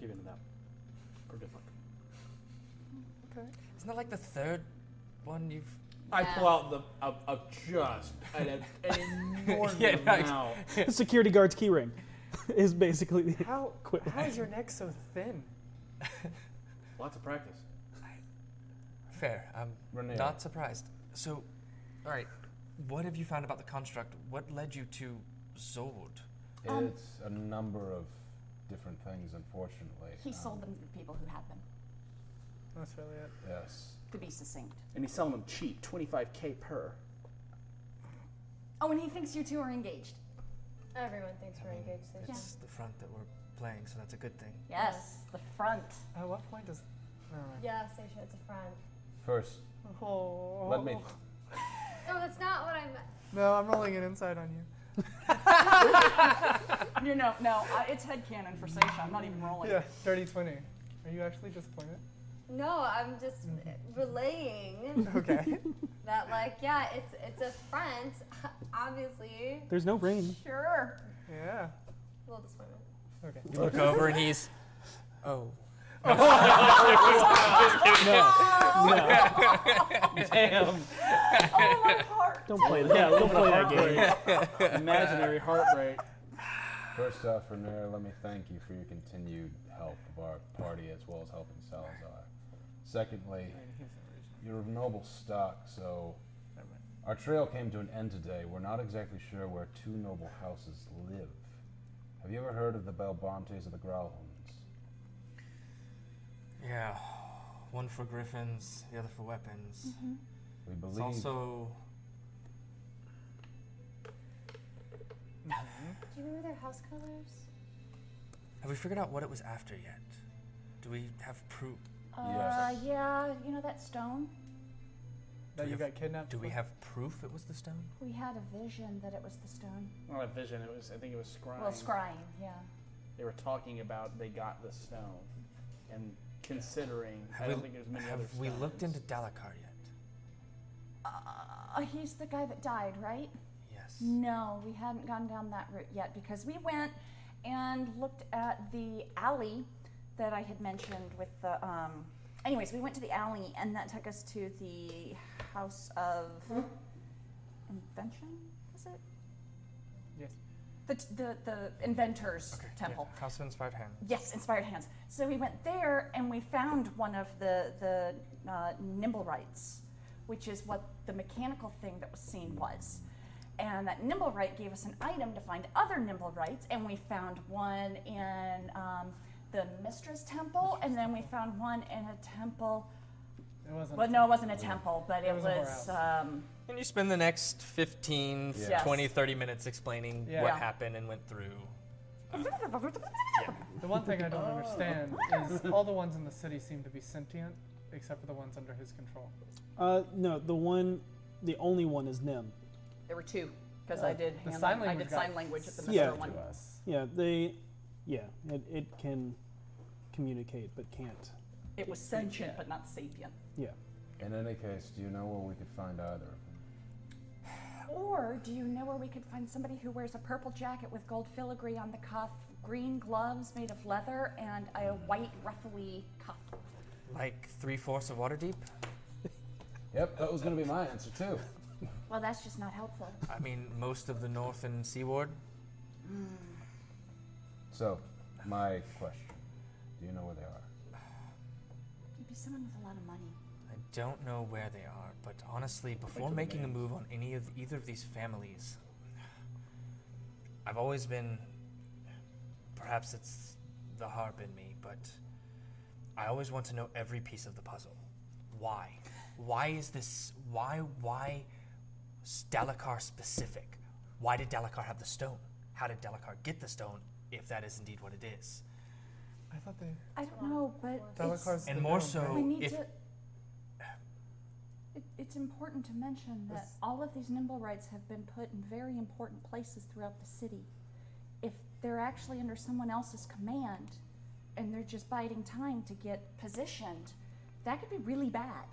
Speaker 7: give into that. For good luck.
Speaker 2: Okay. Isn't that like the third one you've?
Speaker 7: I pull out the a, a just an, an enormous
Speaker 2: Yeah, no, it's-
Speaker 7: amount.
Speaker 3: The security guard's keyring is basically the
Speaker 8: How,
Speaker 3: equipment.
Speaker 8: how is your neck so thin?
Speaker 7: Lots of practice.
Speaker 2: Fair. I'm
Speaker 7: Renee.
Speaker 2: not surprised. So, all right. What have you found about the construct? What led you to Zord? Um,
Speaker 5: It's a number of different things, unfortunately.
Speaker 12: He sold them to the people who had them,
Speaker 8: That's really it.
Speaker 5: Yes.
Speaker 12: to be succinct.
Speaker 7: And he's selling them cheap, 25k per.
Speaker 12: Oh, and he thinks you two are engaged.
Speaker 1: Everyone thinks we're engaged.
Speaker 12: Yeah.
Speaker 2: It's the front that we're playing, so that's a good thing.
Speaker 12: Yes, the front.
Speaker 8: At what point does. Never mind.
Speaker 1: Yes, they should. It's a front.
Speaker 5: First,
Speaker 8: Oh.
Speaker 5: let me.
Speaker 1: No, that's not what I meant.
Speaker 8: No, I'm rolling an insight on you.
Speaker 4: no, no, no. Uh, it's headcanon for Seisha. I'm not even rolling.
Speaker 8: Yeah, dirty 20. Are you actually disappointed?
Speaker 1: No, I'm just relaying.
Speaker 8: Mm-hmm. Okay.
Speaker 1: that like, yeah, it's it's a front, obviously.
Speaker 3: There's no rain.
Speaker 1: Sure.
Speaker 8: Yeah.
Speaker 1: Well, disappointment.
Speaker 8: Okay.
Speaker 2: You look over and he's, oh.
Speaker 7: Damn.
Speaker 3: Don't play
Speaker 7: Yeah,
Speaker 3: that.
Speaker 7: a
Speaker 3: Don't
Speaker 7: little bit of
Speaker 3: play that game.
Speaker 7: heartbreak. Imaginary heartbreak.
Speaker 5: First off, Renera, let me thank you for your continued help of our party as well as helping Salazar. Secondly, you're of noble stock, so our trail came to an end today. We're not exactly sure where two noble houses live. Have you ever heard of the Belbantes or the Growlhunds?
Speaker 2: Yeah. One for griffins, the other for weapons.
Speaker 12: Mm-hmm.
Speaker 5: We
Speaker 2: It's
Speaker 5: believe.
Speaker 2: also
Speaker 1: Do you remember their house colors?
Speaker 2: have we figured out what it was after yet? Do we have proof?
Speaker 9: Uh,
Speaker 12: yeah, you know that stone?
Speaker 2: Do
Speaker 8: That
Speaker 2: we
Speaker 8: you
Speaker 2: have-
Speaker 8: got kidnapped?
Speaker 2: Do we
Speaker 8: for?
Speaker 2: have proof it was the stone?
Speaker 12: We had a vision that it was the stone.
Speaker 7: Not a vision. It was. I think it was scrying.
Speaker 12: Well, scrying, yeah.
Speaker 7: They were talking about they got the stone, and considering I don't think there's many
Speaker 2: have
Speaker 7: other
Speaker 2: we
Speaker 7: stones.
Speaker 2: looked into Dalakar yet?
Speaker 4: Uh, he's the guy that died, right?
Speaker 2: Yes.
Speaker 4: No, we hadn't gone down that route yet because we went and looked at the alley that I had mentioned with the. Um, anyways, we went to the alley and that took us to the House of Invention, is it?
Speaker 8: Yes.
Speaker 4: The, the, the inventor's temple.
Speaker 8: Yeah, House of Inspired Hand.
Speaker 4: Yes, Inspired Hands. So we went there and we found one of the the uh, nimblewrights, which is what the mechanical thing that was seen was. And that nimblewright gave us an item to find other nimblewrights, and we found one in um, the Mistress Temple, and then we found one in a temple.
Speaker 8: It wasn't.
Speaker 4: Well, no, it wasn't a temple, but it
Speaker 8: was a
Speaker 4: was. Um,
Speaker 2: And you spend the next 15,
Speaker 4: Yes.
Speaker 2: 20, 30 minutes explaining
Speaker 8: Yeah.
Speaker 2: what
Speaker 8: Yeah.
Speaker 2: happened and went through.
Speaker 8: The one thing I don't
Speaker 2: Oh.
Speaker 8: understand is all the ones in the city seem to be sentient, except for the ones under his control.
Speaker 3: Uh, no, the one, the only one is Nim.
Speaker 18: There were two because
Speaker 8: Uh,
Speaker 18: I did
Speaker 8: the
Speaker 18: hand
Speaker 8: sign
Speaker 18: I
Speaker 8: language
Speaker 18: did sign
Speaker 8: got
Speaker 18: language at the Mr.
Speaker 3: yeah,
Speaker 18: one.
Speaker 3: yeah, they, yeah, it, it can communicate but can't.
Speaker 18: It was sentient, but not sapient.
Speaker 3: Yeah.
Speaker 12: In any case, do you know where we could find either of them?
Speaker 4: Or do you know where we could find somebody who wears a purple jacket with gold filigree on the cuff, green gloves made of leather, and a white ruffly cuff?
Speaker 2: Like three fourths of Waterdeep?
Speaker 12: Yep, that was going to be my answer too.
Speaker 4: Well, that's just not helpful.
Speaker 2: I mean, most of the north and seaward.
Speaker 12: So, my question: Do you know where they are?
Speaker 4: You'd be someone with a lot of money.
Speaker 2: I don't know where they are, but honestly, before
Speaker 4: to the
Speaker 2: making a move on any of either of these families, I've always been. Perhaps it's the harp in me, but I always want to know every piece of the puzzle. Why? Why is this? Why? Why? s- Dalakar specific. Why did Dalakar have the stone? How did Dalakar get the stone? If that is indeed what it is.
Speaker 8: I thought they.
Speaker 4: I don't know, but it's-
Speaker 8: Delacar's
Speaker 2: And more so,
Speaker 4: we need
Speaker 2: if
Speaker 4: to. It, it's important to mention that
Speaker 8: This-
Speaker 4: all of these nimble rights have been put in very important places throughout the city. If they're actually under someone else's command, and they're just biding time to get positioned, that could be really bad.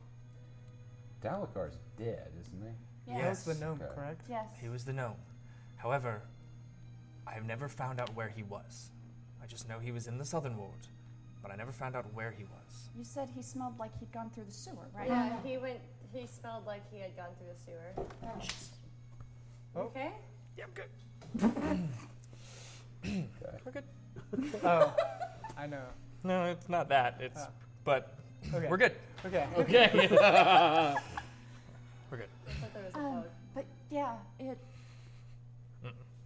Speaker 12: Dalakar's dead, isn't he?
Speaker 4: Yeah. That was the gnome,
Speaker 12: Okay.
Speaker 8: correct?
Speaker 4: Yes.
Speaker 2: He was the gnome. However, I have never found out where he was. I just know he was in the southern ward, but I never found out where he was.
Speaker 4: You said he smelled like he'd gone through the sewer, right?
Speaker 1: Yeah, he went. He smelled like he had gone through the sewer.
Speaker 8: Oh.
Speaker 1: Okay.
Speaker 2: Yeah, I'm good.
Speaker 12: We're
Speaker 2: good.
Speaker 8: oh, I know. Ah.
Speaker 2: No, it's not that. It's but
Speaker 8: Okay.
Speaker 2: we're good.
Speaker 8: Okay.
Speaker 2: Okay. we're good.
Speaker 4: Um, but yeah, it.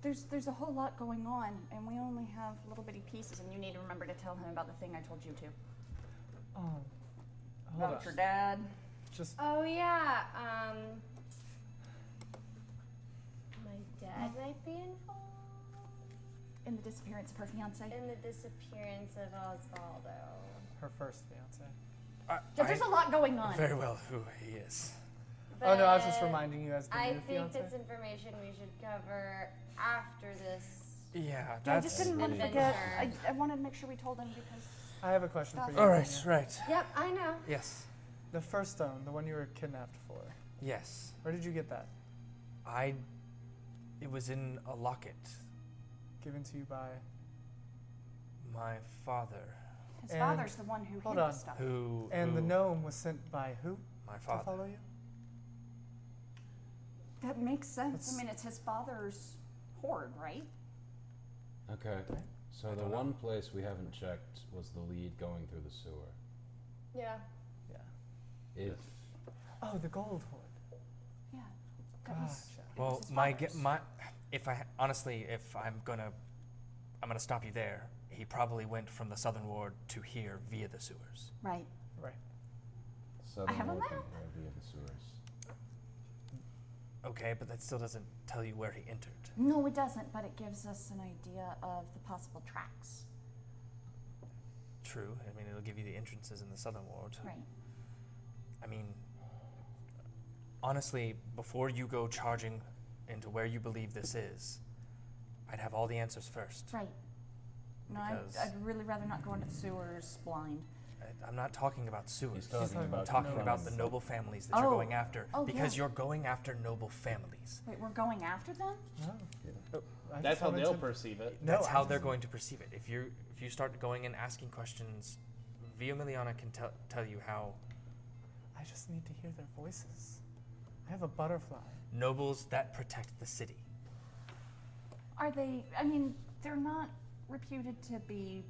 Speaker 4: There's there's a whole lot going on, and we only have little bitty pieces, and you need to remember to tell him about the thing I told you to.
Speaker 8: Um, hold
Speaker 18: About
Speaker 8: on.
Speaker 18: your dad.
Speaker 8: Just
Speaker 4: Uh,
Speaker 1: Oh yeah. Um. My dad might be involved
Speaker 4: in the disappearance of her fiance.
Speaker 1: In the disappearance of Osvaldo.
Speaker 8: her first fiance.
Speaker 4: Yeah, there's a lot going on.
Speaker 2: Very well, who he is.
Speaker 8: Oh no, I was just
Speaker 1: But
Speaker 8: reminding you as the
Speaker 1: I
Speaker 8: new
Speaker 1: think
Speaker 8: fiance.
Speaker 1: that's information we should cover after this.
Speaker 2: Yeah,
Speaker 4: I
Speaker 2: that's.
Speaker 4: just didn't want to
Speaker 1: really-
Speaker 4: forget. I,
Speaker 1: Adventure.
Speaker 4: I wanted to make sure we told him because
Speaker 8: I have a question for you.
Speaker 2: All right,
Speaker 8: Anya.
Speaker 2: right.
Speaker 1: Yep, I know.
Speaker 2: Yes,
Speaker 8: The first stone, the one you were kidnapped for.
Speaker 2: yes.
Speaker 8: Where did you get that?
Speaker 2: I. It was in a locket.
Speaker 8: Given to you by.
Speaker 2: My father.
Speaker 4: his
Speaker 8: And-
Speaker 4: father's the one who
Speaker 8: Hold
Speaker 4: hid
Speaker 8: on.
Speaker 4: the stuff.
Speaker 2: Who?
Speaker 8: And the
Speaker 2: who-
Speaker 8: gnome was sent by who?
Speaker 2: My
Speaker 8: To
Speaker 2: father.
Speaker 8: follow you?
Speaker 4: That makes sense. I mean, it's his father's hoard, right?
Speaker 12: Okay. So the one place we haven't checked was the lead going through the sewer.
Speaker 1: Yeah.
Speaker 8: Yeah.
Speaker 12: If
Speaker 8: Oh, the gold hoard.
Speaker 4: Yeah. That was-
Speaker 8: Gotcha.
Speaker 2: Well, my ge- my if I honestly, if I'm gonna, I'm gonna stop you there. He probably went from the southern ward to here via the sewers.
Speaker 4: Right.
Speaker 8: Right.
Speaker 12: Southern
Speaker 4: have a
Speaker 12: Lord
Speaker 4: map.
Speaker 12: can go via the sewers.
Speaker 2: Okay, but that still doesn't tell you where he entered.
Speaker 4: No, it doesn't, but it gives us an idea of the possible tracks.
Speaker 2: True. I mean, it'll give you the entrances in the southern ward.
Speaker 4: Right.
Speaker 2: I mean, honestly, before you go charging into where you believe this is, I'd have all the answers first.
Speaker 4: Right. No, I'd,
Speaker 2: Because-
Speaker 4: I'd really rather not go into the sewers blind.
Speaker 2: I- I'm not talking about sewers.
Speaker 5: He's talking
Speaker 2: I'm
Speaker 5: about
Speaker 2: talking
Speaker 5: nobles.
Speaker 2: about the noble families that
Speaker 4: Oh.
Speaker 2: you're going after
Speaker 4: Oh,
Speaker 2: because
Speaker 4: yeah.
Speaker 2: you're going after noble families.
Speaker 4: Wait, we're going after them?
Speaker 2: Oh,
Speaker 7: I That's just how wanted they'll to- perceive it. No,
Speaker 2: That's how
Speaker 7: I-
Speaker 2: they're going to perceive it. If you if you start going and asking questions, Via Miliana can tell tell you how
Speaker 8: I just need to hear their voices. I have a butterfly.
Speaker 2: nobles that protect the city.
Speaker 4: Are they, I mean, they're not reputed to be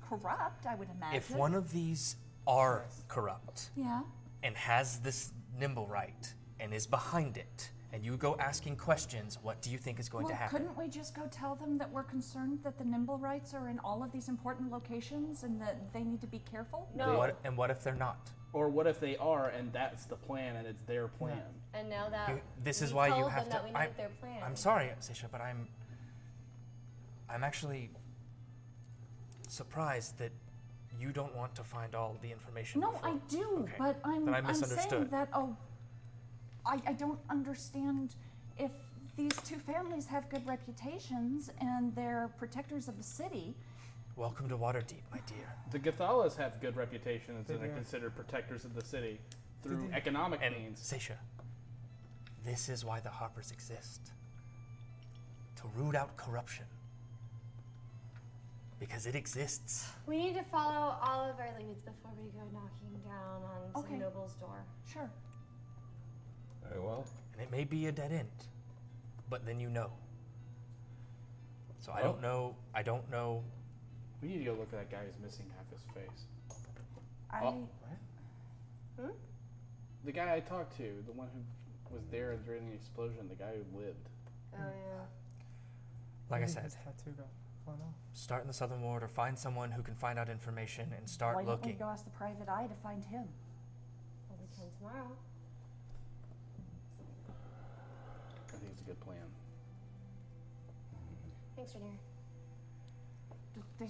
Speaker 4: corrupt, I would imagine.
Speaker 2: If one of these are corrupt
Speaker 4: Yeah.
Speaker 2: and has this nimble right and is behind it, and you go asking questions, what do you think is going
Speaker 4: well,
Speaker 2: to happen?
Speaker 4: couldn't we just go tell them that we're concerned that the nimble rights are in all of these important locations and that they need to be careful?
Speaker 2: What, and what if they're not?
Speaker 7: Or what if they are and that's the plan and it's their plan?
Speaker 1: And now that
Speaker 2: You- this is
Speaker 1: we
Speaker 2: why you
Speaker 1: told them
Speaker 2: have to.
Speaker 1: that we need
Speaker 2: I'm,
Speaker 1: their plan.
Speaker 2: I'm sorry, Sisha, but I'm. I'm actually surprised that you don't want to find all the information.
Speaker 4: No,
Speaker 2: before-
Speaker 4: I do,
Speaker 2: Okay.
Speaker 4: but I'm,
Speaker 2: Then I
Speaker 4: I'm saying
Speaker 2: misunderstood.
Speaker 4: that, oh, I, I don't understand if these two families have good reputations and they're protectors of the city.
Speaker 2: Welcome to Waterdeep, my dear.
Speaker 7: The Gathalas have good reputations and
Speaker 2: They
Speaker 7: are
Speaker 2: do.
Speaker 7: considered protectors of the city
Speaker 2: They
Speaker 7: through
Speaker 2: do.
Speaker 7: economic
Speaker 2: And
Speaker 7: means.
Speaker 2: Sisha, this is why the Harpers exist to root out corruption. Because it exists.
Speaker 19: We need to follow all of our leads before we go knocking down on some
Speaker 4: Okay.
Speaker 19: noble's door.
Speaker 4: Sure.
Speaker 5: Very well.
Speaker 2: And it may be a dead end, but then you know. So I
Speaker 7: Oh.
Speaker 2: don't know. I don't know.
Speaker 7: We need to go look for that guy who's missing half his face.
Speaker 4: I.
Speaker 7: Oh. Hmm? The guy I talked to, the one who was there during the explosion, the guy who lived.
Speaker 19: Oh yeah.
Speaker 2: Like I
Speaker 4: Mm-hmm.
Speaker 8: Maybe
Speaker 2: said,
Speaker 8: his tattoo got blown off.
Speaker 2: start in the southern ward or find someone who can find out information and start
Speaker 4: Why don't we
Speaker 2: looking.
Speaker 4: go ask the private eye to find him?
Speaker 19: Well, we can tomorrow.
Speaker 7: I think it's a good plan.
Speaker 19: Thanks, Rainier.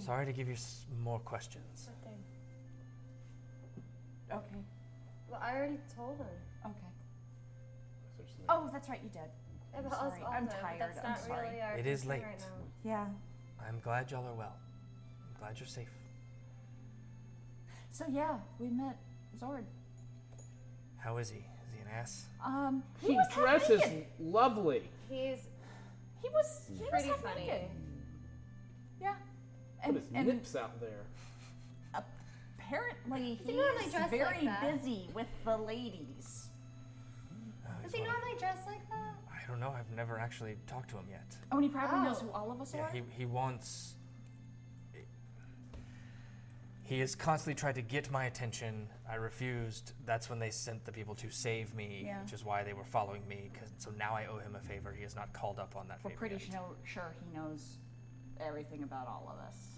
Speaker 2: Sorry to give you s- more questions.
Speaker 19: Nothing.
Speaker 4: Okay.
Speaker 19: Well, I already told her.
Speaker 4: Okay.
Speaker 19: Oh,
Speaker 4: that's right, you did.
Speaker 19: Yeah,
Speaker 4: I'm
Speaker 19: but us
Speaker 4: sorry.
Speaker 19: all
Speaker 4: I'm
Speaker 19: know, but
Speaker 4: tired.
Speaker 19: That's
Speaker 4: I'm
Speaker 19: not
Speaker 4: sorry.
Speaker 19: really our
Speaker 2: It is
Speaker 19: concern
Speaker 2: late.
Speaker 19: Right now.
Speaker 4: Yeah.
Speaker 2: I'm glad y'all are well. I'm glad you're safe.
Speaker 4: So yeah, we met Zord.
Speaker 2: How is he? Is he an ass?
Speaker 4: Um, he,
Speaker 7: He
Speaker 4: was half
Speaker 7: dresses
Speaker 4: naked.
Speaker 7: lovely.
Speaker 19: He's
Speaker 4: He was he
Speaker 19: Pretty
Speaker 4: was half
Speaker 19: funny.
Speaker 4: naked. Yeah.
Speaker 7: Put
Speaker 4: And,
Speaker 7: his
Speaker 4: and
Speaker 7: nips out there.
Speaker 4: apparently
Speaker 19: Does he
Speaker 4: he's
Speaker 19: normally dress like
Speaker 4: very
Speaker 19: that?
Speaker 4: busy with the ladies.
Speaker 19: Does he normally dress like that?
Speaker 2: I don't know. I've never actually talked to him yet.
Speaker 4: Oh, and he probably knows
Speaker 19: Oh.
Speaker 4: who all of us
Speaker 2: Yeah,
Speaker 4: are.
Speaker 2: he, he wants. He has constantly tried to get my attention. I refused. That's when they sent the people to save me,
Speaker 4: Yeah.
Speaker 2: which is why they were following me. 'cause- so now I owe him a favor. He has not called up on that
Speaker 4: We're
Speaker 2: favor.
Speaker 4: pretty
Speaker 2: yet.
Speaker 4: sure, sure he knows everything about all of us.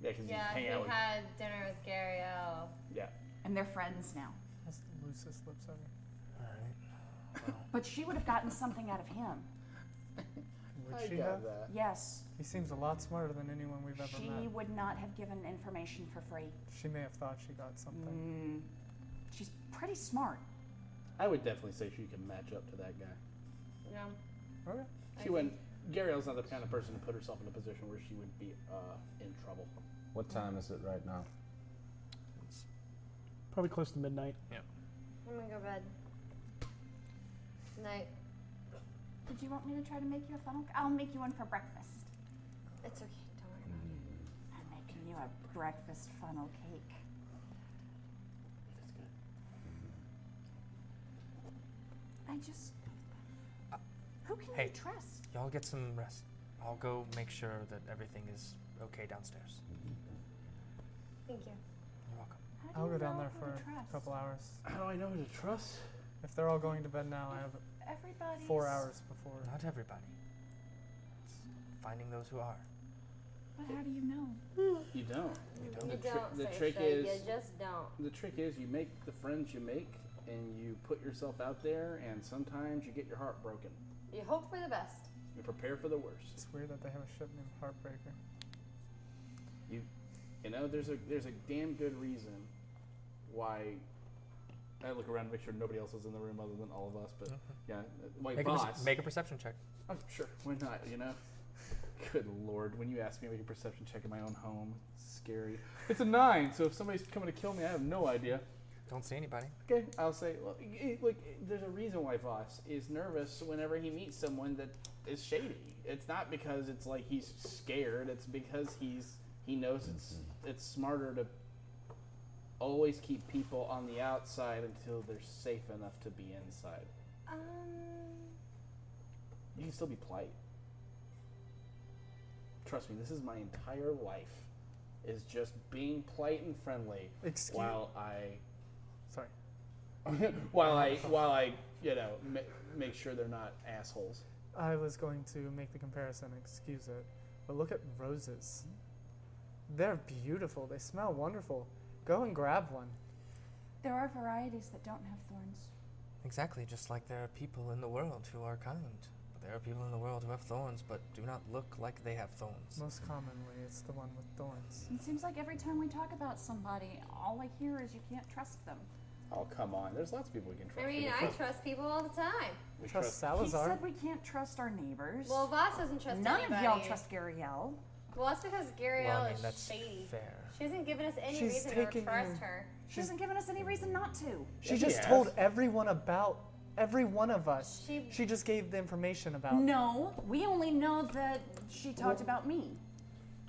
Speaker 7: Yeah, because
Speaker 19: Yeah, he had dinner with Gary O.
Speaker 7: Yeah.
Speaker 4: And they're friends now.
Speaker 8: Has the loosest lips ever.
Speaker 4: But she would have gotten something out of him.
Speaker 8: Would
Speaker 4: I
Speaker 8: she
Speaker 4: got
Speaker 8: have?
Speaker 4: that. Yes.
Speaker 8: He seems a lot smarter than anyone we've ever
Speaker 4: She
Speaker 8: met.
Speaker 4: would not have given information for free.
Speaker 8: She may have thought she got something.
Speaker 4: Mm. She's pretty smart.
Speaker 7: I would definitely say she can match up to that guy.
Speaker 19: Yeah.
Speaker 8: Okay.
Speaker 7: She wouldn't. Gariel's not the kind of person to put herself in a position where she would be uh, in trouble.
Speaker 5: What time is it right now?
Speaker 3: Probably close to midnight.
Speaker 2: Yeah.
Speaker 19: I'm gonna go to bed. Night.
Speaker 4: Did you want me to try to make you a funnel? I'll make you one for breakfast. Mm.
Speaker 19: It's okay. Don't worry.
Speaker 4: I'm making you a breakfast funnel cake. I just. Who can
Speaker 2: Hey.
Speaker 4: you trust?
Speaker 2: Y'all get some rest. I'll go make sure that everything is okay downstairs.
Speaker 19: Thank you.
Speaker 2: You're welcome.
Speaker 4: How do
Speaker 8: I'll
Speaker 4: you
Speaker 8: go down
Speaker 4: know
Speaker 8: there
Speaker 4: who
Speaker 8: for
Speaker 4: to trust?
Speaker 8: a couple hours.
Speaker 7: How do I know who to trust?
Speaker 8: If they're all going to bed now, I have
Speaker 4: Everybody's.
Speaker 8: four hours before.
Speaker 2: Not everybody. It's finding those who are.
Speaker 4: But how do you know?
Speaker 7: You don't.
Speaker 2: You
Speaker 19: You
Speaker 7: The, tri-
Speaker 19: don't
Speaker 7: the
Speaker 19: say
Speaker 7: trick
Speaker 19: shit,
Speaker 7: is
Speaker 19: You just
Speaker 4: Oh.
Speaker 19: don't.
Speaker 7: the trick is you make the friends you make, and you put yourself out there, and sometimes you get your heart broken.
Speaker 19: You hope for the best.
Speaker 7: You prepare for the worst.
Speaker 8: It's weird that they have a ship named Heartbreaker.
Speaker 7: You, you know, there's a there's a damn good reason why. I look around, and make sure nobody else is in the room other than all of us. But yeah, uh, why
Speaker 2: Uh-huh. Make a,
Speaker 7: boss?
Speaker 2: perce- make a perception check.
Speaker 7: I'm sure. Why not? You know. Good lord, when you asked me to make a perception check in my own home, it's scary. It's a nine, so if somebody's coming to kill me, I have no idea.
Speaker 2: Don't see anybody.
Speaker 7: Okay, I'll say, well, y- y- look, there's a reason why Voss is nervous whenever he meets someone that is shady. It's not because it's like he's scared. It's because he's he knows it's it's smarter to always keep people on the outside until they're safe enough to be inside.
Speaker 19: Um,
Speaker 7: You can still be polite. Trust me, this is my entire life is just being polite and friendly
Speaker 6: Excuse-
Speaker 7: while I sorry while I while I you know ma- make sure they're not assholes.
Speaker 8: I was going to make the comparison, excuse it, but look at roses. They're beautiful. They smell wonderful. Go and grab one.
Speaker 4: There are varieties that don't have thorns.
Speaker 2: Exactly, just like there are people in the world who are kind. But there are people in the world who have thorns, but do not look like they have thorns.
Speaker 8: Most commonly, it's the one with thorns.
Speaker 4: It seems like every time we talk about somebody, all I hear is you can't trust them.
Speaker 7: Oh come on, there's lots of people we can
Speaker 1: I
Speaker 7: trust.
Speaker 1: mean, I trust people all the time.
Speaker 7: We
Speaker 8: trust
Speaker 4: He
Speaker 8: Salazar.
Speaker 4: said we can't trust our neighbors.
Speaker 1: Well, Voss doesn't trust
Speaker 4: None
Speaker 1: anybody.
Speaker 4: of y'all trust Gariel.
Speaker 1: Well, that's because Gariel
Speaker 2: Well, I mean,
Speaker 1: is
Speaker 2: that's
Speaker 1: shady.
Speaker 2: fair.
Speaker 1: She hasn't given us any
Speaker 8: She's
Speaker 1: reason
Speaker 8: taking
Speaker 1: to trust
Speaker 8: you-
Speaker 1: her.
Speaker 4: She hasn't given us any reason not to.
Speaker 8: She just told everyone about every one of us.
Speaker 4: She-
Speaker 8: she just gave the information about.
Speaker 4: No, we only know that she talked
Speaker 8: Well-
Speaker 4: about me.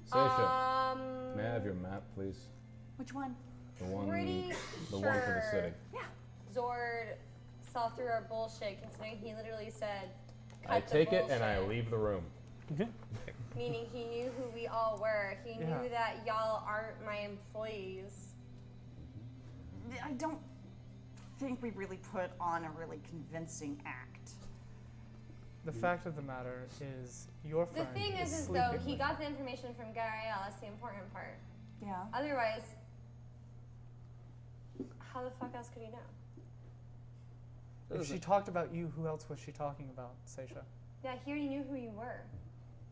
Speaker 5: Sasha, may I have your map, please?
Speaker 4: Which one?
Speaker 5: The one,
Speaker 1: Pretty
Speaker 5: the one for the
Speaker 1: sure.
Speaker 5: city.
Speaker 1: Zord saw through our bullshit, considering he literally said, Cut
Speaker 5: I
Speaker 1: the
Speaker 5: take it and I
Speaker 1: bullshit.
Speaker 5: leave the room.
Speaker 1: Meaning he knew who we all were. He
Speaker 5: Yeah.
Speaker 1: knew that y'all aren't my employees.
Speaker 4: I don't think we really put on a really convincing act.
Speaker 8: The fact of the matter is, your
Speaker 1: The
Speaker 8: friend.
Speaker 1: thing is, is though,
Speaker 8: sleeping
Speaker 1: he
Speaker 8: with-
Speaker 1: got the information from Gariel. That's the important part.
Speaker 4: Yeah.
Speaker 1: Otherwise, how the fuck else could he know?
Speaker 8: If she talked about you, who else was she talking about, Seisha?
Speaker 1: Yeah, he already knew who you were.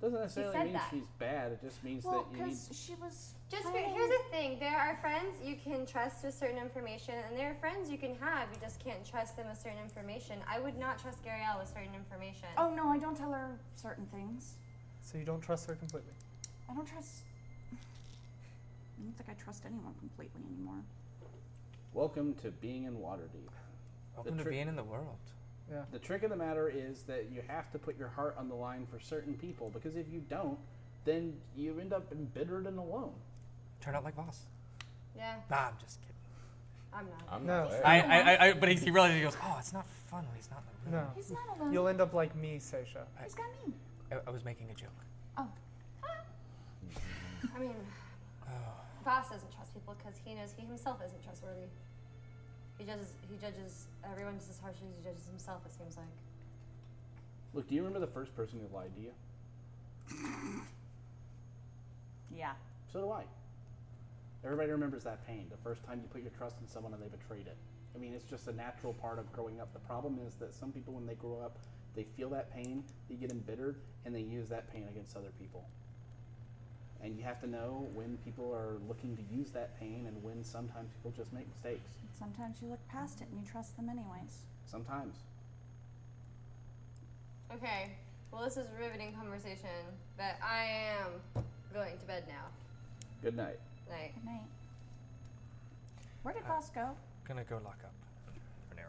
Speaker 7: Doesn't
Speaker 1: He
Speaker 7: necessarily
Speaker 1: said
Speaker 7: mean
Speaker 1: that.
Speaker 7: she's bad. It just means
Speaker 1: Well,
Speaker 7: that you need.
Speaker 1: 'cause
Speaker 4: She was.
Speaker 1: Just be- here's the thing: there are friends you can trust with certain information, and there are friends you can have. You just can't trust them with certain information. I would not trust Gariel with certain information.
Speaker 4: Oh no, I don't tell her certain things.
Speaker 8: So you don't trust her completely.
Speaker 4: I don't trust. I don't think I trust anyone completely anymore.
Speaker 7: Welcome to being in Waterdeep.
Speaker 2: Welcome to being in the world.
Speaker 8: Yeah.
Speaker 7: The trick of the matter is that you have to put your heart on the line for certain people because if you don't, then you end up embittered and alone.
Speaker 2: Turn out like Voss.
Speaker 1: Yeah,
Speaker 2: Nah, I'm just kidding.
Speaker 1: I'm not.
Speaker 7: I'm
Speaker 8: No.
Speaker 2: I, I, I, but he, he realizes he goes, oh, it's not fun when he's not in the room.
Speaker 8: No.
Speaker 4: He's not alone.
Speaker 8: You'll end up like me, Seisha.
Speaker 2: He's
Speaker 4: got me.
Speaker 2: I, I was making a joke.
Speaker 1: I mean, Voss doesn't trust people because he knows he himself isn't trustworthy. He judges. He judges everyone just as harshly as he judges himself. It seems like.
Speaker 7: Look, do you remember the first person who lied to you?
Speaker 4: Yeah.
Speaker 7: So do I. Everybody remembers that pain, the first time you put your trust in someone and they betrayed it. I mean, it's just a natural part of growing up. The problem is that some people, when they grow up, they feel that pain, they get embittered, and they use that pain against other people. And you have to know when people are looking to use that pain and when sometimes people just make mistakes.
Speaker 4: Sometimes you look past it and you trust them anyways.
Speaker 7: Sometimes.
Speaker 1: Okay. Well, this is riveting conversation, but I am going to bed now.
Speaker 7: Good night.
Speaker 1: Night.
Speaker 4: Good night. Where did
Speaker 2: Uh,
Speaker 4: Boss go?
Speaker 2: Gonna go lock up for now.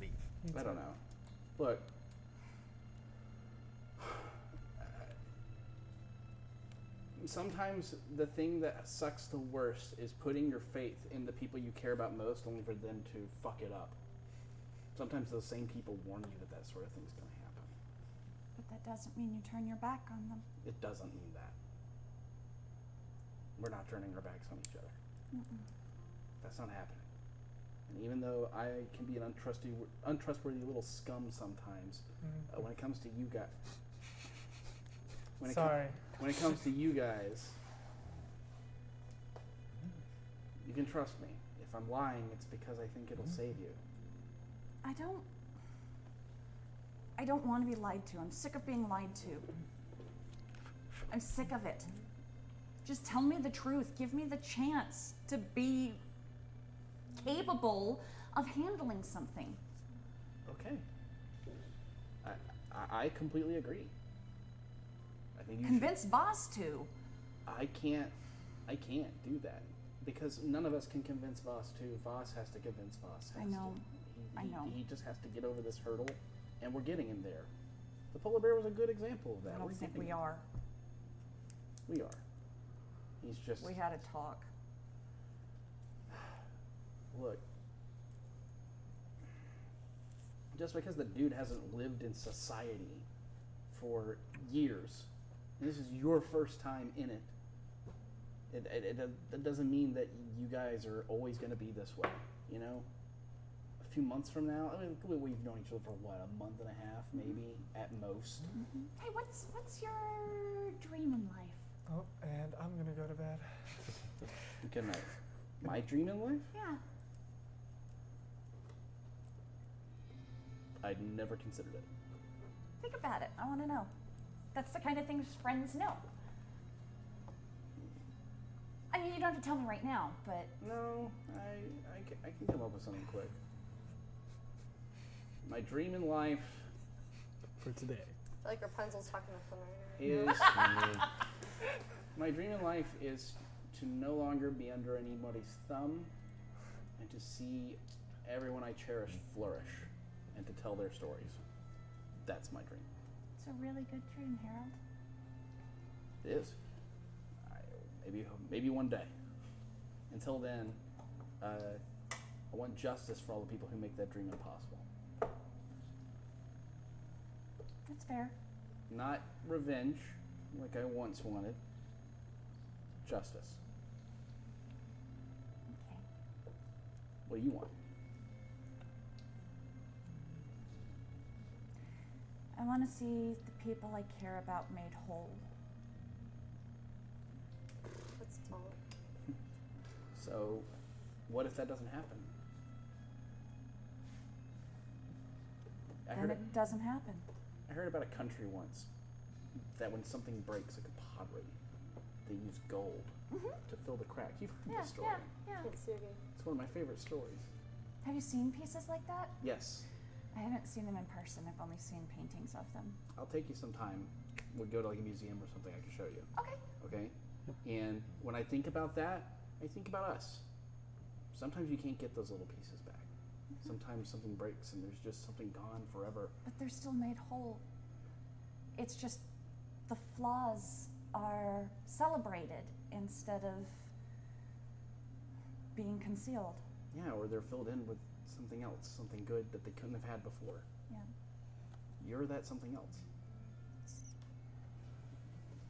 Speaker 2: Leave.
Speaker 7: I don't know. Look. Sometimes the thing that sucks the worst is putting your faith in the people you care about most only for them to fuck it up. Sometimes those same people warn you that that sort of thing's going to happen.
Speaker 4: But that doesn't mean you turn your back on them.
Speaker 7: It doesn't mean that. We're not turning our backs on each other.
Speaker 4: Mm-mm.
Speaker 7: That's not happening. And even though I can be an untrusty, untrustworthy little scum sometimes,
Speaker 8: Mhm.
Speaker 7: uh, when it comes to you guys, when it com-
Speaker 8: Sorry.
Speaker 7: when it comes to you guys, you can trust me. If I'm lying, it's because I think it'll save you.
Speaker 4: I don't. I don't want to be lied to. I'm sick of being lied to. I'm sick of it. Just tell me the truth. Give me the chance to be capable of handling something.
Speaker 7: Okay. I, I, I completely agree. I think you
Speaker 4: Convince Boss to.
Speaker 7: I can't. I can't do that because none of us can convince Voss to. Voss has to convince Voss.
Speaker 4: I
Speaker 7: has to.
Speaker 4: know.
Speaker 7: He,
Speaker 4: I
Speaker 7: he-
Speaker 4: know.
Speaker 7: He just has to get over this hurdle, and we're getting him there. The polar bear was a good example of that.
Speaker 4: I don't
Speaker 7: We're
Speaker 4: think
Speaker 7: getting
Speaker 4: we
Speaker 7: him.
Speaker 4: are.
Speaker 7: We are. He's just.
Speaker 4: We had a talk.
Speaker 7: Look. Just because the dude hasn't lived in society for years, and this is your first time in it, it, it, it, that doesn't mean that you guys are always going to be this way, you know? A few months from now, I mean, we- we've known each other for what, a month and a half, maybe, at most.
Speaker 4: Hey, what's what's your dream in life?
Speaker 8: Oh, and I'm gonna go to bed.
Speaker 7: Good night. My dream in life?
Speaker 4: Yeah.
Speaker 7: I'd never considered it.
Speaker 4: Think about it. I want to know. That's the kind of things friends know. I mean, you don't have to tell me right now, but.
Speaker 7: No, I, I, ca- I can come up with something quick. My dream in life
Speaker 20: for today
Speaker 1: I feel like Rapunzel's talking to the phone
Speaker 7: is
Speaker 1: right now.
Speaker 7: my dream in life is to no longer be under anybody's thumb and to see everyone I cherish flourish and to tell their stories. That's my dream.
Speaker 4: It's a really good dream, Harold.
Speaker 7: It is. I, maybe maybe one day. Until then, uh, I want justice for all the people who make that dream impossible.
Speaker 4: That's fair.
Speaker 7: Not revenge, like I once wanted. Justice. What do you want?
Speaker 4: I want to see the people I care about made whole.
Speaker 1: That's all.
Speaker 7: So, what if that doesn't happen? I
Speaker 4: and
Speaker 7: heard,
Speaker 4: it doesn't happen.
Speaker 7: I heard about a country once that when something breaks, like a pottery, they use gold to fill the crack. You've heard
Speaker 4: Mm-hmm. Yeah,
Speaker 7: this story.
Speaker 4: yeah,
Speaker 1: yeah.
Speaker 7: It's one of my favorite stories.
Speaker 4: Have you seen pieces like that?
Speaker 7: Yes,
Speaker 4: I haven't seen them in person. I've only seen paintings of them.
Speaker 7: I'll take you sometime. We'll go to like a museum or something. I can show you.
Speaker 4: Okay.
Speaker 7: Okay. And when I think about that, I think about us. Sometimes you can't get those little pieces back.
Speaker 4: Mm-hmm.
Speaker 7: Sometimes something breaks and there's just something gone forever.
Speaker 4: But they're still made whole. It's just the flaws are celebrated instead of being concealed.
Speaker 7: Yeah, or they're filled in with something else, something good that they couldn't have had before.
Speaker 4: Yeah.
Speaker 7: You're that something else.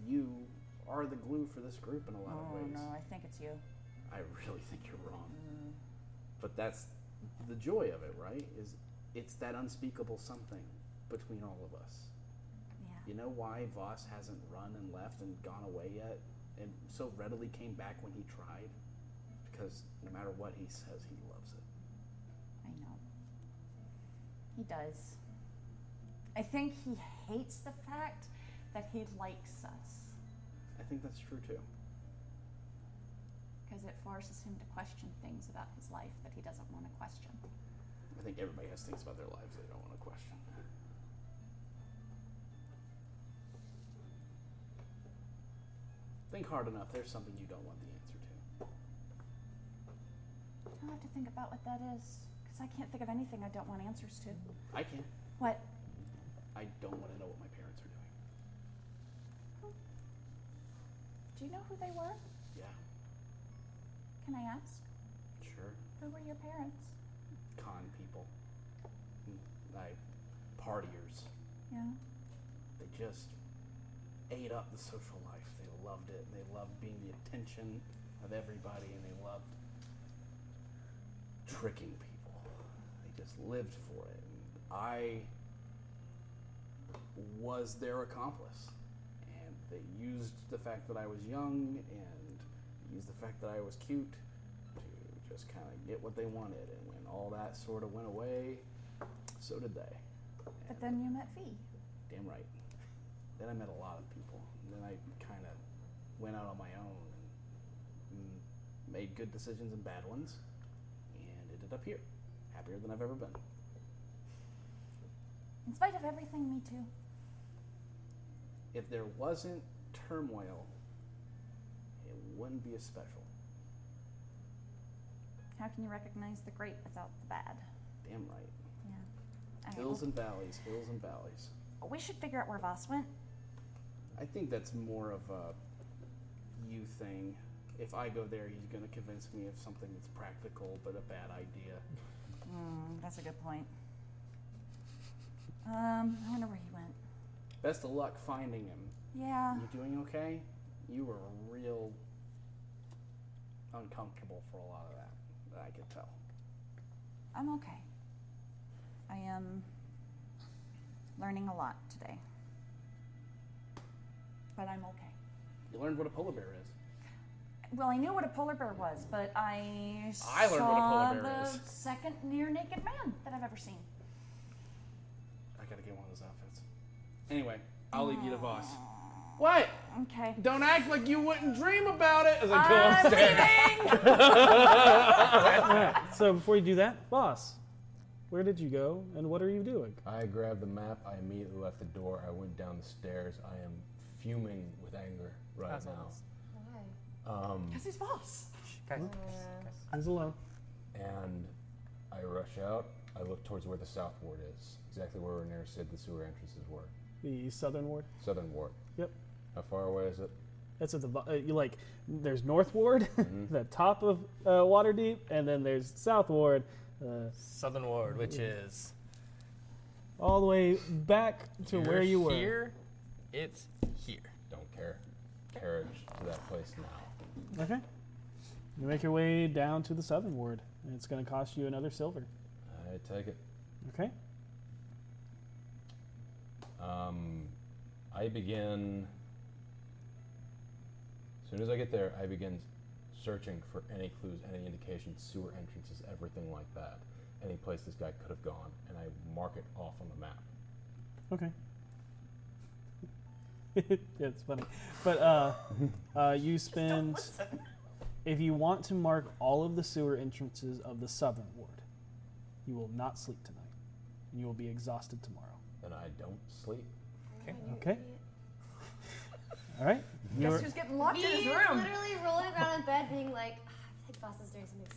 Speaker 7: You are the glue for this group in a lot of
Speaker 4: Oh
Speaker 7: ways.
Speaker 4: no, I think it's you.
Speaker 7: I really think you're wrong.
Speaker 4: Mm,
Speaker 7: But that's the joy of it, right? Is it's that unspeakable something between all of us. You know why Voss hasn't run and left and gone away yet and so readily came back when he tried? Because no matter what he says, he loves it.
Speaker 4: I know. He does. I think he hates the fact that he likes us
Speaker 7: I think that's true too.
Speaker 4: because it forces him to question things about his life that he doesn't want to question.
Speaker 7: I think everybody has things about their lives they don't want to question. Think hard enough. There's something you don't want the answer to.
Speaker 4: I'll have to think about what that is because I can't think of anything I don't want answers to.
Speaker 7: I can.
Speaker 4: What?
Speaker 7: I don't want to know what my parents are doing.
Speaker 4: Do you know who they were?
Speaker 7: Yeah,
Speaker 4: Can I ask?
Speaker 7: sure.
Speaker 4: Who were your parents?
Speaker 7: Con people. Mm, Like, partiers.
Speaker 4: Yeah.
Speaker 7: They just ate up the social life. They loved it. They loved being the attention of everybody, and they loved tricking people. They just lived for it. And I was their accomplice. And they used the fact that I was young and used the fact that I was cute to just kind of get what they wanted. And when all that sort of went away, so did they.
Speaker 4: But then you met V.
Speaker 7: Damn right. Then I met a lot of people. And then I kind of went out on my own and mm, made good decisions and bad ones. And ended up here. Happier than I've ever been.
Speaker 4: In spite of everything, me too.
Speaker 7: If there wasn't turmoil, it wouldn't be a special.
Speaker 4: How can you recognize the great without the bad?
Speaker 7: Damn right.
Speaker 4: Yeah. All right,
Speaker 7: Hills
Speaker 4: well,
Speaker 7: and valleys, hills and valleys.
Speaker 4: we should figure out where Voss went.
Speaker 7: I think that's more of a you thing. If I go there, he's going to convince me of something that's practical but a bad idea.
Speaker 4: Mm, that's a good point. Um, I wonder where he went.
Speaker 7: Best of luck finding him.
Speaker 4: Yeah.
Speaker 7: You doing okay? You were real uncomfortable for a lot of that. that I could tell.
Speaker 4: I'm okay. I am learning a lot today. But I'm okay.
Speaker 7: You learned what a polar bear is.
Speaker 4: Well, I knew what a polar bear was, but I
Speaker 7: I learned what a polar
Speaker 4: saw
Speaker 7: bear
Speaker 4: the
Speaker 7: is.
Speaker 4: second near naked man that I've ever seen.
Speaker 7: I gotta get one of those outfits. Anyway, I'll leave you to Voss.
Speaker 8: What?
Speaker 4: Okay.
Speaker 8: Don't act like you wouldn't dream about it as I go
Speaker 4: I'm
Speaker 8: upstairs.
Speaker 3: Alright, so before you do that, boss, where did you go and what are you doing?
Speaker 5: I grabbed the map. I immediately left the door. I went down the stairs. I am fuming with anger right
Speaker 21: As
Speaker 5: now.
Speaker 21: always.
Speaker 5: Um,
Speaker 10: Because he's boss.
Speaker 3: He's alone.
Speaker 5: And I rush out. I look towards where the south ward is, exactly where Rhaenyra said the sewer entrances were.
Speaker 3: The southern ward.
Speaker 5: Southern ward.
Speaker 3: Yep.
Speaker 5: How far away is it?
Speaker 3: That's at the bo- uh, you like. There's North Ward,
Speaker 5: Mm-hmm.
Speaker 3: the top of uh, Waterdeep, and then there's South Ward, uh,
Speaker 2: Southern Ward, which is
Speaker 3: all the way back to
Speaker 2: You're
Speaker 3: where you were.
Speaker 2: Here, it's here.
Speaker 5: Don't care. Carriage to that place now.
Speaker 3: Okay. You make your way down to the Southern Ward, and it's going to cost you another silver.
Speaker 5: I take it.
Speaker 3: Okay.
Speaker 5: Um, I begin. As soon as I get there, I begin searching for any clues, any indications, sewer entrances, everything like that. Any place this guy could have gone, and I mark it off on the map.
Speaker 3: Okay. yeah, it's funny. But uh, uh, you spend. If you want to mark all of the sewer entrances of the southern ward, you will not sleep tonight. And you will be exhausted tomorrow.
Speaker 5: And I don't sleep.
Speaker 2: Okay.
Speaker 3: Okay. All right.
Speaker 10: Guess
Speaker 3: You're-
Speaker 10: who's getting locked in his
Speaker 1: He's
Speaker 10: room?
Speaker 1: literally rolling around in bed being like, "Ah, I think boss is doing something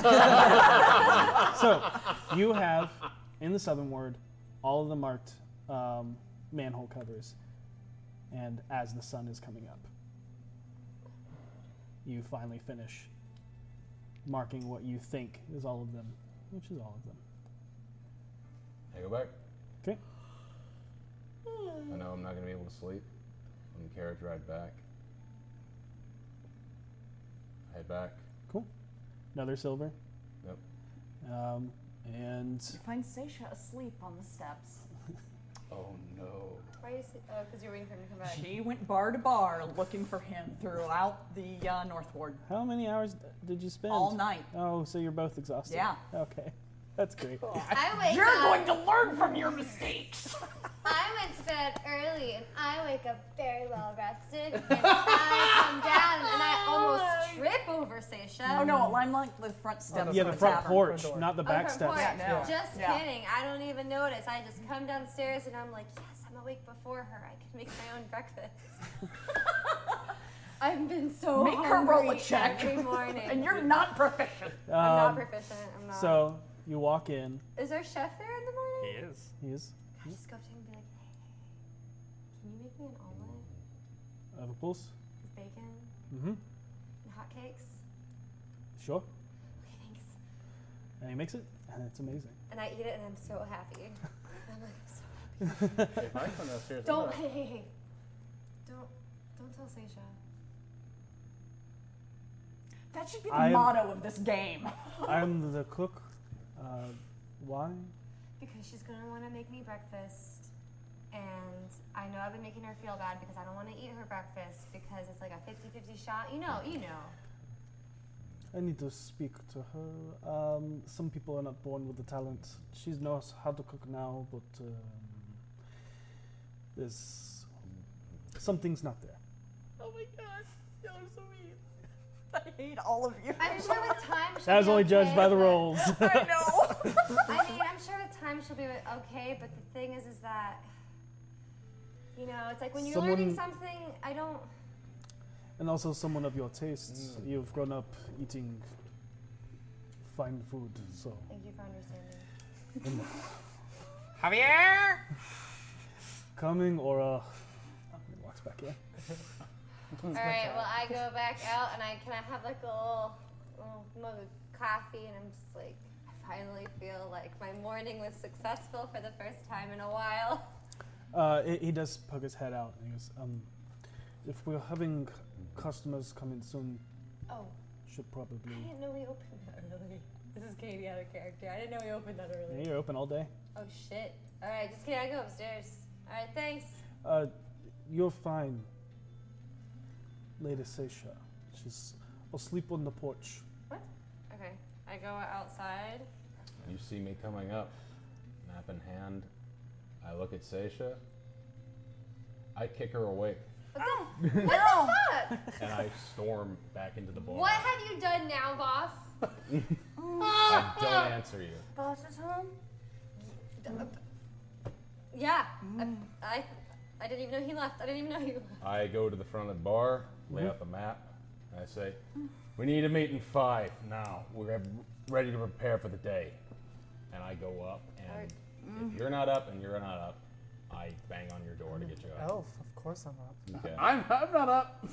Speaker 1: stupid.
Speaker 3: so you have in the southern ward all of the marked um, manhole covers and as the sun is coming up you finally finish marking what you think is all of them which is all of them
Speaker 5: I go back.
Speaker 3: 'Kay. Hmm.
Speaker 5: I know I'm not going to be able to sleep on the carriage ride back. I head back.
Speaker 3: cool another silver
Speaker 5: Yep.
Speaker 3: um, and
Speaker 4: Find Seisha asleep on the steps.
Speaker 7: Oh no.
Speaker 1: Why are you sleep? Oh, because you're waiting for him to come back.
Speaker 10: She went bar to bar looking for him throughout the uh, North Ward.
Speaker 3: how many hours did you spend
Speaker 10: All night.
Speaker 3: oh so you're both exhausted
Speaker 10: Yeah.
Speaker 3: okay that's great
Speaker 1: I wake
Speaker 10: You're going
Speaker 1: up.
Speaker 10: to learn from your mistakes.
Speaker 1: I went to bed early and I wake up very well rested. And I come down and I almost trip over Seisha.
Speaker 10: Oh no, I'm like the front steps.
Speaker 3: yeah
Speaker 10: of
Speaker 3: the front
Speaker 10: tavern.
Speaker 3: porch not the
Speaker 1: Oh,
Speaker 3: back
Speaker 1: front
Speaker 3: steps
Speaker 1: porch.
Speaker 10: Yeah, no.
Speaker 1: Just
Speaker 10: Yeah.
Speaker 1: kidding. I don't even notice. I just come downstairs and I'm like, yes, I'm awake before her. I can make my own breakfast. I've been so
Speaker 10: Make her roll a
Speaker 1: hungry
Speaker 10: check.
Speaker 1: every morning.
Speaker 10: and you're not proficient.
Speaker 1: I'm not
Speaker 3: Um,
Speaker 1: proficient. I'm not.
Speaker 3: so you walk in
Speaker 1: is our chef there in the morning?
Speaker 2: He is.
Speaker 3: he is
Speaker 1: I just go up to him and be like, hey, can you make me an omelet
Speaker 3: of a pulse
Speaker 1: with bacon
Speaker 3: mm-hmm
Speaker 1: and hotcakes?
Speaker 3: Sure.
Speaker 1: Okay, thanks.
Speaker 3: And he makes it, and it's amazing.
Speaker 1: And I eat it and I'm so happy. I'm like, I'm so happy.
Speaker 7: If I come downstairs, I'm
Speaker 1: Don't
Speaker 7: gonna-
Speaker 1: hey, hey, hey. Don't don't tell Seisha.
Speaker 10: That should be the
Speaker 3: I'm-
Speaker 10: motto of this game.
Speaker 3: I'm the cook. Uh, why?
Speaker 1: Because she's gonna wanna make me breakfast. And I know I've been making her feel bad because I don't want to eat her breakfast because it's like a 50-50 shot. You know, you know.
Speaker 3: I need to speak to her. Um, some people are not born with the talent. She knows how to cook now, but um, there's something's not there.
Speaker 10: Oh my god, y'all are so mean. I hate all of you.
Speaker 1: I'm sure with time she'll
Speaker 3: That was
Speaker 1: be
Speaker 3: only judged
Speaker 1: okay,
Speaker 3: by the
Speaker 1: but-
Speaker 3: rolls.
Speaker 10: I know.
Speaker 1: I mean, I'm sure with time she'll be okay, but the thing is, is that You know, it's like when you're
Speaker 3: Someone-
Speaker 1: learning something, I don't.
Speaker 3: And also someone of your tastes.
Speaker 1: Mm.
Speaker 3: You've grown up eating fine food, so.
Speaker 1: Thank you for understanding.
Speaker 3: And
Speaker 22: Javier!
Speaker 3: coming or uh, he walks back in.
Speaker 13: All right. Well, I go back out and I can I have like a little, little mug of coffee and I'm just like I finally feel like my morning was successful for the first time in a while.
Speaker 3: Uh, he, he does poke his head out and he goes, um, if we're having customers come in soon,
Speaker 1: Oh.
Speaker 3: should probably.
Speaker 1: I didn't know we opened that early. This is Katie out of character. I didn't know we opened that early.
Speaker 3: Yeah, you're open all day.
Speaker 1: Oh shit. All right, just kidding. I go upstairs. All right, thanks.
Speaker 3: Uh, you're fine. Lady Seisha. She's asleep on the porch.
Speaker 1: What? Okay. I go outside.
Speaker 5: You see me coming up, map in hand. I look at Seisha. I kick her awake,
Speaker 1: What the, what the fuck?
Speaker 5: and I storm back into the bar.
Speaker 1: What have you done now, boss?
Speaker 5: I don't answer you.
Speaker 1: Boss is home? Yeah. I, I, I didn't even know he left. I didn't even know he left.
Speaker 5: I go to the front of the bar, lay out the map, and I say, "We need to meet in five now. We're ready to prepare for the day." And I go up, and
Speaker 7: Mm.
Speaker 4: Mm-hmm.
Speaker 5: if you're not up and you're not up, I bang on your door to get you up.
Speaker 8: Elf, of course I'm up.
Speaker 5: Okay.
Speaker 7: I'm, I'm not up.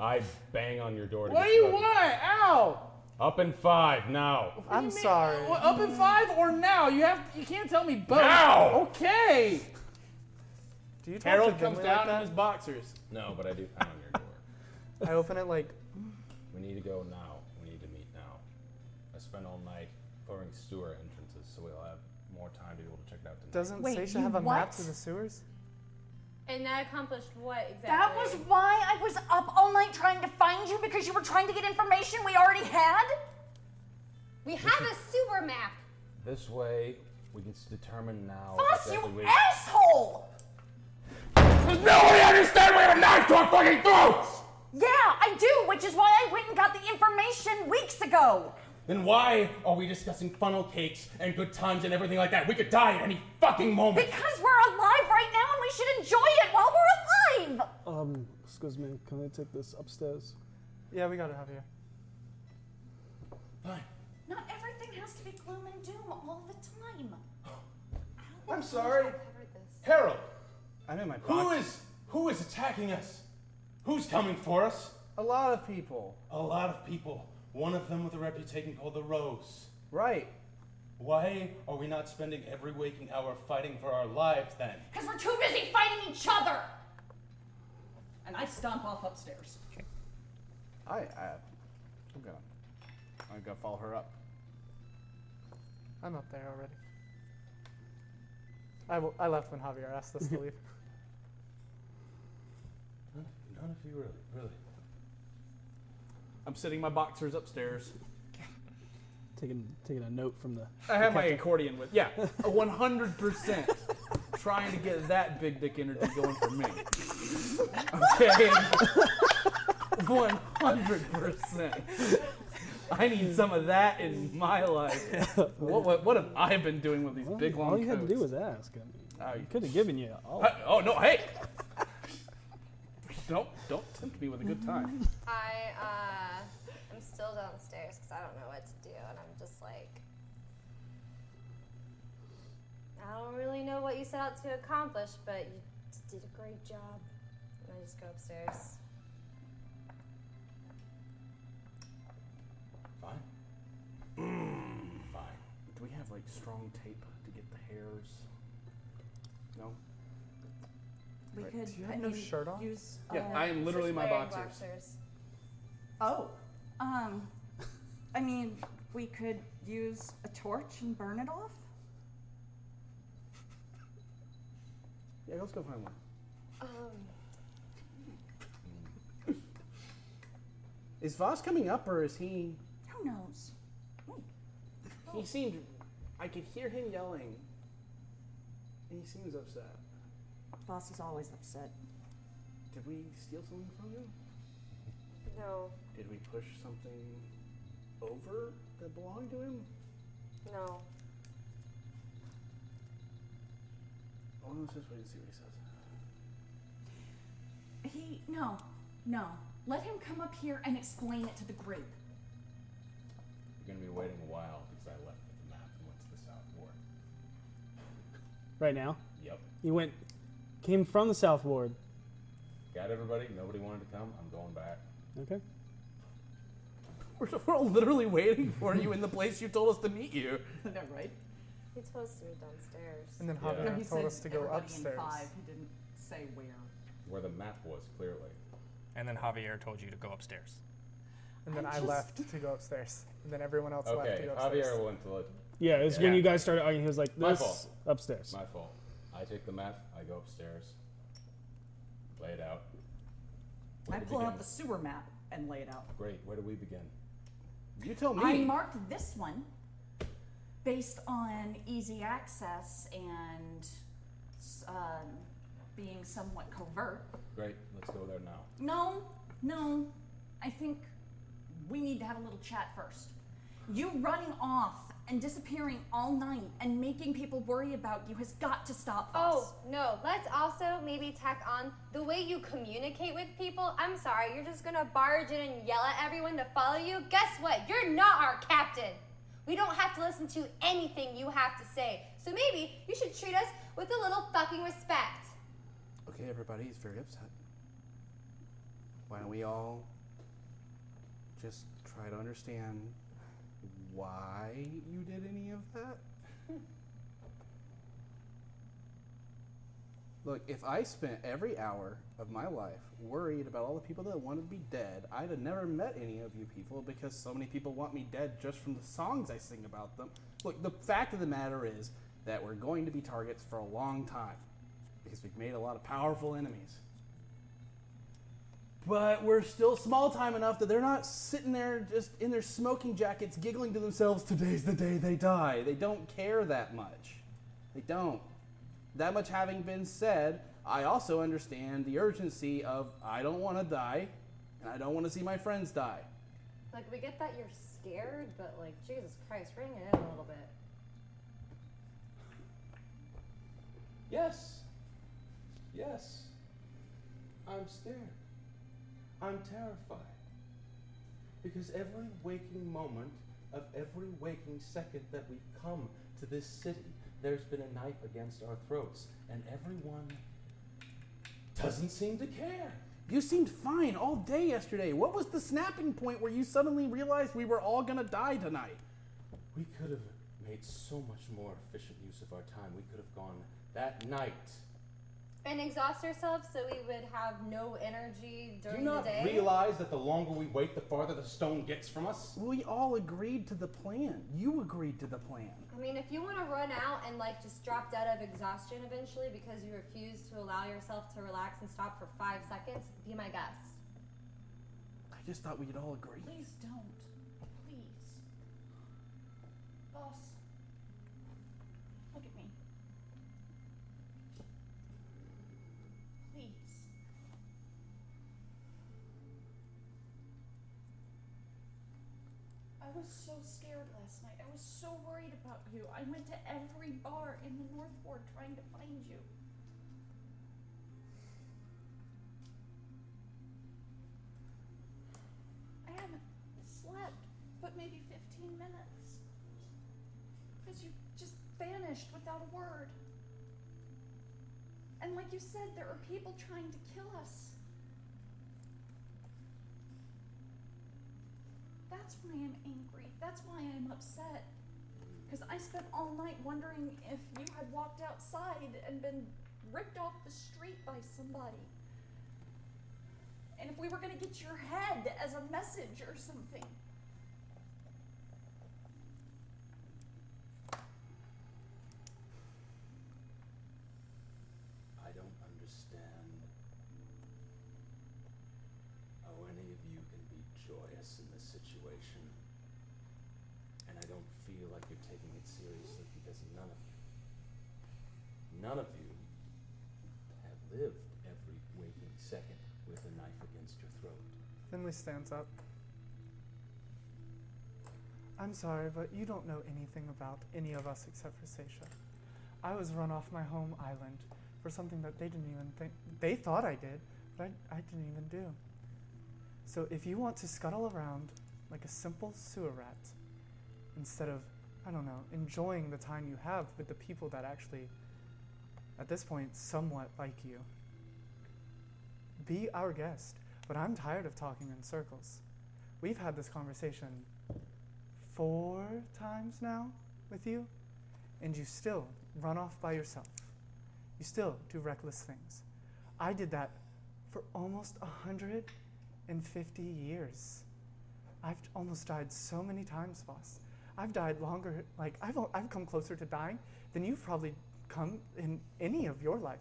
Speaker 5: I bang on your door. To
Speaker 7: What do
Speaker 5: get
Speaker 7: you
Speaker 5: up.
Speaker 7: want? Ow!
Speaker 5: Up in five now.
Speaker 8: I'm sorry.
Speaker 7: Well, up in five or now? You have. You can't tell me both.
Speaker 5: Now!
Speaker 7: Okay.
Speaker 8: Do you talk
Speaker 7: Harold
Speaker 8: to
Speaker 7: comes
Speaker 8: Finley
Speaker 7: down
Speaker 8: like
Speaker 7: in
Speaker 8: that?
Speaker 7: his boxers.
Speaker 5: No, but I do pound on your door.
Speaker 8: I open it like
Speaker 5: We need to go now. We need to meet now. I spent all night clearing sewer entrances, so we'll have more time to be able to check it out tonight.
Speaker 8: Doesn't
Speaker 4: Wait,
Speaker 8: Seisha
Speaker 4: you
Speaker 8: have a map
Speaker 4: what?
Speaker 8: to the sewers?
Speaker 1: And that accomplished what exactly?
Speaker 4: That was why I was up all night trying to find you because you were trying to get information we already had.
Speaker 1: We have a sewer map.
Speaker 5: This way, we can s- determine now.
Speaker 4: Boss, you
Speaker 5: exactly where-
Speaker 4: asshole!
Speaker 5: Does nobody understand we have a knife to our fucking throats?
Speaker 4: Yeah, I do, which is why I went and got the information weeks ago.
Speaker 5: Then why are we discussing funnel cakes and good times and everything like that? We could die at any fucking moment.
Speaker 4: Because we're alive right now and we should enjoy it while we're alive!
Speaker 3: Um, excuse me, can I take this upstairs?
Speaker 8: Yeah, we gotta have here.
Speaker 4: Not everything has to be gloom and doom all the time.
Speaker 5: I'm sorry, Harold.
Speaker 7: I'm in my
Speaker 5: Who is who is attacking us? Who's coming for us?
Speaker 7: A lot of people.
Speaker 5: A lot of people. One of them with a reputation called the Rose.
Speaker 7: Right.
Speaker 5: Why are we not spending every waking hour fighting for our lives then?
Speaker 4: Because we're too busy fighting each other! And I stomp off upstairs.
Speaker 7: I. I I'm gonna. I'm gonna follow her up.
Speaker 8: I'm up there already. I, w- I left when Javier asked us to leave.
Speaker 5: None of you really, really.
Speaker 7: I'm sitting my boxers upstairs.
Speaker 3: Taking taking a note from the.
Speaker 7: I have my
Speaker 3: the
Speaker 7: accordion with. Yeah, a 100% trying to get that big dick energy going for me. Okay? 100%. I need some of that in my life. What, what, what have I been doing with these big long
Speaker 3: All you had
Speaker 7: coats?
Speaker 3: to do was ask. I mean,
Speaker 7: I
Speaker 3: could have given you. All.
Speaker 7: I- oh, no, hey! don't, don't tempt me with a good time.
Speaker 13: I uh, I'm still downstairs because I don't know what to do, and I'm just like,
Speaker 1: I don't really know what you set out to accomplish, but you d- did a great job. And I just go upstairs.
Speaker 5: Fine. Fine.
Speaker 7: Mm. Do we have like strong tape to get the hairs? No?
Speaker 4: We
Speaker 7: Right.
Speaker 4: could.
Speaker 7: Do you have
Speaker 4: I
Speaker 7: no
Speaker 4: mean,
Speaker 7: shirt on?
Speaker 4: Use,
Speaker 7: Yeah,
Speaker 4: uh,
Speaker 7: I am literally my boxers.
Speaker 4: Oh. Um, I mean, we could use a torch and burn it off.
Speaker 7: Yeah, let's go find one.
Speaker 1: Um,
Speaker 7: Is Voss coming up or is he.
Speaker 4: Who knows? Oh.
Speaker 7: He seemed. I could hear him yelling. And he seems upset.
Speaker 4: Boss is always upset.
Speaker 7: Did we steal something from him?
Speaker 1: no,
Speaker 7: Did we push something over that belonged to him?
Speaker 1: no.
Speaker 7: Oh, let's just wait and see what he says.
Speaker 4: He no, no. Let him come up here and explain it to the group.
Speaker 12: You're gonna be waiting a while because I left with the map and went to the south ward.
Speaker 3: Right now?
Speaker 12: Yep.
Speaker 3: You went, came from the South Ward.
Speaker 12: Got everybody. Nobody wanted to come. I'm going back.
Speaker 3: Okay.
Speaker 23: We're, we're all literally waiting for you in the place you told us to meet you. Isn't that right?
Speaker 24: He told us to be downstairs.
Speaker 8: And then
Speaker 12: Yeah.
Speaker 8: Hopkins
Speaker 12: No, he
Speaker 8: told
Speaker 12: said
Speaker 8: us to go
Speaker 5: everybody
Speaker 8: upstairs.
Speaker 5: In five. He didn't say where.
Speaker 12: Where the map was clearly.
Speaker 2: And then Javier told you to go upstairs.
Speaker 8: And then
Speaker 2: I
Speaker 8: I,
Speaker 2: just-
Speaker 8: left to go upstairs. And then everyone else left to
Speaker 12: Okay,
Speaker 8: go upstairs.
Speaker 12: Javier went to.
Speaker 3: Yeah, it was when you guys started arguing. He was like,
Speaker 12: My
Speaker 3: this
Speaker 12: fault.
Speaker 3: upstairs.
Speaker 12: My fault. I take the map. I go upstairs. Lay it out. Where
Speaker 5: I
Speaker 12: to
Speaker 5: pull
Speaker 12: begin?
Speaker 5: out the sewer map and lay it out.
Speaker 12: Great. Where do we begin?
Speaker 23: You tell
Speaker 4: I marked this one based on easy access and um, being somewhat covert.
Speaker 12: Great. Let's go there now.
Speaker 4: No, no. I think we need to have a little chat first. You running off and disappearing all night and making people worry about you has got to stop
Speaker 1: Oh
Speaker 4: us.
Speaker 1: no! Let's also maybe tack on the way you communicate with people. I'm sorry, you're just gonna barge in and yell at everyone to follow you. Guess what? You're not our captain. We don't have to listen to anything you have to say. So maybe you should treat us with a little fucking respect.
Speaker 7: Okay, everybody is very upset. Why don't we all just try to understand why you did any of that? Look, if I spent every hour of my life worried about all the people that wanted to be dead, I'd have never met any of you people because so many people want me dead just from the songs I sing about them. Look, the fact of the matter is that we're going to be targets for a long time because we've made a lot of powerful enemies. But we're still small time enough that they're not sitting there just in their smoking jackets giggling to themselves, today's the day they die. They don't care that much. They don't. That much having been said, I also understand the urgency of I don't want to die, and I don't want to see my friends die.
Speaker 24: Like we get that you're scared, but like Jesus Christ, bring it in a little bit.
Speaker 12: Yes. Yes. I'm scared. I'm terrified. Because every waking moment of every waking second that we've come to this city, there's been a knife against our throats, and everyone doesn't seem to care.
Speaker 23: You seemed fine all day yesterday. What was the snapping point where you suddenly realized we were all gonna die tonight?
Speaker 12: We could have made so much more efficient use of our time. We could have gone that night.
Speaker 1: And exhaust ourselves so we would have no energy
Speaker 12: Do
Speaker 1: during
Speaker 12: you not
Speaker 1: the day.
Speaker 12: realize that the longer we wait, the farther the stone gets from us?
Speaker 23: We all agreed to the plan. You agreed to the plan.
Speaker 1: I mean, if you want to run out and like just drop dead of exhaustion eventually because you refuse to allow yourself to relax and stop for five seconds, be my guest.
Speaker 23: I just thought we'd all agree.
Speaker 4: Please don't. Please. Boss. Look at me. Please. I was so scared last night. I was so worried about you. I went to every bar in the North Ward trying to find you. I haven't slept but maybe 15 minutes. Because you just vanished without a word. And like you said, there are people trying to kill us. That's why I'm angry. That's why I'm upset. Because I spent all night wondering if you had walked outside and been ripped off the street by somebody. And if we were going to get your head as a message or something.
Speaker 12: I don't understand how any of you can be joyous in this situation. And I don't feel like you're taking it seriously because none of you, none of you have lived every waking second with a knife against your throat.
Speaker 8: Finley stands up. I'm sorry, but you don't know anything about any of us except for Seisha. I was run off my home island for something that they didn't even think they thought I did, But I, I didn't even do. So if you want to scuttle around like a simple sewer rat, instead of, I don't know, enjoying the time you have with the people that actually, at this point, somewhat like you, be our guest. But I'm tired of talking in circles. We've had this conversation four times now with you, and you still run off by yourself. You still do reckless things. I did that for almost 150 years. I've almost died so many times, Voss. I've died longer, like, I've, al- I've come closer to dying than you've probably come in any of your life.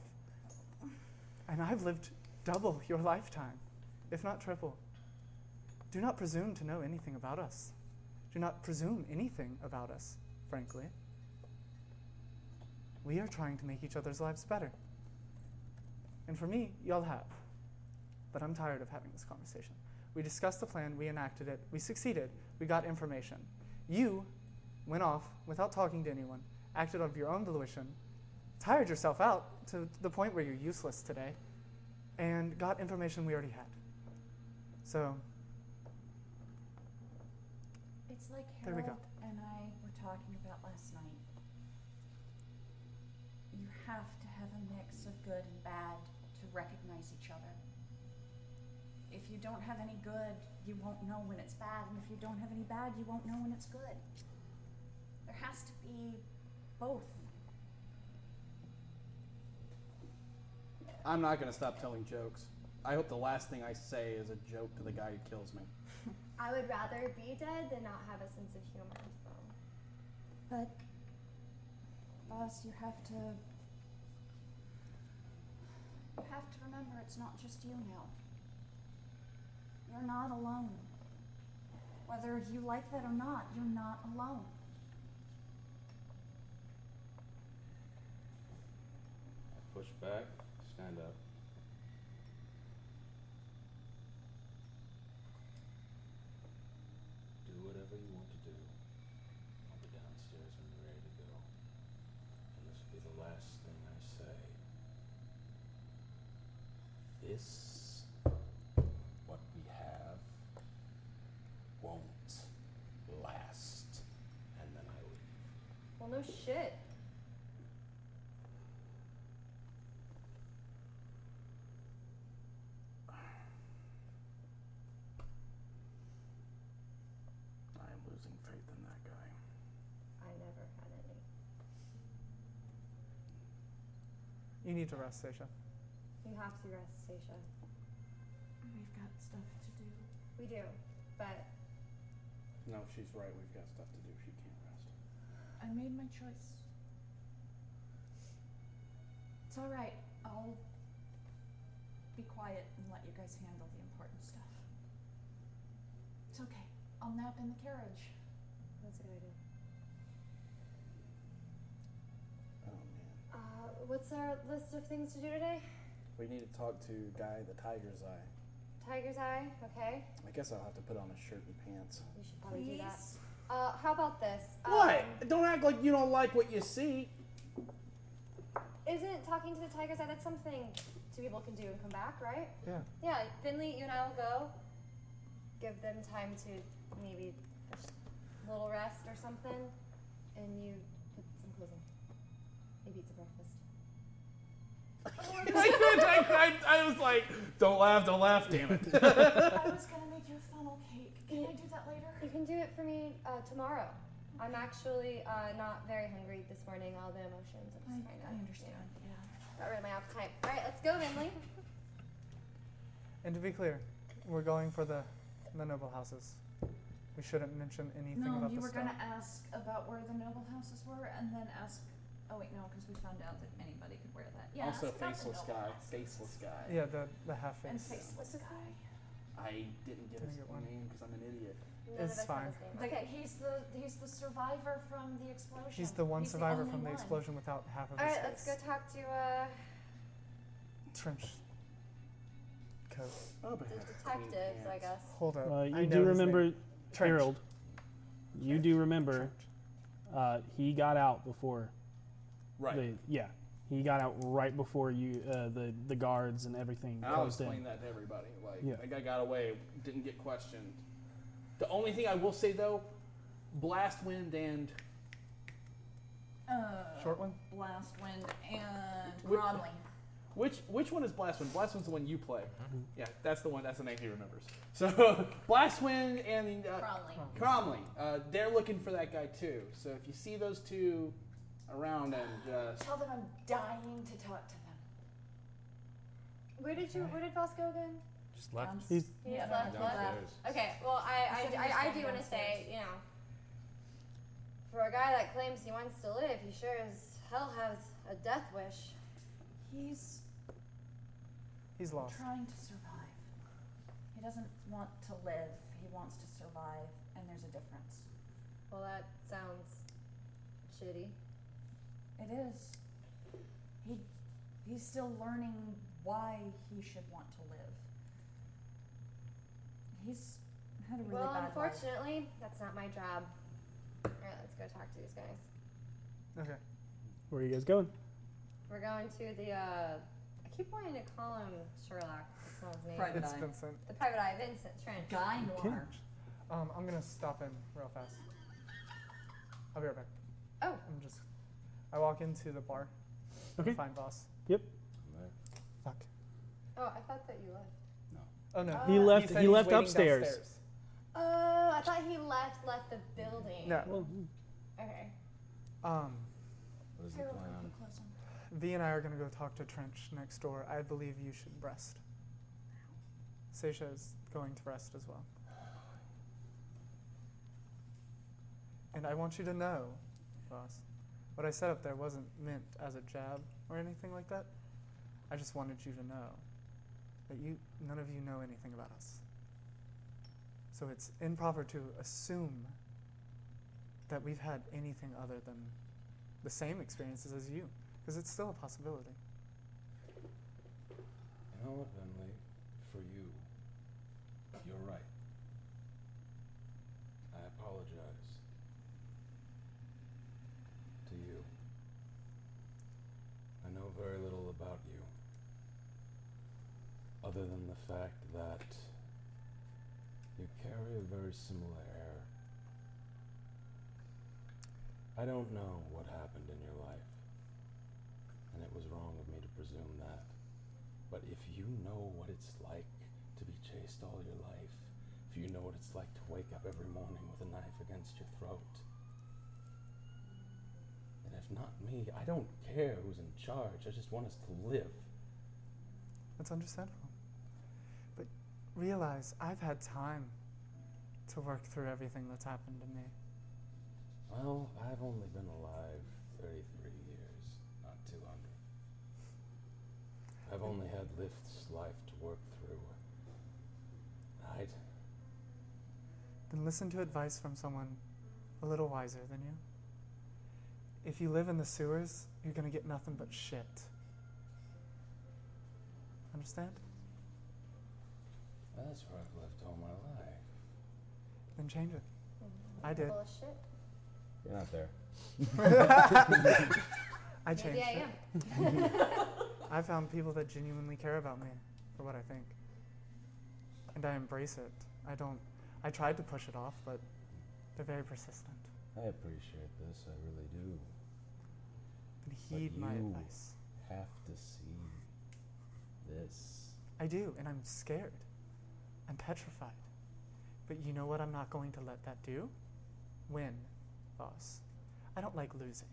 Speaker 8: And I've lived double your lifetime, if not triple. Do not presume to know anything about us. Do not presume anything about us, frankly. We are trying to make each other's lives better. And for me, y'all have. But I'm tired of having this conversation. We discussed the plan, we enacted it, we succeeded, we got information. You went off without talking to anyone, acted of your own volition, tired yourself out to the point where you're useless today, and got information we already had. So,
Speaker 4: It's like
Speaker 8: There we
Speaker 4: Harold
Speaker 8: go.
Speaker 4: and I were talking about last night. You have to have a mix of good and bad to recognize each other. If you don't have any good, you won't know when it's bad, and if you don't have any bad, you won't know when it's good. There has to be both.
Speaker 25: I'm not going to stop telling jokes. I hope the last thing I say is a joke to the guy who kills me.
Speaker 1: I would rather be dead than not have a sense of humor. So.
Speaker 4: But, boss, you have to. You have to remember it's not just you now. You're not alone. Whether you like that or not, you're not alone.
Speaker 12: Push back, stand up. Do whatever you want to do. I'll be downstairs when you're ready to go. And this will be the last thing I say. This, what we have, won't last. And then I leave.
Speaker 1: Well, no shit.
Speaker 7: I am losing faith in that guy.
Speaker 1: I never had any.
Speaker 8: you need to rest, Sasha.
Speaker 1: You have to rest, Stacia.
Speaker 4: We've got stuff to do.
Speaker 1: We do, but
Speaker 7: No, she's right. We've got stuff to do. She can't rest.
Speaker 4: I made my choice. It's all right. I'll be quiet and let you guys handle the important stuff. It's okay. I'll nap in the carriage.
Speaker 1: That's a good idea.
Speaker 7: Oh man,
Speaker 1: uh, what's our list of things to do today?
Speaker 7: we need to talk to guy the tiger's eye.
Speaker 1: Tiger's Eye, okay.
Speaker 7: I guess I'll have to put on a shirt and pants.
Speaker 1: You should probably do that.
Speaker 4: Please.
Speaker 1: Uh, how about this?
Speaker 7: What?
Speaker 1: Um,
Speaker 7: Don't act like you don't like what you see.
Speaker 1: isn't talking to the Tiger's Eye that's something two people can do and come back, right?
Speaker 8: Yeah.
Speaker 1: Yeah, Finley, you and I will go. Give them time to maybe a little rest or something, and you put some clothes on. Maybe it's a breakfast.
Speaker 25: I, I, I was like, don't laugh, don't laugh, damn it.
Speaker 4: I was gonna make you a funnel cake. Can I do that later?
Speaker 1: You can do it for me uh, tomorrow. I'm actually uh, not very hungry this morning. All the emotions. I'm just trying to. I understand. Yeah. Got rid of my appetite. All right, let's go, Vinley.
Speaker 8: And to be clear, we're going for the, the noble houses. We shouldn't mention anything
Speaker 4: No,
Speaker 8: about the
Speaker 4: you were
Speaker 8: stone.
Speaker 4: gonna ask about where the noble houses were, and then ask. Oh wait, no, because we found out that anybody could wear that. Yeah.
Speaker 7: also,
Speaker 4: ask about the
Speaker 7: faceless
Speaker 4: noble
Speaker 7: guy.
Speaker 4: houses.
Speaker 7: Faceless guy.
Speaker 8: Yeah, the the half
Speaker 4: And
Speaker 8: face.
Speaker 4: faceless guy.
Speaker 7: I didn't get his name because I'm an idiot.
Speaker 8: None of It's us have fine. his
Speaker 4: The- he's the he's the survivor from the explosion.
Speaker 8: He's the one survivor
Speaker 4: only
Speaker 8: from the
Speaker 4: one.
Speaker 8: explosion without half of
Speaker 1: All
Speaker 8: his
Speaker 1: right, let's
Speaker 8: face.
Speaker 1: go talk to uh,
Speaker 8: Trench coat.
Speaker 7: Oh,
Speaker 1: the detectives, I guess.
Speaker 8: Hold up.
Speaker 3: Uh,
Speaker 8: I
Speaker 3: you
Speaker 8: know
Speaker 3: do
Speaker 8: his
Speaker 3: remember,
Speaker 8: name. Trench.
Speaker 3: Harold. You do remember, uh, he got out before.
Speaker 25: Right.
Speaker 3: the- yeah. He got out right before you, uh, the the guards and everything
Speaker 7: I'll
Speaker 3: closed
Speaker 7: explain
Speaker 3: in.
Speaker 7: that to everybody. Like,
Speaker 3: Yeah.
Speaker 7: that guy got away, didn't get questioned. The only thing I will say though, blast wind and
Speaker 4: Uh,
Speaker 7: Short one?
Speaker 4: Blast wind and
Speaker 7: Which-
Speaker 4: Romley.
Speaker 7: which which one is blast wind? Blast wind's the one you play. Yeah, that's the one. That's the name he remembers. So blast wind and uh,
Speaker 4: Cromley.
Speaker 7: Cromley. Uh, they're looking for that guy too. So if you see those two around and uh,
Speaker 4: Tell them I'm dying to talk to them.
Speaker 1: Where did you? Where did Boss go again?
Speaker 26: Just left.
Speaker 3: He's-
Speaker 1: He
Speaker 4: Yeah,
Speaker 1: just left.
Speaker 4: downstairs.
Speaker 1: left. Okay. Well,
Speaker 4: I
Speaker 1: I
Speaker 4: said he
Speaker 1: I,
Speaker 4: was
Speaker 1: I, I
Speaker 4: going
Speaker 1: do want to say, you know, for a guy that claims he wants to live, he sure as hell has a death wish.
Speaker 4: He's
Speaker 8: He's lost.
Speaker 4: trying to survive. He doesn't want to live. He wants to survive, and there's a difference.
Speaker 1: Well, that sounds shitty.
Speaker 4: It is. He he's still learning why he should want to live. He's had a really
Speaker 1: well,
Speaker 4: bad life.
Speaker 1: unfortunately, that's not my job. All right, let's go talk to these guys.
Speaker 8: Okay.
Speaker 3: Where are you guys going?
Speaker 1: We're going to the. uh I keep wanting to call him Sherlock. That's not his name.
Speaker 4: Private
Speaker 8: It's Eye. Vincent.
Speaker 1: The private eye, Vincent Trent.
Speaker 4: Guy
Speaker 8: Okay. Um, I'm gonna stop him real fast. I'll be right back.
Speaker 1: Oh.
Speaker 8: I'm just. I walk into the bar.
Speaker 3: Okay.
Speaker 8: Fine, boss.
Speaker 3: Yep.
Speaker 8: Fuck.
Speaker 1: Oh, I thought that you left.
Speaker 8: Oh no.
Speaker 3: He left-
Speaker 8: said
Speaker 3: he
Speaker 8: he's
Speaker 3: left
Speaker 8: waiting
Speaker 3: upstairs.
Speaker 1: Oh, I thought he left left the building.
Speaker 8: No.
Speaker 1: Okay.
Speaker 8: Um,
Speaker 12: What is the
Speaker 1: Here, real
Speaker 12: plan?
Speaker 1: quick, we'll close them.
Speaker 8: V and I are gonna go talk to Trench next door. I believe you should rest. Seisha is going to rest as well. And I want you to know, boss, what I said up there wasn't meant as a jab or anything like that. I just wanted you to know that you none of you know anything about us. So it's improper to assume that we've had anything other than the same experiences as you, because it's still a possibility.
Speaker 12: You know what, Emily? For you, you're right. I apologize to you. I know very little about you, other than the fact that you carry a very similar air. I don't know what happened in your life, and it was wrong of me to presume that. But if you know what it's like to be chased all your life, if you know what it's like to wake up every morning with a knife against your throat, and if not me, I don't care who's in charge. I just want us to live.
Speaker 8: That's understandable. But realize I've had time to work through everything that's happened to me.
Speaker 12: Well, I've only been alive 33 years, not 200. I've only had Lift's life to work through. I'd,
Speaker 8: Then listen to advice from someone a little wiser than you. If you live in the sewers, you're gonna get nothing but shit. Understand?
Speaker 12: that's where I've lived all my life.
Speaker 8: Then change it. I did.
Speaker 1: Bullshit.
Speaker 12: You're not there.
Speaker 8: I
Speaker 1: Maybe
Speaker 8: changed
Speaker 1: I
Speaker 8: it.
Speaker 1: am.
Speaker 8: I found people that genuinely care about me for what I think. And I embrace it. I don't I tried to push it off, but they're very persistent.
Speaker 12: I appreciate this, I really do.
Speaker 8: And
Speaker 12: But
Speaker 8: heed my
Speaker 12: you
Speaker 8: advice.
Speaker 12: Have to see this.
Speaker 8: I do, and I'm scared. I'm petrified. But you know what I'm not going to let that do? Win, boss. I don't like losing.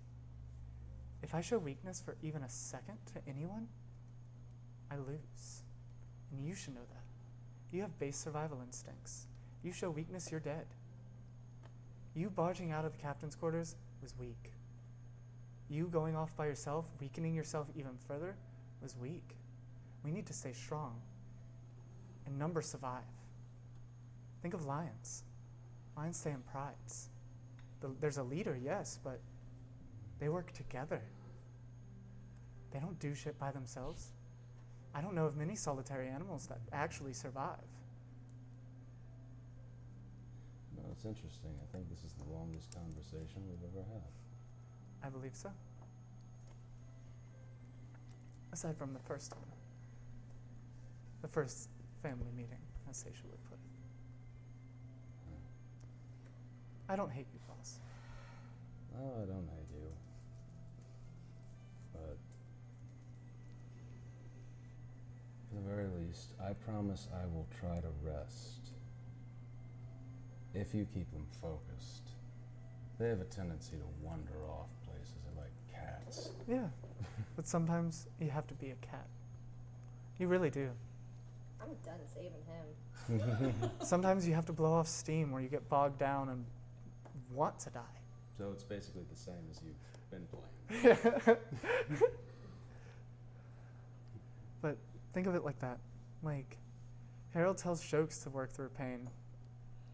Speaker 8: If I show weakness for even a second to anyone, I lose. And you should know that. You have base survival instincts. You show weakness, you're dead. You barging out of the captain's quarters was weak. You going off by yourself, weakening yourself even further, was weak. We need to stay strong. And numbers survive. Think of lions. Lions stay in prides. The, there's a leader, yes, but they work together. They don't do shit by themselves. I don't know of many solitary animals that actually survive.
Speaker 12: No, it's interesting. I think this is the longest conversation we've ever had.
Speaker 8: I believe so. Aside from the first one. The first family meeting, as Seisha would put it. I don't hate you, boss.
Speaker 5: Oh, I don't hate you. But for the very least, I promise I will try to rest. If you keep them focused, they have a tendency to wander off places. They're like cats.
Speaker 8: Yeah. but sometimes you have to be a cat. You really do.
Speaker 19: I'm done saving him.
Speaker 8: sometimes you have to blow off steam or you get bogged down and want to die.
Speaker 5: So it's basically the same as you've been playing.
Speaker 8: But think of it like that. Like, Harold tells Shokes to work through pain.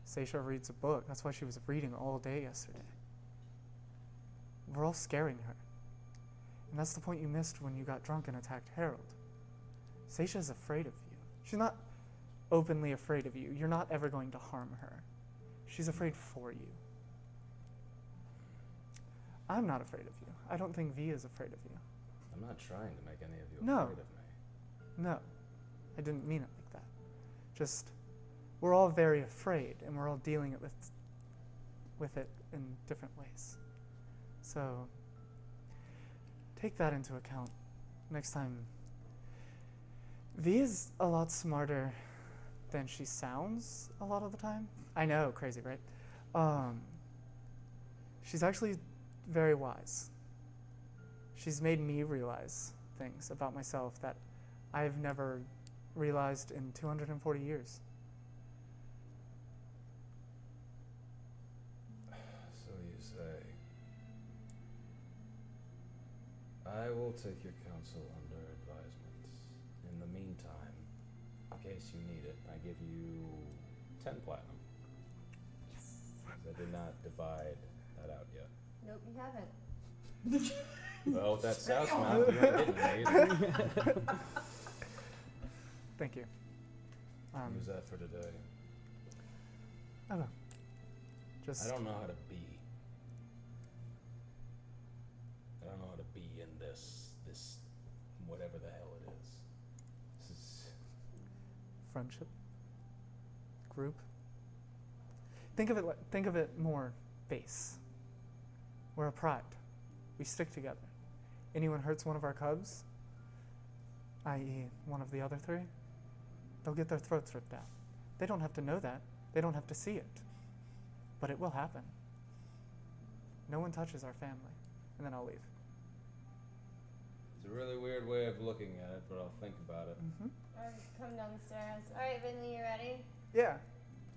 Speaker 8: Seisha reads a book. That's why she was reading all day yesterday. We're all scaring her. And that's the point you missed when you got drunk and attacked Harold. Seisha's afraid of you. She's not openly afraid of you. You're not ever going to harm her. She's afraid for you. I'm not afraid of you. I don't think V is afraid of you.
Speaker 5: I'm not trying to make any of you
Speaker 8: No.
Speaker 5: afraid of me.
Speaker 8: No, I didn't mean it like that. Just, we're all very afraid, and we're all dealing it with, with it in different ways. So, take that into account next time. V is a lot smarter than she sounds a lot of the time. I know, crazy, right? Um, she's actually very wise. She's made me realize things about myself that I've never realized in 240 years.
Speaker 5: So you say, I will take your counsel under advisement. In the meantime, in case you need it, I give you 10 platinum. I did not divide that out yet.
Speaker 19: Nope, you haven't.
Speaker 5: Well, with that souse mouth, you ain't getting it either.
Speaker 8: Thank you. Um,
Speaker 5: Use that for today.
Speaker 8: I will. Just
Speaker 5: I don't know how to be. I don't know how to be in this, this, whatever the hell it is. This is
Speaker 8: friendship group. Think of it. Like, think of it more base. We're a pride. We stick together. Anyone hurts one of our cubs, i.e., one of the other three, they'll get their throats ripped out. They don't have to know that. They don't have to see it. But it will happen. No one touches our family, and then I'll leave.
Speaker 5: It's a really weird way of looking at it, but I'll think about it.
Speaker 19: All right, come downstairs. All right, Vinny, you ready?
Speaker 8: Yeah.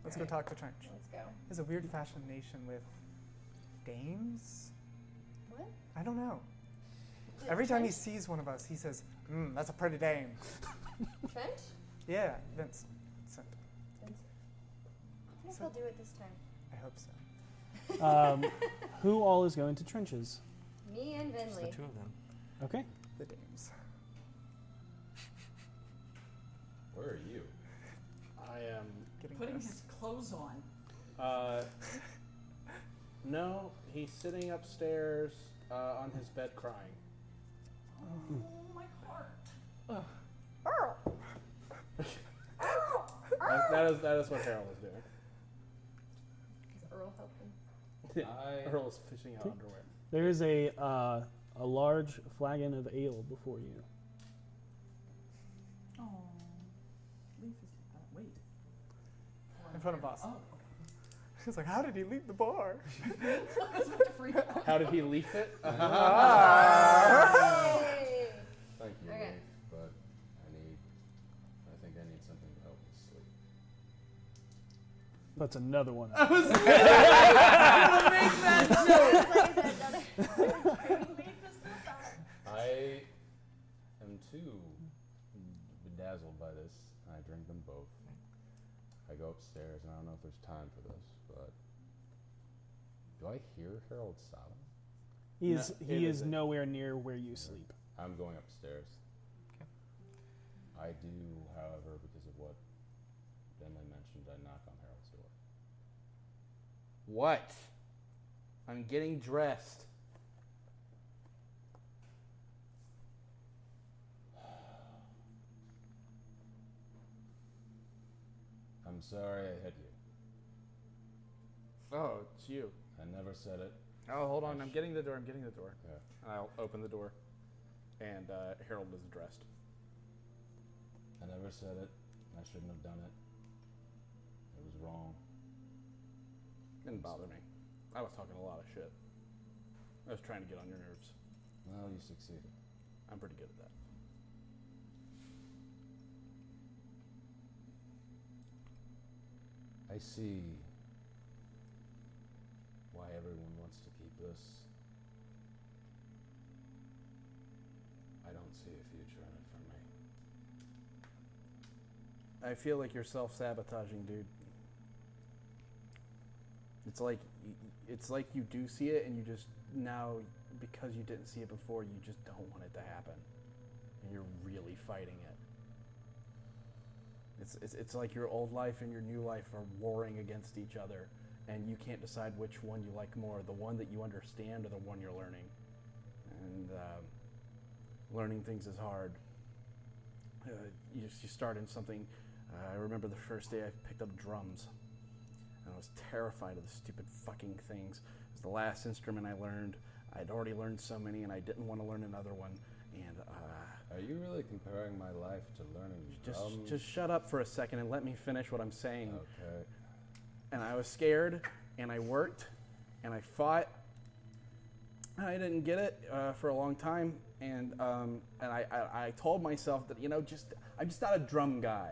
Speaker 8: Let's go talk to Trench.
Speaker 19: Let's go.
Speaker 8: There's a weird fascination with dames.
Speaker 19: What?
Speaker 8: I don't know.
Speaker 19: Is it
Speaker 8: Every time he
Speaker 19: Trench?
Speaker 8: sees one of us, he says, mm, that's a pretty dame.
Speaker 19: Trench?
Speaker 8: yeah, Vincent.
Speaker 19: I think he'll do it this time.
Speaker 8: I hope so.
Speaker 3: Um, who all is going to trenches?
Speaker 19: Me and Vinley.
Speaker 2: of them.
Speaker 3: Okay.
Speaker 8: The dames.
Speaker 5: Where are you?
Speaker 6: I am
Speaker 4: Putting his clothes on.
Speaker 6: Uh, no, he's sitting upstairs uh, on his bed crying.
Speaker 4: Oh, my heart.
Speaker 6: That- that is that is what Harold is doing.
Speaker 19: Is Earl helping?
Speaker 6: Earl's fishing out underwear.
Speaker 3: There is a uh, a large flagon of ale before you.
Speaker 4: Oh. Leaf is uh, wait.
Speaker 8: In front of us.
Speaker 4: Oh,
Speaker 8: She's like, how did he leave the bar?
Speaker 4: That's what the freak out.
Speaker 6: How did he leaf it?
Speaker 8: Ah.
Speaker 5: Thank you,
Speaker 19: Okay.
Speaker 5: Leaf, but I need. I think I need something to help me sleep.
Speaker 3: That's another one.
Speaker 5: I was-
Speaker 3: Up.
Speaker 5: I am too bedazzled by this. I drink them both. I go upstairs, and I don't know if there's time for this, but do I hear Harold sobbing?
Speaker 3: He is
Speaker 5: No, it
Speaker 3: he is
Speaker 5: isn't.
Speaker 3: nowhere near where you sleep.
Speaker 5: I'm going upstairs. I do, however, because of what Denley mentioned, I knock on Harold's door.
Speaker 7: What? I'm getting dressed.
Speaker 5: sorry I hit you.
Speaker 7: Oh, it's you.
Speaker 5: I never said it.
Speaker 7: Oh, hold on. I'm getting the door. I'm getting the door. And I'll open the door. And uh, Harold is dressed.
Speaker 5: I never said it. I shouldn't have done it. It was wrong.
Speaker 7: Didn't bother me. I was talking a lot of shit. I was trying to get on your nerves.
Speaker 5: Well, you succeeded.
Speaker 7: I'm pretty good at that.
Speaker 5: I see why everyone wants to keep this. I don't see a future in it for me.
Speaker 7: I feel like you're self sabotaging, dude. It's like it's like you do see it, and you just now because you didn't see it before, you just don't want it to happen, and you're really fighting it. It's it's, it's like your old life and your new life are warring against each other, and you can't decide which one you like more, the one that you understand or the one you're learning. And um, learning things is hard. Uh, you just you start in something. Uh, I remember the first day I picked up drums and I was terrified of the stupid fucking things. It was the last instrument I learned. I'd already learned so many, and I didn't want to learn another one. And uh,
Speaker 5: are you really comparing my life to learning
Speaker 7: just
Speaker 12: Um,
Speaker 5: drums?
Speaker 7: just shut up for a second and let me finish what I'm saying.
Speaker 5: Okay.
Speaker 7: And I was scared, and I worked, and I fought. And I didn't get it uh, for a long time, and um, and I, I I told myself that you know just I'm just not a drum guy.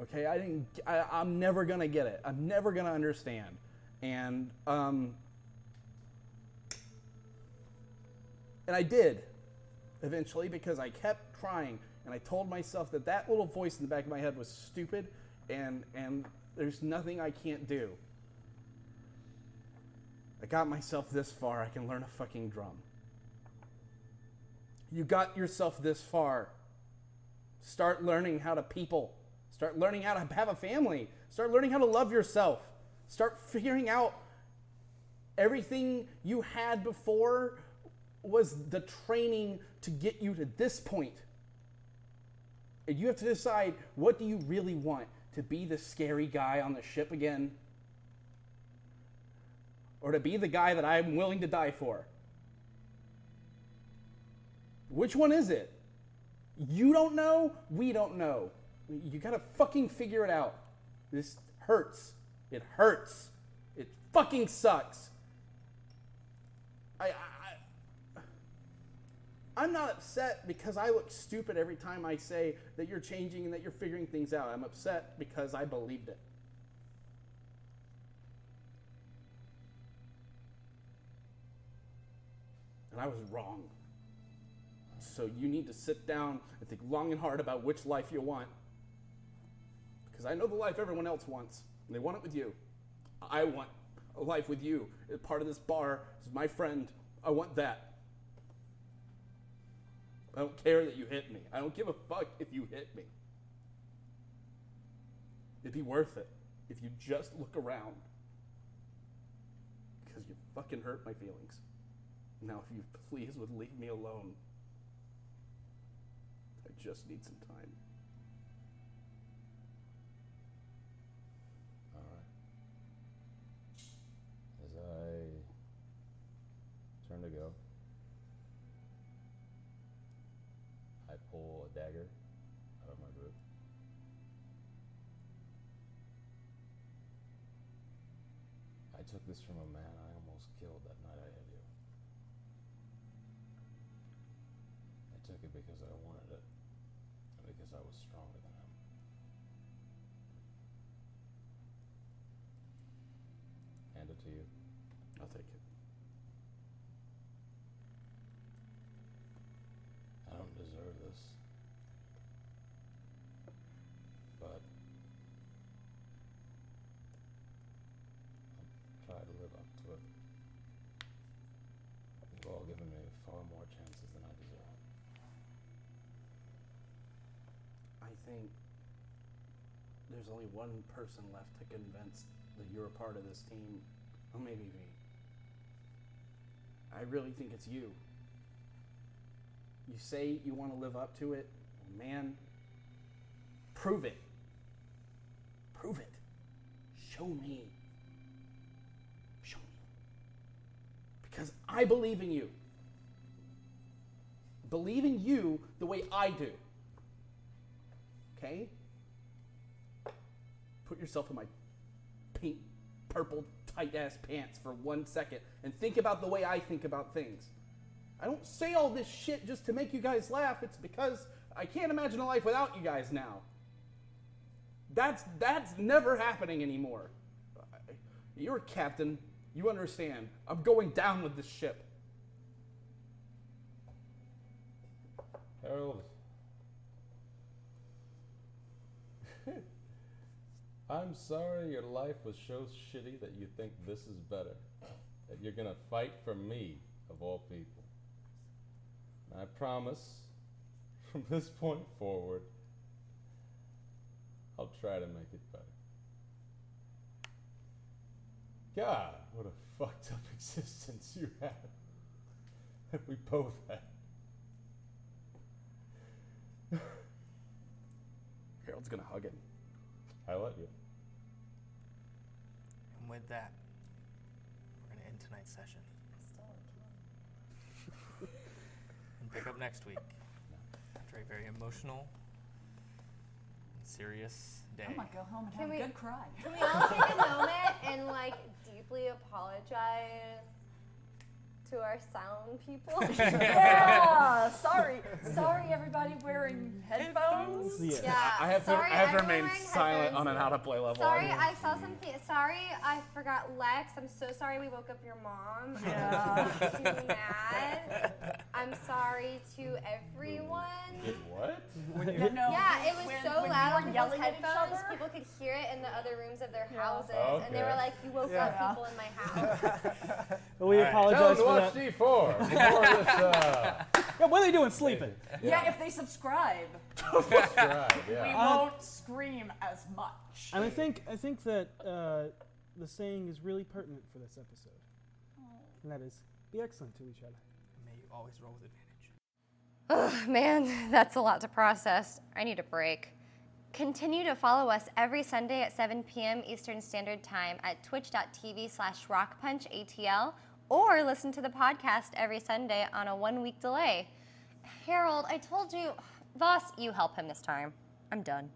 Speaker 7: Okay, I didn't. I, I'm never gonna get it. I'm never gonna understand. And um, and I did, eventually, because I kept trying, and I told myself that that little voice in the back of my head was stupid, and and there's nothing I can't do. I got myself this far. I can learn a fucking drum. You got yourself this far. Start learning how to people. Start learning how to have a family. Start learning how to love yourself. Start figuring out everything you had before was the training to get you to this point. And you have to decide what do you really want? To be the scary guy on the ship again? Or to be the guy that I'm willing to die for? Which one is it? You don't know, we don't know. You gotta fucking figure it out. This hurts. It hurts. It fucking sucks. I, I I- I'm not upset because I look stupid every time I say that you're changing and that you're figuring things out. I'm upset because I believed it. And I was wrong. So you need to sit down and think long and hard about which life you want. Because I know the life everyone else wants, and they want it with you. I want a life with you. It's Part of this bar This is my friend. I want that. I don't care that you hit me. I don't give a fuck if you hit me. It'd be worth it if you just look around. Because you fucking hurt my feelings. Now, if you please would leave me alone, I just need some time.
Speaker 5: All right. As I turn to go, I pull a dagger out of my boot. I took this from a man I almost killed that night I hit you. I took it because I wanted it, and because I was stronger than him. Hand it to you.
Speaker 7: I'll take it.
Speaker 5: I don't deserve this. But I'll try to live up to it. You've all given me far more chances than I deserve.
Speaker 7: I think there's only one person left to convince that you're a part of this team, or maybe me. I really think it's you. You say you want to live up to it, man. Prove it. Prove it. Show me. Show me. Because I believe in you. Believe in you the way I do. Okay? Put yourself in my pink, purple, tight ass pants for one second and think about the way I think about things. I don't say all this shit just to make you guys laugh. It's because I can't imagine a life without you guys now. That's that's never happening anymore. I- You're a captain. You understand. I'm going down with this ship.
Speaker 5: Harold. I'm sorry your life was so shitty that you think this is better. That you're gonna fight for me, of all people. And I promise, from this point forward, I'll try to make it better. God, what a fucked up existence you have. That we both have.
Speaker 7: Harold's gonna hug him.
Speaker 5: I love you.
Speaker 2: And with that, we're going to end tonight's session and pick up next week after a very emotional and serious day.
Speaker 4: I'm gonna go home and
Speaker 1: Can
Speaker 4: have
Speaker 1: we-
Speaker 4: a good cry.
Speaker 1: Can we all take a moment and like deeply apologize to our sound people?
Speaker 13: yeah, sorry, sorry, everybody wearing headphones.
Speaker 1: Yeah. Yeah,
Speaker 13: I have to-
Speaker 1: sorry,
Speaker 13: I have
Speaker 1: everyone
Speaker 13: remained
Speaker 1: wearing
Speaker 13: silent
Speaker 1: headphones.
Speaker 13: on an
Speaker 7: how to play level.
Speaker 1: Sorry, I saw something. Sorry, I forgot Lex. I'm so sorry we woke up your mom. Yeah. too mad. I'm sorry to everyone.
Speaker 5: Did what?
Speaker 1: yeah, it was
Speaker 13: when-
Speaker 1: so
Speaker 13: when we
Speaker 1: loud
Speaker 13: were
Speaker 1: on people's
Speaker 13: yelling at each
Speaker 1: headphones, people could hear it in the other rooms of their houses, and they were
Speaker 5: Okay.
Speaker 1: like, "You woke
Speaker 5: Yeah.
Speaker 1: up people in my house."
Speaker 3: Well, we
Speaker 5: All right.
Speaker 3: apologize
Speaker 5: Tell 'em
Speaker 3: for that.
Speaker 5: to watch D4 before this, uh,
Speaker 3: yeah, what are they doing sleeping?
Speaker 4: Yeah, if they subscribe, we
Speaker 3: Uh,
Speaker 4: won't scream as much.
Speaker 3: And I think I think that uh, the saying is really pertinent for this episode, and that is be excellent to each other.
Speaker 2: Oh. May you always roll with advantage.
Speaker 1: Oh, man, that's a lot to process. I need a break. Continue to follow us every Sunday at 7 p.m. Eastern Standard Time at twitch.tv slash rockpunchatl or listen to the podcast every Sunday on a one-week delay. Harold, I told you... Voss, you help him this time. I'm done.